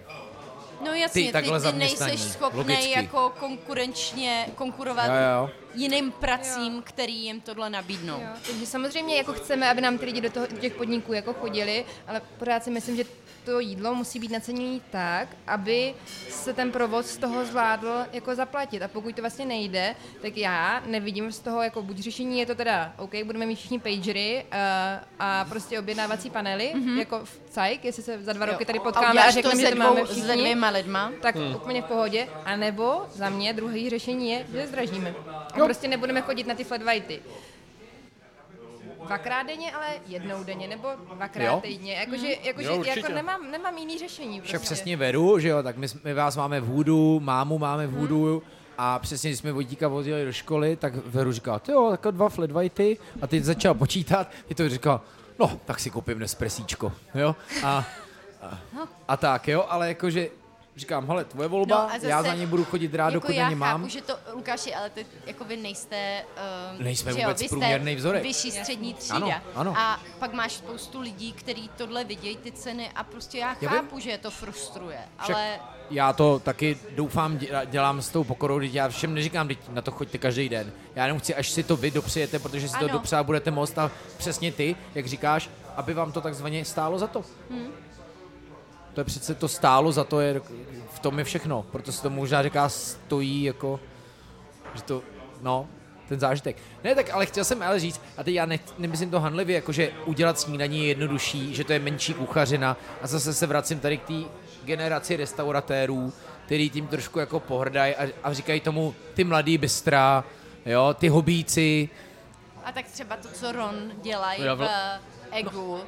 Speaker 5: No jasně, ty,
Speaker 1: takhle
Speaker 5: ty, ty
Speaker 1: zaměstnaní,
Speaker 5: nejseš schopný
Speaker 1: logicky.
Speaker 5: jako konkurenčně konkurovat
Speaker 1: Jo, jo.
Speaker 5: jiným pracím, který jim tohle nabídnou.
Speaker 6: Jo, takže samozřejmě jako chceme, aby nám ty lidi do, toho, do těch podniků jako chodili, ale pořád si myslím, že to jídlo musí být naceněné tak, aby se ten provoz z toho zvládl jako zaplatit. A pokud to vlastně nejde, tak já nevidím z toho jako buď řešení je to teda, OK, budeme mít všichni pagery uh, a prostě objednávací panely, mm-hmm. jako v CAIK, jestli se za dva roky tady potkáme a,
Speaker 5: Mhm. uděláš
Speaker 6: řekneme,
Speaker 5: to
Speaker 6: že
Speaker 5: ze
Speaker 6: to
Speaker 5: dvou,
Speaker 6: máme všichni,
Speaker 5: se dvěma lidma.
Speaker 6: tak hmm. úplně v pohodě. A nebo za mě druhý řešení je, že zdražíme. A prostě nebudeme chodit na ty flat whitey. Dvakrát denně, ale jednou denně, nebo dvakrát
Speaker 1: Jo. Hmm.
Speaker 6: týdně. Jakože, jakože
Speaker 4: Jo, určitě.
Speaker 6: jako nemám, nemám jiný řešení. Prostě.
Speaker 1: Však přesně vedu, že jo, tak my, jsme- my vás máme v hůdu, mámu máme v hůdu a přesně, když jsme vodíka vozili do školy, tak Veru říká, "Ty jo, tak dva flat whitey a teď začal počítat, je to říká, no, tak si koupím nespresíčko, jo, a, a, a tak, jo, ale jakože říkám, hele, tvoje volba,
Speaker 5: No a zase-
Speaker 1: já za ně budu chodit rád,
Speaker 5: jako
Speaker 1: dokud
Speaker 5: já
Speaker 1: na ně mám.
Speaker 5: chápu, že to, Lukáši, ale to, jako vy nejste... Uh,
Speaker 1: Nejsme vůbec průměrný vzorek.
Speaker 5: vyšší střední třída.
Speaker 1: Ano, ano.
Speaker 5: A pak máš spoustu lidí, kteří tohle vidějí, ty ceny, a prostě já
Speaker 1: vím.
Speaker 5: chápu, že je to frustruje,
Speaker 1: Však
Speaker 5: ale...
Speaker 1: já to taky doufám, dě- dělám s tou pokorou, vždyť já všem neříkám, teď na to choďte každý den. Já jenom chci, až si to vy dopřejete, protože si to
Speaker 5: Ano.
Speaker 1: dopřát budete moct a přesně ty, jak říkáš, aby vám to takzvaně stálo za to. To je přece to stálo za to, je, v tom je všechno. Proto se to možná říká stojí jako, že to, no, ten zážitek. Ne, tak ale chtěl jsem ale říct, a teď já nech, nemyslím to hanlivě, jako že udělat snídaní je jednodušší, že to je menší kuchařina a zase se vracím tady k té generaci restauratérů, který tím trošku jako pohrdají a, a říkají tomu ty mladý bystra, jo, ty hobíci.
Speaker 5: A tak třeba to, co Ron dělají
Speaker 4: Já
Speaker 5: v
Speaker 4: vl-
Speaker 5: Egu,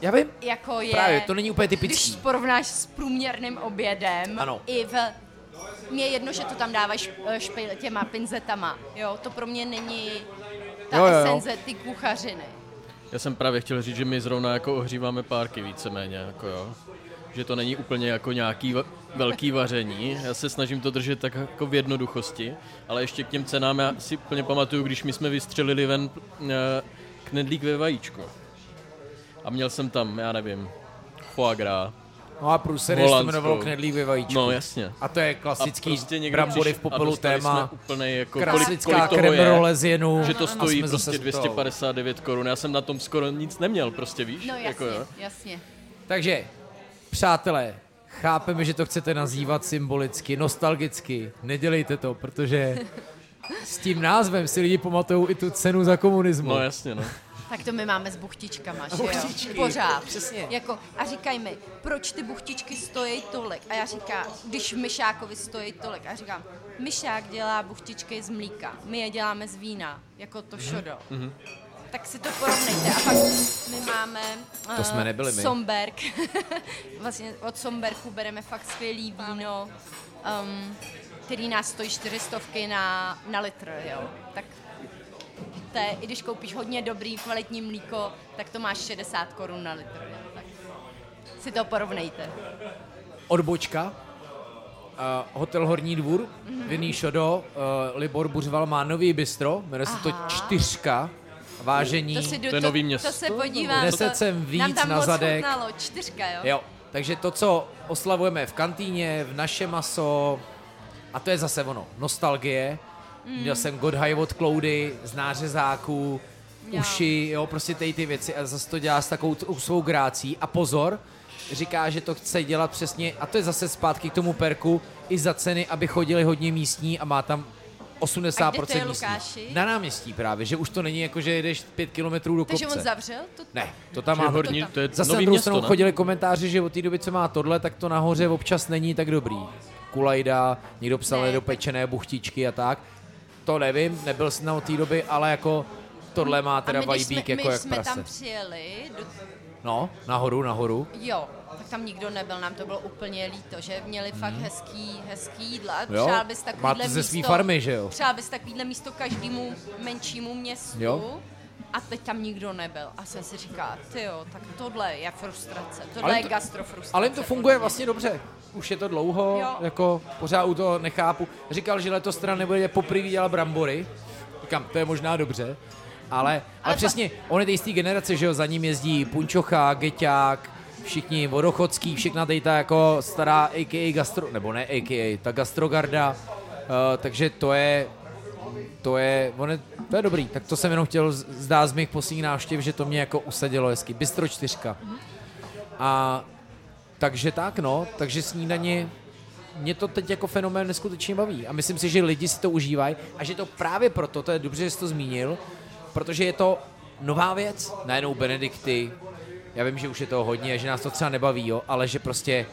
Speaker 1: Já vím,
Speaker 5: jako je...
Speaker 1: právě, to není úplně
Speaker 5: Když
Speaker 1: typický.
Speaker 5: porovnáš s průměrným obědem,
Speaker 1: Ano.
Speaker 5: i v mě je jedno, že to tam dáváš eh, špejl těma pinzetama, jo, to pro mě není ta
Speaker 1: Jo,
Speaker 5: jo,
Speaker 1: jo, jo.
Speaker 5: jo. esence ty kuchařiny.
Speaker 4: Já jsem právě chtěl říct, že my zrovna jako ohříváme párky víceméně, jako jo. Že to není úplně jako nějaký va- velký vaření. Já se snažím to držet tak jako v jednoduchosti, ale ještě k těm cenám já si úplně pamatuju, když my jsme vystřelili ven eh, knedlík ve vajíčku. A měl jsem tam, já nevím, foie gras,
Speaker 1: No a průser se
Speaker 4: Holandskou.
Speaker 1: jmenovalo knedlívy vajíčko.
Speaker 4: No jasně.
Speaker 1: A to je
Speaker 4: A
Speaker 1: klasický
Speaker 4: prostě někdo
Speaker 1: brambory
Speaker 4: přišel
Speaker 1: v
Speaker 4: a
Speaker 1: popelu
Speaker 4: dostali
Speaker 1: téma.
Speaker 4: Jsme úplnej, jako kolik,
Speaker 1: Klasická
Speaker 4: kolik toho je,
Speaker 1: kremrole z jenů.
Speaker 4: že to
Speaker 1: A
Speaker 4: stojí
Speaker 1: No, jsme zase
Speaker 4: prostě
Speaker 1: u toho.
Speaker 4: 259 korun. Já jsem na tom skoro nic neměl, prostě víš?
Speaker 5: No jasně,
Speaker 4: Jako, jo.
Speaker 5: jasně.
Speaker 1: Takže, přátelé, chápeme, že to chcete nazývat symbolicky, nostalgicky. Nedělejte to, protože s tím názvem si lidi pamatují i tu cenu za komunismu.
Speaker 4: No jasně, no.
Speaker 5: Tak to my máme s buchtičkama, že jo? Pořád. Přesně. Jako, a říkají mi, proč ty buchtičky stojí tolik? A já říkám, když Myšákovi stojí tolik. A říkám, Myšák dělá buchtičky z mlíka, my je děláme z vína, jako
Speaker 1: Mhm,
Speaker 5: to šodo. Mm-hmm. Tak si to porovnejte. A pak my máme
Speaker 1: To
Speaker 5: eh,
Speaker 1: jsme nebyli my.
Speaker 5: Somberg. vlastně od Somberku bereme fakt skvělý víno, um, který nás stojí čtyřistovky na, na litr, jo. Tak té, i když koupíš hodně dobrý kvalitní mlíko, tak to máš 60 korun na litr. jo, Tak si to porovnejte.
Speaker 1: Odbočka, eh, Hotel Horní dvůr,
Speaker 5: Mhm.
Speaker 1: Vinný Šodo, eh, Libor Buřval má nový bistro, jmenuje se to
Speaker 5: Aha.
Speaker 1: Čtyřka. Vážení.
Speaker 5: To, si jdu,
Speaker 4: Hmm, To je
Speaker 5: to,
Speaker 4: nový město.
Speaker 5: To se podívám.
Speaker 1: Deset
Speaker 5: to,
Speaker 1: sem
Speaker 5: nám
Speaker 1: víc
Speaker 5: tam
Speaker 1: na
Speaker 5: moc
Speaker 1: zadek.
Speaker 5: chutnalo, čtyřka, jo?
Speaker 1: Jo, takže to, co oslavujeme v kantýně, v naše maso, a to je zase ono, nostalgie. Mm. Měl jsem God High od Cloudy, z nářezáků,
Speaker 5: Jo.
Speaker 1: uši, jo, prostě tady ty věci a zase to dělá s takovou t- svou grácí. A pozor, říká, že to chce dělat přesně, a to je zase zpátky k tomu perku, i za ceny, aby chodili hodně místní a má tam 80%
Speaker 5: A kde to je,
Speaker 1: místních.
Speaker 5: Lukáši?
Speaker 1: Na náměstí právě, že už to není jako, že jedeš pět kilometrů do
Speaker 5: Takže
Speaker 1: kopce.
Speaker 5: on zavřel? To,
Speaker 1: Ne, to tam
Speaker 4: Že
Speaker 1: má
Speaker 4: horní, to je
Speaker 1: Zase
Speaker 4: nový
Speaker 1: na druhou
Speaker 4: město, no.
Speaker 1: stranu
Speaker 4: ne?
Speaker 1: chodili komentáři, že od té doby, co má tohle, tak to nahoře občas není tak dobrý. Kulajda, někdo psal
Speaker 5: Ne.
Speaker 1: nedopečené buchtičky a tak. To nevím, nebyl jsem na od té doby, ale jako tohle má
Speaker 5: a
Speaker 1: teda
Speaker 5: my, když jsme,
Speaker 1: vibík jako
Speaker 5: my
Speaker 1: jak
Speaker 5: jsme
Speaker 1: prase.
Speaker 5: tam přijeli, do,
Speaker 1: No, nahoru, nahoru.
Speaker 5: jo, tak tam nikdo nebyl, nám to bylo úplně líto, že měli fakt hezký, hezký jídla.
Speaker 1: Mhm. Jo,
Speaker 5: Přál bys takovýhle
Speaker 1: máte ze svý
Speaker 5: místo-
Speaker 1: farmy, že jo?
Speaker 5: Přál bys takovýhle místo každému menšímu městu.
Speaker 1: Jo.
Speaker 5: A teď tam nikdo nebyl. A jsem si říká, ty jo, tak tohle je frustrace.
Speaker 1: Ale
Speaker 5: Tohle je
Speaker 1: to-
Speaker 5: gastrofrustrace.
Speaker 1: Ale jim to
Speaker 5: podle
Speaker 1: funguje
Speaker 5: mě.
Speaker 1: vlastně dobře. Už je to dlouho,
Speaker 5: Jo.
Speaker 1: jako pořád u toho nechápu. Říkal, že letos teda nebude poprvé dělat brambory. Říkám, to je možná dobře. Ale, ale, ale
Speaker 5: Ale
Speaker 1: přesně, on je té jisté generace, že jo, za ním jezdí Punčocha, Geťák, všichni Vodochodský, všechna tady ta jako stará AKA gastro, nebo ne AKA, ta gastrogarda, uh, takže to je, to je, on je, to je dobrý, tak to jsem jenom chtěl z- zdát z mých posledních návštěv, že to mě jako usadilo hezky, Bystro čtyřka. A takže tak, no, takže snídaně mě to teď jako fenomén neskutečně baví a myslím si, že lidi si to užívají a že to právě proto, to je dobře, že jsi to zmínil, protože je to nová věc, najednou Benedikty, já vím, že už je toho hodně, že nás to třeba nebaví, jo, ale že prostě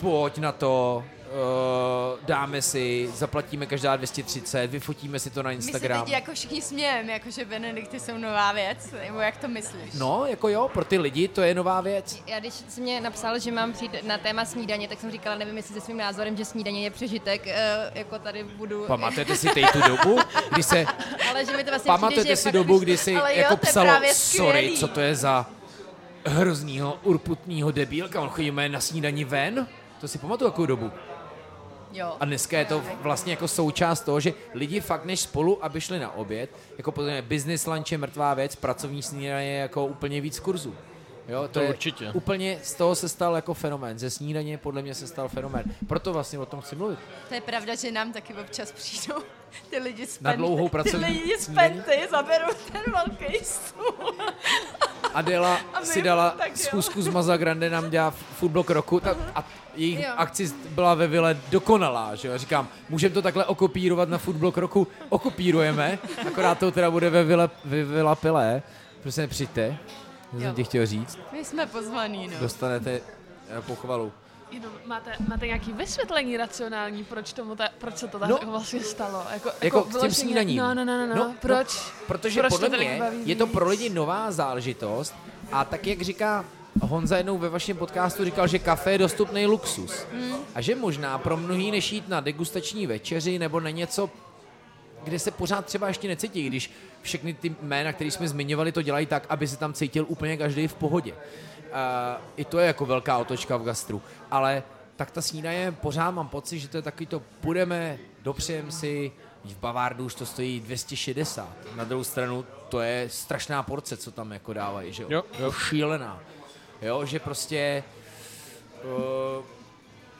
Speaker 1: pojď na to, eh, dáme si, zaplatíme každá 230, vyfotíme si to na
Speaker 5: My se
Speaker 1: Instagram.
Speaker 5: teď jako všichni smějeme, jako že Benedikty jsou nová věc, nebo jak to myslíš?
Speaker 1: No, jako jo, pro ty lidi to je nová věc.
Speaker 6: Já když jsi mě napsal, že mám přijít na téma snídaně, tak jsem říkala, nevím, jestli se svým názorem, že snídaně je přežitek, eh, jako tady budu...
Speaker 1: Pamatujete si teď tu dobu, kdy se
Speaker 6: Ale že mi to vlastně
Speaker 1: Pamatujete
Speaker 6: přijde, že
Speaker 1: si
Speaker 6: fakt,
Speaker 1: dobu,
Speaker 6: když-
Speaker 1: kdy si
Speaker 5: ale jo,
Speaker 1: jako
Speaker 5: to je
Speaker 1: psalo,
Speaker 5: právě
Speaker 1: sorry,
Speaker 5: skvělý."
Speaker 1: co to je za hroznýho, urputního debílka, on chodíme na snídaní ven? To si pamatuju, jakou dobu.
Speaker 5: Jo.
Speaker 1: A dneska je to vlastně jako součást toho, že lidi fakt než spolu, aby šli na oběd, jako podle mě business lunch je mrtvá věc, pracovní snídaně je jako úplně víc kurzů. Jo, to,
Speaker 4: To
Speaker 1: je
Speaker 4: určitě.
Speaker 1: Úplně z toho se stal jako fenomén. Ze snídaně podle mě se stal fenomén. Proto vlastně o tom chci mluvit.
Speaker 5: To je pravda, že nám taky občas přijdou ty lidi z
Speaker 1: Na
Speaker 5: Penty-
Speaker 1: dlouhou
Speaker 5: Ty
Speaker 1: pracovní
Speaker 5: lidi z
Speaker 1: snídaní?
Speaker 5: Penty zaberou ten velký stůl.
Speaker 1: Adela
Speaker 5: my-
Speaker 1: si dala
Speaker 5: tak jo.
Speaker 1: schůzku z Maza Grande, nám dělá foodblog roku ta, a jejich jo. akci byla ve vile dokonalá, že jo? Já Říkám, můžeme to takhle okopírovat na foodblog roku, okopírujeme, akorát to teda bude ve vile, ve vila Pilé, prostě přijďte, to jsem
Speaker 5: Jo.
Speaker 1: ti chtěl říct,
Speaker 5: My jsme pozvaný, no.
Speaker 1: dostanete eh, pochvalu.
Speaker 3: Jenom máte, máte nějaký vysvětlení racionální, proč, tomu ta, proč se to tak
Speaker 1: No.
Speaker 3: vlastně stalo? Jako,
Speaker 1: Jako k těm
Speaker 3: vyloženě-
Speaker 1: snídaním.
Speaker 3: No, no, no, no, no. proč?
Speaker 1: protože
Speaker 3: proč
Speaker 1: podle
Speaker 3: to tak
Speaker 1: mě
Speaker 3: baví
Speaker 1: je to
Speaker 3: víc?
Speaker 1: pro lidi nová záležitost a tak, jak říká Honza jednou ve vašem podcastu říkal, že kafe je dostupný luxus.
Speaker 3: Hmm.
Speaker 1: A že možná pro mnohý než jít na degustační večeři nebo na něco, kde se pořád třeba ještě necítí, když všechny ty jména, které jsme zmiňovali, to dělají tak, aby se tam cítil úplně každý v pohodě. Uh, I to je jako velká otočka v gastru. Ale tak ta snídaně, pořád mám pocit, že to je takový to, půjdeme, dopřejeme si, v Bavárdu už to stojí 260. Na druhou stranu to je strašná porce, co tam jako dávají, že jo?
Speaker 4: Jo,
Speaker 1: jo. Šílená. Jo, že prostě Uh,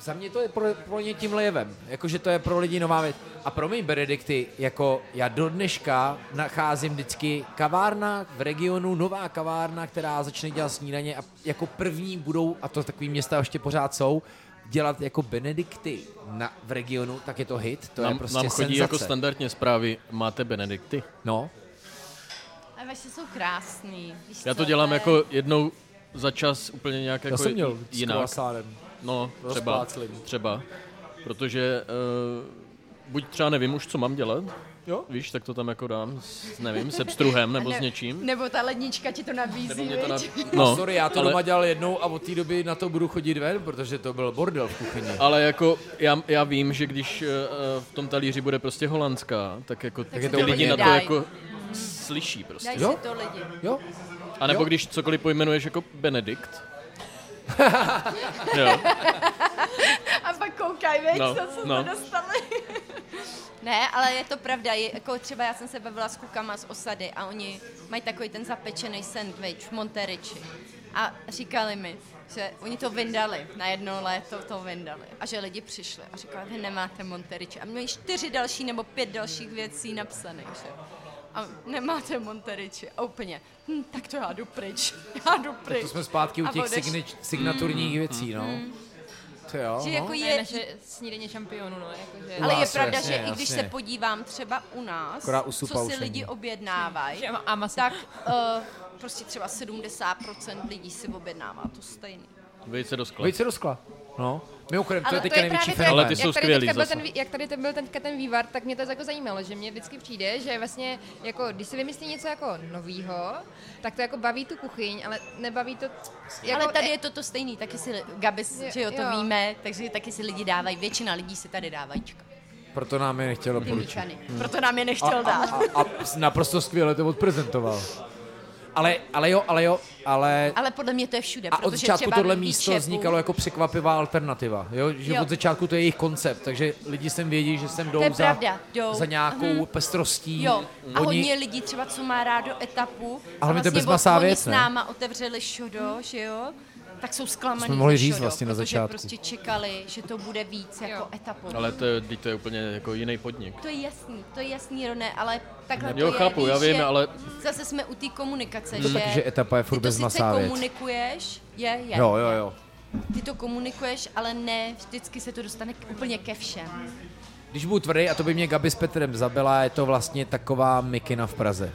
Speaker 1: za mě to je pro, pro ně tím jevem. Jakože to je pro lidi nová věc. A pro mě Benedikty, jako já do dneška nacházím vždycky kavárna v regionu, nová kavárna, která začne dělat snídaně a jako první budou, a to takový města ještě pořád jsou, dělat jako Benedikty na, v regionu, tak je to hit, to je
Speaker 4: nám,
Speaker 1: prostě
Speaker 4: nám chodí
Speaker 1: senzace.
Speaker 4: jako standardně zprávy, máte Benedikty.
Speaker 1: No,
Speaker 5: Ale vaše jsou krásný. Víš
Speaker 4: Já to
Speaker 5: co,
Speaker 4: dělám
Speaker 5: je-
Speaker 4: jako jednou za čas úplně nějak
Speaker 1: já
Speaker 4: jako
Speaker 1: jsem měl s
Speaker 4: jinak.
Speaker 1: croissantem.
Speaker 4: No, třeba,
Speaker 1: Rozpláclý.
Speaker 4: třeba. Protože uh, buď třeba nevím už, co mám dělat,
Speaker 1: Jo?
Speaker 4: víš, tak to tam jako dám, s, nevím, se pstruhem nebo s něčím.
Speaker 5: Nebo ta lednička ti to nabízí,
Speaker 4: Mě to na...
Speaker 5: viď?
Speaker 1: No, Sorry, já to ale...
Speaker 4: ale,
Speaker 1: doma dělal jednou a od té doby na to budu chodit ven, protože to byl bordel v kuchyni.
Speaker 4: ale jako já, já vím, že když eh, eh, v tom talíři bude prostě holandská, tak jako
Speaker 1: se
Speaker 4: tak
Speaker 1: to
Speaker 4: ty lidi
Speaker 1: úplně
Speaker 4: na to
Speaker 5: dají.
Speaker 4: jako slyší prostě.
Speaker 5: Dají
Speaker 1: Jo?
Speaker 5: si to lidi.
Speaker 1: Jo?
Speaker 4: A nebo
Speaker 1: Jo.
Speaker 4: když cokoliv pojmenuješ jako Benedikt. jo,
Speaker 5: A pak koukaj, viď,
Speaker 4: No,
Speaker 5: no, co jsme
Speaker 4: no.
Speaker 5: no. dostali. ne, ale je to pravda, je, jako třeba já jsem se bavila s klukama z osady a oni mají takový ten zapečený sandwich v Monteriči. A říkali mi, že oni to vyndali, na jedno léto to vyndali. A že lidi přišli a říkali, vy nemáte Monteriči. A měli čtyři další nebo pět dalších věcí napsaných, že? A nemáte Monteriči. A úplně, hm, tak to já jdu pryč. Já jdu pryč.
Speaker 1: To jsme zpátky u
Speaker 5: A
Speaker 1: těch
Speaker 5: odešli.
Speaker 1: signič, signaturních věcí, no. To jo,
Speaker 5: Že
Speaker 1: no.
Speaker 5: jako
Speaker 6: To je
Speaker 5: je,
Speaker 6: naše snídaně šampionů, no, jakože...
Speaker 5: Ale je
Speaker 1: Jasně,
Speaker 5: pravda, že
Speaker 1: jasně,
Speaker 5: i když
Speaker 1: jasně.
Speaker 5: se podívám třeba u nás,
Speaker 1: Akorát u supa
Speaker 5: co
Speaker 1: už
Speaker 5: si lidi
Speaker 1: není.
Speaker 5: objednávají,
Speaker 6: Že ma- a maso.
Speaker 5: tak uh, prostě třeba 70% lidí si objednává to stejný.
Speaker 4: vejce do skla.
Speaker 1: Vejce do skla. No. Mimochodem, to
Speaker 5: Ale
Speaker 1: je
Speaker 5: to
Speaker 1: teďka
Speaker 5: je
Speaker 1: největší
Speaker 5: právě to-
Speaker 1: fenomén.
Speaker 4: Ale ty jsou
Speaker 6: jak tady
Speaker 4: skvělý
Speaker 6: teďka byl
Speaker 4: zase.
Speaker 6: ten, vý- jak tady ten byl teďka ten vývar, tak mě to jako zajímalo, že mě vždycky přijde, že vlastně jako, když se vymyslí něco jako novýho, tak to jako baví tu kuchyň, ale nebaví to... Jako,
Speaker 5: Ale tady je to to stejný, taky si, li- Gabi,
Speaker 6: Jo,
Speaker 5: že jo, to
Speaker 6: jo.
Speaker 5: víme, takže taky si lidi dávají, většina lidí si tady dávají čka.
Speaker 1: Proto nám je nechtěl
Speaker 5: Ty
Speaker 1: doporučit.
Speaker 5: míchany. Proto nám je nechtěl dát.
Speaker 1: Hmm. A, a naprosto skvěle to odprezentoval. Ale, ale jo, ale jo, ale...
Speaker 5: Ale podle mě to je všude,
Speaker 1: A od
Speaker 5: protože
Speaker 1: začátku
Speaker 5: třeba
Speaker 1: tohle
Speaker 5: ve
Speaker 1: místo
Speaker 5: Výčepu-
Speaker 1: vznikalo jako překvapivá alternativa. Jo? Že
Speaker 5: Jo.
Speaker 1: od začátku to je jejich koncept, takže lidi sem vědí, že sem
Speaker 5: je
Speaker 1: jdou za,
Speaker 5: pravda, jdou.
Speaker 1: za nějakou pestrostí.
Speaker 5: Jo, a hodně lidí třeba, co má rádo etapu,
Speaker 1: A hlavně to je
Speaker 5: vlastně
Speaker 1: bezmasá
Speaker 5: od- oni
Speaker 1: věc,
Speaker 5: s
Speaker 1: ne?
Speaker 5: náma otevřeli šodo, že jo, tak jsou zklamaný
Speaker 1: jsme mohli
Speaker 5: ze
Speaker 1: říct
Speaker 5: šodo,
Speaker 1: vlastně na
Speaker 5: protože
Speaker 1: začátku.
Speaker 5: prostě čekali, že to bude víc jako etapou.
Speaker 4: Ale to je, vždyť to je úplně jako jiný podnik.
Speaker 5: To je jasný, to je jasný, Roné, ale takhle
Speaker 4: Jo,
Speaker 5: to
Speaker 4: chápu,
Speaker 5: je,
Speaker 4: já
Speaker 5: víš,
Speaker 4: vím,
Speaker 5: že
Speaker 4: ale-
Speaker 5: Zase jsme u té komunikace,
Speaker 1: To
Speaker 5: že...
Speaker 1: taky, No, že etapa je furt
Speaker 5: ty to sice
Speaker 1: bezmasá věc.
Speaker 5: komunikuješ, je, je.
Speaker 1: Jo, jo, jo.
Speaker 5: Ty to komunikuješ, ale ne, vždycky se to dostane k, úplně ke všem.
Speaker 1: Když budu tvrdý, a to by mě Gabi s Petrem zabila, je to vlastně taková Mikina v Praze.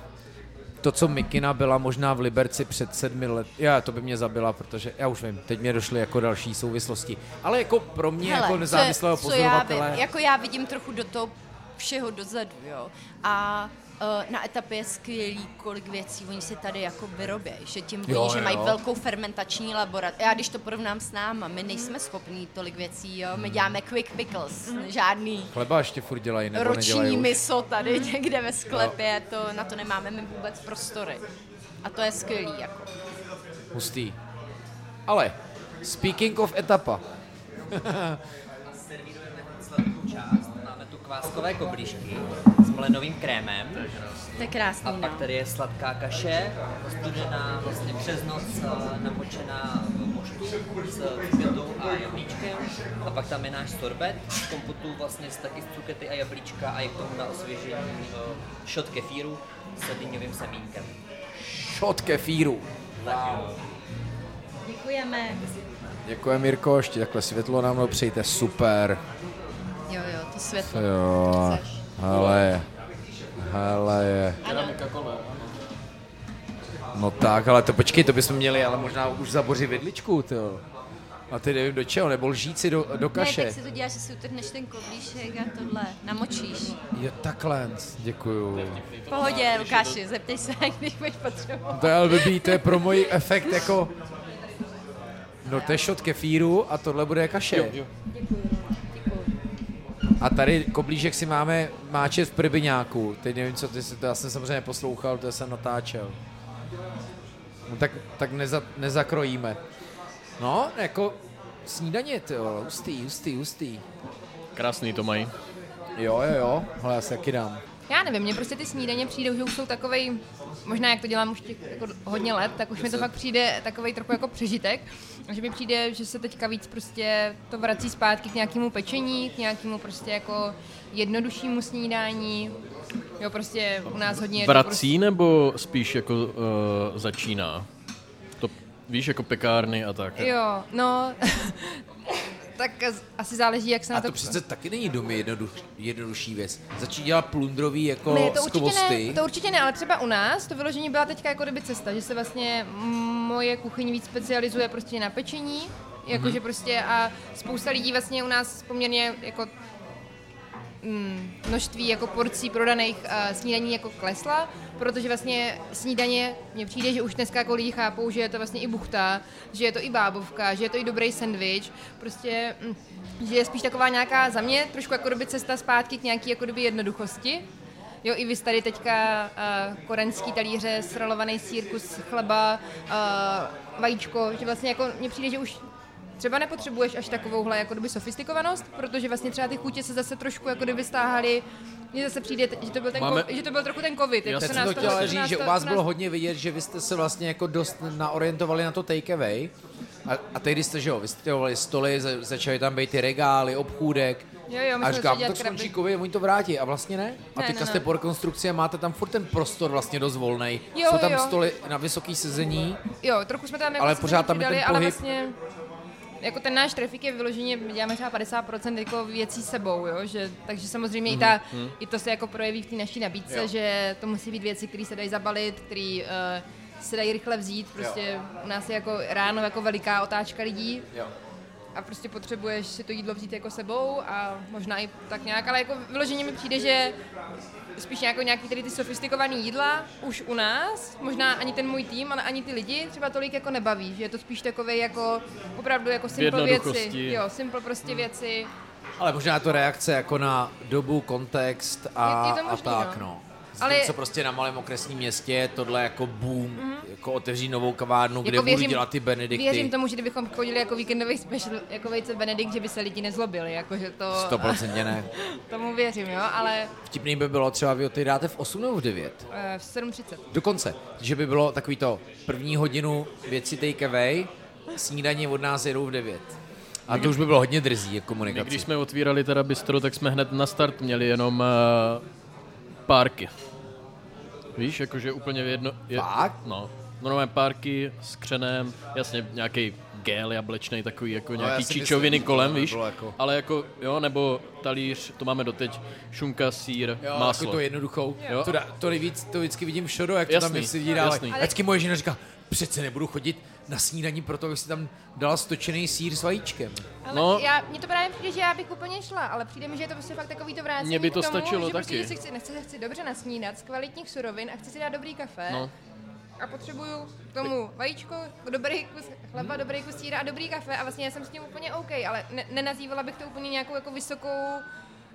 Speaker 1: To, co Mikina byla možná v Liberci před sedmi let, já, to by mě zabila, protože já už vím, teď mě došly jako další souvislosti. Ale jako pro mě, jako
Speaker 5: co-
Speaker 1: nezávislého
Speaker 5: co já,
Speaker 1: pozorovatele,
Speaker 5: vím, jako já vidím trochu do toho všeho dozadu, jo. A eh, na etapě je skvělý, kolik věcí oni si tady jako vyrobí, že tím
Speaker 1: Jo,
Speaker 5: oni, že
Speaker 1: jo.
Speaker 5: mají velkou fermentační laboratoř. Já když to porovnám s náma, my nejsme schopní tolik věcí, jo.
Speaker 1: Hmm.
Speaker 5: My děláme quick pickles, žádný
Speaker 1: chleba ještě furt dělají, nebo nedělají
Speaker 5: roční
Speaker 1: už.
Speaker 5: miso tady někde ve sklepě, to, na to nemáme my vůbec prostory. A to je skvělý, jako.
Speaker 1: Hustý. Ale, speaking of etapa,
Speaker 2: Sladkou část, máme tu kváskové koblížky s mlenovým krémem.
Speaker 5: To je krásný, no.
Speaker 2: A pak tady je sladká kaše, studená vlastně přes noc eh, namočená v moštu s květou a jablíčkem. A pak tam je náš sorbet, kompotu vlastně s taky z cukety a jablíčka a je k tomu na osvěžení eh, shot kefíru s dýňovým semínkem.
Speaker 1: shot kefíru.
Speaker 5: Děkujeme.
Speaker 1: Děkuji, Mirko, ještě takhle světlo nám přejte, super.
Speaker 5: Jo, jo, to světlo.
Speaker 1: Jo,
Speaker 5: Chceš?
Speaker 1: hele, hele. No tak, ale to počkej, to bychom měli, ale možná už zabořit vidličku, jo. A ty nevím do čeho, nebo lžíci do, do
Speaker 5: Ne,
Speaker 1: kaše.
Speaker 5: tak si to děláš, že si utrhneš ten koblíšek a tohle namočíš.
Speaker 1: Jo, takhle, děkuju.
Speaker 5: V pohodě, Lukáši, zeptej se, když budeš potřebovat.
Speaker 1: To je ale blbý, to je pro můj efekt jako... No to je shot kefíru a tohle bude kaše. Jo, jo. A tady koblížek si máme máčet v Prbyňáku. Teď nevím, co ty si to, já jsem samozřejmě neposlouchal, to jsem natáčel. No, tak, tak neza, nezakrojíme. No, jako snídaně, ty jo, hustý, hustý, hustý.
Speaker 4: Krásný to mají.
Speaker 1: Jo, jo, jo, hele, já si taky dám.
Speaker 6: Já nevím, mně prostě ty snídaně přijdou, že už jsou takovej, možná jak to dělám už těch, jako hodně let, tak už mi to fakt přijde takovej trochu jako přežitek, že mi přijde, že se teďka víc prostě to vrací zpátky k nějakému pečení, k nějakému prostě jako jednoduššímu snídání. Jo, prostě u nás hodně... je to prostě-
Speaker 4: Vrací nebo spíš jako uh, začíná? To víš, jako pekárny a tak.
Speaker 6: Prostě, jo, no... tak as- asi záleží, jak se
Speaker 1: A
Speaker 6: na
Speaker 1: to
Speaker 6: to...
Speaker 1: přece taky není domy jednoduš, jednodušší věc. Začít dělat plundrový jako
Speaker 6: ne, to určitě
Speaker 1: skvosty.
Speaker 6: ne, to určitě ne, ale třeba u nás to vyložení byla teďka jako kdyby cesta, že se vlastně moje kuchyň víc specializuje prostě na pečení, jakože prostě a spousta lidí vlastně u nás poměrně jako mm, množství jako porcí prodaných uh, snídaní jako klesla, protože vlastně snídaně, mně přijde, že už dneska jako lidi chápou, že je to vlastně i buchta, že je to i bábovka, že je to i dobrý sendvič, prostě, mm, že je spíš taková nějaká za mě trošku jako doby cesta zpátky k nějaký jako doby jednoduchosti. Jo, i vy jste tady teďka uh, korenský talíře, sralovaný sír, kus chleba, uh, vajíčko, že vlastně jako mně přijde, že už třeba nepotřebuješ až takovouhle jako kdyby sofistikovanost, protože vlastně třeba ty chutě se zase trošku jako kdyby stáhaly, mně zase přijde, t- že to byl, ten
Speaker 4: Máme-
Speaker 6: ko- že to byl trochu ten covid.
Speaker 4: Já
Speaker 6: Jako
Speaker 4: jsem
Speaker 1: Teď
Speaker 6: se
Speaker 1: jsem
Speaker 6: nás
Speaker 1: to chtěl říct,
Speaker 6: nás
Speaker 1: že u
Speaker 6: to-
Speaker 1: vás
Speaker 6: nás-
Speaker 1: bylo hodně vidět, že vy jste se vlastně jako dost naorientovali na to takeaway. A, a tehdy jste, že jo, vystěhovali stoly, za, začaly tam být ty regály, obchůdek.
Speaker 6: Jo, jo, my
Speaker 1: a říkám,
Speaker 6: jsme začali
Speaker 1: tak
Speaker 6: dělat kraby.
Speaker 1: skončí covid, oni to vrátí. A vlastně ne. A
Speaker 6: Ne,
Speaker 1: teďka
Speaker 6: ne,
Speaker 1: jste
Speaker 6: ne.
Speaker 1: po rekonstrukci a máte tam furt ten prostor vlastně dost volnej.
Speaker 6: Jo,
Speaker 1: Jsou tam
Speaker 6: jo.
Speaker 1: stoly na vysoký sezení.
Speaker 6: Jo, trochu jsme tam jako
Speaker 1: Ale
Speaker 6: se
Speaker 1: pořád tam je
Speaker 6: přidali,
Speaker 1: ten
Speaker 6: ale
Speaker 1: pohyb.
Speaker 6: vlastně jako ten náš trafik je vyloženě, my děláme třeba 50% jako věcí sebou, jo, že, takže samozřejmě i, ta, i to se jako projeví v té naší nabídce,
Speaker 1: Mhm, Jo.
Speaker 6: že to musí být věci, které se dají zabalit, které uh, se dají rychle vzít, prostě u nás je jako ráno jako veliká otáčka lidí,
Speaker 1: Jo.
Speaker 6: a prostě potřebuješ si to jídlo vzít jako sebou a možná i tak nějak, ale jako vyloženě mi přijde, že spíš nějakou, nějaký tady ty sofistikované jídla už u nás, možná ani ten můj tým, ale ani ty lidi třeba tolik jako nebaví, že je to spíš takové jako opravdu jako simple věci,
Speaker 4: jednoduchosti.
Speaker 6: jo, simple
Speaker 1: Hmm.
Speaker 6: prostě věci.
Speaker 1: Ale možná je to reakce jako na dobu, kontext a,
Speaker 6: Je- je to
Speaker 1: a
Speaker 6: možný,
Speaker 1: tak,
Speaker 6: no.
Speaker 1: no. Ale...
Speaker 6: Ale-
Speaker 1: Tím, co prostě na malém okresním městě je tohle jako boom, mm-hmm. jako otevří novou kavárnu, kde
Speaker 6: Mhm. jako
Speaker 1: budu dělat ty benedikty.
Speaker 6: Věřím tomu, že kdybychom chodili jako víkendový special, jako vejce Benedikt, že by se lidi nezlobili, jako že to...
Speaker 1: Stoprocentně ne.
Speaker 6: Tomu věřím, jo, ale
Speaker 1: Vtipný by bylo třeba, vy ty dáte v 8 nebo v 9.
Speaker 6: eh, v 7.30.
Speaker 1: Dokonce, že by bylo takový to první hodinu věci takeaway, snídaně od nás jedou v 9. A to už by bylo hodně drzí jako
Speaker 4: My,
Speaker 1: komunikace.
Speaker 4: když jsme otvírali teda bistro, tak jsme hned na start měli jenom uh, párky. Víš, jakože úplně v jedno... Je,
Speaker 1: Fakt?
Speaker 4: No. Normálně párky s křenem, jasně nějaký gel jablečný, takový jako
Speaker 1: já
Speaker 4: nějaký
Speaker 1: si myslím, No,
Speaker 4: číčoviny
Speaker 1: že to
Speaker 4: kolem,
Speaker 1: by
Speaker 4: víš?
Speaker 1: bylo jako-
Speaker 4: Ale jako, jo, nebo talíř, to máme doteď, šunka, sír,
Speaker 1: Jo,
Speaker 4: máslo.
Speaker 1: Jako to jednoduchou.
Speaker 4: Jo.
Speaker 1: To, dá, to, nejvíc, to vždycky vidím všudo, jak to tam
Speaker 4: Jasný,
Speaker 1: věci lidi dá.
Speaker 4: jasný.
Speaker 1: Ale... Vždycky moje žena říká, přece nebudu chodit na snídaní, proto abych si tam dala stočený sír s vajíčkem.
Speaker 6: Ale
Speaker 4: No.
Speaker 6: no, já, mně to právě přijde, že já bych úplně šla, ale přijde mi, že je to prostě fakt takový to vrácení
Speaker 4: Mně by to
Speaker 6: k tomu,
Speaker 4: stačilo
Speaker 6: že Prostě,
Speaker 4: taky.
Speaker 6: že si chci, nechci, chci dobře nasnídat z kvalitních surovin a chci si dát dobrý kafe.
Speaker 4: No.
Speaker 6: A potřebuju k tomu vajíčko, dobrý kus chleba, dobrý kus síra a dobrý kafe a vlastně já jsem s tím úplně OK, ale ne, nenazývala bych to úplně nějakou jako vysokou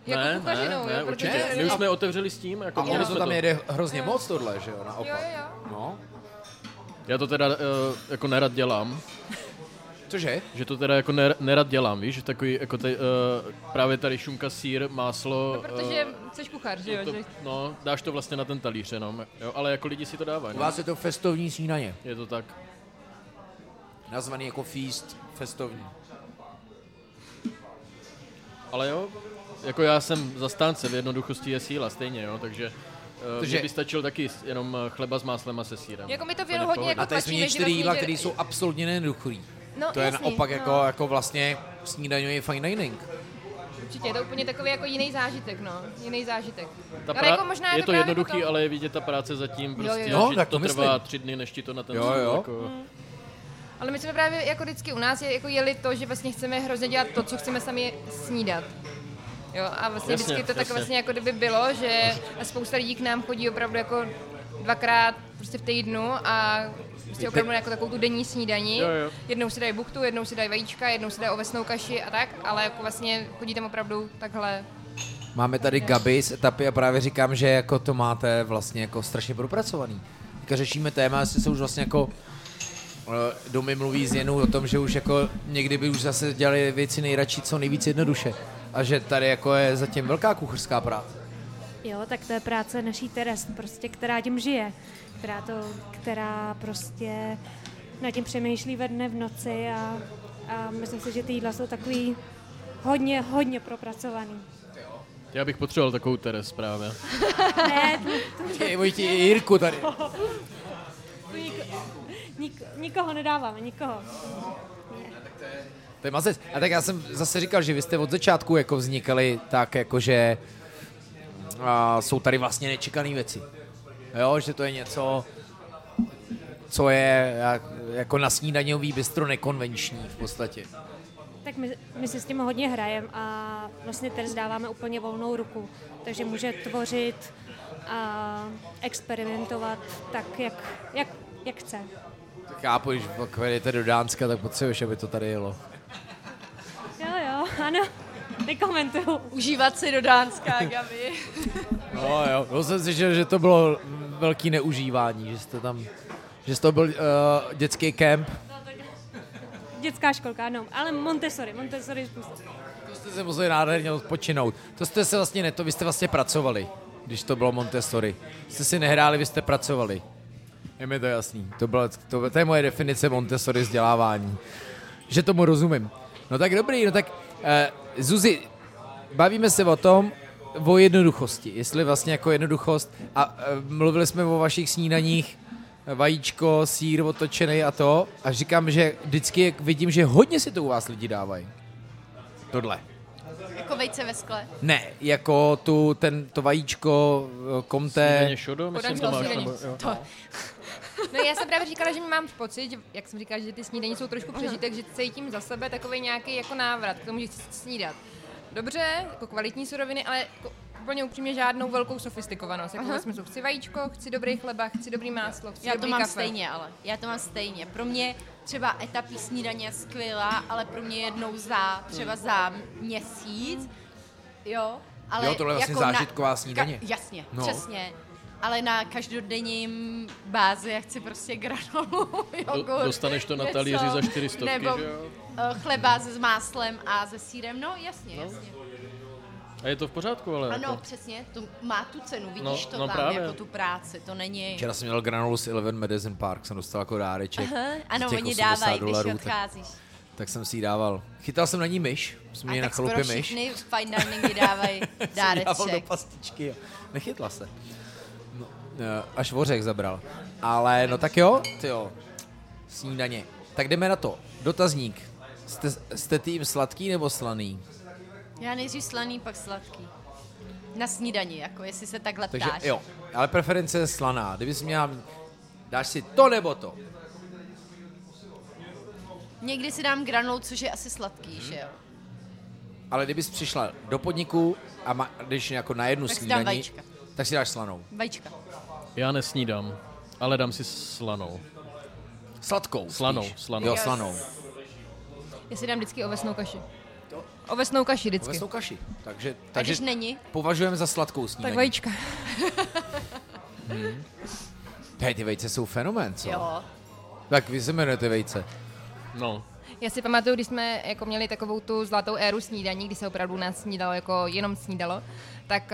Speaker 6: jako
Speaker 4: ne, ne,
Speaker 6: kuchařinou,
Speaker 4: ne,
Speaker 6: jo, protože-
Speaker 4: určitě. My už jsme otevřeli s tím, jako
Speaker 1: A ono
Speaker 4: měli
Speaker 1: to
Speaker 4: jsme
Speaker 1: tam
Speaker 4: to.
Speaker 1: jede hrozně moc tohle, že jo,
Speaker 6: Jo,
Speaker 1: naopak.
Speaker 6: jo, jo.
Speaker 1: No,
Speaker 4: Já to teda uh, jako nerad dělám,
Speaker 1: cože?
Speaker 4: že to teda jako ner, nerad dělám, víš, že takový jako te, uh, právě tady šunka, sír, máslo.
Speaker 6: No, Protože
Speaker 4: eh,
Speaker 6: jsi kuchař, že jo?
Speaker 4: to,
Speaker 6: že-
Speaker 4: no, dáš to vlastně na ten talíř jenom, jo, ale jako lidi si to dávají.
Speaker 1: U
Speaker 4: No.
Speaker 1: vás je to festovní snídaně,
Speaker 4: Je to tak.
Speaker 1: nazvaný jako feast festovní.
Speaker 4: Ale jo, jako já jsem zastánce, v jednoduchosti je síla stejně, jo, takže
Speaker 1: Takže-
Speaker 4: Takže... by stačil taky s- jenom eh, chleba s máslem a se sírem.
Speaker 6: Jako my to
Speaker 4: Úplně
Speaker 6: věnu
Speaker 4: v
Speaker 6: hodně
Speaker 4: pohodě.
Speaker 6: jako
Speaker 1: A tady jsme měli
Speaker 6: tlačíme,
Speaker 1: čtyři
Speaker 6: že vlastně,
Speaker 1: jídla,
Speaker 6: že-
Speaker 1: které jsou absolutně nejednoduchý.
Speaker 6: No,
Speaker 1: To je
Speaker 6: jasný,
Speaker 1: naopak
Speaker 6: no.
Speaker 1: jako, jako vlastně snídaňový fine dining.
Speaker 6: Určitě, je to úplně takový jako jiný zážitek, no. Jiný zážitek.
Speaker 4: Ta
Speaker 6: ale jako možná
Speaker 4: je
Speaker 6: to
Speaker 4: to
Speaker 6: právě
Speaker 4: jednoduchý,
Speaker 6: potom-
Speaker 4: ale je vidět ta práce zatím prostě,
Speaker 6: jo,
Speaker 4: jo,
Speaker 6: jo.
Speaker 4: jo.
Speaker 1: No,
Speaker 4: že
Speaker 1: tak to
Speaker 4: to, trvá
Speaker 1: myslím.
Speaker 4: tři dny, než ti to na ten
Speaker 1: Jo,
Speaker 4: stůl,
Speaker 1: jo.
Speaker 4: Jako,
Speaker 6: Ale my jsme právě, jako vždycky u nás, je, jako jeli to, že vlastně chceme hrozně dělat to, co chceme sami snídat. Jo, a vlastně
Speaker 4: Jasně,
Speaker 6: vždycky to tak
Speaker 4: jasně.
Speaker 6: vlastně jako kdyby bylo, že spousta lidí k nám chodí opravdu jako dvakrát prostě v týdnu a prostě opravdu jako takovou tu denní snídaní.
Speaker 4: Jo, jo.
Speaker 6: Jednou si dají buchtu, jednou si dají vajíčka, jednou si dají ovesnou kaši a tak, ale jako vlastně chodí tam opravdu takhle.
Speaker 1: Máme tady Gabi z etapy a právě říkám, že jako to máte vlastně jako strašně propracovaný. Teďka řešíme téma, jestli se už vlastně jako eh, domy mluví s Jenou o tom, že už jako někdy by už zase dělali věci nejradši co nejvíc jednoduše. A že tady jako je zatím velká kuchařská práce.
Speaker 12: Jo, tak to je práce naší Teres, prostě, která tím žije, která, to, která prostě na tím přemýšlí ve dne v noci a, a myslím si, že ty jídla jsou takový hodně, hodně propracovaný.
Speaker 4: Já bych potřeboval takovou Teres právě.
Speaker 12: Ne, to,
Speaker 1: Hej, Vojti, Jirku tady.
Speaker 12: to niko, niko, nikoho nedáváme, nikoho.
Speaker 1: To je mazec. A tak já jsem zase říkal, že vy jste od začátku jako vznikali tak jako, že a, jsou tady vlastně nečekané věci. Jo, že to je něco, co je jak- jako na snídaňový bistro nekonvenční v podstatě.
Speaker 12: Tak my, my si s tím hodně hrajeme a vlastně Terz dáváme úplně volnou ruku, takže může tvořit a experimentovat tak, jak, jak, jak chce.
Speaker 1: Tak Chápu, když pak vedete do Dánska, tak potřebuješ, aby to tady jelo.
Speaker 12: Jo, jo, ano, nekomentuju.
Speaker 13: Užívat si do Dánska, Gabi.
Speaker 1: No jo, no jsem slyšel, že to bylo velký neužívání, že jste tam, že to byl uh, dětský kemp.
Speaker 12: Dětská školka, ano, ale Montessori, Montessori způsob.
Speaker 1: To jste se museli nádherně odpočinout. To jste se vlastně ne, to vy jste vlastně pracovali, když to bylo Montessori. Jste si nehráli, vy jste pracovali. Je mi to jasný. To, bylo, to, to je moje definice Montessori vzdělávání. Že tomu rozumím. No tak dobrý, no tak eh, Zuzi, bavíme se o tom, o jednoduchosti, jestli vlastně jako jednoduchost a eh, mluvili jsme o vašich snídaních, eh, vajíčko, sír otočený a to a říkám, že vždycky jak vidím, že hodně si to u vás lidi dávají. Tohle.
Speaker 13: Jako vejce ve skle.
Speaker 1: Ne, jako tu, ten, to vajíčko, eh, komté.
Speaker 4: Snídaně šodo, myslím,
Speaker 6: Podanská
Speaker 4: to máš.
Speaker 6: snídaní.
Speaker 4: Nebo, jo.
Speaker 6: No já jsem právě říkala, že mám pocit, že- jak jsem říkala, že ty snídaní jsou trošku přežitek, že cítím za sebe takový nějaký jako návrat k tomu, že chci snídat. Dobře, jako kvalitní suroviny, ale jako úplně upřímně žádnou velkou sofistikovanost. Jako ve smyslu, chci vajíčko, chci dobrý chleba, chci dobrý máslo, chci
Speaker 13: Já to
Speaker 6: dobrý
Speaker 13: mám
Speaker 6: kafe.
Speaker 13: stejně, ale.
Speaker 5: Já to mám stejně. Pro mě třeba etapy snídaně je skvělá, ale pro mě jednou za, třeba za měsíc, jo. Ale
Speaker 1: Jo, tohle je vlastně
Speaker 5: jako na-
Speaker 1: zážitková snídaně.
Speaker 5: Ka- jasně,
Speaker 1: No.
Speaker 5: no. přesně. Ale na každodenním bázi já chci prostě granolu, jogurt,
Speaker 4: dostaneš to na
Speaker 5: něco,
Speaker 4: talíři za 400,
Speaker 5: Nebo
Speaker 4: že jo?
Speaker 5: eh, chleba s máslem a se sírem, no jasně, jasně.
Speaker 4: A je to v pořádku, ale
Speaker 5: Ano,
Speaker 4: jako,
Speaker 5: přesně, to má tu cenu, vidíš
Speaker 4: No,
Speaker 5: to
Speaker 4: no
Speaker 5: tam,
Speaker 4: právě.
Speaker 5: jako tu práci, to není...
Speaker 1: Včera jsem měl granulu z Eleven Medicine Park, jsem dostal jako dáreček.
Speaker 5: Aha, ano,
Speaker 1: Z těch
Speaker 5: oni
Speaker 1: 80
Speaker 5: dávají, když
Speaker 1: tak,
Speaker 5: odcházíš.
Speaker 1: tak, jsem si ji dával. Chytal jsem na ní myš, jsem měl
Speaker 5: A
Speaker 1: na
Speaker 5: tak skoro
Speaker 1: chalupě myš.
Speaker 5: všichni fine diningy dávají
Speaker 1: Jsem ji dával do
Speaker 5: dáreček.
Speaker 1: pastičky. jo. Nechytla se. No, eh, až vořek zabral. Ale no tak jo, ty jo. Snídaně. Tak jdeme na to. Dotazník. Jste, jste tým sladký nebo slaný?
Speaker 5: Já nejdřív slaný, pak sladký. Na snídani, jako jestli se takhle
Speaker 1: Takže
Speaker 5: ptáš.
Speaker 1: jo, ale preference je slaná. Kdybys měla, dáš si to nebo to.
Speaker 5: Někdy si dám granul, což je asi sladký, že jo?
Speaker 1: Ale kdybys přišla do podniku a ma, když jako na jednu
Speaker 5: Tak si dám
Speaker 1: snídaní,
Speaker 5: vajíčka.
Speaker 1: tak si dáš slanou.
Speaker 5: Vajíčka.
Speaker 4: já nesnídám, ale dám si slanou.
Speaker 1: Sladkou. spíš.
Speaker 4: Slanou, slanou.
Speaker 1: Jo, slanou.
Speaker 6: Já si dám vždycky ovesnou kaši. Ovesnou kaši vždycky.
Speaker 1: Ovesnou kaši. Takže,
Speaker 5: A
Speaker 1: takže
Speaker 5: když není,
Speaker 1: považujeme za sladkou snídaní.
Speaker 6: Tak vajíčka.
Speaker 1: Hej, ty vejce jsou fenomén, co?
Speaker 5: jo.
Speaker 1: Tak vy se jmenujete vejce.
Speaker 4: No,
Speaker 6: Já si pamatuju, když jsme jako měli takovou tu zlatou éru snídaní, kdy se opravdu u nás snídalo, jako jenom snídalo, tak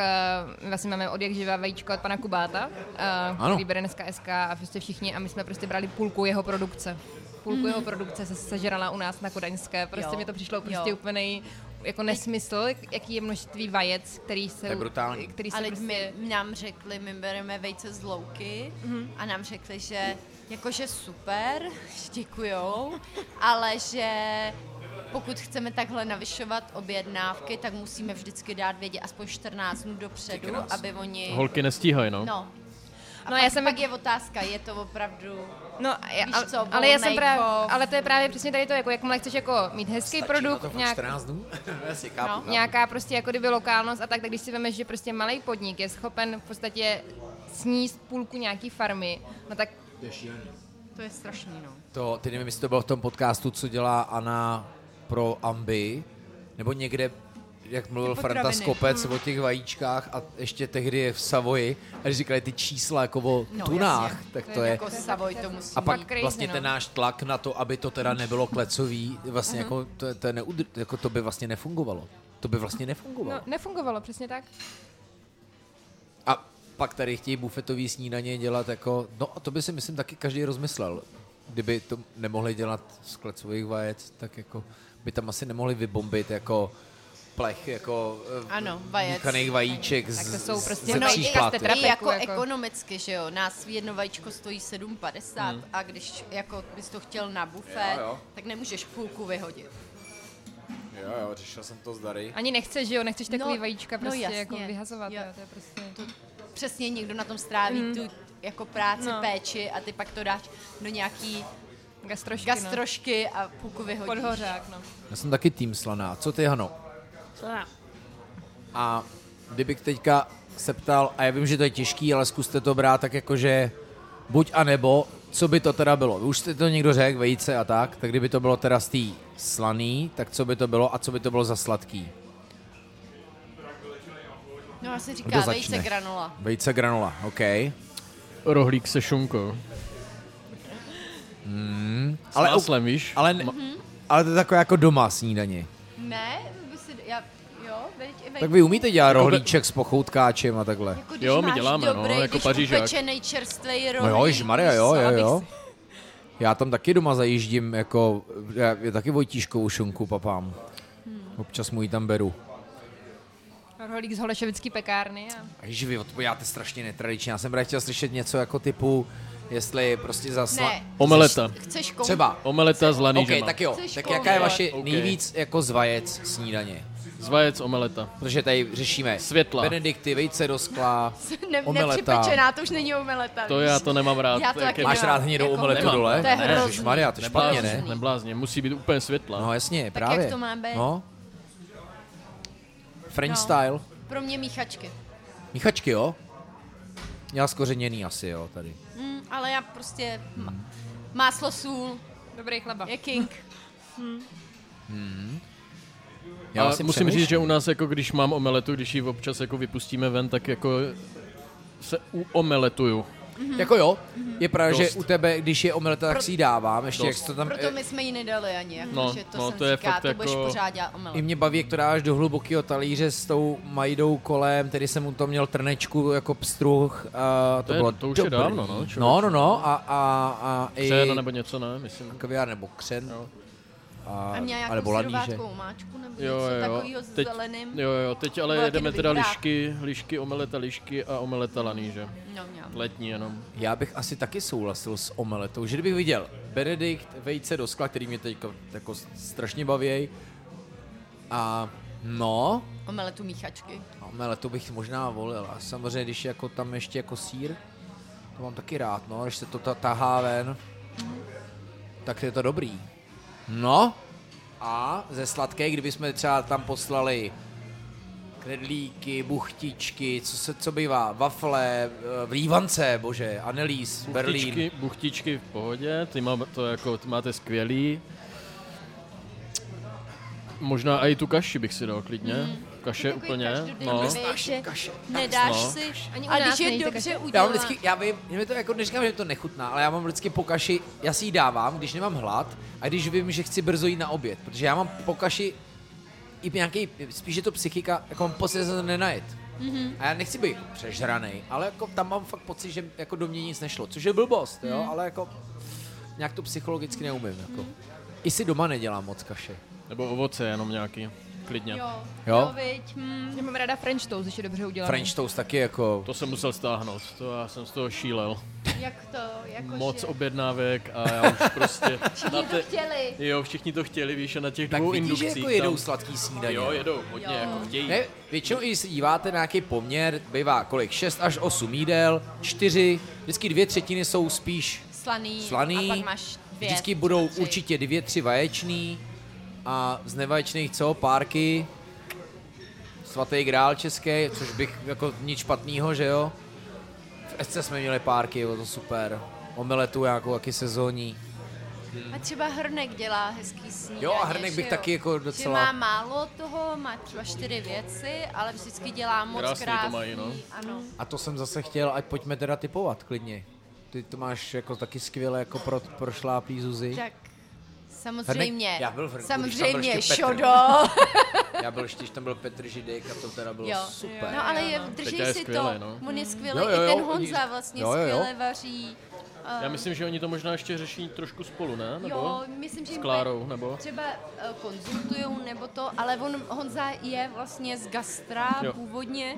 Speaker 6: uh, vlastně máme od jak živá vajíčko od pana Kubáta, uh,
Speaker 1: Ano.
Speaker 6: který bere dneska SK a prostě všichni, a my jsme prostě brali půlku jeho produkce. Půlku jeho produkce se sežrala u nás na Kodaňské, prostě
Speaker 5: Hmm. Jo.
Speaker 6: mi to přišlo prostě
Speaker 5: Jo.
Speaker 6: úplný jako nesmysl, jaký je množství vajec, který se,
Speaker 1: je brutální.
Speaker 6: který se
Speaker 5: Ale
Speaker 6: prostě...
Speaker 5: my, nám řekli, my bereme vejce z louky a nám řekli, že jakože super, že děkujou, ale že pokud chceme takhle navyšovat objednávky, tak musíme vždycky dát vědět aspoň 14 dnů dopředu, aby oni...
Speaker 4: holky nestíhají, no.
Speaker 5: No. A
Speaker 6: No,
Speaker 5: no,
Speaker 6: já
Speaker 5: pak, já
Speaker 6: jsem-
Speaker 5: jsem... pak je otázka, je to opravdu...
Speaker 6: No, a já,
Speaker 5: Víš co,
Speaker 6: ale, já
Speaker 5: volnejko.
Speaker 6: jsem právě, ale to je právě přesně tady to, jako jakmile chceš jako mít hezký produkt, nějak,
Speaker 1: 14 dnů?
Speaker 5: No.
Speaker 1: Já si chápu. chápu.
Speaker 6: nějaká prostě jako kdyby lokálnost a tak, tak když si vemeš, že prostě malý podnik je schopen v podstatě sníst půlku nějaký farmy, no tak
Speaker 5: To je strašný, no.
Speaker 1: To, ty nevím, jestli to bylo v tom podcastu, co dělá Ana pro Ambi, nebo někde, jak mluvil
Speaker 5: Ty
Speaker 1: Franta
Speaker 5: potraviny.
Speaker 1: Skopec o těch vajíčkách a ještě tehdy v Savoji, a když říkali ty čísla jako o
Speaker 5: No,
Speaker 1: tunách,
Speaker 5: jasně.
Speaker 1: tak to je...
Speaker 5: Jako Savoy to musí
Speaker 1: A pak
Speaker 6: Fakt crazy,
Speaker 1: vlastně
Speaker 6: no.
Speaker 1: ten náš tlak na to, aby to teda nebylo klecový, vlastně jako, to, to, je neudr- jako to by vlastně nefungovalo. To by vlastně nefungovalo.
Speaker 6: no, nefungovalo, přesně tak.
Speaker 1: pak tady chtějí bufetový snídaně dělat jako, no a to by si myslím taky každý rozmyslel. Kdyby to nemohli dělat z klecových vajec, tak jako by tam asi nemohli vybombit jako plech, jako eh,
Speaker 5: Ano, vajec.
Speaker 1: míchaných vajíček
Speaker 5: Tak to
Speaker 1: z,
Speaker 5: jsou
Speaker 1: z-
Speaker 5: prostě
Speaker 1: ze
Speaker 5: no,
Speaker 1: tří špatů.
Speaker 5: I jako,
Speaker 6: jako.
Speaker 5: jako ekonomicky, že jo, nás jedno vajíčko stojí 7,50
Speaker 1: Hmm.
Speaker 5: a když jako bys to chtěl na bufet,
Speaker 1: Jo, jo.
Speaker 5: tak nemůžeš půlku vyhodit.
Speaker 1: Jo, jo, řešil jsem to s Dary.
Speaker 6: Ani nechceš, že jo, nechceš takový vajíčka
Speaker 5: no
Speaker 6: prostě
Speaker 5: jasně.
Speaker 6: jako vyhazovat,
Speaker 5: Jo.
Speaker 6: jo. to je prostě...
Speaker 5: Přesně někdo na tom stráví
Speaker 6: Hmm.
Speaker 5: tu jako práci,
Speaker 6: No.
Speaker 5: no. péči a ty pak to dáš do nějaký
Speaker 6: gastrošky, no.
Speaker 5: gastrošky a půlku vyhodíš.
Speaker 6: Podhořák, no.
Speaker 1: Já jsem taky tým slaná. Co ty, Hano?
Speaker 14: Slaná.
Speaker 1: A kdybych teďka se ptal, a já vím, že to je těžký, ale zkuste to brát tak jako, že buď a nebo, co by to teda bylo? Už jste to někdo řekl, vejce a tak, tak kdyby to bylo teda z té slaný, tak co by to bylo a co by to bylo za sladký?
Speaker 5: No asi říká
Speaker 1: Kdo
Speaker 5: vejce
Speaker 1: začne?
Speaker 5: granola.
Speaker 1: Vejce granola, OK.
Speaker 4: Rohlík se šunkou.
Speaker 1: Mm.
Speaker 4: S máslem, víš?
Speaker 1: Ale, ne- ale to je takové jako doma snídaně.
Speaker 5: Ne, by si, já, jo, veď, veď,
Speaker 1: Tak vy umíte dělat rohlíček s pochoutkáčem a takhle.
Speaker 5: Jako když máš dobrý, když upečenej čerstvej
Speaker 1: jako No
Speaker 5: rohlík.
Speaker 1: jo, ježmarja, jo,
Speaker 5: s-
Speaker 1: jo,
Speaker 5: abych
Speaker 1: jo. Já tam taky doma zajíždím, jako, já, já taky Vojtíškovou šunku papám.
Speaker 6: Hmm.
Speaker 1: Občas mu ji tam beru.
Speaker 6: Rohlík z holešovický pekárny a...
Speaker 1: Ježi, vy odpovídáte strašně netradičně. Já jsem právě chtěl slyšet něco jako typu, jestli prostě zasla...
Speaker 4: Ne. Omeleta.
Speaker 5: Chceš
Speaker 4: kom-
Speaker 1: Třeba.
Speaker 4: Omeleta s lanýžema.
Speaker 1: Ok, tak jo.
Speaker 4: Chceš
Speaker 1: tak jaká je
Speaker 4: komplet.
Speaker 1: vaše
Speaker 4: Ok.
Speaker 1: nejvíc jako z vajec snídaně?
Speaker 4: Z vajec omeleta.
Speaker 1: Protože tady řešíme
Speaker 4: Světla.
Speaker 1: Benedikty, vejce do skla,
Speaker 5: Ne,
Speaker 1: omeleta.
Speaker 5: nepřipečená, to už není omeleta.
Speaker 4: To
Speaker 5: víš.
Speaker 4: já to nemám rád.
Speaker 5: Já to taky
Speaker 1: Máš
Speaker 5: nemám.
Speaker 1: rád hnědou
Speaker 5: Jako
Speaker 1: omeletu
Speaker 5: nemám.
Speaker 1: dole?
Speaker 5: To je
Speaker 1: Ne,
Speaker 5: hrozný.
Speaker 1: Maria, to je špatně, ne?
Speaker 4: Neblázně, neblázně, musí být úplně světla.
Speaker 1: No jasně,
Speaker 5: Tak
Speaker 1: právě.
Speaker 5: jak to má být?
Speaker 1: No. French
Speaker 5: No.
Speaker 1: style.
Speaker 5: Pro mě míchačky.
Speaker 1: Míchačky, jo? Měla skořeněný asi, jo, tady.
Speaker 5: Mm, ale já prostě... Ma- máslo, sůl.
Speaker 6: Dobrý chleba.
Speaker 5: Je king. Hmm.
Speaker 1: Hmm.
Speaker 4: Já
Speaker 1: vlastně
Speaker 4: musím
Speaker 1: přemýšlím.
Speaker 4: říct, že u nás, jako když mám omeletu, když ji občas jako vypustíme ven, tak jako se uomeletuju.
Speaker 1: Jako jo, je pravda, že
Speaker 4: Dost.
Speaker 1: u tebe, když je omeleta, tak si ji dávám, ještě jak
Speaker 4: Dost.
Speaker 1: to tam... eh,
Speaker 5: Proto my jsme ji nedali ani, jako,
Speaker 1: No,
Speaker 5: že to
Speaker 4: Eh, no,
Speaker 5: jsem
Speaker 4: to je
Speaker 5: říká,
Speaker 4: fakt
Speaker 5: to budeš
Speaker 4: jako-
Speaker 5: pořád dělat omelet.
Speaker 1: I mě baví, jak to dáš do hlubokého talíře s tou majdou kolem, tedy jsem mu to měl trnečku jako pstruh. A to,
Speaker 4: To je-
Speaker 1: bylo
Speaker 4: to už je
Speaker 1: dobrý.
Speaker 4: dávno, no, člověče.
Speaker 1: No, no, no. A, a, a i
Speaker 4: Křen nebo něco, ne? Myslím.
Speaker 1: kaviár nebo křen. A,
Speaker 5: A měla nějakou
Speaker 1: nebo lanýže.
Speaker 5: syrovátkou omáčku nebo
Speaker 4: Jo,
Speaker 5: něco
Speaker 4: jo,
Speaker 5: takového s
Speaker 4: teď,
Speaker 5: zeleným.
Speaker 4: jo, jo, teď ale
Speaker 5: Byla
Speaker 4: jedeme
Speaker 5: taky
Speaker 4: teda
Speaker 5: dobrá.
Speaker 4: lišky, lišky, omeleta, lišky a omeleta laníže.
Speaker 5: No, měla.
Speaker 4: Letní jenom.
Speaker 1: Já bych asi taky souhlasil s omeletou, že kdybych viděl Benedikt, vejce do skla, který mě teď jako strašně baví. A no,
Speaker 5: Omeletu míchačky.
Speaker 1: omeletu No, bych možná volil. A samozřejmě, když je jako tam ještě jako sír, to mám taky rád, no, když se to ta- tahá ven, tak je to dobrý. No, a ze sladké, kdyby jsme třeba tam poslali knedlíky, buchtičky, co se co bývá, wafle, eh, vlívance, bože, Annelies, Berlín.
Speaker 4: Buchtičky, buchtičky v pohodě, ty má, to jako, ty máte skvělý. Možná i tu kaši bych si dal klidně.
Speaker 5: Mm.
Speaker 4: Kaše úplně.
Speaker 5: No.
Speaker 4: No.
Speaker 5: Že nedáš
Speaker 4: No.
Speaker 5: si,
Speaker 6: Ani u
Speaker 5: a
Speaker 6: nás
Speaker 5: když je
Speaker 6: nejde
Speaker 5: dobře
Speaker 6: každý.
Speaker 1: Já
Speaker 5: udělá.
Speaker 1: mám vždycky, já vím, že mi to jako neříkám, že mi to nechutná, ale já mám vždycky po kaši, já si ji dávám, když nemám hlad a když vím, že chci brzo jít na oběd, protože já mám po kaši i nějaký, spíš je to psychika, jako mám pocit, že se to nenajet.
Speaker 15: Mhm.
Speaker 1: A já nechci být jako přežranej, ale jako tam mám fakt pocit, že jako do mě nic nešlo, což je blbost, jo,
Speaker 15: Mhm.
Speaker 1: ale jako nějak to psychologicky neumím, jako. I si doma nedělám moc kaše.
Speaker 4: Nebo ovoce jenom nějaký, klidně.
Speaker 6: Jo.
Speaker 1: Jo?
Speaker 5: viď,
Speaker 6: hm. Já mám ráda French toast, když je dobře udělaný.
Speaker 1: French toast taky jako...
Speaker 4: To jsem musel stáhnout, to já jsem z toho šílel.
Speaker 5: Jak to, jako
Speaker 4: Moc
Speaker 5: že...
Speaker 4: objednávek a já už prostě...
Speaker 5: Všichni
Speaker 4: na
Speaker 5: to chtěli.
Speaker 4: Jo, všichni to chtěli, víš, a na těch
Speaker 1: Tak
Speaker 4: dvou
Speaker 1: vidíš, že
Speaker 4: indukcích.
Speaker 1: jako jedou
Speaker 4: tam-
Speaker 1: sladký snídaně.
Speaker 4: Jo, jedou, hodně,
Speaker 1: Jo.
Speaker 4: jako chtějí.
Speaker 1: Ne, většinou, když se díváte na nějaký poměr, bývá kolik? 6 až 8 jídel, 4, vždycky dvě třetiny jsou spíš
Speaker 5: slaný,
Speaker 1: slaný.
Speaker 5: a pak máš dvě.
Speaker 1: vždycky budou určitě dvě, tři vaječný a z nevaječných co? Párky, svatý grál český, což bych jako nic špatného, že jo? V SC jsme měli párky, bylo to super. Omeletu nějakou, taky sezónní.
Speaker 5: A třeba Hrnek dělá hezký snídaně.
Speaker 1: Jo, a Hrnek bych
Speaker 5: že jo?
Speaker 1: taky jako docela-
Speaker 5: Že má málo toho, má třeba čtyři věci, ale vždycky dělá moc
Speaker 4: Krásný
Speaker 5: krásný.
Speaker 4: to mají, no.
Speaker 5: Ano.
Speaker 1: A to jsem zase chtěl, ať pojďme teda typovat klidně. Ty to máš jako taky skvěle jako pro, prošláplý Zuzi.
Speaker 5: Tak Samozřejmě.
Speaker 1: Hrnek- já byl v Hrnku, když tam byl
Speaker 5: Samozřejmě,
Speaker 1: ještě Petr.
Speaker 5: šodo.
Speaker 1: Já byl ještě, když tam byl Petr Židek a to teda bylo
Speaker 5: Jo.
Speaker 1: super.
Speaker 5: No ale je,
Speaker 4: Peťa
Speaker 5: držej
Speaker 4: je
Speaker 5: si
Speaker 4: skvělej,
Speaker 5: to.
Speaker 4: no.
Speaker 5: On je skvělý,
Speaker 1: Jo, jo,
Speaker 5: i ten
Speaker 1: jo,
Speaker 5: Honza
Speaker 1: oni-
Speaker 5: vlastně
Speaker 1: jo, jo, jo.
Speaker 5: skvěle vaří.
Speaker 4: Já myslím, že oni to možná ještě řeší trošku spolu, ne? Nebo?
Speaker 5: Jo, myslím,
Speaker 4: S
Speaker 5: že jim
Speaker 4: Klárou, nebo?
Speaker 5: třeba eh, konzultujou nebo to, ale on, Honza je vlastně z gastra
Speaker 4: Jo. No
Speaker 5: původně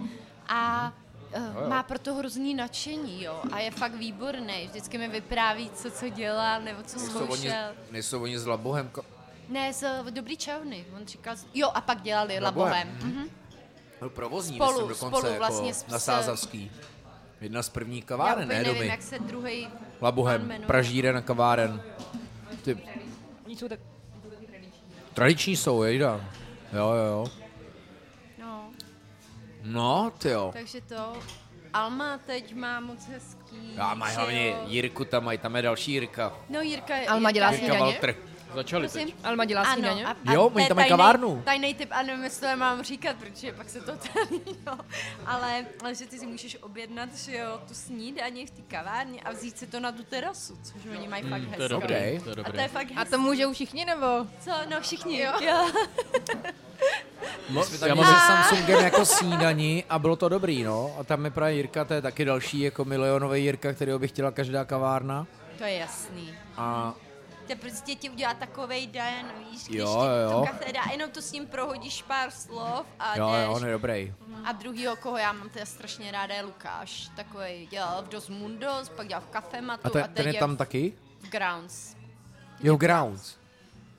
Speaker 5: a eh,
Speaker 1: jo.
Speaker 5: má pro to hrozný nadšení, jo, a je fakt výborný. Vždycky mi vypráví, co co dělá, nebo co
Speaker 1: Nejsou oni,
Speaker 5: zkoušel.
Speaker 1: nejsou oni s Labohem. ko-
Speaker 5: Ne, z eh, Dobrý čavny, on říkal, z- jo, a pak dělali
Speaker 1: Na Bohem.
Speaker 5: Labohem. Mhm.
Speaker 1: Byl provozní,
Speaker 5: Spolu-
Speaker 1: myslím, dokonce
Speaker 5: spolu
Speaker 1: jako
Speaker 5: vlastně s-
Speaker 1: na Sázavský. Jedna z prvních
Speaker 5: Já
Speaker 1: kaváren,
Speaker 5: úplně
Speaker 1: ne
Speaker 5: nevím,
Speaker 1: domy.
Speaker 5: jak se druhý
Speaker 1: Labohem, pražíren a kaváren. Ty,
Speaker 3: Oni jsou tak...
Speaker 1: tradiční jsou, jejda. Jo, jo, jo.
Speaker 5: No,
Speaker 1: No, ty jo.
Speaker 5: takže to. Alma teď má moc hezký.
Speaker 1: Já mají
Speaker 5: že
Speaker 1: hlavně
Speaker 5: jo.
Speaker 1: Jirku tam mají, tam je další Jirka.
Speaker 5: No Jirka je...
Speaker 6: Alma dělá
Speaker 1: Jirka
Speaker 6: snídaně?
Speaker 1: Walter.
Speaker 4: Začali teď.
Speaker 5: Prosím?
Speaker 6: Alma dělá snídaně?
Speaker 5: Ano, a, a
Speaker 1: Jo,
Speaker 5: to
Speaker 1: oni
Speaker 5: je
Speaker 1: tam mají
Speaker 5: tajnej-
Speaker 1: kavárnu.
Speaker 5: Tajnej tip, a nevím, jestli to nemám říkat, protože pak se to tady, no. ale, ale že ty si můžeš objednat, že jo, tu snídaně v té kavárně a vzít si to na tu terasu, což oni mají fakt
Speaker 4: Mm, To je
Speaker 5: hezké.
Speaker 4: dobrý,
Speaker 1: Dobrý.
Speaker 4: to je
Speaker 5: A
Speaker 4: dobrý.
Speaker 5: to je fakt
Speaker 6: A
Speaker 5: hezké.
Speaker 6: to můžou všichni, nebo?
Speaker 5: Co, no všichni, jo. jo.
Speaker 4: Mo-
Speaker 1: My
Speaker 4: No, já
Speaker 1: tam
Speaker 4: mám
Speaker 1: měli se Samsungem jako snídaní a bylo to dobrý, no. A tam je právě Jirka, to je taky další jako milionový Jirka, kterého by chtěla každá kavárna.
Speaker 5: To je jasný.
Speaker 1: A
Speaker 5: To prostě ti udělá takovej den, víš, když
Speaker 1: Jo,
Speaker 5: jo, ti
Speaker 1: jo.
Speaker 5: to kafe dá, jenom to s ním prohodíš pár slov a
Speaker 1: jo,
Speaker 5: jdeš.
Speaker 1: jo, on je dobrý.
Speaker 5: A druhýho, koho já mám teda strašně ráda, je Lukáš. Takový dělal v Dos Mundos, pak dělal v Kafematu
Speaker 1: A
Speaker 5: No a,
Speaker 1: ten,
Speaker 5: teď
Speaker 1: ten je tam taky?
Speaker 5: v Grounds.
Speaker 1: Jo, Grounds.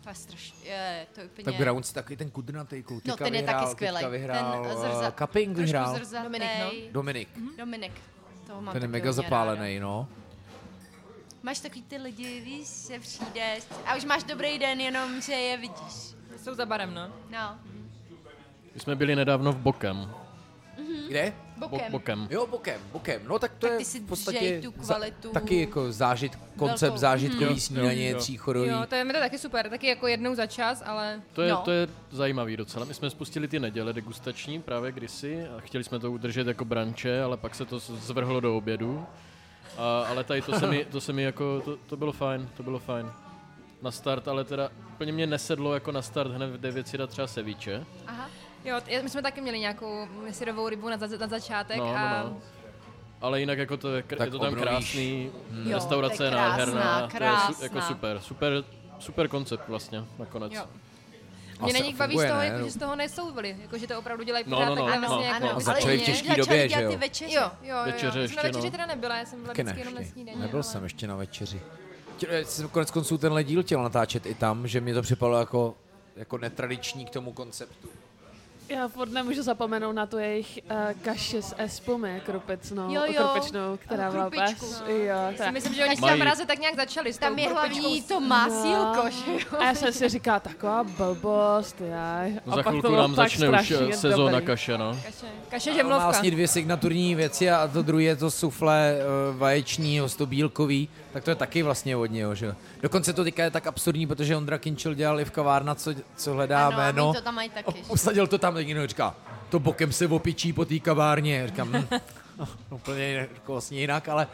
Speaker 5: To je strašně, je, to je úplně...
Speaker 1: Tak Grounds je takový ten kudrnatý kluk.
Speaker 5: no
Speaker 1: teďka
Speaker 5: ten je
Speaker 1: vyhrál,
Speaker 5: taky
Speaker 1: teďka
Speaker 5: skvělý.
Speaker 1: vyhrál,
Speaker 5: ten
Speaker 1: eh,
Speaker 5: zrza,
Speaker 1: Cupping
Speaker 5: trošku
Speaker 1: vyhrál.
Speaker 5: Mhm. zrzatej.
Speaker 6: Dominik, no.
Speaker 1: Dominik.
Speaker 5: Dominik. Toho mám
Speaker 1: Ten je
Speaker 5: taky
Speaker 1: mega
Speaker 5: hodně
Speaker 1: zapálený,
Speaker 5: ráda.
Speaker 1: no.
Speaker 5: Máš takový ty lidi, víš, že přijdeš a už máš dobrý den, jenom že je vidíš.
Speaker 6: Jsou za barem, no.
Speaker 5: No,
Speaker 4: My jsme byli nedávno v Bokem.
Speaker 1: Kde?
Speaker 4: Bo-
Speaker 5: bokem.
Speaker 4: bokem.
Speaker 1: Jo, bokem, bokem. No tak to
Speaker 5: Mhm. Tak
Speaker 1: je
Speaker 5: ty si
Speaker 1: v
Speaker 5: dřej
Speaker 1: podstatě
Speaker 5: tu
Speaker 1: za-
Speaker 5: kvalitu.
Speaker 1: taky jako zážit, koncept
Speaker 5: Velkou.
Speaker 1: zážitkový
Speaker 4: Mhm.
Speaker 1: snídaně,
Speaker 4: Jo.
Speaker 1: tříchodový.
Speaker 6: Jo, to je mi to taky super, taky jako jednou za čas, ale
Speaker 4: To je,
Speaker 5: No.
Speaker 4: to je zajímavý docela. My jsme spustili ty neděle degustační právě kdysi a chtěli jsme to udržet jako branče, ale pak se to z- zvrhlo do obědu. A, ale tady to se mi, to se mi jako, to, to, bylo fajn, to bylo fajn. Na start, ale teda úplně mě nesedlo jako na start hned v 9 si dát třeba sevíče.
Speaker 6: jo, t- my jsme taky měli nějakou syrovou rybu na, za- na začátek
Speaker 4: No,
Speaker 6: a
Speaker 5: ehm,
Speaker 4: no, no. Ale jinak jako to je, kr-
Speaker 1: Tak
Speaker 4: je to tam
Speaker 1: obnovíš.
Speaker 4: krásný, hmm.
Speaker 5: Jo,
Speaker 4: restaurace
Speaker 5: to je
Speaker 4: je nádherná,
Speaker 5: krásná,
Speaker 4: to je su- jako
Speaker 5: krásná.
Speaker 4: super, super, super koncept vlastně nakonec.
Speaker 6: Jo.
Speaker 1: A
Speaker 6: mě na
Speaker 1: se-
Speaker 6: nich baví
Speaker 1: funguje,
Speaker 6: z toho,
Speaker 1: ne? No.
Speaker 6: jako, že z toho nesouvili, jako, že to opravdu dělají
Speaker 4: No,
Speaker 6: pořád
Speaker 4: no, no,
Speaker 6: takhle
Speaker 4: no,
Speaker 6: vlastně
Speaker 4: no,
Speaker 6: jako
Speaker 4: no.
Speaker 1: A
Speaker 6: úplně-
Speaker 1: začali v
Speaker 5: Oni
Speaker 1: těžký
Speaker 5: začali
Speaker 1: době, že
Speaker 5: dělat ty
Speaker 1: jo?
Speaker 5: večeře.
Speaker 6: Jo, jo, jo,
Speaker 4: Večeře
Speaker 6: jo.
Speaker 4: ještě,
Speaker 6: na večeři
Speaker 4: no.
Speaker 6: teda nebyla, já jsem byla
Speaker 1: Taky
Speaker 6: vždycky jenom na no.
Speaker 1: ne,
Speaker 6: snídaní.
Speaker 1: Nebyl
Speaker 6: ale...
Speaker 1: jsem ještě na večeři. Chtěl- Já jsem konec konců tenhle díl chtěl natáčet i tam, že mě to připadalo jako, jako netradiční k tomu konceptu.
Speaker 3: Já furt nemůžu zapomenout na tu jejich uh, kaši s espumi kropicnou,
Speaker 5: Jo, jo.
Speaker 3: kropečnou, která byla
Speaker 5: Krupičku.
Speaker 3: bez. Jo,
Speaker 6: Já
Speaker 3: ta.
Speaker 6: si myslím, že oni s
Speaker 4: Mají-
Speaker 6: tím mraze tak nějak začali. s
Speaker 5: Tam
Speaker 6: tou
Speaker 5: je
Speaker 6: krpičkou.
Speaker 5: hlavní to másílko, že jo?
Speaker 3: A já jsem si říkala, taková blbost, jaj.
Speaker 4: No za
Speaker 3: a pak to
Speaker 4: chvilku
Speaker 3: bylo
Speaker 4: nám
Speaker 3: fakt
Speaker 4: začne už
Speaker 3: strašně
Speaker 4: eh, sezóna
Speaker 3: dobrý.
Speaker 4: kaše, no.
Speaker 6: Kaše, kaše
Speaker 1: Má
Speaker 6: žemlovka.
Speaker 1: vlastně dvě signaturní věci a to druhé je to sufle eh, vaječní, hostobílkový, tak to je taky vlastně od něho, že jo. Dokonce to teďka je tak absurdní, protože Ondra Kinčil dělal i v kavárna, co, co hledá
Speaker 5: Ano, a
Speaker 1: jméno.
Speaker 5: oni to tam mají taky, že?
Speaker 1: Usadil to tam, tak někdo říká, to bokem se opičí po té kavárně. Já Říkám, hm, no, úplně jako vlastně jinak, ale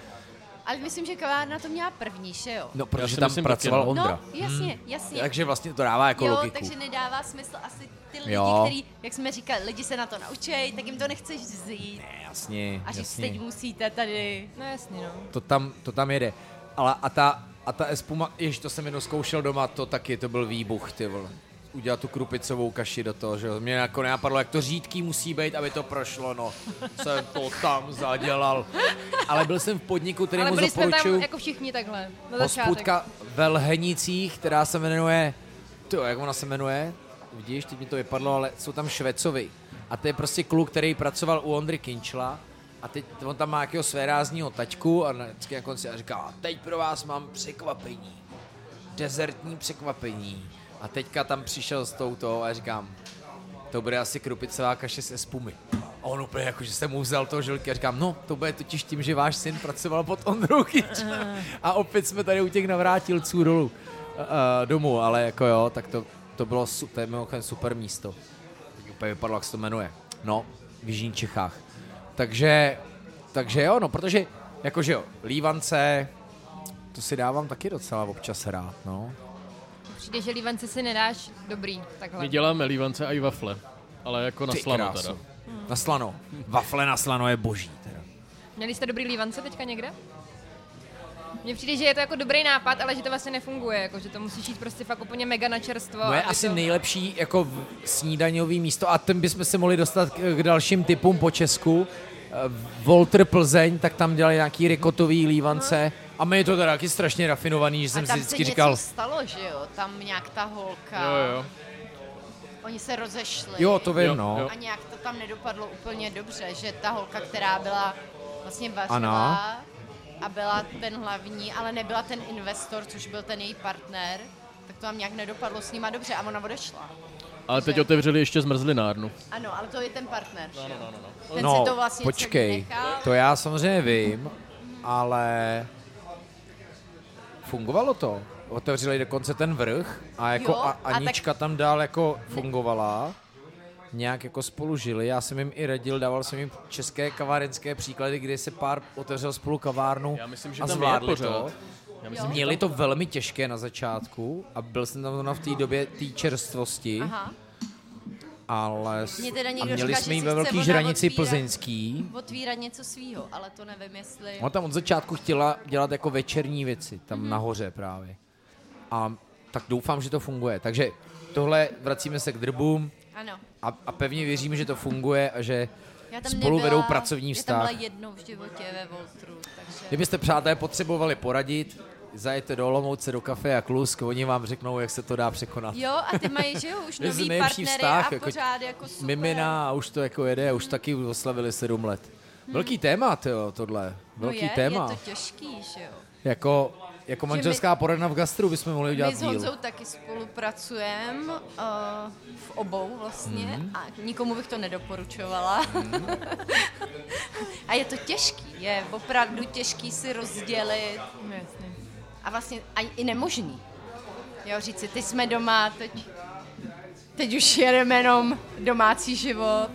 Speaker 5: Ale myslím, že kavárna to měla první, že jo?
Speaker 1: no, protože
Speaker 4: si
Speaker 1: tam
Speaker 4: myslím taky,
Speaker 1: pracoval
Speaker 4: no.
Speaker 1: Ondra.
Speaker 5: No, jasně, jasně.
Speaker 1: Takže vlastně to dává jako
Speaker 5: jo,
Speaker 1: logiku.
Speaker 5: takže nedává smysl asi ty lidi,
Speaker 1: Jo.
Speaker 5: který, jak jsme říkali, lidi se na to naučej, tak jim to nechceš vzít.
Speaker 1: Jasně,
Speaker 5: A říct,
Speaker 1: jasně.
Speaker 5: teď musíte tady.
Speaker 6: No jasně, no.
Speaker 1: To tam, to tam jede. Ale a ta, a ta espuma, jež to jsem jednou zkoušel doma, to taky, to byl výbuch, ty vole. Udělat tu krupicovou kaši do toho, že jo. Mě jako nenapadlo, jak to řídký musí být, aby to prošlo, no. Jsem to tam zadělal. Ale byl jsem v podniku, který
Speaker 6: Ale
Speaker 1: mu
Speaker 6: byli jsme
Speaker 1: doporučuju.
Speaker 6: tam jako všichni takhle, na začátek.
Speaker 1: hospůdka ve Lhenicích, která se jmenuje, to jak ona se jmenuje, vidíš, teď mi to vypadlo, ale jsou tam Švecovi. A to je prostě kluk, který pracoval u Ondry Kinčla a teď on tam má jakého svérázního taťku a na, vždycky na konci a říká, "A teď pro vás mám překvapení, dezertní překvapení. A teďka tam přišel s touto a říkám, to bude asi krupicová kaše s espumy. A on úplně jako, že jsem mu vzal toho žilky a říkám, no, to bude totiž tím, že váš syn pracoval pod Ondrou Kyčem. A opět jsme tady u těch navrátilců dolů, uh, domů, ale jako jo, tak to, to bylo, su- to je mimochodem super místo. Teď úplně vypadlo, jak se to jmenuje. No, v Jižních Čechách. Takže, takže jo, no, protože, jakože jo, Lívance, to si dávám taky docela občas rád, no.
Speaker 6: Přijde, že lívance si nedáš, dobrý, takhle.
Speaker 4: My děláme lívance a i wafle, ale jako na
Speaker 1: Ty
Speaker 4: slano
Speaker 1: kráso.
Speaker 4: teda.
Speaker 1: Na slano. Wafle na slano je boží teda.
Speaker 6: Měli jste dobrý lívance teďka někde? Mně přijde, že je to jako dobrý nápad, ale že to vlastně nefunguje, jako, že to musíš jít prostě fakt úplně mega na čerstvo.
Speaker 1: Moje
Speaker 6: aby
Speaker 1: No asi
Speaker 6: to...
Speaker 1: nejlepší jako v- snídaňový místo a ten bychom se mohli dostat k k dalším typům po Česku. Eh, Volter Plzeň, tak tam dělali nějaký rikotový lívance. A my je to teda taky strašně rafinovaný, že jsem si
Speaker 5: tam se
Speaker 1: vždycky
Speaker 5: něco
Speaker 1: říkal,
Speaker 5: stalo, že jo? Tam nějak ta holka.
Speaker 1: Jo, jo.
Speaker 5: Oni se rozešli.
Speaker 1: Jo, to vím, Jo, no. jo.
Speaker 5: A nějak to tam nedopadlo úplně dobře, že ta holka, která byla vlastně vařila
Speaker 1: Ano.
Speaker 5: a byla ten hlavní, ale nebyla ten investor, což byl ten její partner, tak to tam nějak nedopadlo s nima dobře a ona odešla.
Speaker 4: Ale teď otevřeli ještě zmrzlinárnu.
Speaker 5: Ano, ale to je ten partner, no, no, no, no. Ten
Speaker 1: no,
Speaker 5: si to vlastně
Speaker 1: počkej,
Speaker 5: celý nechal.
Speaker 1: to já samozřejmě vím, ale fungovalo to. Otevřeli dokonce ten vrch a jako
Speaker 5: Jo,
Speaker 1: a
Speaker 5: a tak-
Speaker 1: Anička tam dál jako fungovala. Nějak jako spolu žili, já jsem jim i radil, dával jsem jim české kavárenské příklady, kdy se pár otevřel spolu kavárnu já myslím,
Speaker 4: že
Speaker 1: a
Speaker 4: tam je
Speaker 1: zvládli
Speaker 4: pořád.
Speaker 1: to.
Speaker 4: Já
Speaker 1: myslím,
Speaker 4: myslím, že
Speaker 1: Měli to velmi těžké na začátku a byl jsem tam zrovna v té době té čerstvosti,
Speaker 5: Aha.
Speaker 1: ale s-
Speaker 5: Mě teda
Speaker 1: a
Speaker 5: někdo
Speaker 1: měli
Speaker 5: říká,
Speaker 1: jsme
Speaker 5: že
Speaker 1: jí
Speaker 5: si
Speaker 1: ve
Speaker 5: chce
Speaker 1: velký
Speaker 5: ona
Speaker 1: žranici
Speaker 5: otvírat-
Speaker 1: plzeňský.
Speaker 5: Otvírat něco svýho, ale to nevím, jestli...
Speaker 1: Ona tam od začátku chtěla dělat jako večerní věci, tam
Speaker 5: Mhm.
Speaker 1: mm-hmm. nahoře právě. A tak doufám, že to funguje. Takže tohle vracíme se k drbům
Speaker 5: Ano.
Speaker 1: a, a pevně věříme, že to funguje a že
Speaker 5: Já tam
Speaker 1: spolu
Speaker 5: nebyla,
Speaker 1: vedou pracovní
Speaker 5: já tam
Speaker 1: vztah.
Speaker 5: byla jednou v životě ve Voltru, takže...
Speaker 1: Kdybyste přátelé potřebovali poradit, zajete do Olomouce do kafe a klusk, oni vám řeknou, jak se to dá překonat.
Speaker 5: Jo, a ty mají, že jo, už
Speaker 1: To je
Speaker 5: nový
Speaker 1: nejlepší
Speaker 5: partnery
Speaker 1: vztah,
Speaker 5: a
Speaker 1: jako
Speaker 5: pořád jako super.
Speaker 1: Mimina a už to jako jede, a už taky oslavili sedm let. Velký téma, tyjo, tohle. Velký
Speaker 5: Hmm. no je,
Speaker 1: téma.
Speaker 5: je to těžký, že jo.
Speaker 1: Jako, jako
Speaker 5: Že
Speaker 1: manželská poradna v gastru bychom mohli udělat
Speaker 5: My s
Speaker 1: díl.
Speaker 5: Honzou taky spolupracujeme uh, v obou vlastně
Speaker 1: Mhm.
Speaker 5: a nikomu bych to nedoporučovala. a je to těžký, je opravdu těžký si rozdělit
Speaker 6: No,
Speaker 5: a vlastně a i nemožný. Jo, říct si, teď jsme doma, teď, teď už jedeme jenom domácí život.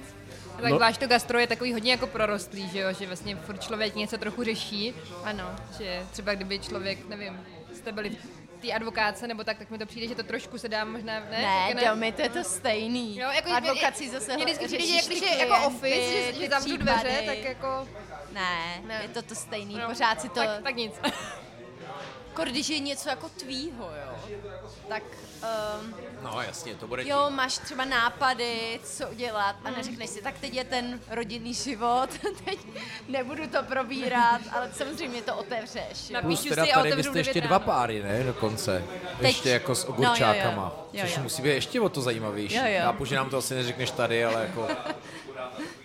Speaker 6: A Tak
Speaker 5: No.
Speaker 6: zvlášť to gastro je takový hodně jako prorostlý, že jo, že vlastně furt člověk něco trochu řeší. Ano. Že třeba kdyby člověk, nevím, jste byli v té advokáce nebo tak, tak mi to přijde, že to trošku se dá možná, ne?
Speaker 5: Ne,
Speaker 6: Tak
Speaker 5: Domi, to je to stejný.
Speaker 6: Jo, jako
Speaker 5: Advokací zase
Speaker 6: mě vždycky přijde, že
Speaker 5: řešíš
Speaker 6: jak když
Speaker 5: ty
Speaker 6: je jako
Speaker 5: klienty,
Speaker 6: office, že,
Speaker 5: ty
Speaker 6: že zavřu dveře,
Speaker 5: případy.
Speaker 6: tak jako...
Speaker 5: Ne, ne, je to to stejný, pořád si to...
Speaker 6: Tak, tak nic.
Speaker 5: Kor, když je něco jako tvýho, jo, tak um,
Speaker 1: No jasně, to bude
Speaker 5: jo, máš třeba nápady, co dělat a neřekneš si, tak teď je ten rodinný život, teď nebudu to probírat, ale samozřejmě to otevřeš. Jo.
Speaker 1: Plus teda tady byste ještě dva páry, ne, dokonce.
Speaker 5: Teď.
Speaker 1: Ještě jako s ogurčákama.
Speaker 5: No, jo, jo. Jo,
Speaker 1: Což
Speaker 5: jo.
Speaker 1: musí být ještě o to zajímavější.
Speaker 5: Jo, jo.
Speaker 1: Chápu, že nám to asi neřekneš tady, ale jako...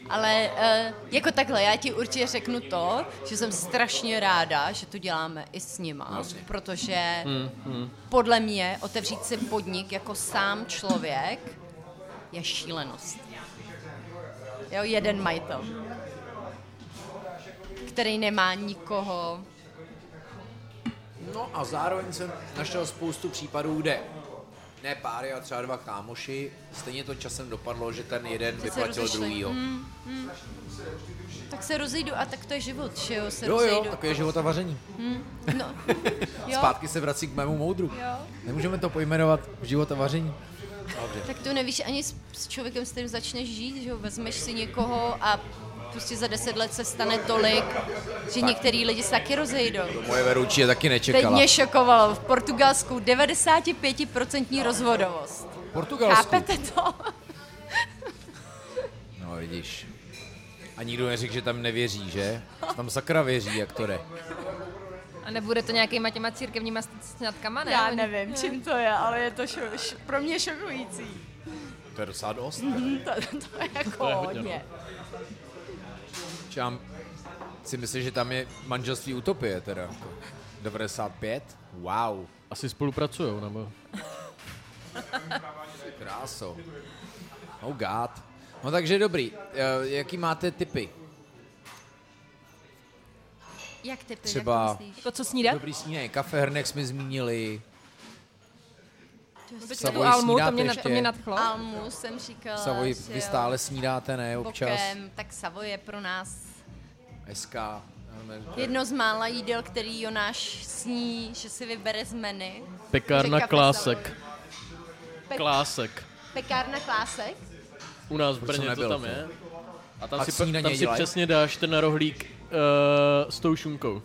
Speaker 5: Ale uh, jako takhle, já ti určitě řeknu to, že jsem strašně ráda, že to děláme i s nima,
Speaker 16: Jasně.
Speaker 5: protože hmm. podle mě otevřít si podnik jako sám člověk je šílenost. Jo, jeden majitel, který nemá nikoho.
Speaker 1: No a zároveň jsem našel spoustu případů, kde ne páry, ale třeba dva kámoši. Stejně to časem dopadlo, že ten jeden
Speaker 5: Že se
Speaker 1: vyplatil
Speaker 5: rozešli.
Speaker 1: druhýho.
Speaker 5: Mm, mm. Tak se rozejdu a tak to je život, že jo, se
Speaker 1: Jo, jo,
Speaker 5: rozejdu.
Speaker 1: takové život a vaření.
Speaker 5: Hm, No, jo.
Speaker 1: Zpátky se vrací k mému moudru.
Speaker 5: Jo.
Speaker 1: Nemůžeme to pojmenovat život a vaření. Dobře.
Speaker 5: Tak to nevíš ani s, s člověkem, s kterým začneš žít, že jo? Vezmeš si někoho a prostě za deset let se stane tolik, že
Speaker 1: Tak.
Speaker 5: některý lidi se taky rozejdou.
Speaker 1: Moje veroučí je taky
Speaker 5: Teď
Speaker 1: nečekala.
Speaker 5: mě šokovalo v Portugalsku 95% rozvodovost.
Speaker 1: Portugalsku?
Speaker 5: Chápete to?
Speaker 1: No vidíš. A nikdo neřekl, že tam nevěří, že? Tam sakra věří, jak to jde.
Speaker 6: A nebude to nějakýma těma církevníma st- sňatkama, ne?
Speaker 5: Já
Speaker 6: Oni-
Speaker 5: nevím, čím to je, ale je to šo, š, pro mě šokující.
Speaker 1: To je docela dost.
Speaker 5: Mhm, to, to je jako
Speaker 1: To je hodně, no.
Speaker 5: hodně.
Speaker 1: Čám si myslím, že tam je manželství utopie teda. jako. 95? Wow.
Speaker 4: Asi spolupracujou, nebo?
Speaker 1: Kráso. Oh god. No takže dobrý. Eh, Jaký máte typy?
Speaker 5: Jak typy,
Speaker 1: Třeba-
Speaker 5: jak to myslíš?
Speaker 6: Jako co snídat?
Speaker 1: Dobrý snídaně, kafehrnek jsme zmínili.
Speaker 5: Ty-
Speaker 1: Savoji Almu, to mě- snídáte to mě ještě?
Speaker 6: nadchlo.
Speaker 5: Almu jsem říkala,
Speaker 1: Savoji,
Speaker 5: že
Speaker 1: vy
Speaker 5: jo.
Speaker 1: stále snídáte, ne? Občas.
Speaker 5: Bokem, tak Savoy je pro nás
Speaker 1: SK. já nevím.
Speaker 5: Jedno z mála jídel, který Jonáš sní, že si vybere z menu.
Speaker 4: Pekárna
Speaker 5: Říká
Speaker 4: Klásek.
Speaker 5: Pesavovi. Pe-
Speaker 4: Klásek.
Speaker 5: Pekárna Klásek.
Speaker 4: U nás v
Speaker 1: Proč jsem
Speaker 4: Brně to
Speaker 1: nebyl,
Speaker 4: tam
Speaker 1: ty?
Speaker 4: je. A tam,
Speaker 1: A
Speaker 4: si,
Speaker 1: snídaně
Speaker 4: pr- tam si
Speaker 1: dělají?
Speaker 4: přesně dáš ten rohlík uh, s tou šunkou.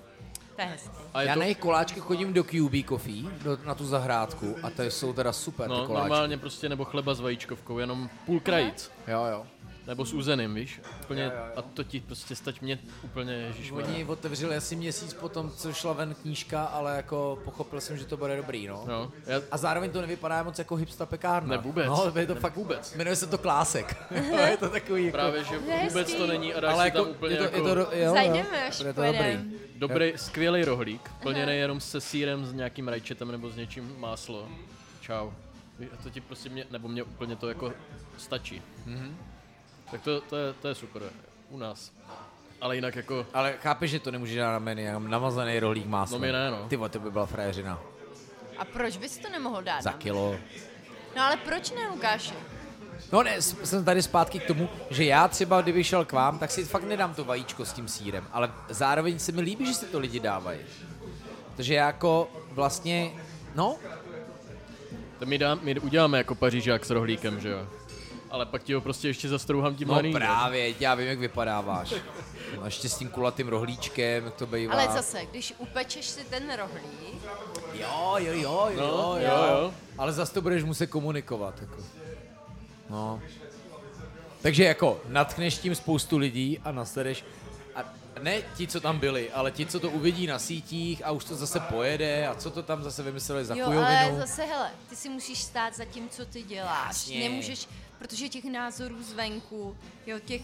Speaker 5: To je hezké.
Speaker 4: A je
Speaker 1: Já
Speaker 4: to-
Speaker 1: to... na jejich koláčky chodím do QB Coffee, do, na tu zahrádku, a to jsou teda super ty
Speaker 4: No,
Speaker 1: koláčky.
Speaker 4: normálně prostě nebo chleba s vajíčkovkou, jenom půl krajíc.
Speaker 1: Jo, jo.
Speaker 4: Nebo s uzeným, víš? Úplně, jo, jo, jo. A to ti prostě stať mě úplně, ježiš.
Speaker 1: Oni ji otevřeli asi měsíc potom, co šla ven knížka, ale jako pochopil jsem, že to bude dobrý, no.
Speaker 4: No, já...
Speaker 1: A zároveň to nevypadá moc jako hipsta pekárna.
Speaker 4: Ne, vůbec.
Speaker 1: No, je to
Speaker 4: Ne,
Speaker 1: fakt
Speaker 4: vůbec.
Speaker 1: Jmenuje se to Klásek. je to takový jako...
Speaker 4: Právě, že vůbec to není a dáš
Speaker 1: Ale
Speaker 4: si tam
Speaker 1: jako-
Speaker 4: úplně
Speaker 1: je to-
Speaker 4: jako...
Speaker 1: je to do- jo, jo. Zajdeme, až Je to dobrý. pojedem.
Speaker 4: Dobrý, skvělý rohlík, plněný jenom se sírem, s nějakým rajčetem nebo s něčím máslo. Čau. A to ti prostě mě, nebo mě úplně to jako stačí.
Speaker 1: Mhm.
Speaker 4: Tak to, to, je, to je super u nás. Ale jinak jako...
Speaker 1: Ale chápeš, že to nemůže dát na menu, jenom namazaný rohlík máslem.
Speaker 4: No mi ne, no.
Speaker 1: Ty vole, to by byla frajeřina.
Speaker 5: A proč bys to nemohl dát?
Speaker 1: Za
Speaker 5: nám?
Speaker 1: kilo.
Speaker 5: No ale proč ne, Lukáši?
Speaker 1: No ne, s- jsem tady zpátky k tomu, že já třeba, kdyby šel k vám, tak si fakt nedám to vajíčko s tím sírem, ale zároveň se mi líbí, že si to lidi dávají. Protože já jako vlastně, no,
Speaker 4: To my, dám, my uděláme jako pařížák s rohlíkem, že jo? Ale pak ti ho prostě ještě zastrouhám tím
Speaker 1: no
Speaker 4: lanýnem.
Speaker 1: právě, já vím, jak vypadáváš. No, ještě s tím kulatým rohlíčkem, jak to bývá.
Speaker 5: Ale zase, když upečeš si ten rohlík,
Speaker 1: Jo, jo, jo, jo,
Speaker 5: No,
Speaker 1: jo,
Speaker 5: jo,
Speaker 1: jo,
Speaker 5: jo.
Speaker 1: Ale zase to budeš muset komunikovat. Jako. No. Takže jako, natchneš tím spoustu lidí a nasedeš. A ne ti, co tam byli, ale ti, co to uvidí na sítích a už to zase pojede a co to tam zase vymysleli za
Speaker 5: jo, ale
Speaker 1: chujovinu.
Speaker 5: zase, hele, ty si musíš stát za tím, co ty děláš.
Speaker 1: Jasně.
Speaker 5: Nemůžeš, protože těch názorů zvenku, jo, těch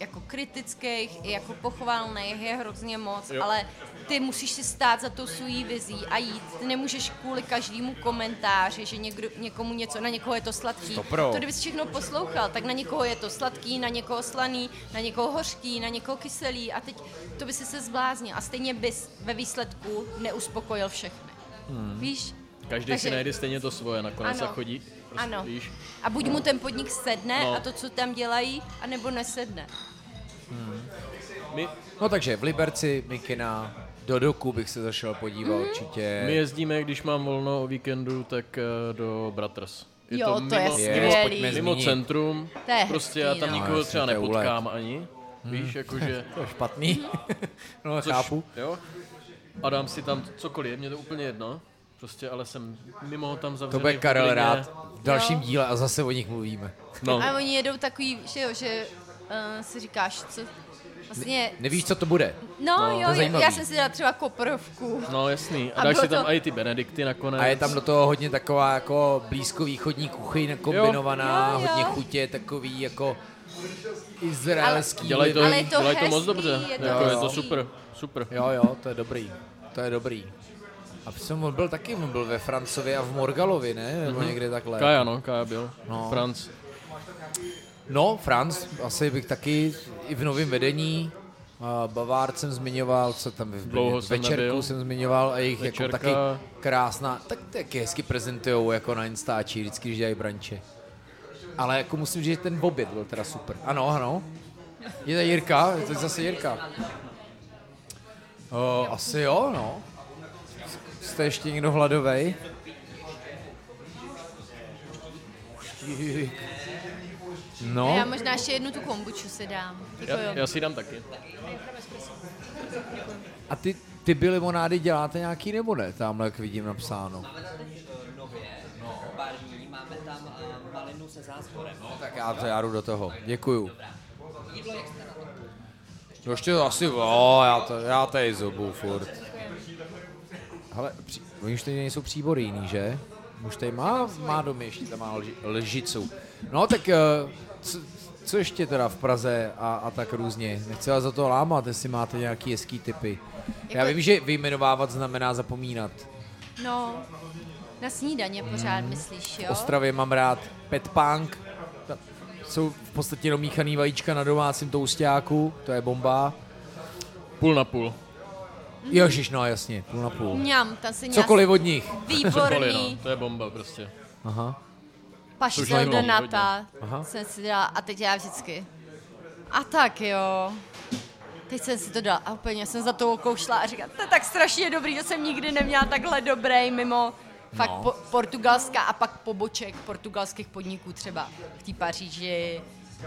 Speaker 5: jako kritických, i jako pochválných je hrozně moc,
Speaker 17: Jo.
Speaker 5: jo. ale ty musíš si stát za tou svou vizí a jít. Ty nemůžeš kvůli každému komentáři, že někdo, někomu něco, na někoho je to sladký.
Speaker 17: Stopro.
Speaker 5: To kdybys všechno poslouchal, tak na někoho je to sladký, na někoho slaný, na někoho hořký, na někoho kyselý a teď to by si se zbláznil a stejně bys ve výsledku neuspokojil všechny.
Speaker 4: Hmm.
Speaker 5: Víš?
Speaker 4: Každý
Speaker 5: Takže-
Speaker 4: si najde stejně to svoje, nakonec
Speaker 5: Ano.
Speaker 4: a chodí. Prostě,
Speaker 5: Ano.
Speaker 4: Víš?
Speaker 5: A buď mu ten podnik sedne
Speaker 4: No.
Speaker 5: no. a to, co tam dělají, anebo nesedne.
Speaker 1: Hmm.
Speaker 4: My...
Speaker 1: No takže v Liberci, Mikina, do Doku bych se zašel podívat
Speaker 5: Mhm.
Speaker 1: mm-hmm. určitě.
Speaker 4: My jezdíme, když mám volno o víkendu, tak eh, do Bratrስ.
Speaker 5: Jo, to je
Speaker 4: mimo,
Speaker 5: skvělý. Pojďme
Speaker 4: mimo
Speaker 1: zmínit.
Speaker 4: centrum,
Speaker 5: To je
Speaker 4: prostě
Speaker 5: hezký,
Speaker 4: já tam
Speaker 5: no.
Speaker 4: nikoho
Speaker 1: No, jasně,
Speaker 4: třeba
Speaker 1: to je úlet.
Speaker 4: nepotkám ani,
Speaker 1: Hmm.
Speaker 4: víš, jakože...
Speaker 1: To je špatný.
Speaker 5: Mhm.
Speaker 1: No,
Speaker 4: Což,
Speaker 1: chápu.
Speaker 4: Jo, a dám si tam cokoliv, je mě to úplně jedno, prostě, ale jsem mimo tam
Speaker 1: To
Speaker 4: zavřený.
Speaker 1: bude
Speaker 4: v
Speaker 1: Karel
Speaker 4: bublině.
Speaker 1: rád v dalším
Speaker 5: Jo.
Speaker 1: díle a zase o nich mluvíme.
Speaker 4: No.
Speaker 5: A oni jedou takový, že jo, že uh, si říkáš, co vlastně...
Speaker 1: Nevíš, co to bude.
Speaker 4: No.
Speaker 5: No, no
Speaker 4: To je
Speaker 5: jo, jo,
Speaker 4: zajímavý.
Speaker 5: já jsem si dala třeba koprovku.
Speaker 4: No jasný, a,
Speaker 5: A
Speaker 4: dáš
Speaker 5: bylo
Speaker 4: si tam
Speaker 5: to-
Speaker 4: i ty Benedikty nakonec.
Speaker 1: A je tam do toho hodně taková jako blízkovýchodní kuchyň kombinovaná,
Speaker 5: Jo, jo.
Speaker 1: hodně chutě, takový jako izraelský.
Speaker 4: Dělají to,
Speaker 1: ale
Speaker 4: dělají to moc dobře,
Speaker 1: je to
Speaker 4: jako, je to
Speaker 1: hezký.
Speaker 4: super, super.
Speaker 1: Jo, jo, to je dobrý, to je dobrý. A jsem on byl taky, on byl ve Francově a v Morgalovi, ne? Nebo
Speaker 4: Mhm.
Speaker 1: někde takhle.
Speaker 4: Kaja, no, Kaja byl.
Speaker 1: No.
Speaker 4: Franc.
Speaker 1: No, Franz, asi bych taky i v novém vedení. A Bavár jsem zmiňoval, co tam je v
Speaker 4: Dlouho
Speaker 1: Brně.
Speaker 4: jsem
Speaker 1: Večerku
Speaker 4: nebyl.
Speaker 1: jsem zmiňoval a jejich jako
Speaker 4: Večerka.
Speaker 1: taky krásná, tak taky hezky prezentujou jako na Instači, vždycky, když dělají branče. Ale jako musím říct, že ten oběd byl teda super. Ano, ano. Je to Jirka, je to zase Jirka. O, asi jo, no. Jste ještě někdo hladovej?
Speaker 5: No. Já
Speaker 1: No,
Speaker 5: možná ještě jednu tu kombuču si dám.
Speaker 4: Já, já si dám taky.
Speaker 1: a ty, ty byly monády děláte nějaký nebo ne? Tamhle, jak vidím napsáno.
Speaker 7: Pár dní máme tam
Speaker 2: eh,
Speaker 7: uh, malinu se zázvorem. No,
Speaker 1: Tak já, to já jdu do toho. Děkuju. No Ještě asi, o, já, to, já tady zubu furt. Hele, při, oni už tady nejsou příbory jiný, že? Už tady má, má domy, ještě tam má lži, lžicu. No tak eh, co, co ještě teda v Praze a, a tak různě? Nechci vás za to lámat, jestli máte nějaký hezký typy. Já vím, že vyjmenovávat znamená zapomínat.
Speaker 5: No, na snídaně pořád myslíš,
Speaker 1: V
Speaker 5: jo?
Speaker 1: Ostravě mám rád Pet Punk. Ta- Jsou v podstatě domíchaný vajíčka na domácím toustáku, to je bomba.
Speaker 4: Půl na půl.
Speaker 1: Jožiš, no jasně, půl na půl.
Speaker 5: Mňam, tam se nějak-
Speaker 1: Cokoliv od nich.
Speaker 5: Výborný.
Speaker 4: no, to je bomba prostě.
Speaker 1: Aha.
Speaker 4: To už
Speaker 5: Paštel
Speaker 1: No,
Speaker 4: zajímalo
Speaker 5: Donata
Speaker 4: hodně. Aha.
Speaker 5: jsem si dala a teď já vždycky. A tak jo. Teď jsem si to dala a úplně jsem za to okoušla a říkala, to je tak strašně dobrý, to jsem nikdy neměla takhle dobrý mimo Fakt
Speaker 1: No.
Speaker 5: po, portugalská a pak poboček portugalských podniků třeba v té Paříži,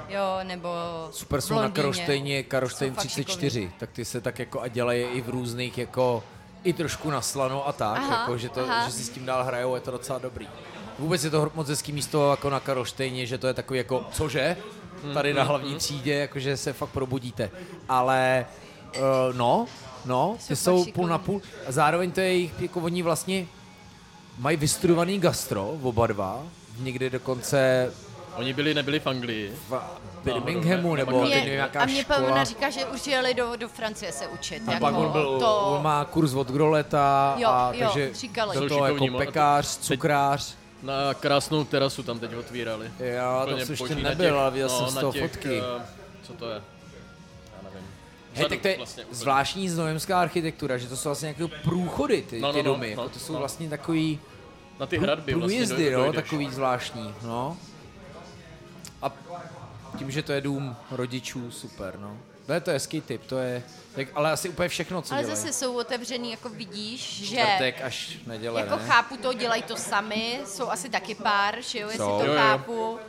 Speaker 5: jo, nebo
Speaker 1: Super
Speaker 5: v
Speaker 1: jsou na
Speaker 5: Londýně.
Speaker 1: Karoštejně, Karoštejn
Speaker 5: Jsou fakt jako
Speaker 1: 34, tak ty se tak jako a dělají i v různých jako i trošku na slano a tak,
Speaker 5: Aha,
Speaker 1: jako, že, to,
Speaker 5: aha.
Speaker 1: že si s tím dál hrajou, je to docela dobrý. Vůbec je to hro- moc hezký místo jako na Karlštejně, že to je takový jako, cože? Tady na hlavní třídě, jakože se fakt probudíte. Ale uh, no, no, ty jsou půl na půl. A zároveň to je jejich, jako oni vlastně mají vystudovaný gastro, oba dva, někdy dokonce
Speaker 4: Oni byli, nebyli v Anglii.
Speaker 1: v Birminghamu, nebo
Speaker 5: Mě-
Speaker 1: teď nevím, jaká
Speaker 5: a mě
Speaker 1: škola.
Speaker 5: Pavlona říká, že už jeli do, do Francie se učit.
Speaker 1: A
Speaker 5: jako
Speaker 1: pak on, byl,
Speaker 5: to...
Speaker 1: on má kurz od Groleta,
Speaker 5: Jo,
Speaker 1: a,
Speaker 5: jo,
Speaker 1: takže
Speaker 5: říkali.
Speaker 1: byl
Speaker 5: Byl
Speaker 1: to
Speaker 4: šikovní
Speaker 1: jako
Speaker 4: mo-
Speaker 1: pekář, cukrář.
Speaker 4: Na krásnou terasu tam teď otvírali.
Speaker 1: Já
Speaker 4: Úplně
Speaker 1: tam jsem ještě
Speaker 4: boží na
Speaker 1: nebyl,
Speaker 4: těch- no,
Speaker 1: ale viděl jsem z
Speaker 4: na
Speaker 1: toho
Speaker 4: těch,
Speaker 1: fotky.
Speaker 4: eh, Co to je? Já nevím.
Speaker 1: Hej, tak to je
Speaker 4: Vlastně úplně.
Speaker 1: zvláštní znojemská architektura, že to jsou vlastně nějaké průchody, ty,
Speaker 4: No, no,
Speaker 1: ty
Speaker 4: no,
Speaker 1: domy,
Speaker 4: no,
Speaker 1: jako to jsou
Speaker 4: no.
Speaker 1: vlastně takový
Speaker 4: Na ty
Speaker 1: prů-
Speaker 4: hradby vlastně
Speaker 1: průjezdy,
Speaker 4: dojde-
Speaker 1: no,
Speaker 4: dojdeš.
Speaker 1: takový zvláštní, no. A tím, že to je dům rodičů, super, no. To je to hezký typ, to je, tak, ale asi úplně všechno, co
Speaker 18: Ale
Speaker 1: dělají.
Speaker 18: zase jsou otevřený, jako vidíš, že
Speaker 1: Čtvrtek až neděle,
Speaker 18: jako
Speaker 1: ne?
Speaker 18: chápu to, dělají to sami, jsou asi taky pár, že jo, jestli
Speaker 1: Jsou.
Speaker 18: to
Speaker 1: Jo,
Speaker 4: jo.
Speaker 18: chápu.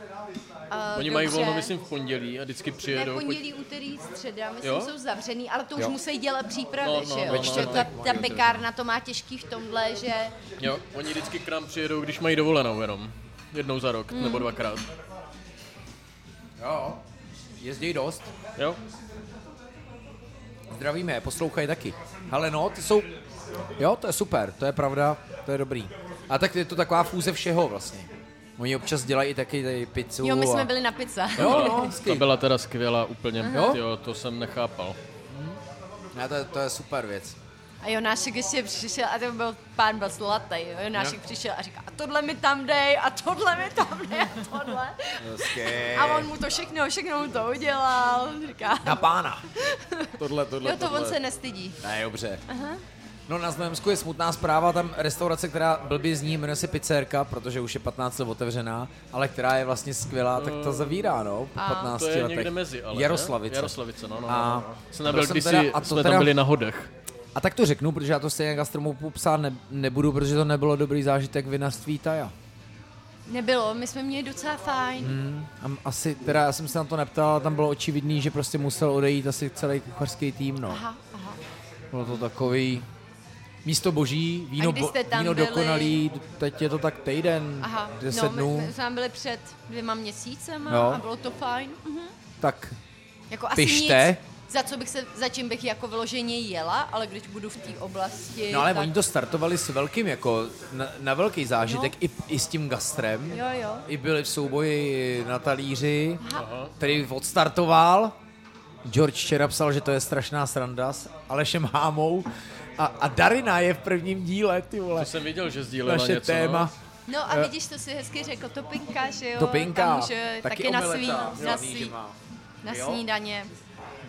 Speaker 18: A
Speaker 4: Oni mají
Speaker 18: dobře.
Speaker 4: volno, myslím, v pondělí a vždycky
Speaker 18: Ne,
Speaker 4: přijedou.
Speaker 18: pondělí, úterý, středa, myslím,
Speaker 4: Jo?
Speaker 18: jsou zavřený, ale to už
Speaker 4: Jo.
Speaker 18: musí dělat přípravy,
Speaker 4: No, no,
Speaker 18: že jo?
Speaker 4: ve
Speaker 18: že
Speaker 4: čtvrtek
Speaker 18: ta,
Speaker 4: mají
Speaker 18: ta
Speaker 4: otevřeno.
Speaker 18: pekárna to má těžký v tomhle, že
Speaker 4: Jo, oni vždycky k nám přijedou, když mají dovolenou jenom. Jednou za rok,
Speaker 18: Mm.
Speaker 4: nebo dvakrát.
Speaker 1: Jo, jezdí dost.
Speaker 4: Jo.
Speaker 1: Zdravíme, je, poslouchej taky. Ale no, ty jsou... Jo, to je super, to je pravda, to je dobrý. A tak je to taková fůze všeho vlastně. Oni občas dělají i taky tady pizzu
Speaker 18: jo, my jsme
Speaker 1: a...
Speaker 18: byli na pizza.
Speaker 1: Jo, no,
Speaker 4: To
Speaker 1: hezky.
Speaker 4: byla teda skvělá úplně,
Speaker 18: Jo?
Speaker 4: jo, to jsem nechápal.
Speaker 1: Ne, to, je- to je super věc.
Speaker 18: A Jonášek ještě přišel a to byl pán byl zlatý. jo. Jonášek
Speaker 1: Jo.
Speaker 18: přišel a říká, a tohle mi tam dej, a tohle mi tam dej, a tohle. A on mu to všechno, všechno mu to udělal, říká.
Speaker 1: Prostě. Na pána. Tohle, tohle,
Speaker 18: Jo, to
Speaker 1: tohle.
Speaker 18: on se nestydí.
Speaker 1: Ne, dobře.
Speaker 18: Aha.
Speaker 1: No na Znojemsku je smutná zpráva, tam restaurace, která blbě zní, jmenuje se Pizzerka, protože už je 15 let otevřená, ale která je vlastně skvělá, tak ta zavírá, no, po
Speaker 4: A-
Speaker 1: 15
Speaker 4: To je
Speaker 1: letech.
Speaker 4: někde mezi, ale ne?
Speaker 1: Jaroslavice.
Speaker 4: Jaroslavice, no, no,
Speaker 1: A
Speaker 4: no, no. Jsem tam
Speaker 1: byl
Speaker 4: byl
Speaker 1: jsem
Speaker 4: kdysi,
Speaker 1: teda- a to
Speaker 4: jsme tam
Speaker 1: teda-
Speaker 4: byli na hodech.
Speaker 1: A tak to řeknu, protože já to stejně gastromopu psát ne, nebudu, protože to nebylo dobrý zážitek vinařství Taja.
Speaker 18: Nebylo, my jsme měli docela fajn.
Speaker 1: Hmm. A asi, teda já jsem se na to neptal, ale tam bylo očividný, že prostě musel odejít asi celý kuchařský tým, no.
Speaker 18: Aha, aha.
Speaker 1: Bylo to takový místo boží, víno,
Speaker 18: A když
Speaker 1: bo,
Speaker 18: jste tam
Speaker 1: víno
Speaker 18: byli?
Speaker 1: dokonalý, teď je to tak týden,
Speaker 18: Aha,
Speaker 1: deset
Speaker 18: no,
Speaker 1: dnů, No.
Speaker 18: my jsme tam byli před dvěma měsícema
Speaker 1: Jo.
Speaker 18: a bylo to fajn. Mhm.
Speaker 1: tak
Speaker 18: Jako asi
Speaker 1: pište.
Speaker 18: nic, za, co bych se, za čím bych jako vyloženě jela, ale když budu v té oblasti,
Speaker 1: No ale
Speaker 18: tak...
Speaker 1: oni to startovali s velkým, jako na, na velký zážitek,
Speaker 18: No.
Speaker 1: i, i s tím gastrem.
Speaker 18: Jo, jo.
Speaker 1: I byli v souboji na talíři,
Speaker 18: Aha.
Speaker 1: který odstartoval. George včera psal, že to je strašná sranda s Alešem Hámou. A, a Darina je v prvním díle, ty vole.
Speaker 4: To jsem viděl, že sdílela
Speaker 1: Naše
Speaker 4: něco,
Speaker 1: téma.
Speaker 18: No a
Speaker 1: Eh,
Speaker 18: vidíš, to si hezky řekl, topinka, že jo?
Speaker 1: Topinka,
Speaker 18: Tam může
Speaker 1: taky
Speaker 18: taky, na,
Speaker 1: omeleta,
Speaker 18: sví,
Speaker 1: žádný,
Speaker 18: na,
Speaker 1: že
Speaker 18: sví,
Speaker 1: má.
Speaker 18: na
Speaker 1: Jo?
Speaker 18: snídaně.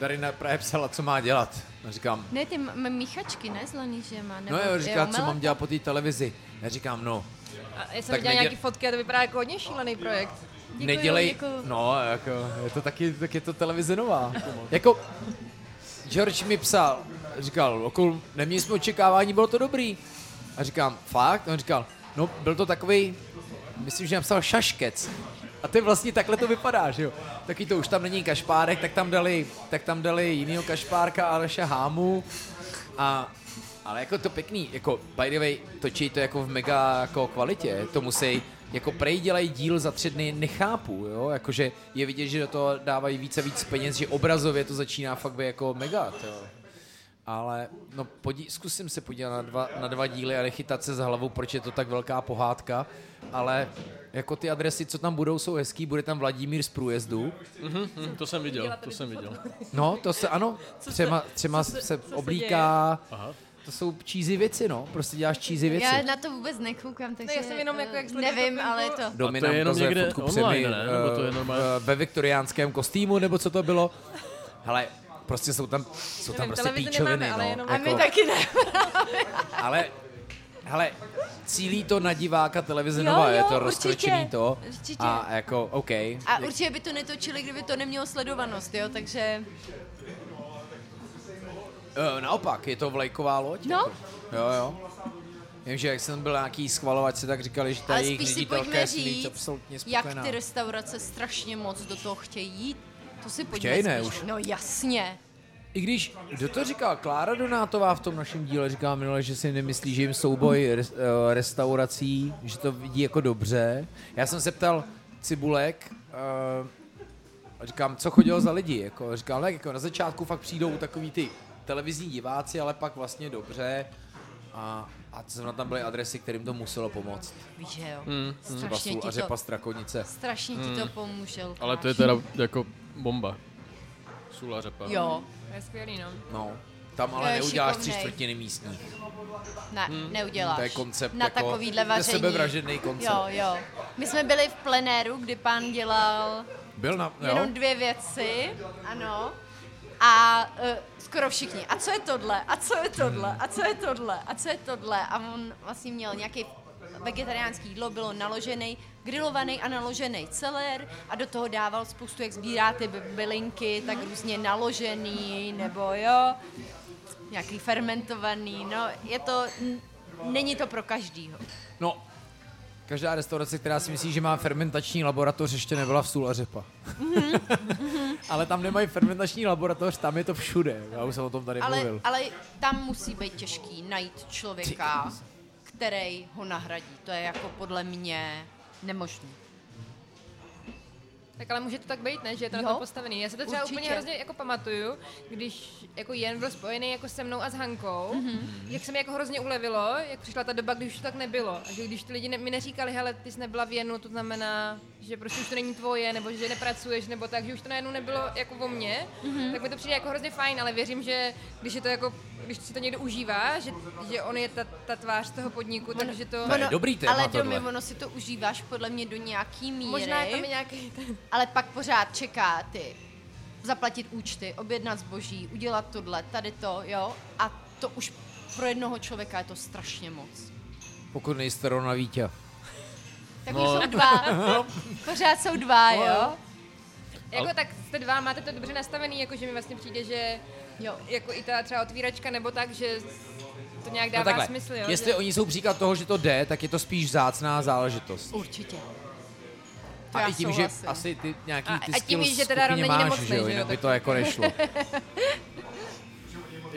Speaker 1: Darina právě psala, co má dělat. A říkám,
Speaker 18: Ne, ty m- míchačky, ne? Zlaný, že má. Nebo
Speaker 1: no jo, říká, co
Speaker 18: omelet?
Speaker 1: mám dělat po té televizi. Já říkám, no,
Speaker 6: A já jsem
Speaker 1: Tak
Speaker 6: viděla
Speaker 1: neděl-
Speaker 6: nějaký fotky a to vypadá jako hodně šílený projekt. Děkuju,
Speaker 1: nedělej,
Speaker 6: děkuju.
Speaker 1: no, jako, je to taky, tak je to televize nová. jako, George mi psal, říkal, okol, neměli jsme očekávání, bylo to dobrý. A říkám, fakt? A on říkal, no, byl to takový, myslím, že napsal šaškec. A ty vlastně takhle to vypadá, že jo? Taky to už tam není kašpárek, tak tam dali, tak tam dali jinýho kašpárka, Aleša Hámu. A, ale jako to pěkný, jako by the way, točí to jako v mega jako kvalitě, to musí, jako prej dělají díl za tři dny, nechápu, jo, jakože je vidět, že do toho dávají více a víc peněz, že obrazově to začíná fakt být jako mega, to jo. Ale no, podí, zkusím se podívat na dva, na dva díly a nechytat se za hlavu, proč je to tak velká pohádka, ale jako ty adresy, co tam budou, jsou hezký, bude tam Vladimír z průjezdu,
Speaker 4: Mhm, mhm, to jsem viděl, to jsem viděl.
Speaker 1: No, to se, ano,
Speaker 4: Co se-
Speaker 1: třema, třema
Speaker 4: co
Speaker 1: se,
Speaker 4: se-
Speaker 1: se
Speaker 4: co se
Speaker 1: oblíká,
Speaker 4: Aha.
Speaker 1: to jsou cheesy věci, no, prostě děláš cheesy věci.
Speaker 18: Já na to vůbec nekoukám, takže
Speaker 6: já jsem jenom jako, jak
Speaker 18: eh,
Speaker 6: sleduju
Speaker 18: nevím,
Speaker 6: topinku.
Speaker 18: ale je to...
Speaker 1: Domy
Speaker 4: A to je
Speaker 1: nám
Speaker 4: jenom
Speaker 1: ukazuje
Speaker 4: někde
Speaker 1: fotku
Speaker 4: online,
Speaker 1: přemi,
Speaker 4: ne? Nebo to je
Speaker 1: eh,
Speaker 4: normálně?
Speaker 1: eh, ve viktoriánském kostýmu, nebo co to bylo. Hele, prostě jsou tam, jsou tam
Speaker 6: Nevím,
Speaker 1: prostě
Speaker 6: televizi
Speaker 1: píčoviny,
Speaker 6: nemáme, ale
Speaker 1: no.
Speaker 6: jenom-
Speaker 18: A my taky ne.
Speaker 1: ale, hele, cílí to na diváka televize
Speaker 18: Jo,
Speaker 1: Nova, je
Speaker 18: jo,
Speaker 1: to
Speaker 18: určitě,
Speaker 1: rozkročený to.
Speaker 18: určitě.
Speaker 1: A jako, OK.
Speaker 18: A určitě by to netočili, kdyby to nemělo sledovanost, jo, takže...
Speaker 1: Eh, Naopak, je to vlajková loď.
Speaker 18: No,
Speaker 1: Jo, jo. Vím, že jak jsem byl na nějaký schvalovačce, tak říkali, že ta
Speaker 19: Ale
Speaker 1: jejich
Speaker 19: spíš si
Speaker 1: ředitelka
Speaker 19: pojďme
Speaker 1: je říct,
Speaker 19: říct,
Speaker 1: absolutně
Speaker 19: jak
Speaker 1: spokojená.
Speaker 19: ty
Speaker 5: Restaurace strašně moc do toho chtějí jít. To si pojďme
Speaker 1: Chtěj, ne,
Speaker 5: spíš-
Speaker 1: už.
Speaker 5: No jasně.
Speaker 1: I když, kdo to říkal, Klára Donátová v tom našem díle říkala minule, že si nemyslí, že jim souboj res, eh, restaurací, že to vidí jako dobře. Já jsem se ptal Cibulek, eh, a říkám, co chodilo za lidi, jako říkal, ne, jako na začátku fakt přijdou takový ty televizní diváci, ale pak vlastně dobře. A, a zrovna tam byly adresy, kterým to muselo pomoct.
Speaker 5: Víš, že jo.
Speaker 4: Mm, mm.
Speaker 1: Třeba sůl a
Speaker 5: Strašně ti
Speaker 1: Hmm.
Speaker 5: to,
Speaker 1: řepa z Trakonice.
Speaker 5: strašně ti to pomůže. Lukáš.
Speaker 4: Ale to je teda jako bomba. Sula řepa.
Speaker 5: Jo.
Speaker 6: To je skvělý, no.
Speaker 1: No, tam ale
Speaker 5: To je
Speaker 1: neuděláš
Speaker 5: šikovnej.
Speaker 1: tři čtvrtiny místních.
Speaker 5: Ne,
Speaker 1: Hmm.
Speaker 5: neuděláš.
Speaker 1: To je koncept
Speaker 5: Na
Speaker 1: jako-
Speaker 5: takovýhle
Speaker 1: to je
Speaker 5: vaření.
Speaker 1: sebevražedný koncept.
Speaker 5: Jo, jo. My jsme byli v plenéru, kdy pán dělal
Speaker 1: Byl na, No, jo?
Speaker 5: jenom dvě věci, ano. A uh, skoro všichni. A co je tohle? A co je tohle? A co je tohle? A co je tohle? A on vlastně měl nějaký vegetariánský jídlo, bylo naložený, grilovaný a naložený celer a do toho dával spoustu, jak sbírá ty by- bylinky, tak různě naložený, nebo jo, nějaký fermentovaný, no, je to, n- není to pro každýho.
Speaker 1: No, každá restaurace, která si myslí, že má fermentační laboratoř, ještě nebyla v sůl a řepa.
Speaker 6: Mhm.
Speaker 1: ale tam nemají fermentační laboratoř, tam je to všude. Já už jsem o tom tady
Speaker 5: ale,
Speaker 1: mluvil.
Speaker 5: ale tam musí být těžký najít člověka, který ho nahradí. To je jako podle mě nemožné.
Speaker 6: Tak ale může to tak být, ne? Že je to na
Speaker 5: Jo,
Speaker 6: to postavený. Já se to třeba
Speaker 5: určitě.
Speaker 6: úplně hrozně jako pamatuju, když jako Jen byl spojený jako se mnou a s Hankou, mm-hmm. jak se mi jako hrozně ulevilo, jak přišla ta doba, když už to tak nebylo. A že když ty lidi ne- mi neříkali, hele, ty jsi nebyla v Jenu, to znamená, že prostě už to není tvoje, nebo že nepracuješ, nebo tak, že už to najednou nebylo jako o mně,
Speaker 5: Mhm.
Speaker 6: mm-hmm. tak mi to přijde jako hrozně fajn, ale věřím, že když je to jako když si to někdo užívá, že, že on je ta, ta tvář toho podniku, takže to...
Speaker 1: To je dobrý téma
Speaker 5: Ale domy,
Speaker 1: tohle.
Speaker 5: ono si to užíváš podle mě do nějaký míry.
Speaker 6: Možná je tam i
Speaker 5: nějaký Ale pak pořád čeká ty zaplatit účty, objednat zboží, udělat tohle, tady to, jo. A to už pro jednoho člověka je to strašně moc.
Speaker 1: Pokud nejste Rona Vítě.
Speaker 5: Tak už
Speaker 1: No.
Speaker 5: jsou dva. Pořád jsou dva,
Speaker 6: No,
Speaker 5: jo.
Speaker 6: Jako tak jste dva, máte to dobře nastavený, jako že mi vlastně přijde, že
Speaker 5: jo.
Speaker 6: jako i ta třeba otvíračka nebo tak, že to nějak
Speaker 1: No
Speaker 6: dává
Speaker 1: takhle,
Speaker 6: smysl, jo?
Speaker 1: jestli
Speaker 6: že...
Speaker 1: oni jsou příklad toho, že to jde, tak je to spíš vzácná záležitost.
Speaker 5: Určitě.
Speaker 1: jako-
Speaker 5: To
Speaker 1: A
Speaker 5: já
Speaker 1: i tím,
Speaker 5: souhlasím.
Speaker 1: že asi ty nějaký
Speaker 6: A-
Speaker 1: ty
Speaker 6: a tím
Speaker 1: skills
Speaker 6: víš, že teda
Speaker 1: v kuchyni
Speaker 6: Ron
Speaker 1: máš,
Speaker 6: není nemocnej,
Speaker 1: že jo,
Speaker 6: že jo,
Speaker 1: jinak by
Speaker 6: tak-
Speaker 1: to jako nešlo.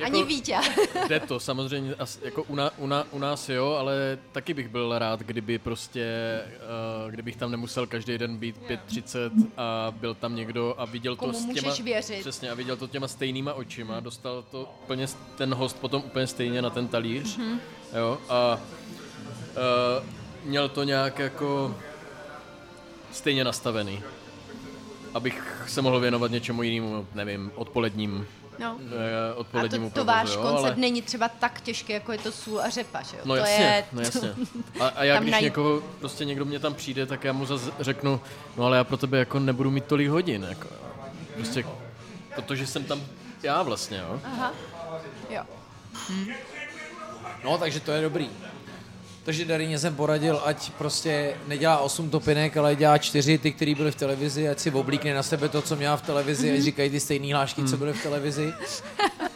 Speaker 5: Ani Vítě.
Speaker 4: Jde to, samozřejmě, as- jako u, na, u, na, u nás jo, ale taky bych byl rád, kdyby prostě, uh, kdybych tam nemusel každý den být 5.30 a byl tam někdo a viděl
Speaker 5: Komu
Speaker 4: to s těma...
Speaker 5: můžeš věřit. Mhm.
Speaker 4: Přesně, a viděl to těma stejnýma očima, dostal to úplně, s- ten host potom úplně stejně na ten talíř,
Speaker 5: Mhm.
Speaker 4: jo, a uh, měl to nějak jako stejně nastavený, abych se mohl věnovat něčemu jinému, nevím, odpoledním,
Speaker 5: No.
Speaker 4: eh,
Speaker 5: A
Speaker 4: odpolednímu
Speaker 5: to, to váš
Speaker 4: provozu, jo,
Speaker 5: koncept
Speaker 4: ale...
Speaker 5: ale... není třeba tak těžký, jako je to sůl a řepa, že jo?
Speaker 4: No
Speaker 5: to
Speaker 4: jasně,
Speaker 5: je...
Speaker 4: no jasně. A, a já
Speaker 5: Tam
Speaker 4: když
Speaker 5: najít-
Speaker 4: někoho, prostě někdo mě tam přijde, tak já mu zase řeknu, no ale já pro tebe jako nebudu mít tolik hodin, jako. Prostě, protože jsem tam já vlastně, jo.
Speaker 5: Aha. Jo.
Speaker 1: No, takže to je dobrý. Takže Darině jsem poradil, ať prostě nedělá 8 topinek, ale dělá 4 ty, který byly v televizi, ať si oblíkne na sebe to, co měla v televizi,
Speaker 4: Mhm.
Speaker 1: mm-hmm. ať říkají ty stejné hlášky, co byly v televizi.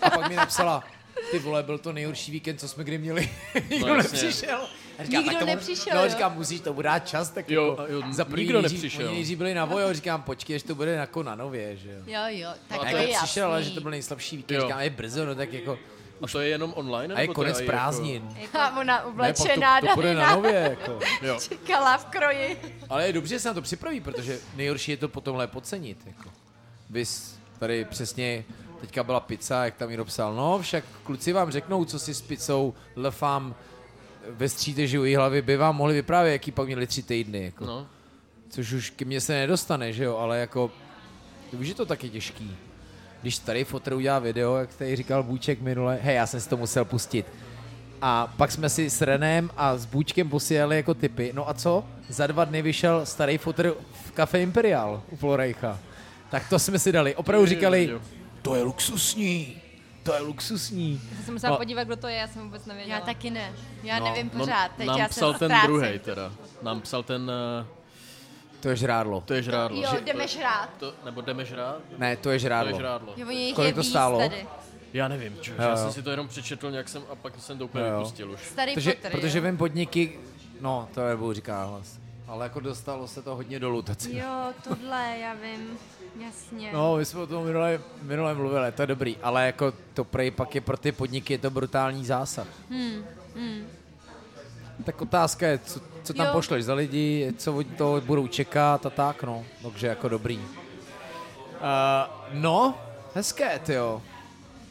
Speaker 1: A pak mi napsala, ty vole, byl to nejhorší víkend, co jsme kdy měli. Nikdo
Speaker 4: jasně.
Speaker 1: nepřišel. No, A říkám,
Speaker 5: Nikdo
Speaker 1: tak tomu,
Speaker 5: nepřišel,
Speaker 1: No,
Speaker 5: jo?
Speaker 1: říkám, musíš tomu dát čas, tak
Speaker 4: Jo,
Speaker 1: jako,
Speaker 4: a jo,
Speaker 1: za první
Speaker 4: nikdo
Speaker 1: nejdřív-
Speaker 4: nepřišel.
Speaker 1: Oni nejdřív byli na vojo, říkám, počkej, až to bude jako na nově, že jo.
Speaker 5: Jo, jo, tak
Speaker 1: A
Speaker 5: to
Speaker 1: jako
Speaker 5: je jasný.
Speaker 1: přišel, ale že to byl nejslabší víkend,
Speaker 4: Jo.
Speaker 1: říkám, je brzo, no tak jako,
Speaker 4: A to je jenom online?
Speaker 1: a je
Speaker 4: nebo to jako
Speaker 1: konec
Speaker 4: i
Speaker 1: prázdnin.
Speaker 5: Jako- A ona
Speaker 1: Ne, pak
Speaker 5: oblečená,
Speaker 1: to, to bude na
Speaker 5: Darina.
Speaker 1: nově, jako.
Speaker 4: Jo.
Speaker 5: Čekala v kroji.
Speaker 1: Ale je dobře, že se na to připraví, protože nejhorší je to potomhle podcenit. Jako. Vys tady přesně teďka byla pizza, jak tam někdo psal, no však kluci vám řeknou, co si s pizzou lefám ve stříteži u její hlavy by vám mohli vyprávět, jaký pak měli tři týdny. Jako.
Speaker 4: No.
Speaker 1: Což už ke mně se nedostane, že jo, ale jako už je to taky těžký. Když tady fotr udělá video, jak tady říkal Bůček minule, hej, já jsem si to musel pustit. A pak jsme si s Renem a s Bůčkem posílali jako typy. No a co? Za dva dny vyšel starý fotr v Cafe Imperial u Florejcha. Tak to jsme si dali. Opravdu říkali, to je luxusní, to je luxusní.
Speaker 6: Já jsem musela
Speaker 1: No.
Speaker 6: podívat, kdo to je, já jsem vůbec nevěděla.
Speaker 5: Já taky ne. Já
Speaker 1: No,
Speaker 5: nevím
Speaker 4: No,
Speaker 5: pořád. Teď
Speaker 4: nám
Speaker 5: já
Speaker 4: psal
Speaker 5: se
Speaker 4: ten
Speaker 5: ztrácím.
Speaker 4: druhý teda. Nám psal ten, eh,
Speaker 1: To je žrádlo.
Speaker 4: to je žrádlo.
Speaker 5: Jo, jdeme žrát.
Speaker 4: To, nebo jdeme žrát?
Speaker 1: Ne, to je žrádlo.
Speaker 4: To je žrádlo.
Speaker 5: Jo, oni jich
Speaker 1: Kolik
Speaker 5: je
Speaker 1: to
Speaker 5: víc
Speaker 1: stálo?
Speaker 5: Tady.
Speaker 4: Já nevím, čo,
Speaker 1: Jo,
Speaker 4: já jsem
Speaker 1: jo.
Speaker 4: si to jenom přečetl nějak jsem a pak jsem to úplně
Speaker 1: Jo, jo.
Speaker 4: vypustil už.
Speaker 5: Starý
Speaker 1: protože,
Speaker 5: Potter, jo.
Speaker 1: protože vím podniky, no to nebudu říkat hlas, ale jako dostalo se to hodně dolů, ta cena.
Speaker 5: Jo, tohle, já vím, jasně.
Speaker 1: No, my jsme o tom minule, minule mluvili, to je dobrý, ale jako to prej pak je pro ty podniky, je to brutální zásah.
Speaker 5: Hmm, hmm.
Speaker 1: Tak otázka je, co, co tam
Speaker 5: Jo.
Speaker 1: jo. pošleš za lidi, co oni to budou čekat a tak, no. Takže jako dobrý. Uh, no, hezké, ty jo.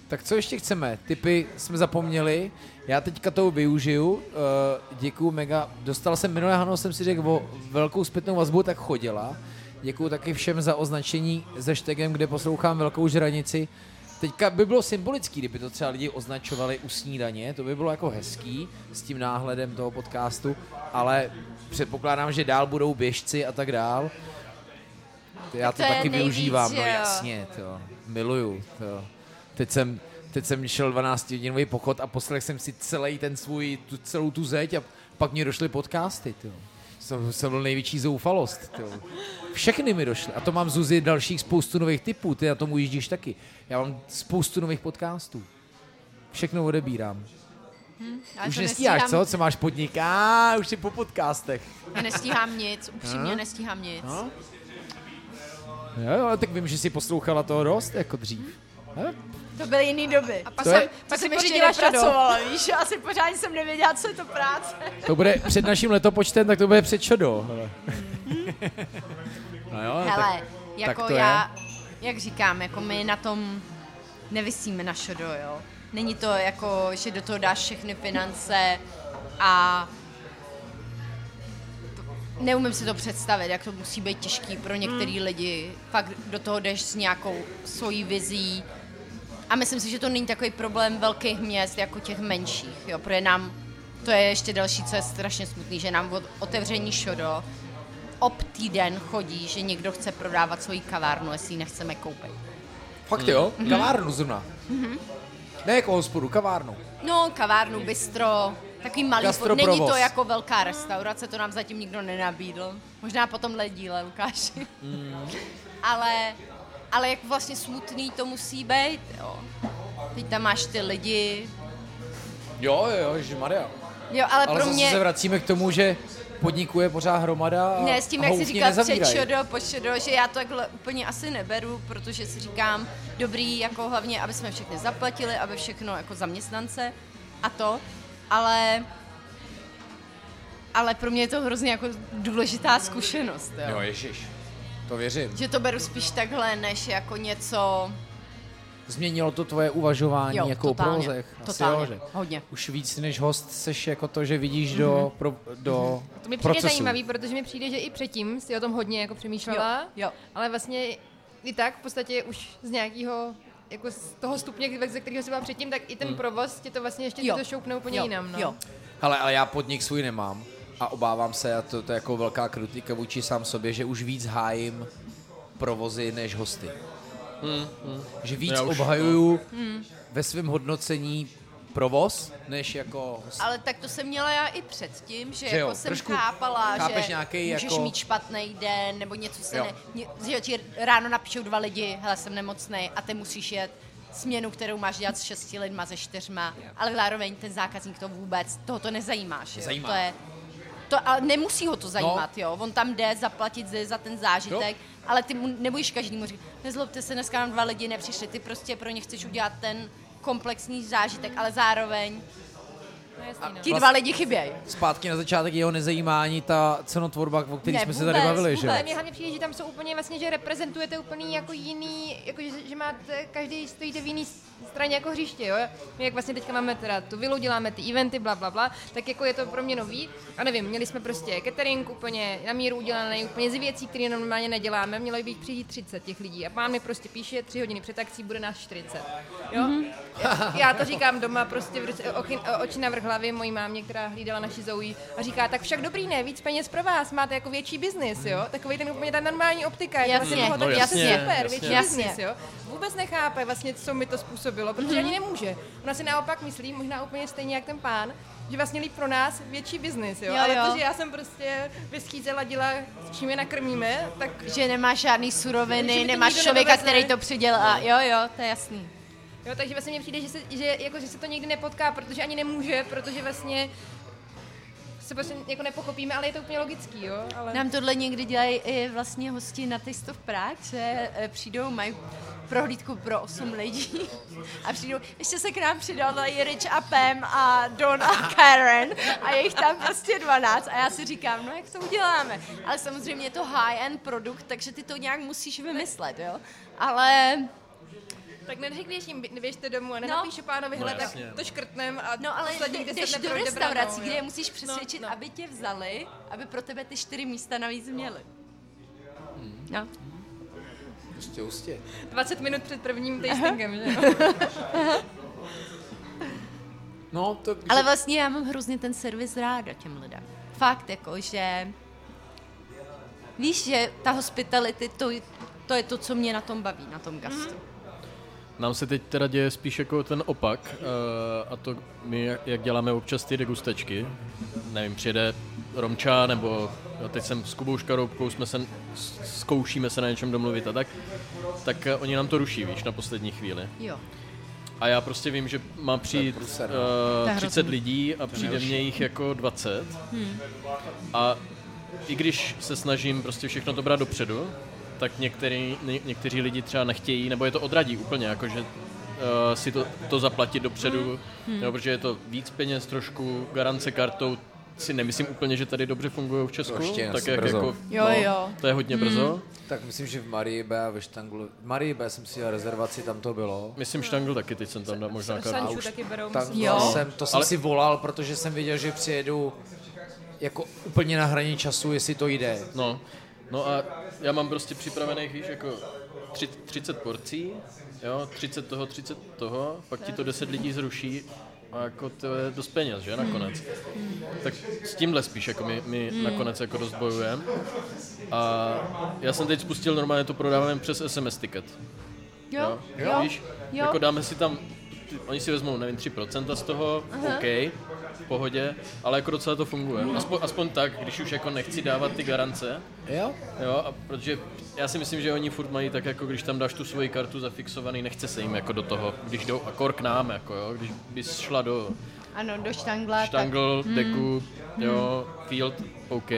Speaker 1: Tak co ještě chceme? Typy jsme zapomněli. Já teďka to využiju. Uh, děkuju mega. Dostal jsem minulé, Hano, jsem si řekl o velkou zpětnou vazbu, tak chodila. Děkuju taky všem za označení s hashtagem, kde poslouchám velkou žranici. Teďka by bylo symbolický, kdyby to třeba lidi označovali u snídaně, to by bylo jako hezký s tím náhledem toho podcastu, ale předpokládám, že dál budou běžci a tak dál. Já
Speaker 5: Tak
Speaker 1: to,
Speaker 5: to je
Speaker 1: taky
Speaker 5: nejvíc,
Speaker 1: využívám,
Speaker 5: že
Speaker 1: no
Speaker 5: jo.
Speaker 1: jasně, to miluju. To. Teď, jsem, teď jsem šel 12-hodinový pochod a poslech jsem si celý ten svůj, tu, celou tu zeď a pak mi došly podcasty. To. Jsem, jsem byl největší zoufalost. To. Všechny mi došly. A to mám Zuzi dalších spoustu nových typů, ty na tom ujíždíš taky. Já mám spoustu nových podcastů. Všechno odebírám.
Speaker 5: Hm, ale
Speaker 1: už
Speaker 5: to
Speaker 1: nestíháš,
Speaker 5: nestíhám.
Speaker 1: co? Co máš podnik? A už si po podcastech.
Speaker 5: Já nestíhám nic, upřímně
Speaker 1: Hm?
Speaker 5: nestíhám nic.
Speaker 1: No? Jo, jo, ale tak vím, že jsi poslouchala toho dost, jako dřív. Ne?
Speaker 5: To byly jiný doby. A pak
Speaker 1: To je-
Speaker 5: jsem,
Speaker 20: to
Speaker 5: pak jsem
Speaker 20: si
Speaker 5: ještě
Speaker 20: pořídila šedou.
Speaker 5: nepracovala, víš, asi pořádně jsem nevěděla, co je to práce.
Speaker 1: To bude před naším letopočtem, tak to bude před šodo. No jo,
Speaker 5: Hele,
Speaker 1: tak,
Speaker 5: jako
Speaker 1: tak to
Speaker 5: já, jak říkám, jako my na tom nevysíme na šodo, jo. Není to jako, že do toho dáš všechny finance a neumím si to představit, jak to musí být těžký pro některý
Speaker 1: Hmm.
Speaker 5: lidi. Fakt do toho jdeš s nějakou svojí vizí a myslím si, že to není takový problém velkých měst jako těch menších, jo, protože nám to je ještě další, co je strašně smutný, že nám od otevření šodo ob týden chodí, že někdo chce prodávat svoji kavárnu, jestli ji nechceme koupit.
Speaker 1: je. Fakt jo,
Speaker 5: Mhm.
Speaker 1: kavárnu zrovna.
Speaker 5: Mhm.
Speaker 1: Ne jako hospodu, kavárnu.
Speaker 5: No, kavárnu, bistro, takový malý, pod...
Speaker 1: Gastroprovoz.
Speaker 5: není to jako velká restaurace, to nám zatím nikdo nenabídl. Možná po tomhle díle, Lukáši.
Speaker 1: Mm.
Speaker 5: ale, ale jak vlastně smutný to musí být, jo. Teď tam máš ty lidi,
Speaker 1: Jo, jo, jo, že Maria.
Speaker 5: jo, ale,
Speaker 1: ale
Speaker 5: pro
Speaker 1: zase
Speaker 5: mě...
Speaker 1: se vracíme k tomu, že podnikuje pořád hromada a
Speaker 5: Ne, s tím,
Speaker 1: a
Speaker 5: jak jsi
Speaker 1: houfně
Speaker 5: říkal před
Speaker 1: nezavírají.
Speaker 5: šodo, po šodo, že já to takhle úplně asi neberu, protože si říkám, dobrý, jako hlavně, aby jsme všechny zaplatili, aby všechno jako zaměstnance a to, ale ale pro mě je to hrozně jako důležitá zkušenost, jo.
Speaker 1: Jo, No, ježiš, to věřím.
Speaker 5: že to beru spíš takhle, než jako něco,
Speaker 1: Změnilo to tvoje uvažování
Speaker 5: Jo,
Speaker 1: jako
Speaker 5: totálně,
Speaker 1: o provozech?
Speaker 5: totálně,
Speaker 1: že?
Speaker 5: hodně.
Speaker 1: Už víc než host seš jako to, že vidíš do,
Speaker 6: Mhm.
Speaker 1: pro, do
Speaker 6: To mi přijde
Speaker 1: procesu.
Speaker 6: zajímavý, protože mi přijde, že i předtím si o tom hodně jako přemýšlela, jo,
Speaker 5: jo.
Speaker 6: ale vlastně i tak v podstatě už z nějakého jako z toho stupně, ze kterého jsi byla předtím, tak i ten
Speaker 1: Hmm.
Speaker 6: provoz tě to vlastně ještě
Speaker 5: Jo,
Speaker 6: tě to šoupne úplně
Speaker 5: jo,
Speaker 6: jinam. No.
Speaker 5: jo.
Speaker 1: Hele, ale já podnik svůj nemám a obávám se, a to, to je jako velká kritika vůči sám sobě, že už víc hájím provozy než hosty. Že víc
Speaker 4: Já už-
Speaker 1: obhajuju
Speaker 5: Hmm.
Speaker 1: ve svém hodnocení provoz, než jako host.
Speaker 5: ale tak to jsem měla já i předtím, že,
Speaker 1: Že jo,
Speaker 5: jako jsem
Speaker 1: trošku
Speaker 5: chápala,
Speaker 1: chápeš
Speaker 5: že
Speaker 1: nějakej
Speaker 5: můžeš
Speaker 1: jako-
Speaker 5: mít špatný den, nebo něco se
Speaker 1: Jo.
Speaker 5: ne... ně- Že ti ráno napíšou dva lidi, hele, jsem nemocný a ty musíš jet směnu, kterou máš dělat s šesti lidma, ze čtyřma, ale zároveň ten zákazník to vůbec, toho to nezajímáš, jo?
Speaker 1: Zajímá. No,
Speaker 5: To je, to, ale nemusí ho to zajímat, jo. On tam jde zaplatit za, za ten zážitek, ale ty mu nebudeš každému říct, nezlobte se, dneska nám dva lidi nepřišli, ty prostě pro ně chceš udělat ten komplexní zážitek, ale zároveň no ti dva lidi chybějí.
Speaker 1: Zpátky na začátek jeho nezajímání ta cenotvorba, o které
Speaker 6: Ne,
Speaker 1: jsme se tady bavili, že
Speaker 6: vůbec.
Speaker 1: jo?
Speaker 6: Mně hlavně přijde, že tam jsou úplně vlastně, že reprezentujete úplný jako jiný, jako že, že máte, každý stojíte v jiný straně jako hřiště, jo. My jak vlastně teďka máme teda tu vilu, děláme ty eventy, bla, bla, bla, tak jako je to pro mě nový. A nevím, měli jsme prostě catering úplně na míru udělaný, úplně z věcí, které normálně neděláme, mělo by jich přijít 30 těch lidí. A pán mi prostě píše, tři hodiny před akcí bude nás 40. Jo? Já to říkám doma, prostě v ruce- oky- oči na vrch hlavy mojí mámě, která hlídala naši Zoe a říká, tak však dobrý ne, víc peněz pro vás, máte jako větší biznis, jo? Takový ten úplně ta normální optika, jako
Speaker 5: Jasně,
Speaker 6: vlastně
Speaker 5: no
Speaker 6: no,
Speaker 5: jasně,
Speaker 6: jasně, super,
Speaker 5: jasně.
Speaker 6: větší
Speaker 5: Jasně. Mhm.
Speaker 6: biznis, jo? Vůbec nechápe vlastně, co mi to způsobilo, protože ani nemůže. Ona si naopak myslí, možná úplně stejně jak ten pán, že vlastně líp pro nás větší biznis, jo?
Speaker 5: Jo,
Speaker 6: Ale
Speaker 5: jo.
Speaker 6: to, že já jsem prostě vyschýzela děla, s čím je nakrmíme, tak...
Speaker 5: Že nemáš žádný
Speaker 6: Že mi
Speaker 5: suroviny,
Speaker 6: to
Speaker 5: nemáš
Speaker 6: nikdo
Speaker 5: člověka,
Speaker 6: nedoveze.
Speaker 5: který to přidělá. Jo, jo, to je jasný.
Speaker 6: Jo, takže vlastně mně přijde, že se, že, jako, že se to nikdy nepotká, protože ani nemůže, protože vlastně se prostě jako nepochopíme, ale je to úplně logický, jo? Ale...
Speaker 5: Nám tohle někdy dělají i vlastně hosti na testo v Prague, že eh, přijdou, mají prohlídku pro 8 lidí a přijdou, ještě se k nám přidala i Rich a Pam a Don a Karen a je jich tam prostě 12 a já si říkám, no jak to uděláme? Ale samozřejmě je to high-end produkt, takže ty to nějak musíš vymyslet, jo? Ale
Speaker 6: Tak neřekneš jim, bě- běžte domů a nenapíšu no. pánovi, hele,
Speaker 5: No,
Speaker 6: tak
Speaker 5: jasně.
Speaker 6: to škrtnem a
Speaker 5: No ale
Speaker 6: posledních
Speaker 5: jde-
Speaker 6: deset
Speaker 5: jdeš do
Speaker 6: neprojde
Speaker 5: restaurací,
Speaker 6: branou,
Speaker 5: kde
Speaker 6: jo.
Speaker 5: je musíš přesvědčit,
Speaker 6: no, no.
Speaker 5: aby tě vzali, aby pro tebe ty čtyři místa navíc měli. No.
Speaker 1: Prostě hustě.
Speaker 6: 20 minut před prvním tastingem, že jo?
Speaker 1: No, to...
Speaker 5: Ale vlastně já mám hrozně ten servis ráda těm lidem. Fakt, jako, že... Víš, že ta hospitality, to, to je to, co mě na tom baví, na tom gastu.
Speaker 1: Mhm.
Speaker 4: Nám se teď teda děje spíš jako ten opak eh, a to my, jak děláme občas ty degustačky, nevím, přijede Romča nebo já teď jsem s Kubou Škaroubkou, jsme se, s- zkoušíme se na něčem domluvit a tak, tak eh, oni nám to ruší, víš, na poslední chvíli.
Speaker 5: Jo.
Speaker 4: A já prostě vím, že má přijít
Speaker 1: průser, no.
Speaker 5: To
Speaker 4: uh,
Speaker 5: je
Speaker 4: 30
Speaker 5: hrozný.
Speaker 4: lidí a
Speaker 1: To je
Speaker 4: přijde
Speaker 1: nejhorší.
Speaker 4: mě jich jako 20.
Speaker 5: Hmm.
Speaker 4: A i když se snažím prostě všechno to brát dopředu, tak některý, ně, někteří lidi třeba nechtějí, nebo je to odradí úplně, jakože uh, si to, to zaplatit dopředu,
Speaker 21: Hmm.
Speaker 4: hmm. nebo protože je to víc peněz trošku, garance kartou, si nemyslím úplně, že tady dobře fungují v Česku,
Speaker 1: To ještě
Speaker 4: tak
Speaker 1: asi
Speaker 4: jak
Speaker 1: brzo.
Speaker 4: jako,
Speaker 1: Jo,
Speaker 4: no,
Speaker 1: jo.
Speaker 4: to je hodně brzo.
Speaker 1: Hmm. Tak myslím, že v Marii B a ve Štanglu... v Marii B jsem si dělal rezervaci, tam to bylo.
Speaker 4: Myslím, Štangl taky, teď jsem tam dal možná
Speaker 1: A
Speaker 4: kartu.
Speaker 1: už
Speaker 4: Tak
Speaker 1: tam
Speaker 4: to
Speaker 1: Jsem, to jsem Ale... si volal, protože jsem věděl, že přijedu jako úplně na hraně času, jestli to jde.
Speaker 4: No, no a já mám prostě připravených, víš, jako tři, 30 porcí, jo, 30 toho, 30 toho, pak ti to 10 lidí zruší a jako to je dost peněz, že, nakonec.
Speaker 21: Hmm.
Speaker 4: Tak s tímhle spíš, jako my, my
Speaker 21: Hmm.
Speaker 4: nakonec jako dost bojujeme. A já jsem teď spustil, normálně to prodávám přes SMS ticket.
Speaker 21: Jo,
Speaker 5: jo,
Speaker 4: víš,
Speaker 5: jo.
Speaker 4: jako dáme si tam, ty- oni si vezmou, nevím, 3% z toho,
Speaker 5: Aha.
Speaker 4: OK, v pohodě, ale jako docela to funguje. Aspoň, aspoň tak, když už jako nechci dávat ty garance,
Speaker 1: Jo?
Speaker 4: Jo, a protože já si myslím, že oni furt mají tak, jako když tam dáš tu svoji kartu zafixovaný, nechce se jim jako do toho, když jdou a kor k nám, jako jo, když bys šla do
Speaker 5: Ano, do štangla.
Speaker 4: štangl,
Speaker 5: tak...
Speaker 4: deku,
Speaker 5: Hmm.
Speaker 4: jo, field, OK,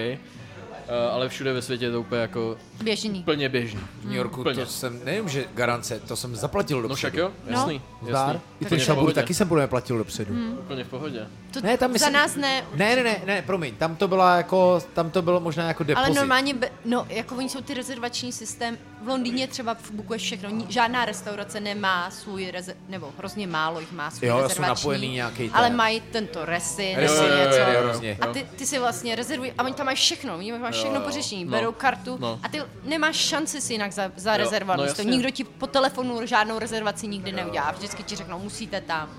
Speaker 4: Eh, ale všude ve světě je to úplně jako
Speaker 5: Běžný.
Speaker 4: plně běžný.
Speaker 1: V
Speaker 5: Hmm.
Speaker 1: New Yorku
Speaker 4: Plně.
Speaker 1: to jsem, nevím, že garance, to jsem zaplatil dopředu.
Speaker 4: však jo,
Speaker 1: No.
Speaker 4: jasný, jasný.
Speaker 1: Zdar. I
Speaker 4: Úplně
Speaker 1: ten
Speaker 4: v
Speaker 1: šabur
Speaker 4: pohodě.
Speaker 1: taky jsem budeme platil dopředu.
Speaker 5: Hmm.
Speaker 4: Úplně v pohodě.
Speaker 5: To
Speaker 1: Ne, tam
Speaker 5: za
Speaker 1: myslím-
Speaker 5: nás ne.
Speaker 1: Ne, ne, ne, ne, promiň, tam to byla jako, tam to bylo možná jako depozit.
Speaker 5: Ale normálně, be, no, jako oni jsou ty rezervační systém, v Londýně třeba f- bukuješ všechno, ni- žádná restaurace nemá svůj, reze, nebo hrozně málo jich má svůj
Speaker 1: Jo, jsou
Speaker 5: rezervační.
Speaker 1: napojený nějaký
Speaker 5: Ale
Speaker 1: ten.
Speaker 5: mají tento resi,
Speaker 1: Resi,
Speaker 5: nebo
Speaker 1: jo, jo,
Speaker 5: něco.
Speaker 1: jo, jo, hrozně.
Speaker 5: a ty, ty si vlastně rezervují, a oni tam mají všechno, oni
Speaker 1: Jo,
Speaker 5: mají všechno
Speaker 1: jo,
Speaker 5: pořešení,
Speaker 1: no,
Speaker 5: berou kartu
Speaker 1: no.
Speaker 5: a ty nemáš šanci si jinak za, zarezervovat
Speaker 1: no
Speaker 5: místo.
Speaker 1: jasně.
Speaker 5: Nikdo ti po telefonu žádnou rezervaci nikdy neudělá, vždycky ti řeknou, musíte tam.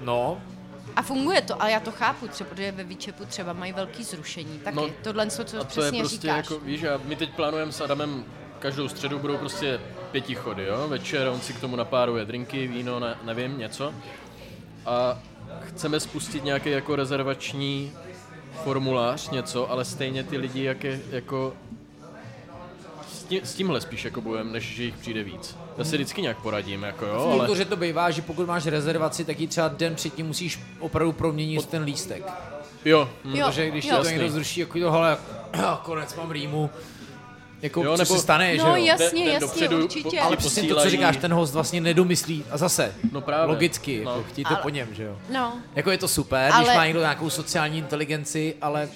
Speaker 1: No,
Speaker 5: A funguje to, ale já to chápu, třeba, protože ve výčepu třeba mají velký zrušení. Taky no, tohle, co, co
Speaker 4: a to je
Speaker 5: přesně
Speaker 4: prostě
Speaker 5: říkáš.
Speaker 4: jako, víš, a my teď plánujeme s Adamem, každou středu budou prostě pěti chody, jo, večer, on si k tomu napáruje drinky, víno, ne, nevím, něco. A chceme spustit nějaký jako rezervační formulář, něco, ale stejně ty lidi jak je, jako s, tím, s tímhle spíš jako budem, než že jich přijde víc. Já si vždycky nějak poradím, jako jo,
Speaker 1: v
Speaker 4: ale...
Speaker 1: kultuře to bývá, že pokud máš rezervaci, tak ji třeba den předtím musíš opravdu proměnit ten lístek.
Speaker 4: Jo.
Speaker 1: Hm.
Speaker 4: Jo,
Speaker 1: Protože když
Speaker 4: jo.
Speaker 1: jo, to
Speaker 4: jasný.
Speaker 1: někdo zruší, jako to, hele, konec mám rýmu, jako
Speaker 4: Jo,
Speaker 1: jo, co
Speaker 4: nebo-
Speaker 1: se stane,
Speaker 4: No,
Speaker 1: že jo?
Speaker 4: jasně, Den- den jasně, dopředu určitě. po-
Speaker 1: ale přesně to, co
Speaker 4: posílají-
Speaker 1: říkáš, ten host vlastně nedomyslí a zase,
Speaker 4: no právě.
Speaker 1: logicky,
Speaker 4: No.
Speaker 1: jako, chtíte
Speaker 4: Ale-
Speaker 1: po něm, že jo?
Speaker 5: No.
Speaker 1: Jako je to super,
Speaker 5: Ale-
Speaker 1: když má někdo nějakou sociální inteligenci, ale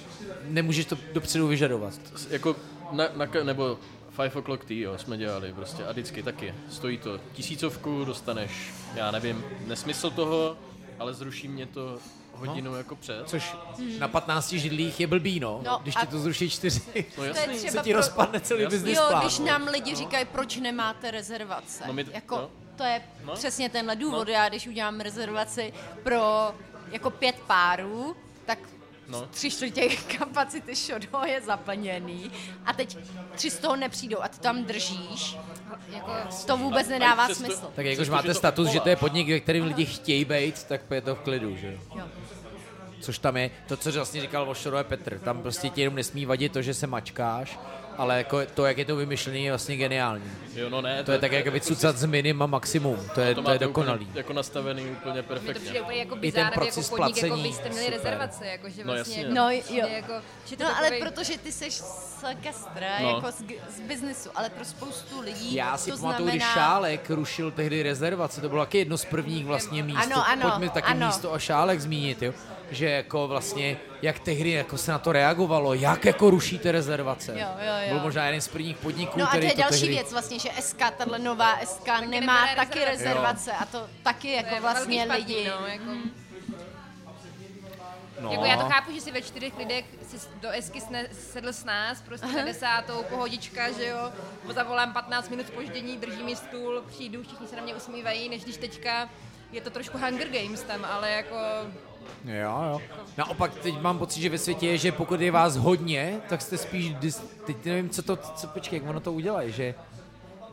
Speaker 1: nemůžeš to dopředu vyžadovat.
Speaker 4: jako na, na, ka- nebo Five o'clock tea, jo, jsme dělali prostě a vždycky taky. Stojí to tisícovku, dostaneš, já nevím, nesmysl toho, ale zruší mě to hodinu jako před.
Speaker 1: No. Což na 15 židlích je blbý, no,
Speaker 5: Hmm. No
Speaker 1: když
Speaker 5: a-
Speaker 1: ti to zruší čtyři,
Speaker 4: No
Speaker 5: To je
Speaker 4: jasný.
Speaker 1: se
Speaker 5: třeba
Speaker 1: ti
Speaker 5: pro-
Speaker 1: rozpadne celý business
Speaker 5: Jo,
Speaker 1: plán.
Speaker 5: když
Speaker 1: no.
Speaker 5: nám lidi říkají, proč nemáte rezervace.
Speaker 1: No my t-
Speaker 5: jako,
Speaker 1: no.
Speaker 5: To je
Speaker 1: No.
Speaker 5: přesně tenhle důvod. Já když udělám rezervaci pro jako pět párů, tak
Speaker 4: No.
Speaker 5: tři čtvrtě kapacity šodo je zaplněný a teď tři z toho nepřijdou a ty tam držíš. Jako, to vůbec
Speaker 4: A- a i
Speaker 5: nedává
Speaker 4: přesto-
Speaker 5: smysl.
Speaker 1: Tak jakož
Speaker 4: Přestože
Speaker 1: máte
Speaker 4: to
Speaker 1: status, že to je
Speaker 4: povoláš.
Speaker 1: podnik, ve kterém lidi chtějí být, tak je to v klidu, že jo?
Speaker 5: Jo.
Speaker 1: Což tam je, to, co vlastně říkal Vošorové Petr, tam prostě ti jenom nesmí vadit to, že se mačkáš, ale jako to, jak je to vymyšlený, je vlastně geniální.
Speaker 4: Jo, no ne,
Speaker 1: to, je tak, jak vycucat z minim a maximum. To je, to, je
Speaker 4: máte
Speaker 1: dokonalý.
Speaker 4: Úplně, jako nastavený úplně
Speaker 6: Mně to
Speaker 4: perfektně.
Speaker 6: přijde úplně jako bizár, jako podnik, jako vy jste měli rezervace, jako, že
Speaker 4: No
Speaker 6: vlastně...
Speaker 4: jasně.
Speaker 6: No,
Speaker 4: No,
Speaker 6: jo. Jako, že to
Speaker 5: No ale
Speaker 6: takovej-
Speaker 5: protože ty seš z gastra,
Speaker 1: No.
Speaker 5: no. jako z, z biznesu, ale pro spoustu lidí
Speaker 1: Já si
Speaker 5: to
Speaker 1: pamatuju,
Speaker 5: znamená...
Speaker 1: když Šálek rušil tehdy rezervace, to bylo taky jedno z prvních vlastně míst.
Speaker 5: Ano, ano,
Speaker 1: Pojďme taky
Speaker 5: ano.
Speaker 1: místo a Šálek zmínit, jo? že jako vlastně, jak tehdy jako se na to reagovalo, jak jako rušíte rezervace.
Speaker 5: Jo, jo, jo.
Speaker 1: Byl možná jeden z prvních podniků,
Speaker 5: No a to
Speaker 1: který
Speaker 5: je další
Speaker 1: tehdy...
Speaker 5: věc vlastně, že SK, tahle nová SK nemá
Speaker 6: nemá
Speaker 5: taky
Speaker 6: rezervace.
Speaker 5: rezervace a to taky jako
Speaker 6: velký
Speaker 5: vlastně
Speaker 6: špatný,
Speaker 5: lidi.
Speaker 6: no, jako.
Speaker 1: No.
Speaker 6: Jako já to chápu, že si ve čtyřech lidech si s- do esky sne, sedl s nás, prostě na desátou, pohodička, že jo, zavolám 15 minut spoždění, drží mi stůl, přijdu, všichni se na mě usmívají, než když teďka je to trošku Hunger Games tam, ale jako...
Speaker 1: Jo, jo. Naopak teď mám pocit, že ve světě je, že pokud je vás hodně, tak jste spíš, dis... teď nevím, co to, co, počkej, jak ono to udělají, že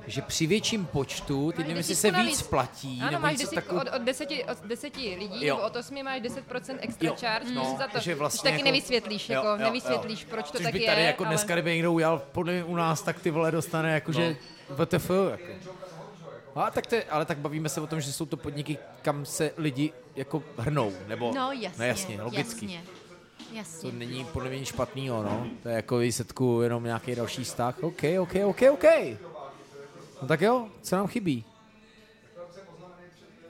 Speaker 1: že při větším počtu, teď nevím, jestli se
Speaker 6: desítku navíc.
Speaker 1: víc platí,
Speaker 6: Ano,
Speaker 1: nebo
Speaker 6: máš
Speaker 1: něco
Speaker 6: desít,
Speaker 1: takového.
Speaker 6: od, od, deseti, od deseti lidí,
Speaker 1: Jo.
Speaker 6: nebo od osmi máš 10% extra
Speaker 1: Jo,
Speaker 6: charge,
Speaker 1: no,
Speaker 6: no, za to,
Speaker 1: že
Speaker 6: což taky nevysvětlíš, jako, nevysvětlíš, proč to
Speaker 1: Což
Speaker 6: tak
Speaker 1: by
Speaker 6: je,
Speaker 1: tady jako
Speaker 6: ale...
Speaker 1: dneska, kdyby někdo ujal podle mě u nás, tak ty vole dostane jakože no. VTF. Jako. No, A tak to, je- ale tak bavíme se o tom, že jsou to podniky, kam se lidi jako hrnou, nebo...
Speaker 5: No jasně,
Speaker 1: no, jasně logicky.
Speaker 5: Jasně, jasně.
Speaker 1: To není podle mě nic špatného, no. To je jako výsledku jenom nějaký další vztah. OK, OK, OK, OK. No tak jo, co nám chybí?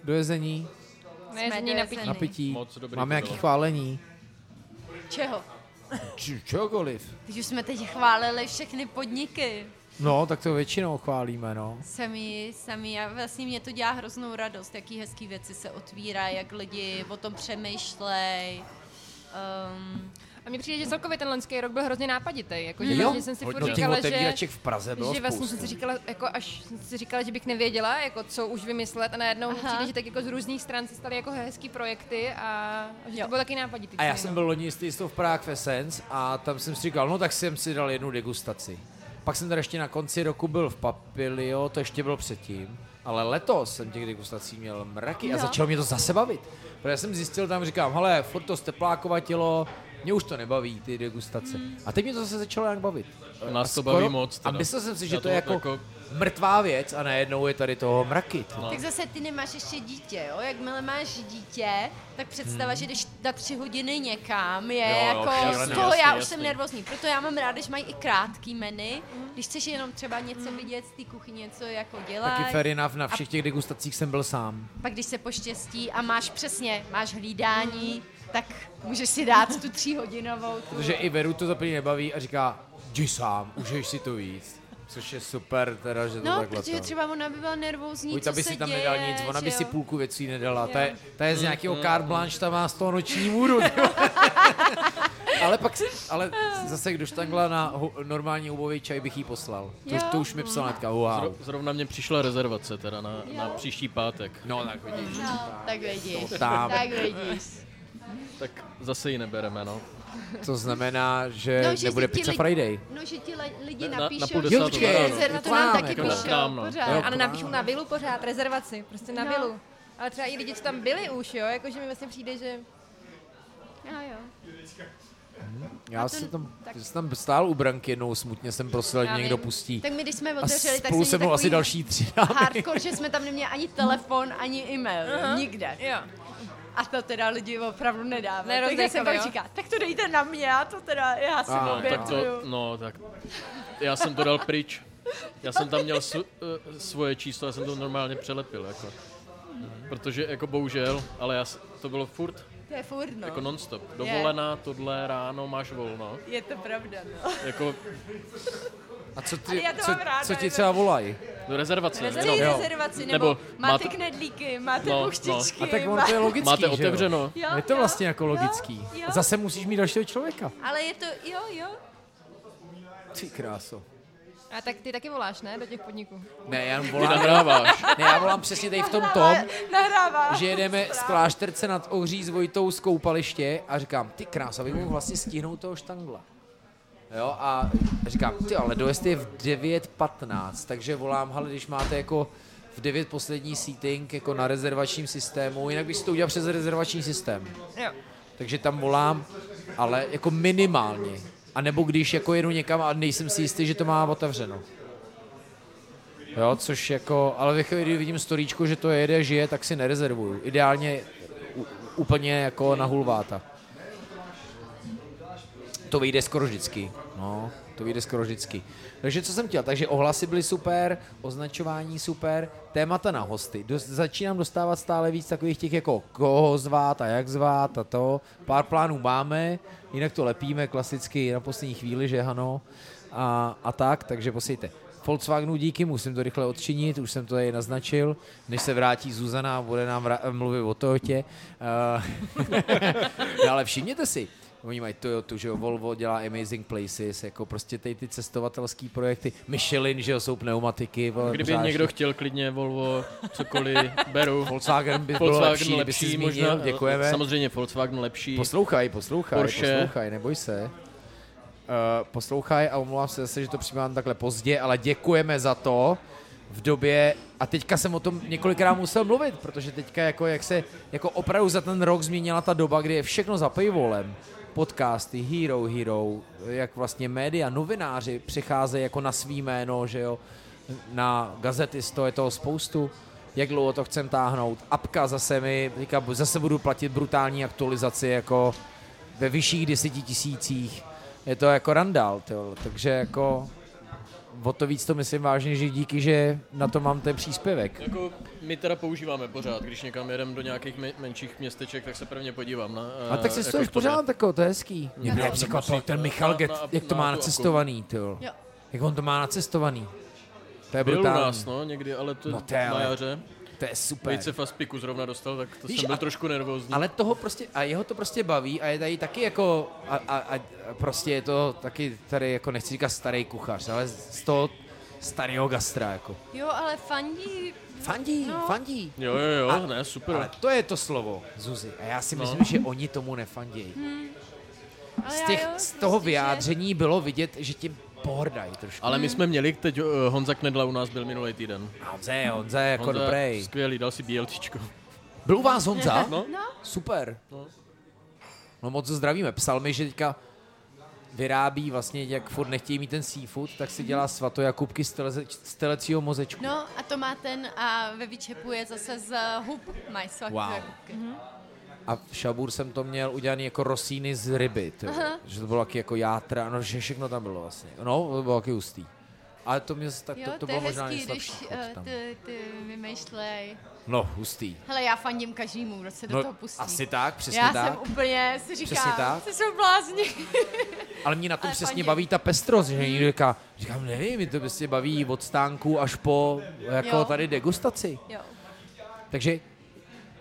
Speaker 1: Dojezení,
Speaker 6: Ne, že ní na pití.
Speaker 1: napití,
Speaker 4: dobrý
Speaker 1: máme
Speaker 4: to bylo.
Speaker 1: nějaký chválení.
Speaker 5: Čeho?
Speaker 1: Č- čokoliv.
Speaker 5: Když už jsme teď chválili všechny podniky.
Speaker 1: No, tak to většinou chválíme, no.
Speaker 5: Sami, sami. A vlastně mě to dělá hroznou radost, jaký hezký věci se otvírá, jak lidi o tom přemýšlej. Um,
Speaker 6: A mně přijde, že celkově ten loňský rok byl hrozně nápaditý. Jako, že
Speaker 1: Jo,
Speaker 6: vlastně jsem si furt
Speaker 1: hodně. No těch
Speaker 6: říkala, že,
Speaker 1: otevíraček v Praze bylo
Speaker 6: že vlastně
Speaker 1: spoustu.
Speaker 6: jsem si říkala, jako až jsem si říkala, že bych nevěděla, jako, co už vymyslet a najednou mi přijde, že tak jako z různých stran se staly jako hezký projekty a že to bylo taky nápaditý.
Speaker 1: A já
Speaker 6: celý,
Speaker 1: jsem
Speaker 6: no.
Speaker 1: byl loni jistý jistou v Prague Essence a tam jsem si říkal, no tak jsem si dal jednu degustaci. Pak jsem teda ještě na konci roku byl v Papilio, to ještě bylo předtím. Ale letos jsem těch degustací měl mraky a
Speaker 22: No.
Speaker 1: začalo mě to zase bavit. Protože jsem zjistil tam, říkám, hele, furt to steplákova tělo, mě už to nebaví, ty degustace. A teď mě to zase začalo nějak bavit.
Speaker 4: Nás
Speaker 1: A
Speaker 4: to
Speaker 1: skoro-
Speaker 4: baví moc,
Speaker 1: A
Speaker 4: teda.
Speaker 1: myslel jsem si, že
Speaker 4: Já
Speaker 1: to, je jako,
Speaker 4: to
Speaker 1: jako mrtvá věc a najednou je tady toho mraky. No.
Speaker 5: Tak zase ty nemáš ještě dítě, jo? Jakmile máš dítě, tak představa,
Speaker 1: Hmm.
Speaker 5: že jdeš na tři hodiny někam, je
Speaker 1: Jo, jo,
Speaker 5: jako,
Speaker 1: šílený,
Speaker 5: z toho
Speaker 1: jasný,
Speaker 5: já už
Speaker 1: jasný.
Speaker 5: jsem nervózní. Proto já mám ráda, že mají i krátký menu, když chceš jenom třeba něco vidět z té kuchyně, něco jako dělat.
Speaker 1: Hmm. Taky fair enough, na
Speaker 5: A
Speaker 1: všech těch degustacích jsem byl sám.
Speaker 5: pak když se poštěstí a máš přesně, máš hlídání,
Speaker 1: Hmm.
Speaker 5: tak můžeš si dát tu tříhodinovou. Tu.
Speaker 1: Protože i Veru to zaprvé nebaví a říká, jdi sám, užij si to víc. Což je super, teda, že to
Speaker 5: No,
Speaker 1: takhle
Speaker 5: protože
Speaker 1: to.
Speaker 5: třeba ona by byla nervózní,
Speaker 1: Buď
Speaker 5: co
Speaker 1: ta by
Speaker 5: se
Speaker 1: si tam
Speaker 5: děje,
Speaker 1: nedal nic, ona
Speaker 5: že
Speaker 1: by
Speaker 5: jo?
Speaker 1: si půlku věcí nedala. Ta je, ta je z
Speaker 22: Mm,
Speaker 1: nějakého
Speaker 22: mm,
Speaker 1: carte blanche, ta má z toho noční můru. ale pak, si- ale zase, když takhle na hu- normální houbový čaj bych jí poslal. To,
Speaker 4: Jo.
Speaker 1: to už mi psala netka, wow.
Speaker 4: Zro- Zrovna mě přišla rezervace teda na, na
Speaker 5: Jo.
Speaker 4: příští pátek.
Speaker 1: No tak vidíš.
Speaker 5: No, tak vidíš,
Speaker 4: To tam.
Speaker 5: tak vidíš.
Speaker 4: Tak zase ji nebereme, no.
Speaker 1: To znamená, že
Speaker 5: No, že
Speaker 1: nebude
Speaker 5: si ti
Speaker 1: pizza
Speaker 5: lidi-
Speaker 1: Friday.
Speaker 5: No, že ti le- lidi
Speaker 4: Na- na-
Speaker 5: napíšou,
Speaker 4: na půl
Speaker 5: že
Speaker 4: desátou
Speaker 5: chtějí
Speaker 4: ráno.
Speaker 5: rezerv- na to
Speaker 4: To
Speaker 5: nám
Speaker 4: vám,
Speaker 5: taky
Speaker 4: jako na-
Speaker 5: píšou,
Speaker 4: nám, no.
Speaker 5: pořád.
Speaker 4: Jo,
Speaker 6: Ano,
Speaker 4: krám.
Speaker 6: napíšu na vilu pořád, rezervaci, prostě na
Speaker 5: No.
Speaker 6: vilu. Ale třeba i lidi, co tam byli už, jo, jakože mi vlastně přijde, že...
Speaker 5: A jo.
Speaker 1: Já
Speaker 5: ten-
Speaker 1: jsem tam,
Speaker 5: tak-
Speaker 1: já jsem tam stál u branky jednou, smutně jsem prosil,
Speaker 5: Já
Speaker 1: ať mě někdo
Speaker 5: vím.
Speaker 1: pustí.
Speaker 5: Tak my, když jsme
Speaker 1: A
Speaker 5: otevřeli, tak
Speaker 1: spolu
Speaker 5: jsme
Speaker 1: se mnou
Speaker 5: takový-
Speaker 1: asi další tři dámy.
Speaker 5: Hardcore, že jsme tam neměli ani telefon, ani e-mail,
Speaker 6: Aha.
Speaker 5: nikde. A to teda lidi opravdu nedává.
Speaker 6: Nerozdechali,
Speaker 5: Takže jsem
Speaker 6: jo?
Speaker 5: pak říká, tak to dejte na mě, a to teda já si
Speaker 4: no, tak to,
Speaker 5: obětuju.
Speaker 4: no, tak já jsem to dal pryč. Já jsem tam měl su, eh, svoje číslo, já jsem to normálně přelepil, jako. Protože, jako bohužel, ale já, s- to bylo furt,
Speaker 5: To je furt, no.
Speaker 4: jako nonstop.
Speaker 5: Je.
Speaker 4: Dovolená, tohle ráno, máš volno.
Speaker 5: Je to pravda, no.
Speaker 4: Jako,
Speaker 1: A co
Speaker 5: Ale
Speaker 1: ty,
Speaker 5: já to
Speaker 1: co,
Speaker 5: mám ráda,
Speaker 1: co ti
Speaker 5: je to-
Speaker 1: třeba volají?
Speaker 4: Do rezervace.
Speaker 5: Rezervaci, rezervaci, nebo, máte knedlíky, máte
Speaker 4: No, no.
Speaker 5: buchtičky,
Speaker 1: A tak ono to je logický,
Speaker 4: Máte
Speaker 1: že jo?
Speaker 4: otevřeno.
Speaker 5: Jo,
Speaker 1: Je to vlastně jako logický.
Speaker 5: jo.
Speaker 1: A Zase musíš mít dalšího člověka.
Speaker 5: Ale je to, jo, jo.
Speaker 1: Ty kráso.
Speaker 6: A tak ty taky voláš, ne, do těch podniků?
Speaker 1: Ne, já jenom
Speaker 4: Ty
Speaker 1: volám.
Speaker 4: nahráváš.
Speaker 1: Ne, já volám přesně tady v tom tom,
Speaker 5: Nahrává.
Speaker 1: že jedeme z klášterce nad Ohří s Vojtou z koupaliště a říkám, ty krása, bych mohl vlastně stihnout toho štangla. Jo, a říkám, ty ale dojezd je v 9.15, takže volám, ale když máte jako v 9 poslední seating jako na rezervačním systému, jinak bych si to udělal přes rezervační systém.
Speaker 6: Jo.
Speaker 1: Takže tam volám, ale jako minimálně. A A nebo když jako jedu někam a nejsem si jistý, že to má otevřeno. Jo, což jako, ale ve chvíli, kdy vidím storíčko, že to jede, žije, tak si nerezervuju. Ideálně u- úplně jako na hulváta. To vyjde skoro vždycky. No, to vyjde skoro vždycky. Takže co jsem chtěl? Takže ohlasy byly super, označování super, témata na hosty. Dost, začínám dostávat stále víc takových těch jako koho zvát a jak zvát a to. Pár plánů máme, jinak to lepíme klasicky na poslední chvíli, že ano. A, a tak, takže posejte. Volkswagenu díky, musím to rychle odčinit, už jsem to tady naznačil, než se vrátí Zuzana a bude nám vra- mluvit o Toyotě. Eh, no ale všimněte si, oni mají Toyotu, že jo, Volvo dělá Amazing Places, jako prostě tady ty cestovatelský projekty, Michelin, že jo, jsou pneumatiky. vole,
Speaker 4: Kdyby
Speaker 1: pořádně.
Speaker 4: někdo chtěl klidně Volvo, cokoliv, beru.
Speaker 1: Volkswagen by byl lepší, kdyby si zmínil, děkujeme.
Speaker 4: no, Samozřejmě Volkswagen lepší.
Speaker 1: Poslouchaj, poslouchaj,
Speaker 4: Porsche.
Speaker 1: poslouchaj, neboj se. Uh, poslouchaj a omlouvám se zase, že to přijímám takhle pozdě, ale děkujeme za to v době, a teďka jsem o tom několikrát musel mluvit, protože teďka jako jak se, jako opravdu za ten rok změnila ta doba, kdy je všechno za paywallem. Podcasty, Hero Hero, jak vlastně média, novináři přicházejí jako na svý jméno, že jo, na gazety sto je toho spoustu, jak dlouho to chcem táhnout. Apka zase mi, teďka zase budu platit brutální aktualizaci jako ve vyšších deseti tisících. Je to jako randál, tyjo. takže jako o to víc to myslím vážně, že díky, že na to mám ten příspěvek.
Speaker 4: Jako my teda používáme pořád, když někam jedem do nějakých me- menších městeček, tak se prvně podívám na...
Speaker 1: A tak se
Speaker 4: eh,
Speaker 1: z
Speaker 4: jako
Speaker 1: toho už
Speaker 4: kdo
Speaker 1: pořád
Speaker 4: jde.
Speaker 1: tako, to je hezký. Mě
Speaker 4: No,
Speaker 1: bylo
Speaker 4: to
Speaker 1: překvapilo,
Speaker 4: musí-
Speaker 1: ten Michal
Speaker 4: na-
Speaker 1: Get,
Speaker 4: na-
Speaker 1: jak to
Speaker 4: na
Speaker 1: má
Speaker 4: tu
Speaker 1: nacestovaný, tyjo.
Speaker 4: Jo.
Speaker 1: Jak on to má nacestovaný. To je
Speaker 4: Byl u
Speaker 1: brutální.
Speaker 4: nás, no, někdy, ale to
Speaker 1: No,
Speaker 4: no,
Speaker 1: to je
Speaker 4: na
Speaker 1: ale-
Speaker 4: jaře.
Speaker 1: to je super.
Speaker 4: Vejce Faspiku zrovna dostal, tak to
Speaker 1: Víš,
Speaker 4: jsem byl
Speaker 1: a-
Speaker 4: trošku nervózní.
Speaker 1: Ale toho prostě, a jeho to prostě baví a je tady taky jako, a, a, a prostě je to taky tady jako, nechci říkat starý kuchař, ale z toho starého gastra jako.
Speaker 5: Jo, ale fandí.
Speaker 1: Fandí,
Speaker 5: no.
Speaker 1: fandí.
Speaker 4: Jo, jo, jo,
Speaker 1: A-
Speaker 4: Oh, ne, super.
Speaker 1: Ale to je to slovo, Zuzi. A já si
Speaker 4: No.
Speaker 1: myslím, že oni tomu nefandějí.
Speaker 5: Hm. Ale
Speaker 1: Z,
Speaker 5: já
Speaker 1: těch,
Speaker 5: jo,
Speaker 1: z toho
Speaker 5: prostě, že-
Speaker 1: vyjádření bylo vidět, že tím pohrdají trošku.
Speaker 4: Ale my jsme měli teď, eh, Honza Knedla u nás byl minulý týden.
Speaker 1: Honze, Honze, jako dobrý.
Speaker 4: Skvělý, dal si BLTčko.
Speaker 1: Byl u vás Honza?
Speaker 4: No.
Speaker 1: Super.
Speaker 4: No.
Speaker 1: No moc zdravíme. Psal mi, že teďka vyrábí vlastně, jak furt nechtějí mít ten seafood, tak si dělá svatojakubky z, teleze, z telecího mozečku.
Speaker 5: No a to má ten a ve výčepu je zase z eh, hub. Mají svak.
Speaker 1: Wow. A v Šabur jsem to měl udělaný jako rosíny z ryby, tyjo.
Speaker 5: Aha.
Speaker 1: že to bylo taky jako játra, no že všechno tam bylo vlastně. No, to bylo taky hustý. Ale to mě, tak
Speaker 5: jo,
Speaker 1: to, to,
Speaker 5: je
Speaker 1: bylo možná
Speaker 5: hezký,
Speaker 1: nejslabší
Speaker 5: když
Speaker 1: chod
Speaker 5: eh,
Speaker 1: tam.
Speaker 5: ty, ty vymýšlej.
Speaker 1: No, hustý.
Speaker 5: Hele, já fandím každému, kdo se do
Speaker 1: No,
Speaker 5: toho pustí.
Speaker 1: asi tak, přesně
Speaker 5: já
Speaker 1: tak.
Speaker 5: Já jsem úplně, si říkám,
Speaker 1: Přesně tak.
Speaker 5: co jsou blázni.
Speaker 1: Ale mě na tom
Speaker 5: Ale Mhm.
Speaker 1: přesně
Speaker 5: fandím.
Speaker 1: baví ta pestrost, že někdo říká, říkám, nevím, mě to prostě baví od stánku až po jako
Speaker 5: Jo.
Speaker 1: tady degustaci.
Speaker 5: jo.
Speaker 1: Takže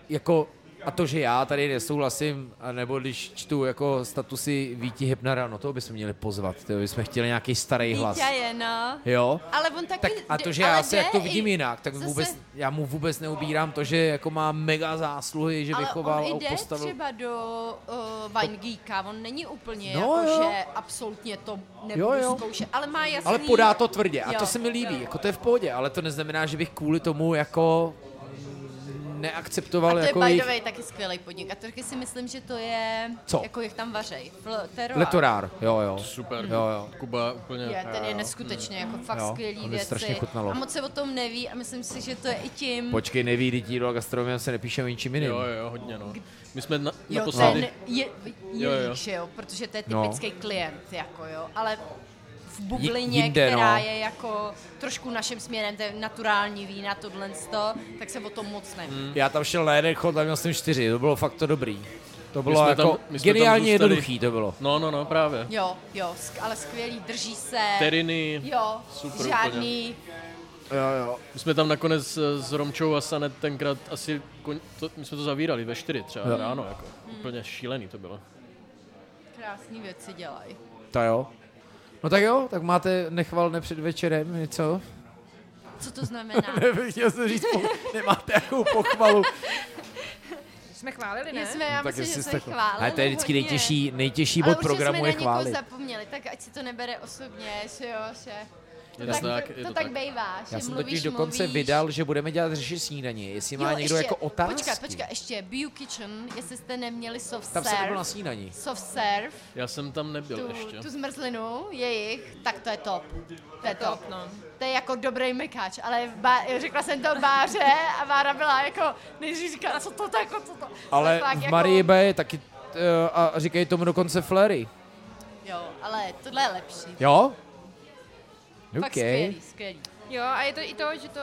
Speaker 1: jako a to, že já tady nesouhlasím, a nebo když čtu jako statusy Víti Hebnara, no toho bychom měli pozvat, to bychom chtěli nějaký starý hlas.
Speaker 5: Vítě je, no.
Speaker 1: Jo?
Speaker 5: Ale on taky...
Speaker 1: Tak a
Speaker 5: jde-
Speaker 1: to, že já
Speaker 5: ale
Speaker 1: se
Speaker 5: jde
Speaker 1: jak to
Speaker 5: i-
Speaker 1: vidím jinak, tak
Speaker 5: zase-
Speaker 1: vůbec, já mu vůbec neubírám to, že jako má mega zásluhy, že
Speaker 5: ale
Speaker 1: vychoval
Speaker 5: on
Speaker 1: a
Speaker 5: jde
Speaker 1: postavil.
Speaker 5: třeba do uh, Wine Geeka, on není úplně
Speaker 1: No,
Speaker 5: no, jako,
Speaker 1: jo.
Speaker 5: že absolutně to nebudu
Speaker 1: Jo, jo.
Speaker 5: zkoušet, ale má jasný...
Speaker 1: Ale podá to tvrdě a
Speaker 5: Jo,
Speaker 1: to se mi líbí, jako to je v pohodě, ale to neznamená, že bych kvůli tomu jako
Speaker 5: A
Speaker 1: neakceptoval
Speaker 5: to je
Speaker 1: jako
Speaker 5: by
Speaker 1: jejich
Speaker 5: the way taky skvělý podnik. A trošku si myslím, že to je,
Speaker 1: Co?
Speaker 5: jako jak tam vařej. Fl- terroir.
Speaker 1: letorár, jo jo.
Speaker 4: Super.
Speaker 1: Jo jo.
Speaker 4: Kuba úplně...
Speaker 5: Je, ten je
Speaker 4: Jo.
Speaker 5: neskutečně, jako fakt
Speaker 1: Jo,
Speaker 5: skvělý
Speaker 1: to mi
Speaker 5: věci.
Speaker 1: strašně chutnalo.
Speaker 5: A moc se o tom neví a myslím si, že to je i tím...
Speaker 1: Počkej, neví, lidi do gastronomie se nepíšeme ničím jiným.
Speaker 4: Jo, jo, hodně, no. My jsme na,
Speaker 5: Jo,
Speaker 4: naposledy...
Speaker 5: ten je,
Speaker 4: Jo,
Speaker 5: jo,
Speaker 4: jo.
Speaker 5: jo. Že jo, protože to je
Speaker 1: No.
Speaker 5: typický no. klient, jako jo, ale v bublině,
Speaker 1: jinde,
Speaker 5: která
Speaker 1: no.
Speaker 5: je jako trošku naším směrem, to je naturální vína, tohle to, tak se o tom moc neví.
Speaker 4: Hmm.
Speaker 5: Mm.
Speaker 1: Já tam šel na jeden chod a měl jsem čtyři, to bylo fakt to dobrý. To
Speaker 4: My
Speaker 1: bylo
Speaker 4: jsme
Speaker 1: jako
Speaker 4: my jsme
Speaker 1: geniálně
Speaker 4: zůstali-
Speaker 1: jednoduchý to bylo.
Speaker 4: No, no, no, právě.
Speaker 5: Jo, jo, sk- ale skvělý, drží se.
Speaker 4: Teriny,
Speaker 5: Jo,
Speaker 4: super
Speaker 5: žádný.
Speaker 1: Jo, jo.
Speaker 4: My jsme tam nakonec eh, s Romčou a Sanet tenkrát asi, kon, to, my jsme to zavírali ve 4 třeba
Speaker 1: Jo.
Speaker 4: ráno, jako. Úplně šílený to bylo.
Speaker 5: Krásný věci dělají.
Speaker 1: Ta jo. No tak jo, tak máte nechval ne před večerem něco?
Speaker 5: Co to znamená?
Speaker 1: Nevím, chtěl jsem říct, po, nemáte jakou pochvalu.
Speaker 6: Jsme chválili,
Speaker 5: My
Speaker 6: ne?
Speaker 5: jsme, já myslím, že jsme chválili
Speaker 1: Ale to je vždycky
Speaker 5: hodně.
Speaker 1: nejtěžší, nejtěžší
Speaker 5: Ale
Speaker 1: bod
Speaker 5: už že
Speaker 1: programu
Speaker 5: jsme
Speaker 1: je
Speaker 5: na někoho
Speaker 1: chválit.
Speaker 5: zapomněli, tak ať si to nebere osobně, že jo, že... To, tak, to, to, tak bejvá, že
Speaker 1: Já jsem
Speaker 5: mluvíš,
Speaker 1: totiž dokonce
Speaker 5: mluvíš.
Speaker 1: vydal, že budeme dělat řešit snídaní. Jestli má
Speaker 5: Jo,
Speaker 1: někdo
Speaker 5: ještě,
Speaker 1: jako otázky.
Speaker 5: Počkat, počkat, ještě Bio Kitchen, jestli jste neměli soft
Speaker 1: Tam jsem
Speaker 5: serve.
Speaker 1: nebyl na snídani.
Speaker 5: Soft serve,
Speaker 4: Já jsem tam nebyl
Speaker 5: tu,
Speaker 4: ještě.
Speaker 5: tu zmrzlinu, jejich, tak to je top. To je top.
Speaker 6: no.
Speaker 5: To je jako dobrý mekáč, ale v bá, řekla jsem to Báře a Bára byla jako, než říká, co to, tak, co to.
Speaker 1: Ale
Speaker 5: to fakt jako-
Speaker 1: v Marii B je taky eh, a říkají tomu dokonce flery.
Speaker 5: Jako, jo, ale tohle je lepší.
Speaker 1: Jo?
Speaker 5: Fakt
Speaker 1: OK.
Speaker 5: skvělý, skvělý.
Speaker 6: Jo, a je to i to, že to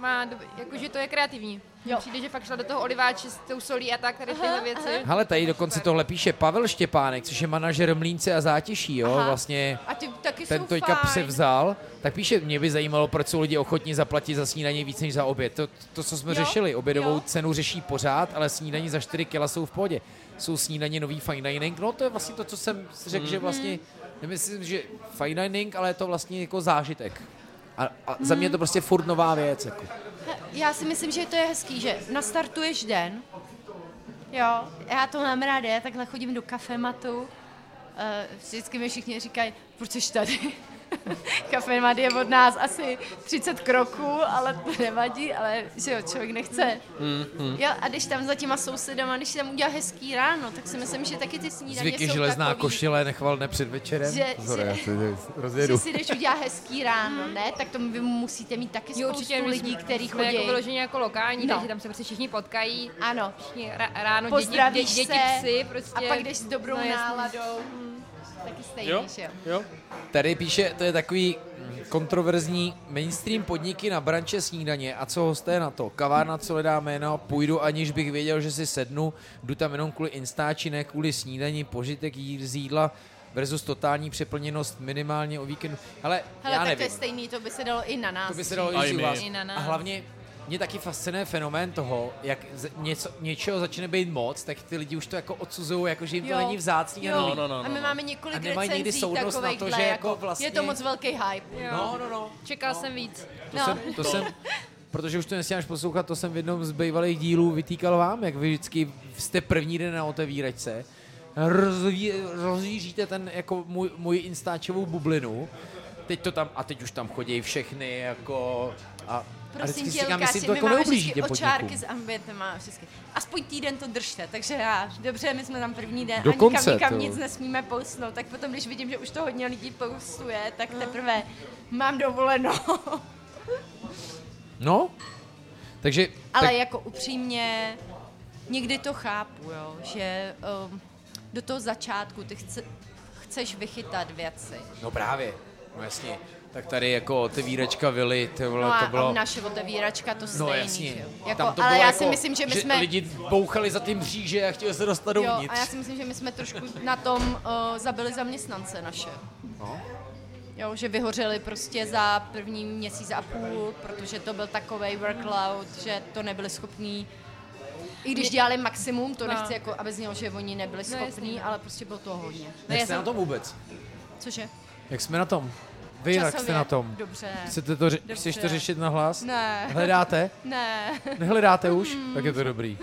Speaker 6: má, dob- jako, že to je kreativní. Jo. Přijde, že fakt šla do toho oliváče s tou solí a tak, tady tyhle věci.
Speaker 1: Hele, tady dokonce tohle píše Pavel Štěpánek, což je manažer Mlínce a zátěží, jo,
Speaker 6: Aha.
Speaker 1: vlastně.
Speaker 5: A ty taky
Speaker 1: ten to teďka převzal, tak píše, mě by zajímalo, proč jsou lidi ochotní zaplatit za snídaní víc než za oběd. To, to co jsme
Speaker 5: Jo,
Speaker 1: řešili, obědovou
Speaker 5: jo.
Speaker 1: cenu řeší pořád, ale snídaní za 4 kila jsou v pohodě. Jsou snídaně nový fine dining, no to je vlastně to, co jsem řekl,
Speaker 23: Hmm.
Speaker 1: že vlastně, nemyslím, že fine dining, ale je to vlastně jako zážitek. A, a za
Speaker 5: Hmm.
Speaker 1: mě je to prostě furt nová věc. Jako.
Speaker 5: Já si myslím, že to je hezký, že nastartuješ den, jo, já to mám ráda, já takhle chodím do kafematu, eh, vždycky mi všichni říkají, proč jsi tady? Kafemat je od nás asi 30 kroků, ale to nevadí, ale že jo, člověk nechce. Jo, a když tam za těma sousedama, když si tam udělá hezký ráno, tak si myslím, že taky ty snídaně
Speaker 1: Zvyky
Speaker 5: jsou
Speaker 1: železná
Speaker 5: takový.
Speaker 1: košile, nechval ne před večerem.
Speaker 5: Že-
Speaker 1: Sorry,
Speaker 5: že-
Speaker 1: já se
Speaker 5: Že
Speaker 1: rozjedu.
Speaker 5: si jdeš udělat hezký ráno, ne? Tak to vy musíte mít taky
Speaker 6: Jo,
Speaker 5: spoustu
Speaker 6: určitě my
Speaker 5: lidí,
Speaker 6: jsme-
Speaker 5: který
Speaker 6: jsme
Speaker 5: chodí.
Speaker 6: jako vyloženě jako lokální,
Speaker 5: No.
Speaker 6: takže tam se prostě všichni potkají.
Speaker 5: Ano.
Speaker 6: Všichni ra- ráno
Speaker 5: Pozdravíš
Speaker 6: děti, děti,
Speaker 5: se
Speaker 6: psy, prostě.
Speaker 5: a pak jdeš s dobrou
Speaker 6: jasně.
Speaker 5: náladou. Hm, Taky stejný, že jo?
Speaker 1: Tady píše, to je takový kontroverzní mainstream podniky na branče snídaně a co hosté na to? Kavárna, co nedá jméno, půjdu aniž bych věděl, že si sednu, jdu tam jenom kvůli instači, ne kvůli snídaní, požitek jí- z jídla versus totální přeplněnost minimálně o víkendu. Ale já
Speaker 5: Hele, tak to
Speaker 1: nevím.
Speaker 5: je stejný, to by se dalo i na nás.
Speaker 1: To by se dalo
Speaker 5: říct.
Speaker 1: i u vás. A hlavně mě taky fascinuje fenomén toho, jak z- něco, něčeho začne být moc, tak ty lidi už to jako odsuzují, jako že jim to
Speaker 5: Jo.
Speaker 1: není vzácný. No,
Speaker 5: Jo. A my máme
Speaker 1: A
Speaker 5: několik
Speaker 1: nemají někdy
Speaker 5: recenzí
Speaker 1: soudnost na to,
Speaker 5: takovejhle,
Speaker 1: že jako vlastně...
Speaker 5: Je to moc velký hype.
Speaker 1: Jo. No, no, no.
Speaker 6: Čekal jsem víc.
Speaker 1: To, no. jsem, to jsem, protože už to nestíháš poslouchat, to jsem v jednom z bývalých dílů vytýkal vám, jak vy vždycky jste první den na otevíračce, rozví, rozvíříte ten, jako můj, můj instáčovou bublinu, teď to tam, a teď už tam chodí všechny, jako, a, a
Speaker 5: Prosím
Speaker 1: vždycky si
Speaker 5: tě,
Speaker 1: říkám,
Speaker 5: Lukáši,
Speaker 1: jestli to
Speaker 5: my
Speaker 1: jako
Speaker 5: máme
Speaker 1: neublíží
Speaker 5: vždycky
Speaker 1: těm
Speaker 5: očárky
Speaker 1: podnikům.
Speaker 5: s ambientem a vždycky. Aspoň týden to držte, takže já, dobře, my jsme tam první den
Speaker 1: Dokonce,
Speaker 5: a nikam,
Speaker 1: to-
Speaker 5: nikam nic nesmíme postnout, tak potom, když vidím, že už to hodně lidí postuje, tak teprve mám dovoleno.
Speaker 1: No, takže,
Speaker 5: Ale
Speaker 1: tak,
Speaker 5: jako upřímně, někdy to chápu, jo, že um, do toho začátku ty chce, chceš vychytat věci.
Speaker 1: no právě, no jasně, tak tady jako otevíračka Vili, to bylo,
Speaker 5: No a,
Speaker 1: to bylo...
Speaker 5: a naše otevíračka to stejný,
Speaker 1: No
Speaker 5: že
Speaker 1: jasně.
Speaker 5: jo.
Speaker 1: A
Speaker 5: Jako,
Speaker 1: tam to
Speaker 5: ale
Speaker 1: bylo
Speaker 5: já
Speaker 1: jako,
Speaker 5: si myslím, že my
Speaker 1: že
Speaker 5: jsme...
Speaker 1: lidi bouchali za tím mříže a chtěli se dostat
Speaker 5: jo,
Speaker 1: dovnitř.
Speaker 5: a já si myslím, že my jsme trošku na tom uh, zabili zaměstnance naše.
Speaker 1: No.
Speaker 5: Jo, že vyhořeli prostě za první měsíc a půl, protože to byl takový workload, že to nebyli schopní i když dělali maximum, to
Speaker 6: No.
Speaker 5: nechci jako, aby znělo, že oni nebyli
Speaker 6: No, jasný,
Speaker 5: schopní,
Speaker 6: no.
Speaker 5: ale prostě bylo toho hodně.
Speaker 1: Jak jste na tom vůbec?
Speaker 5: Cože?
Speaker 1: Jak jsme na tom? Vy jak jste
Speaker 5: Časově.
Speaker 1: na tom?
Speaker 5: Dobře.
Speaker 1: Chcete to, ře- chceš to
Speaker 5: Dobře.
Speaker 1: řešit na hlas?
Speaker 5: Ne. Hmm.
Speaker 1: Hledáte?
Speaker 5: Ne.
Speaker 1: Nehledáte už? Tak je to dobrý.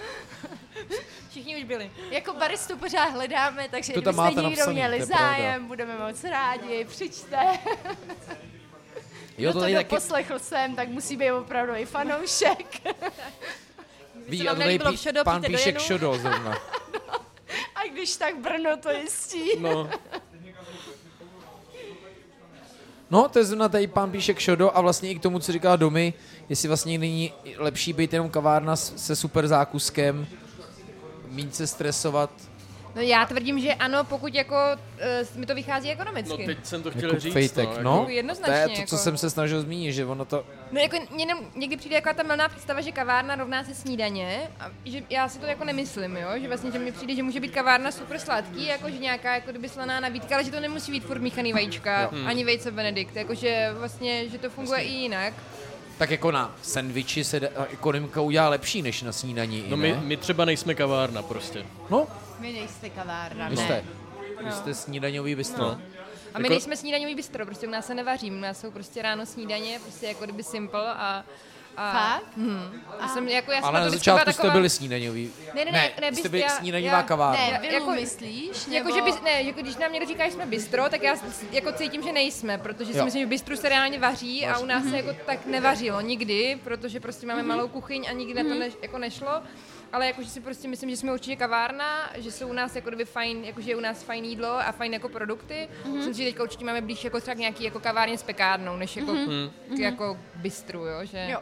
Speaker 6: Všichni už byli.
Speaker 5: Jako baristu pořád hledáme, takže
Speaker 1: To tam
Speaker 5: kdybyste
Speaker 1: máte
Speaker 5: někdo
Speaker 1: napsaný,
Speaker 5: měli
Speaker 1: to je pravda.
Speaker 5: zájem, budeme moc rádi, přijďte.
Speaker 1: Jo,
Speaker 5: Kdo
Speaker 1: to tady taky
Speaker 5: poslechl jsem, tak musí být opravdu i fanoušek.
Speaker 1: ví, a to tady pí, pán Píšek Šodo zrovna.
Speaker 5: A když tak Brno to jistí.
Speaker 1: No. No, to je zrovna tady pán Píšek Šodo a vlastně i k tomu, co říká Domy, jestli vlastně není lepší být jenom kavárna s- se super zákuskem, méně se stresovat.
Speaker 6: No já tvrdím, že ano, pokud jako uh, mi to vychází ekonomicky.
Speaker 4: No teď jsem to chtěl
Speaker 1: Jako
Speaker 4: říct,
Speaker 1: fejtek, no.
Speaker 4: no,
Speaker 6: jako-
Speaker 1: to
Speaker 6: Jednoznačně,
Speaker 1: je to, co
Speaker 6: jako.
Speaker 1: jsem se snažil zmínit, že ono to...
Speaker 6: No jako mě nem, někdy přijde jako ta milná představa, že kavárna rovná se snídaně a že já si to jako nemyslím, jo? že vlastně, že mi přijde, že může být kavárna super sladký, jako že nějaká jako kdyby slaná nabídka, ale že to nemusí být furt míchaný vajíčka,
Speaker 1: Jo.
Speaker 6: hmm. ani vejce Benedikt, jakože vlastně, že to funguje i jinak.
Speaker 1: Tak jako na sendviči se da- ekonomika udělá lepší než na snídaní,
Speaker 4: No my, my třeba nejsme kavárna prostě.
Speaker 1: No,
Speaker 5: Vy nejste kavárna,
Speaker 1: vy jste,
Speaker 6: No.
Speaker 1: vy jste snídaňový bistro.
Speaker 4: No.
Speaker 6: A my nejsme snídaňový bistro, prostě u nás se nevaří, u nás jsou prostě ráno snídaně, prostě jako kdyby jako simple a A,
Speaker 5: Fakt?
Speaker 6: Hm. Já jsem, jako, já jsem
Speaker 1: Ale
Speaker 6: to
Speaker 1: na
Speaker 6: vždycky
Speaker 1: začátku
Speaker 6: byla
Speaker 1: jste
Speaker 6: taková-
Speaker 1: byli snídaňový.
Speaker 6: Ne, ne, ne,
Speaker 1: jste
Speaker 6: ne bys-
Speaker 1: byli
Speaker 6: já-
Speaker 1: snídaňová
Speaker 6: já-
Speaker 1: kavárna.
Speaker 5: Ne, vilu myslíš?
Speaker 6: Jako,
Speaker 5: Nebo-
Speaker 6: že bys, ne, jako když nám někdo říká, že jsme bistro, tak já s- jako cítím, že nejsme, protože si
Speaker 1: Jo.
Speaker 6: myslím, že v bistru se reálně vaří a
Speaker 1: Vaří.
Speaker 6: u nás
Speaker 1: Mhm.
Speaker 6: se jako tak nevařilo nikdy, protože prostě máme
Speaker 5: Mhm.
Speaker 6: malou kuchyň a nikdy na to
Speaker 5: Mhm.
Speaker 6: ne, jako nešlo. Ale jakože si prostě myslím, že jsme určitě kavárna, že jsou u nás jako kdyby fajn, jakože je u nás fajn jídlo a fajn jako produkty.
Speaker 5: Mhm.
Speaker 6: Mm-hmm. Myslím si, že teďka určitě máme blíž jako třeba k nějaký jako kavárně s pekárnou, než jako,
Speaker 5: Mhm.
Speaker 6: k,
Speaker 5: Mhm.
Speaker 6: jako k bistru, jo, že...
Speaker 5: Jo.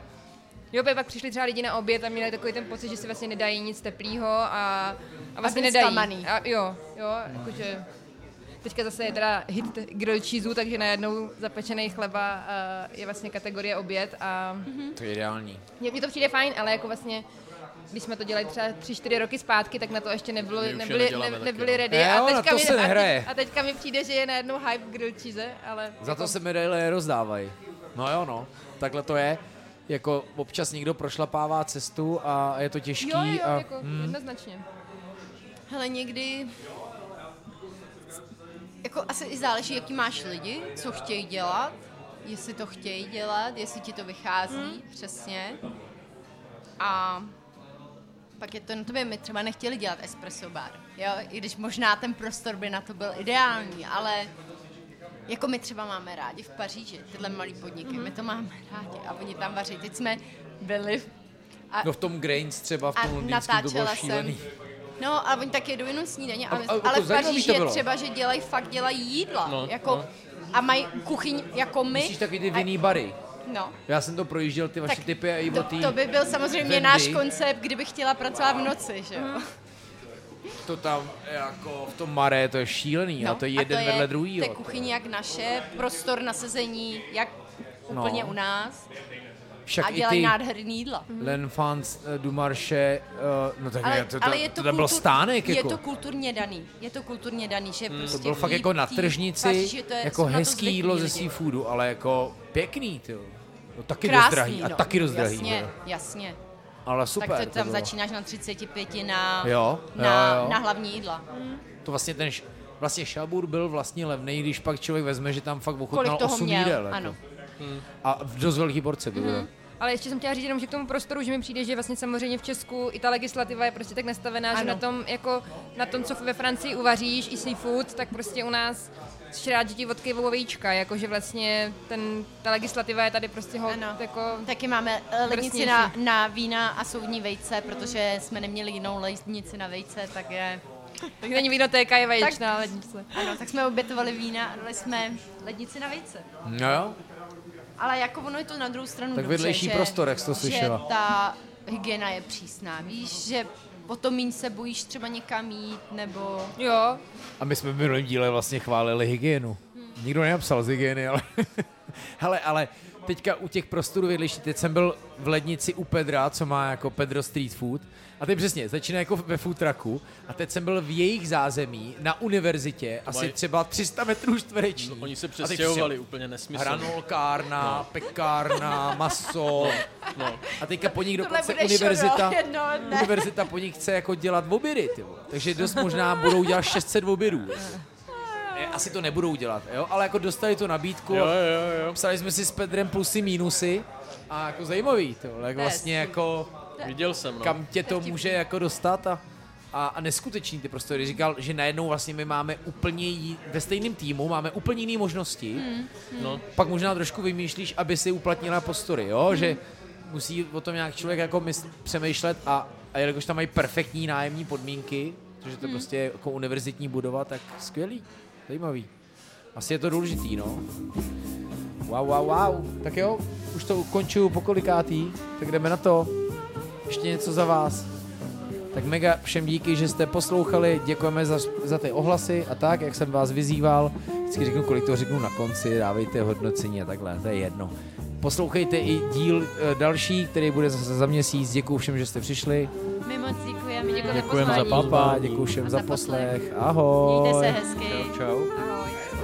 Speaker 6: Jo, protože pak přišli třeba lidi na oběd a měli takový ten pocit, že si vlastně nedají nic teplýho a, a vlastně
Speaker 5: byli
Speaker 6: nedají.
Speaker 5: zklamaný.
Speaker 6: A jo, jo, jakože... Teďka zase je teda hit t- grilled cheeseů, takže najednou zapečený chleba eh, je vlastně kategorie oběd a
Speaker 1: To je ideální.
Speaker 6: Mhm. mně mně to přijde fajn, ale jako vlastně když jsme to dělali třeba 3-4 roky zpátky, tak na to ještě nebylo,
Speaker 1: My už je
Speaker 6: nebyli,
Speaker 1: neděláme
Speaker 6: ne,
Speaker 1: taky,
Speaker 6: nebyli
Speaker 1: no.
Speaker 6: ready.
Speaker 1: Jo,
Speaker 6: a,
Speaker 1: na
Speaker 6: teďka
Speaker 1: to
Speaker 6: mi,
Speaker 1: se
Speaker 6: a,
Speaker 1: nehraje.
Speaker 6: teď, a teďka mi přijde, že je najednou hype grilled cheese, ale...
Speaker 1: Za
Speaker 6: jako-
Speaker 1: to se medaile rozdávají. No jo, no. Takhle to je. Jako občas někdo prošlapává cestu a je to těžký.
Speaker 6: Jo, jo, jo
Speaker 1: a,
Speaker 6: jako
Speaker 1: Hmm.
Speaker 6: jednoznačně.
Speaker 5: Hele, někdy... Jako asi i záleží, jaký máš lidi, co chtějí dělat, jestli to chtějí dělat, jestli ti to vychází, přesně. A pak je to na tobě, my třeba nechtěli dělat espresso bar, jo? I když možná ten prostor by na to byl ideální, ale jako my třeba máme rádi v Paříži, tyhle malý podniky, my to máme rádi a oni tam vaří. Teď jsme byli v- a,
Speaker 1: No v tom Grains třeba v
Speaker 5: a
Speaker 1: tom Londýnském to bylo
Speaker 5: natáčela
Speaker 1: šílený.
Speaker 5: jsem. No, ale oni taky jedou jenom snídaně, ale,
Speaker 1: a-
Speaker 5: ale
Speaker 1: jako
Speaker 5: v
Speaker 1: zajímavý
Speaker 5: Paříži
Speaker 1: to
Speaker 5: je
Speaker 1: bylo.
Speaker 5: třeba, že dělají fakt dělají jídla,
Speaker 1: No,
Speaker 5: no, jako,
Speaker 1: no.
Speaker 5: no. a mají kuchyň jako my.
Speaker 1: Myslíš takový ty vinný bary?
Speaker 5: No,
Speaker 1: Já jsem to projížděl, ty vaše
Speaker 5: Tak
Speaker 1: typy a i
Speaker 5: to,
Speaker 1: o tý
Speaker 5: to by byl samozřejmě náš
Speaker 1: Wendy.
Speaker 5: koncept, kdyby chtěla pracovat v noci, že
Speaker 1: Mhm.
Speaker 5: jo.
Speaker 1: To tam jako v tom Maré, to je šílený a to je
Speaker 5: No, a to
Speaker 1: jeden
Speaker 5: je
Speaker 1: vedle druhýho.
Speaker 5: To je kuchyň jak naše, prostor na sezení jak
Speaker 1: No.
Speaker 5: úplně u nás.
Speaker 1: Však
Speaker 5: a
Speaker 1: i
Speaker 5: dělají
Speaker 1: ty-
Speaker 5: nádherný jídla.
Speaker 1: L'Enfance du Marché, eh, no tak
Speaker 5: Ale,
Speaker 1: je to, to,
Speaker 5: ale je
Speaker 1: to,
Speaker 5: to,
Speaker 1: tam bylo
Speaker 5: kultu-
Speaker 1: stánek
Speaker 5: je
Speaker 1: jako.
Speaker 5: to kulturně daný. Je to kulturně daný, že
Speaker 1: Hmm.
Speaker 5: prostě
Speaker 1: to bylo fakt
Speaker 5: v-
Speaker 1: jako na
Speaker 5: v té
Speaker 1: tržnici,
Speaker 5: Paříži to je,
Speaker 1: jako
Speaker 5: jsou na to
Speaker 1: hezký
Speaker 5: zvyklí
Speaker 1: jídlo ze
Speaker 5: lidi.
Speaker 1: seafoodu, ale jako pěkný, ty. jo. No, taky dost
Speaker 5: Krásný,
Speaker 1: drahý a
Speaker 5: no.
Speaker 1: taky dost drahý.
Speaker 5: Jasně,
Speaker 1: jo.
Speaker 5: jasně.
Speaker 1: Ale super
Speaker 5: tak to
Speaker 1: to
Speaker 5: tam
Speaker 1: bylo.
Speaker 5: začínáš na 35 na,
Speaker 1: Jo,
Speaker 5: na,
Speaker 1: jo, jo.
Speaker 5: na hlavní jídla.
Speaker 1: To vlastně ten, š- vlastně šabur byl vlastně levný, když pak člověk vezme, že tam fakt ochutnal
Speaker 5: toho
Speaker 1: 8
Speaker 5: měl,
Speaker 1: jídel. Jako.
Speaker 5: ano.
Speaker 1: A v dost velký porce bylo.
Speaker 6: Mhm. Ale ještě jsem chtěla říct jenom, že k tomu prostoru, že mi přijde, že vlastně samozřejmě v Česku i ta legislativa je prostě tak nastavená, že
Speaker 5: Ano.
Speaker 6: na tom, jako, na tom, co ve Francii uvaříš, i seafood, tak prostě u nás rád děti od vajíčka, jakože vlastně ten, ta legislativa je tady prostě ho, jako...
Speaker 5: Taky máme eh, Lednici na, na vína a soudní vejce, protože jsme neměli jinou lednici na vejce, tak je...
Speaker 6: Tak není vinotéka, je veječná
Speaker 5: Tak-
Speaker 6: lednice.
Speaker 5: Ano, tak jsme obětovali vína a dali jsme lednici na vejce.
Speaker 1: No jo,
Speaker 5: Ale jako ono je to na druhou stranu
Speaker 1: Tak
Speaker 5: dobře,
Speaker 1: vedlejší
Speaker 5: že,
Speaker 1: prostor, jak jsi to slyšela.
Speaker 5: Že ta hygiena je přísná, víš, že o to míň se bojíš třeba někam jít, nebo...
Speaker 6: Jo,
Speaker 1: A my jsme v minulém díle vlastně chválili hygienu. Nikdo nenapsal z hygieny, ale... Hele, ale teďka u těch prostorů vedlejší, teď jsem byl v lednici u Pedra, co má jako Pedro Street Food. A teď přesně, začíná jako ve food trucku. A teď jsem byl v jejich zázemí na univerzitě, asi
Speaker 4: mají-
Speaker 1: třeba 300 metrů čtvereční.
Speaker 4: No, Oni se
Speaker 1: A teď přesně
Speaker 4: přestěhovali úplně nesmyslně.
Speaker 1: Hranolkárna,
Speaker 4: No.
Speaker 1: pekárna, maso.
Speaker 4: No, no.
Speaker 1: A teďka po nich
Speaker 5: Tohle
Speaker 1: dokonce
Speaker 5: bude
Speaker 1: univerzita,
Speaker 5: šodo, jednoho dne.
Speaker 1: univerzita po nich chce jako dělat obědy, ty vole. Takže dost možná budou dělat 600 obědů. E, Asi to nebudou dělat, jo? ale jako dostali tu nabídku,
Speaker 4: Jo, jo, jo.
Speaker 1: psali jsme si s Pedrem plusy, minusy a jako zajímavý, to, jak
Speaker 4: To je
Speaker 1: vlastně
Speaker 4: super.
Speaker 1: jako
Speaker 4: Viděl jsem, no.
Speaker 1: kam tě to může jako dostat a, a, a neskutečný ty prostory. Říkal, že najednou vlastně my máme úplně jí, ve stejném týmu máme úplně jiné možnosti,
Speaker 5: Hmm.
Speaker 4: No.
Speaker 1: pak možná trošku vymýšlíš, aby si uplatnila postory, jo? Že musí o tom nějak člověk jako mysl, přemýšlet a, a jelikož tam mají perfektní nájemní podmínky, protože to
Speaker 24: Hmm.
Speaker 1: prostě je jako univerzitní budova, tak skvělý, zajímavý. Asi je to důležitý, no. Wow, wow, wow. Tak jo, už to ukončuju po kolikátý, tak jdeme na to. Ještě něco za vás. Tak mega všem díky, že jste poslouchali, děkujeme za, za ty ohlasy a tak, jak jsem vás vyzýval. Vždycky řeknu, kolik to řeknu na konci, dávejte hodnocení a takhle, to je jedno. Poslouchejte i díl eh, další, který bude zase za měsíc. Děkuji všem, že jste přišli.
Speaker 5: My moc děkujeme, děkujeme,
Speaker 1: Děkujeme za papa, děkuji všem za poslech. Ahoj.
Speaker 5: Mějte se hezky.
Speaker 1: Čau, čau.
Speaker 5: Ahoj.